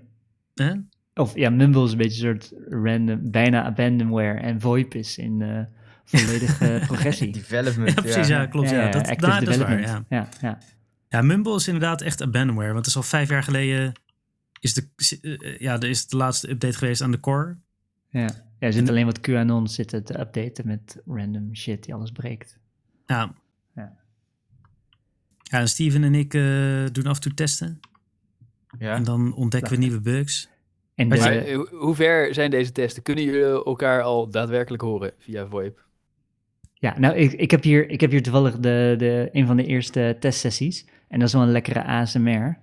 [SPEAKER 3] maar-
[SPEAKER 1] hè?
[SPEAKER 3] Of ja, Mumble is een beetje een soort random, bijna abandonware. En VoIP is in eh, volledige progressie.
[SPEAKER 4] Development.
[SPEAKER 1] Ja, precies. Ja, klopt. Ja, dat,
[SPEAKER 3] active
[SPEAKER 1] nou, dat is waar,
[SPEAKER 3] development.
[SPEAKER 1] ja.
[SPEAKER 3] ja. ja.
[SPEAKER 1] Ja, Mumble is inderdaad echt abandonware. Want het is al vijf jaar geleden. Is de, eh, ja, er is de laatste update geweest aan de core.
[SPEAKER 3] Ja. Ja, er zit alleen wat QAnon zitten te updaten met random shit die alles breekt.
[SPEAKER 1] Ja.
[SPEAKER 3] Ja.
[SPEAKER 1] Ja, en Steven en ik eh, doen af en toe testen.
[SPEAKER 4] Ja.
[SPEAKER 1] En dan ontdekken we nieuwe bugs.
[SPEAKER 3] En
[SPEAKER 1] Dus,
[SPEAKER 2] Maar
[SPEAKER 3] de,
[SPEAKER 2] eh, ho- hoe ver zijn deze testen? Kunnen jullie elkaar al daadwerkelijk horen via VoIP?
[SPEAKER 3] ja, nou, ik, ik, heb hier, ik heb hier toevallig de, de, een van de eerste testsessies. En dat is wel een lekkere ASMR.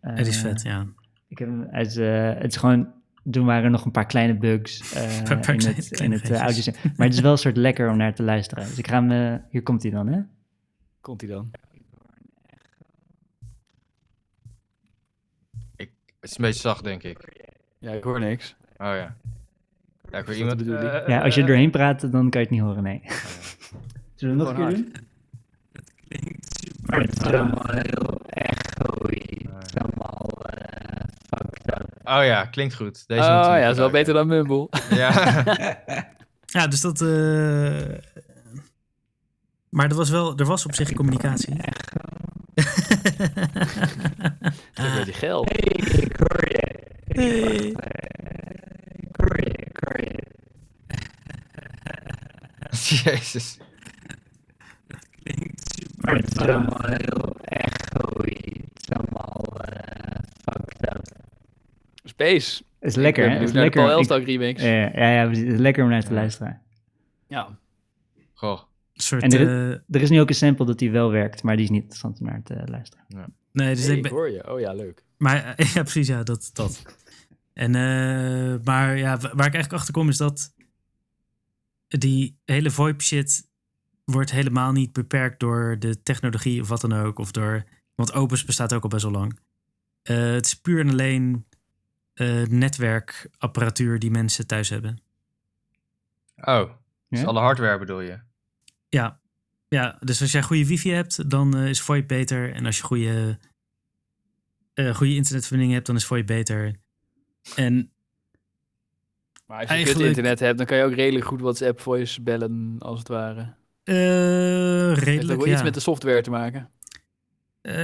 [SPEAKER 3] Eh,
[SPEAKER 1] Het is vet, ja.
[SPEAKER 3] Ik heb hem uit, eh, het is gewoon, toen waren er nog een paar kleine bugs eh,
[SPEAKER 1] Een paar
[SPEAKER 3] in
[SPEAKER 1] kleine-
[SPEAKER 3] het, in
[SPEAKER 1] kleine
[SPEAKER 3] het eh,
[SPEAKER 1] geintjes.
[SPEAKER 3] audio. Maar het is wel een soort lekker om naar te luisteren. Dus ik ga hem, eh, hier komt hij dan, hè?
[SPEAKER 2] Komt die dan?
[SPEAKER 4] Het is een beetje zacht, denk ik. Oh
[SPEAKER 2] Ja, ik hoor niks.
[SPEAKER 4] ja. Ja, ik hoor
[SPEAKER 2] Dat
[SPEAKER 4] iemand.
[SPEAKER 2] bedoel ik.
[SPEAKER 4] Eh,
[SPEAKER 3] Ja, als je er
[SPEAKER 4] eh,
[SPEAKER 3] doorheen praat, dan kan je het niet horen, nee. Zullen we het nog een
[SPEAKER 2] Gewoon
[SPEAKER 3] keer doen? Het klinkt super. heel echt allemaal
[SPEAKER 4] Oh ja, klinkt goed. Deze
[SPEAKER 2] Oh
[SPEAKER 4] moeten we
[SPEAKER 2] ja, dat is wel
[SPEAKER 4] gebruiken.
[SPEAKER 2] beter dan Mumble.
[SPEAKER 1] Ah.
[SPEAKER 4] Ja.
[SPEAKER 1] Ja, dus dat. eh, maar er was wel, er was op zich communicatie.
[SPEAKER 2] Ik wil die geld.
[SPEAKER 1] Hey.
[SPEAKER 4] Jezus.
[SPEAKER 2] Space.
[SPEAKER 3] is lekker, hè?
[SPEAKER 2] Ik ben
[SPEAKER 3] Is
[SPEAKER 2] benieuwd naar de
[SPEAKER 3] lekker.
[SPEAKER 2] Paul
[SPEAKER 3] Ik-
[SPEAKER 2] Elstak remix.
[SPEAKER 1] Eh,
[SPEAKER 3] Ja, ja, ja, ja, precies. Het is lekker om naar te luisteren.
[SPEAKER 2] Ja.
[SPEAKER 4] Goh.
[SPEAKER 1] Een soort.
[SPEAKER 3] En
[SPEAKER 1] eh,
[SPEAKER 3] Er is nu ook een sample dat die wel werkt, maar die is niet interessant om naar te luisteren.
[SPEAKER 1] nee, dus
[SPEAKER 2] Hey,
[SPEAKER 1] ik
[SPEAKER 2] ik
[SPEAKER 1] ben,
[SPEAKER 2] hoor je. Oh ja, leuk.
[SPEAKER 1] Maar eh, ja, precies, ja, dat. dat. En, eh, maar ja, wa- waar ik eigenlijk achter kom is dat die hele VoIP shit wordt helemaal niet beperkt door de technologie of wat dan ook. Of door, want Opus bestaat ook al best wel lang. Eh, het is puur en alleen eh, netwerkapparatuur die mensen thuis hebben.
[SPEAKER 4] Oh. Dus
[SPEAKER 3] Ja?
[SPEAKER 4] alle hardware bedoel je?
[SPEAKER 1] Ja. ja, dus als jij goede wifi hebt, dan eh, is VoIP beter. En als je goede, eh, goede internetverbinding hebt, dan is VoIP beter. En
[SPEAKER 2] Maar als je
[SPEAKER 1] Eigenlijk-
[SPEAKER 2] kut internet hebt, dan kan je ook redelijk goed WhatsApp voice bellen, als het ware.
[SPEAKER 1] eh
[SPEAKER 2] Het heeft ook
[SPEAKER 1] redelijk,
[SPEAKER 2] wel
[SPEAKER 1] ja.
[SPEAKER 2] iets met de software te maken.
[SPEAKER 1] Eh,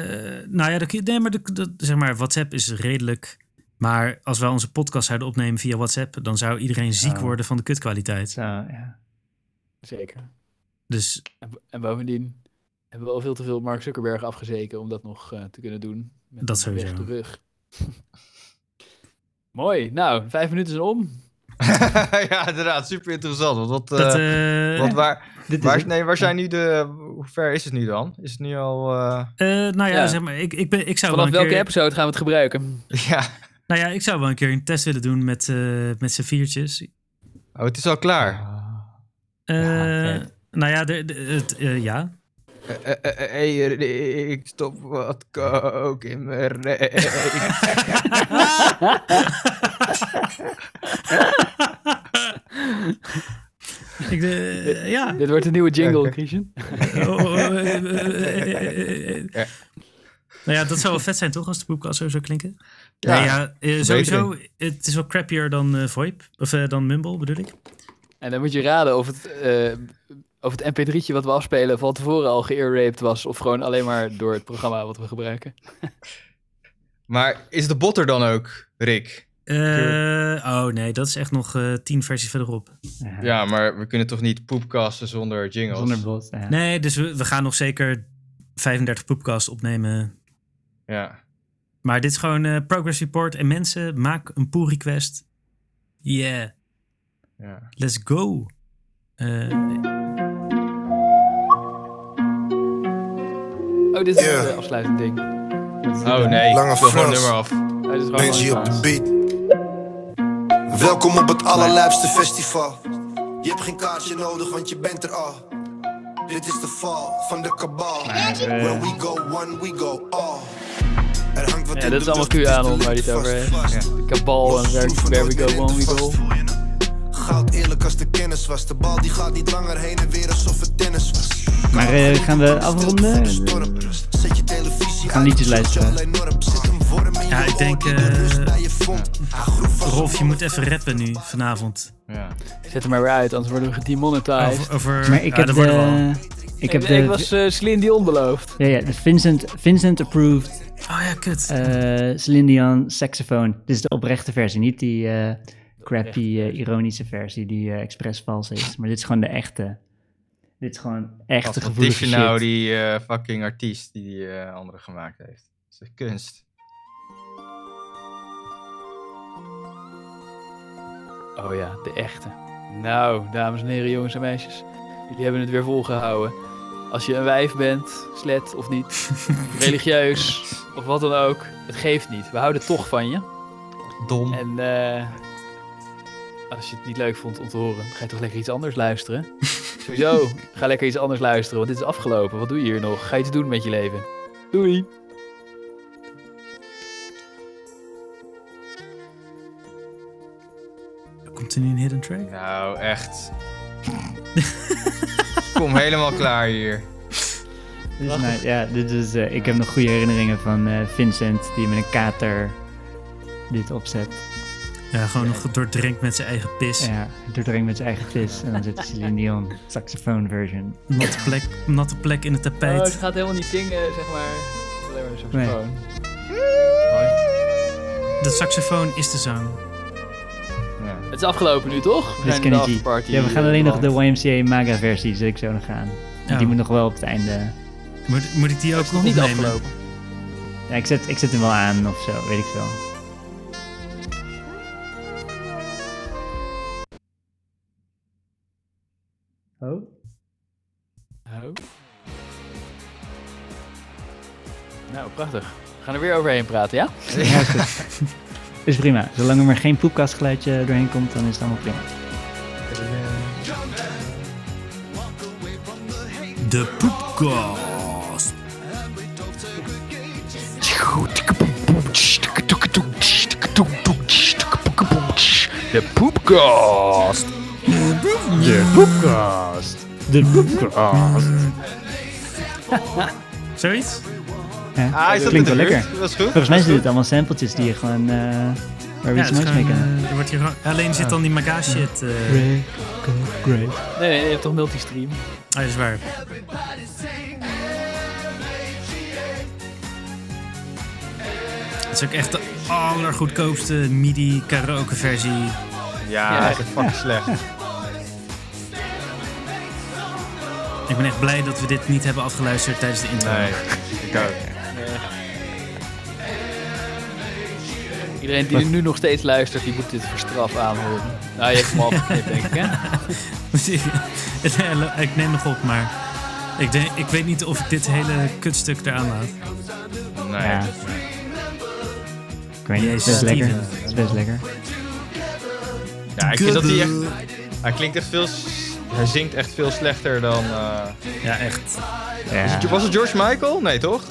[SPEAKER 1] nou ja, dat, kun je- nee, maar, dat, dat- zeg maar WhatsApp is redelijk. Maar als wij onze podcast zouden opnemen via WhatsApp... dan zou iedereen ziek
[SPEAKER 2] Ah.
[SPEAKER 3] Oh.
[SPEAKER 1] worden van de kutkwaliteit.
[SPEAKER 3] Zo, ja.
[SPEAKER 2] Zeker.
[SPEAKER 1] Dus
[SPEAKER 2] En, en bovendien hebben we al veel te veel Mark Zuckerberg afgezeken om dat nog eh, te kunnen doen. Met
[SPEAKER 1] Dat
[SPEAKER 2] een
[SPEAKER 1] sowieso.
[SPEAKER 2] rechte rug. Mooi. Nou, vijf minuten zijn om.
[SPEAKER 4] ja, inderdaad. Super interessant. Want wat,
[SPEAKER 1] dat...
[SPEAKER 4] eh,
[SPEAKER 1] eh,
[SPEAKER 4] want waar,
[SPEAKER 3] Dit is
[SPEAKER 4] waar,
[SPEAKER 3] het.
[SPEAKER 4] nee, waar zijn nu de... Hoe ver is het nu dan? Is het nu al... eh,
[SPEAKER 1] eh, nou ja,
[SPEAKER 2] Ja.
[SPEAKER 1] zeg maar, ik, ik, ben, ik zou
[SPEAKER 2] Vanaf
[SPEAKER 1] wel een
[SPEAKER 2] welke
[SPEAKER 1] keer...
[SPEAKER 2] episode gaan we het gebruiken?
[SPEAKER 4] ja.
[SPEAKER 1] Nou ja, ik zou wel een keer een test willen doen met, eh met z'n viertjes.
[SPEAKER 4] Oh, het is al klaar.
[SPEAKER 1] Eh,
[SPEAKER 3] Ja, vet.
[SPEAKER 1] nou ja, de, de- het, eh, ja.
[SPEAKER 4] Eh, eh, eh, eh, eh, ik stop wat ook in mijn eh, reet.
[SPEAKER 1] Ik, eh, ja.
[SPEAKER 2] Dit wordt een nieuwe jingle, Christian.
[SPEAKER 1] Oh, oh, eh, eh, eh, eh, eh, eh. Nou ja, dat zou wel vet zijn toch, als de podcast zo zou klinken? Ja,
[SPEAKER 4] Ja.
[SPEAKER 1] nee, ja eh, sowieso. Het is wel crappier dan eh VoIP, of eh, dan Mumble bedoel ik.
[SPEAKER 2] En dan moet je raden of het, eh, of het mp3'tje wat we afspelen van tevoren al geëarraped was. Of gewoon alleen maar door het programma wat we gebruiken.
[SPEAKER 4] Maar is de bot er dan ook, Rick?
[SPEAKER 1] Eh, oh nee, dat is echt nog eh, tien versies verderop.
[SPEAKER 3] Ja,
[SPEAKER 4] Ja, maar we kunnen toch niet poepcasten zonder jingles?
[SPEAKER 3] Zonder bot. Ja.
[SPEAKER 1] Nee, dus we, we gaan nog zeker 35 podcasts opnemen.
[SPEAKER 4] Ja.
[SPEAKER 1] Maar dit is gewoon eh, progress report. En mensen, maak een pull request. Yeah,
[SPEAKER 4] ja.
[SPEAKER 1] let's go. Eh,
[SPEAKER 2] Oh, dit is
[SPEAKER 5] Ja.
[SPEAKER 2] het eh, afsluitend ding.
[SPEAKER 4] Oh nee,
[SPEAKER 5] Lange
[SPEAKER 4] ik wil gewoon
[SPEAKER 5] Frans.
[SPEAKER 4] nummer af.
[SPEAKER 2] Oh, dit is gewoon
[SPEAKER 5] Benji op
[SPEAKER 2] gewoon-
[SPEAKER 5] de beat. Welkom op het allerlijfste festival. Je hebt geen kaartje nodig, want je bent er al. Dit is de val van de kabal. Where we go, one we go all. Er hangt wat
[SPEAKER 2] Ja, dat
[SPEAKER 5] in de dus
[SPEAKER 2] is allemaal
[SPEAKER 5] lucht, het
[SPEAKER 2] QAnon
[SPEAKER 5] de
[SPEAKER 2] waar
[SPEAKER 5] lucht
[SPEAKER 2] hij het over
[SPEAKER 5] vast,
[SPEAKER 2] heeft.
[SPEAKER 5] vast.
[SPEAKER 2] de kabal en
[SPEAKER 5] Losse
[SPEAKER 2] where,
[SPEAKER 5] schroeven
[SPEAKER 2] where we
[SPEAKER 5] nooit
[SPEAKER 2] go,
[SPEAKER 5] meer
[SPEAKER 2] one we
[SPEAKER 5] in de
[SPEAKER 2] go.
[SPEAKER 5] vast, voel je hem? Goud eerlijk als de kennis was. De bal die gaat niet langer heen en weer alsof het tennis was.
[SPEAKER 3] Maar eh, gaan we afronden?
[SPEAKER 5] Zet je televisie
[SPEAKER 3] gaan liedjes luisteren.
[SPEAKER 1] Ja, ik denk,
[SPEAKER 5] eh
[SPEAKER 1] Rolf, je moet even rappen nu vanavond.
[SPEAKER 4] Ja.
[SPEAKER 2] Zet hem maar weer uit, anders worden we gedemonetized.
[SPEAKER 1] Over, over,
[SPEAKER 3] Maar ik
[SPEAKER 1] ja,
[SPEAKER 3] heb
[SPEAKER 1] dat worden we al.
[SPEAKER 3] de... Ik heb
[SPEAKER 2] ik,
[SPEAKER 3] de...
[SPEAKER 2] ik was eh Celine Dion beloofd.
[SPEAKER 3] Ja, ja, de Vincent, Vincent Approved
[SPEAKER 1] Oh ja, kut.
[SPEAKER 3] eh Celine Dion saxofoon. Dit is de oprechte versie, niet die eh, crappy eh, ironische versie die eh expres vals is. Maar dit is gewoon de echte. Dit is gewoon
[SPEAKER 4] Wat
[SPEAKER 3] echte
[SPEAKER 4] wat is
[SPEAKER 3] gevoelige
[SPEAKER 4] je nou
[SPEAKER 3] shit.
[SPEAKER 4] die eh, fucking artiest die die eh, andere gemaakt heeft? Dat is de kunst.
[SPEAKER 2] Oh ja, de echte. Nou, dames en heren, jongens en meisjes. Jullie hebben het weer volgehouden. Als je een wijf bent, slet of niet, religieus of wat dan ook, het geeft niet. We houden toch van je.
[SPEAKER 4] Dom.
[SPEAKER 2] En eh, als je het niet leuk vond om te horen, ga je toch lekker iets anders luisteren? Sowieso, ga lekker iets anders luisteren, want dit is afgelopen. Wat doe je hier nog? Ga iets doen met je leven. Doei!
[SPEAKER 1] Komt er nu een hidden track?
[SPEAKER 4] Nou, echt. Kom helemaal klaar hier.
[SPEAKER 3] Dit is nou- ja, dit is, eh, ik heb nog goede herinneringen van eh, Vincent die met een kater dit opzet.
[SPEAKER 1] Ja, gewoon nog doordrenkt met zijn eigen pis.
[SPEAKER 3] Ja, doordringt met zijn eigen vis en dan zit Celine Dion saxofoon version.
[SPEAKER 1] Natte, plek, natte plek in het
[SPEAKER 2] Oh,
[SPEAKER 1] tapijt.
[SPEAKER 2] het gaat helemaal niet zingen, zeg maar. Alleen maar een saxofoon.
[SPEAKER 1] De saxofoon is de zang.
[SPEAKER 4] Ja.
[SPEAKER 2] Het is afgelopen nu, toch? We
[SPEAKER 3] Dit is
[SPEAKER 2] zijn in de
[SPEAKER 3] Kenny G.
[SPEAKER 2] afterparty,
[SPEAKER 3] Ja, we gaan
[SPEAKER 2] eh,
[SPEAKER 3] alleen nog
[SPEAKER 2] beland.
[SPEAKER 3] de YMCA MAGA versie, zet ik zo nog aan. En
[SPEAKER 1] Oh.
[SPEAKER 3] Die moet nog wel op het einde.
[SPEAKER 1] Moet, moet ik die ook
[SPEAKER 2] Het is nog
[SPEAKER 1] nog
[SPEAKER 2] niet
[SPEAKER 1] opnemen?
[SPEAKER 2] afgelopen.
[SPEAKER 3] Ja, ik, zet, ik zet hem wel aan of zo, weet ik veel. Oh?
[SPEAKER 2] Oh. Nou, prachtig. We gaan er weer overheen praten, ja?
[SPEAKER 3] Ja, is goed. is prima. Zolang er maar geen poepkastgeluidje doorheen komt, dan is het allemaal prima.
[SPEAKER 1] De poepkast.
[SPEAKER 6] De poepkast. De poepkast. De poepkast.
[SPEAKER 1] Zoiets?
[SPEAKER 3] Ja,
[SPEAKER 4] Ah, is dat
[SPEAKER 3] klinkt
[SPEAKER 4] in
[SPEAKER 3] wel
[SPEAKER 4] de buurt?
[SPEAKER 3] lekker.
[SPEAKER 4] Dat is goed.
[SPEAKER 3] Volgens mij zijn dit allemaal sampletjes die je gewoon... eh waar we
[SPEAKER 1] Ja,
[SPEAKER 3] iets
[SPEAKER 1] het is
[SPEAKER 3] moois mee
[SPEAKER 1] gewoon,
[SPEAKER 3] kunnen.
[SPEAKER 1] eh, er wordt hier, gewoon- alleen zit dan die maga shit. eh.
[SPEAKER 3] Great.
[SPEAKER 2] Nee, nee, je hebt toch multistream?
[SPEAKER 1] Ah, dat is waar. Het is ook echt de allergoedkoopste MIDI karaoke versie.
[SPEAKER 4] Ja, dat is echt fucking slecht.
[SPEAKER 1] Ik ben echt blij dat we dit niet hebben afgeluisterd tijdens de intro.
[SPEAKER 4] Nee, ik ook.
[SPEAKER 2] Iedereen die nu nog steeds luistert, die moet dit voor straf aanhoren. Nou, je hebt hem al afgeknipt, denk ik, hè?
[SPEAKER 1] ik neem nog op, maar ik, denk, ik weet niet of ik dit hele kutstuk eraan laat.
[SPEAKER 4] Nee.
[SPEAKER 3] Ja. Ik weet niet, het is
[SPEAKER 1] Jezus,
[SPEAKER 3] best lekker.
[SPEAKER 1] Steven.
[SPEAKER 3] Het is best lekker.
[SPEAKER 4] Ja, ik vind dat hij echt... Hij klinkt echt veel... s- Hij zingt echt veel slechter dan... eh,
[SPEAKER 1] Ja, echt.
[SPEAKER 3] Ja.
[SPEAKER 4] Was het George Michael? Nee, toch?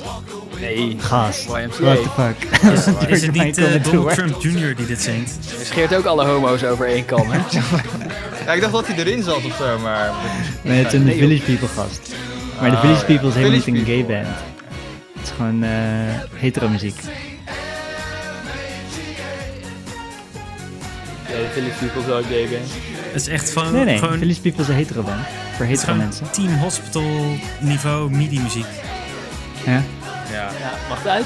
[SPEAKER 2] Nee.
[SPEAKER 3] Gast.
[SPEAKER 2] YMCA.
[SPEAKER 3] What the fuck?
[SPEAKER 1] Is het niet eh,
[SPEAKER 3] Michael
[SPEAKER 1] Donald
[SPEAKER 3] Stewart.
[SPEAKER 1] Trump Jr. die dit zingt?
[SPEAKER 2] Je scheert ook alle homo's over één kam, hè?
[SPEAKER 4] Ja, ik dacht dat hij erin zat of zo, maar... Ah,
[SPEAKER 3] Nee, het is een Village People gast. Maar de Village People is helemaal niet een gay band. Het is gewoon eh hetero muziek.
[SPEAKER 2] Ja, de Phillies People zou ik denken.
[SPEAKER 1] Het is echt van,
[SPEAKER 3] Nee, nee,
[SPEAKER 1] gewoon,
[SPEAKER 3] Phillies People is een hetero band. Voor
[SPEAKER 1] het is
[SPEAKER 3] hetero
[SPEAKER 1] gewoon
[SPEAKER 3] mensen.
[SPEAKER 1] Team Hospital niveau midi muziek.
[SPEAKER 3] Ja.
[SPEAKER 4] Ja.
[SPEAKER 2] Ja, mag het uit?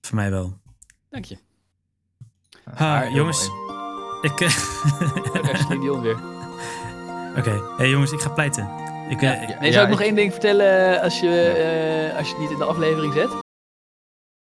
[SPEAKER 1] Voor mij wel.
[SPEAKER 2] Dank je.
[SPEAKER 1] Ha, jongens, ik... eh,
[SPEAKER 2] Daar is Dion weer.
[SPEAKER 1] Oké, hey, jongens, ik ga pleiten. Ik, eh,
[SPEAKER 2] eh, Nee, zou ik nog één ding vertellen als je, eh, als je het niet in de aflevering zet?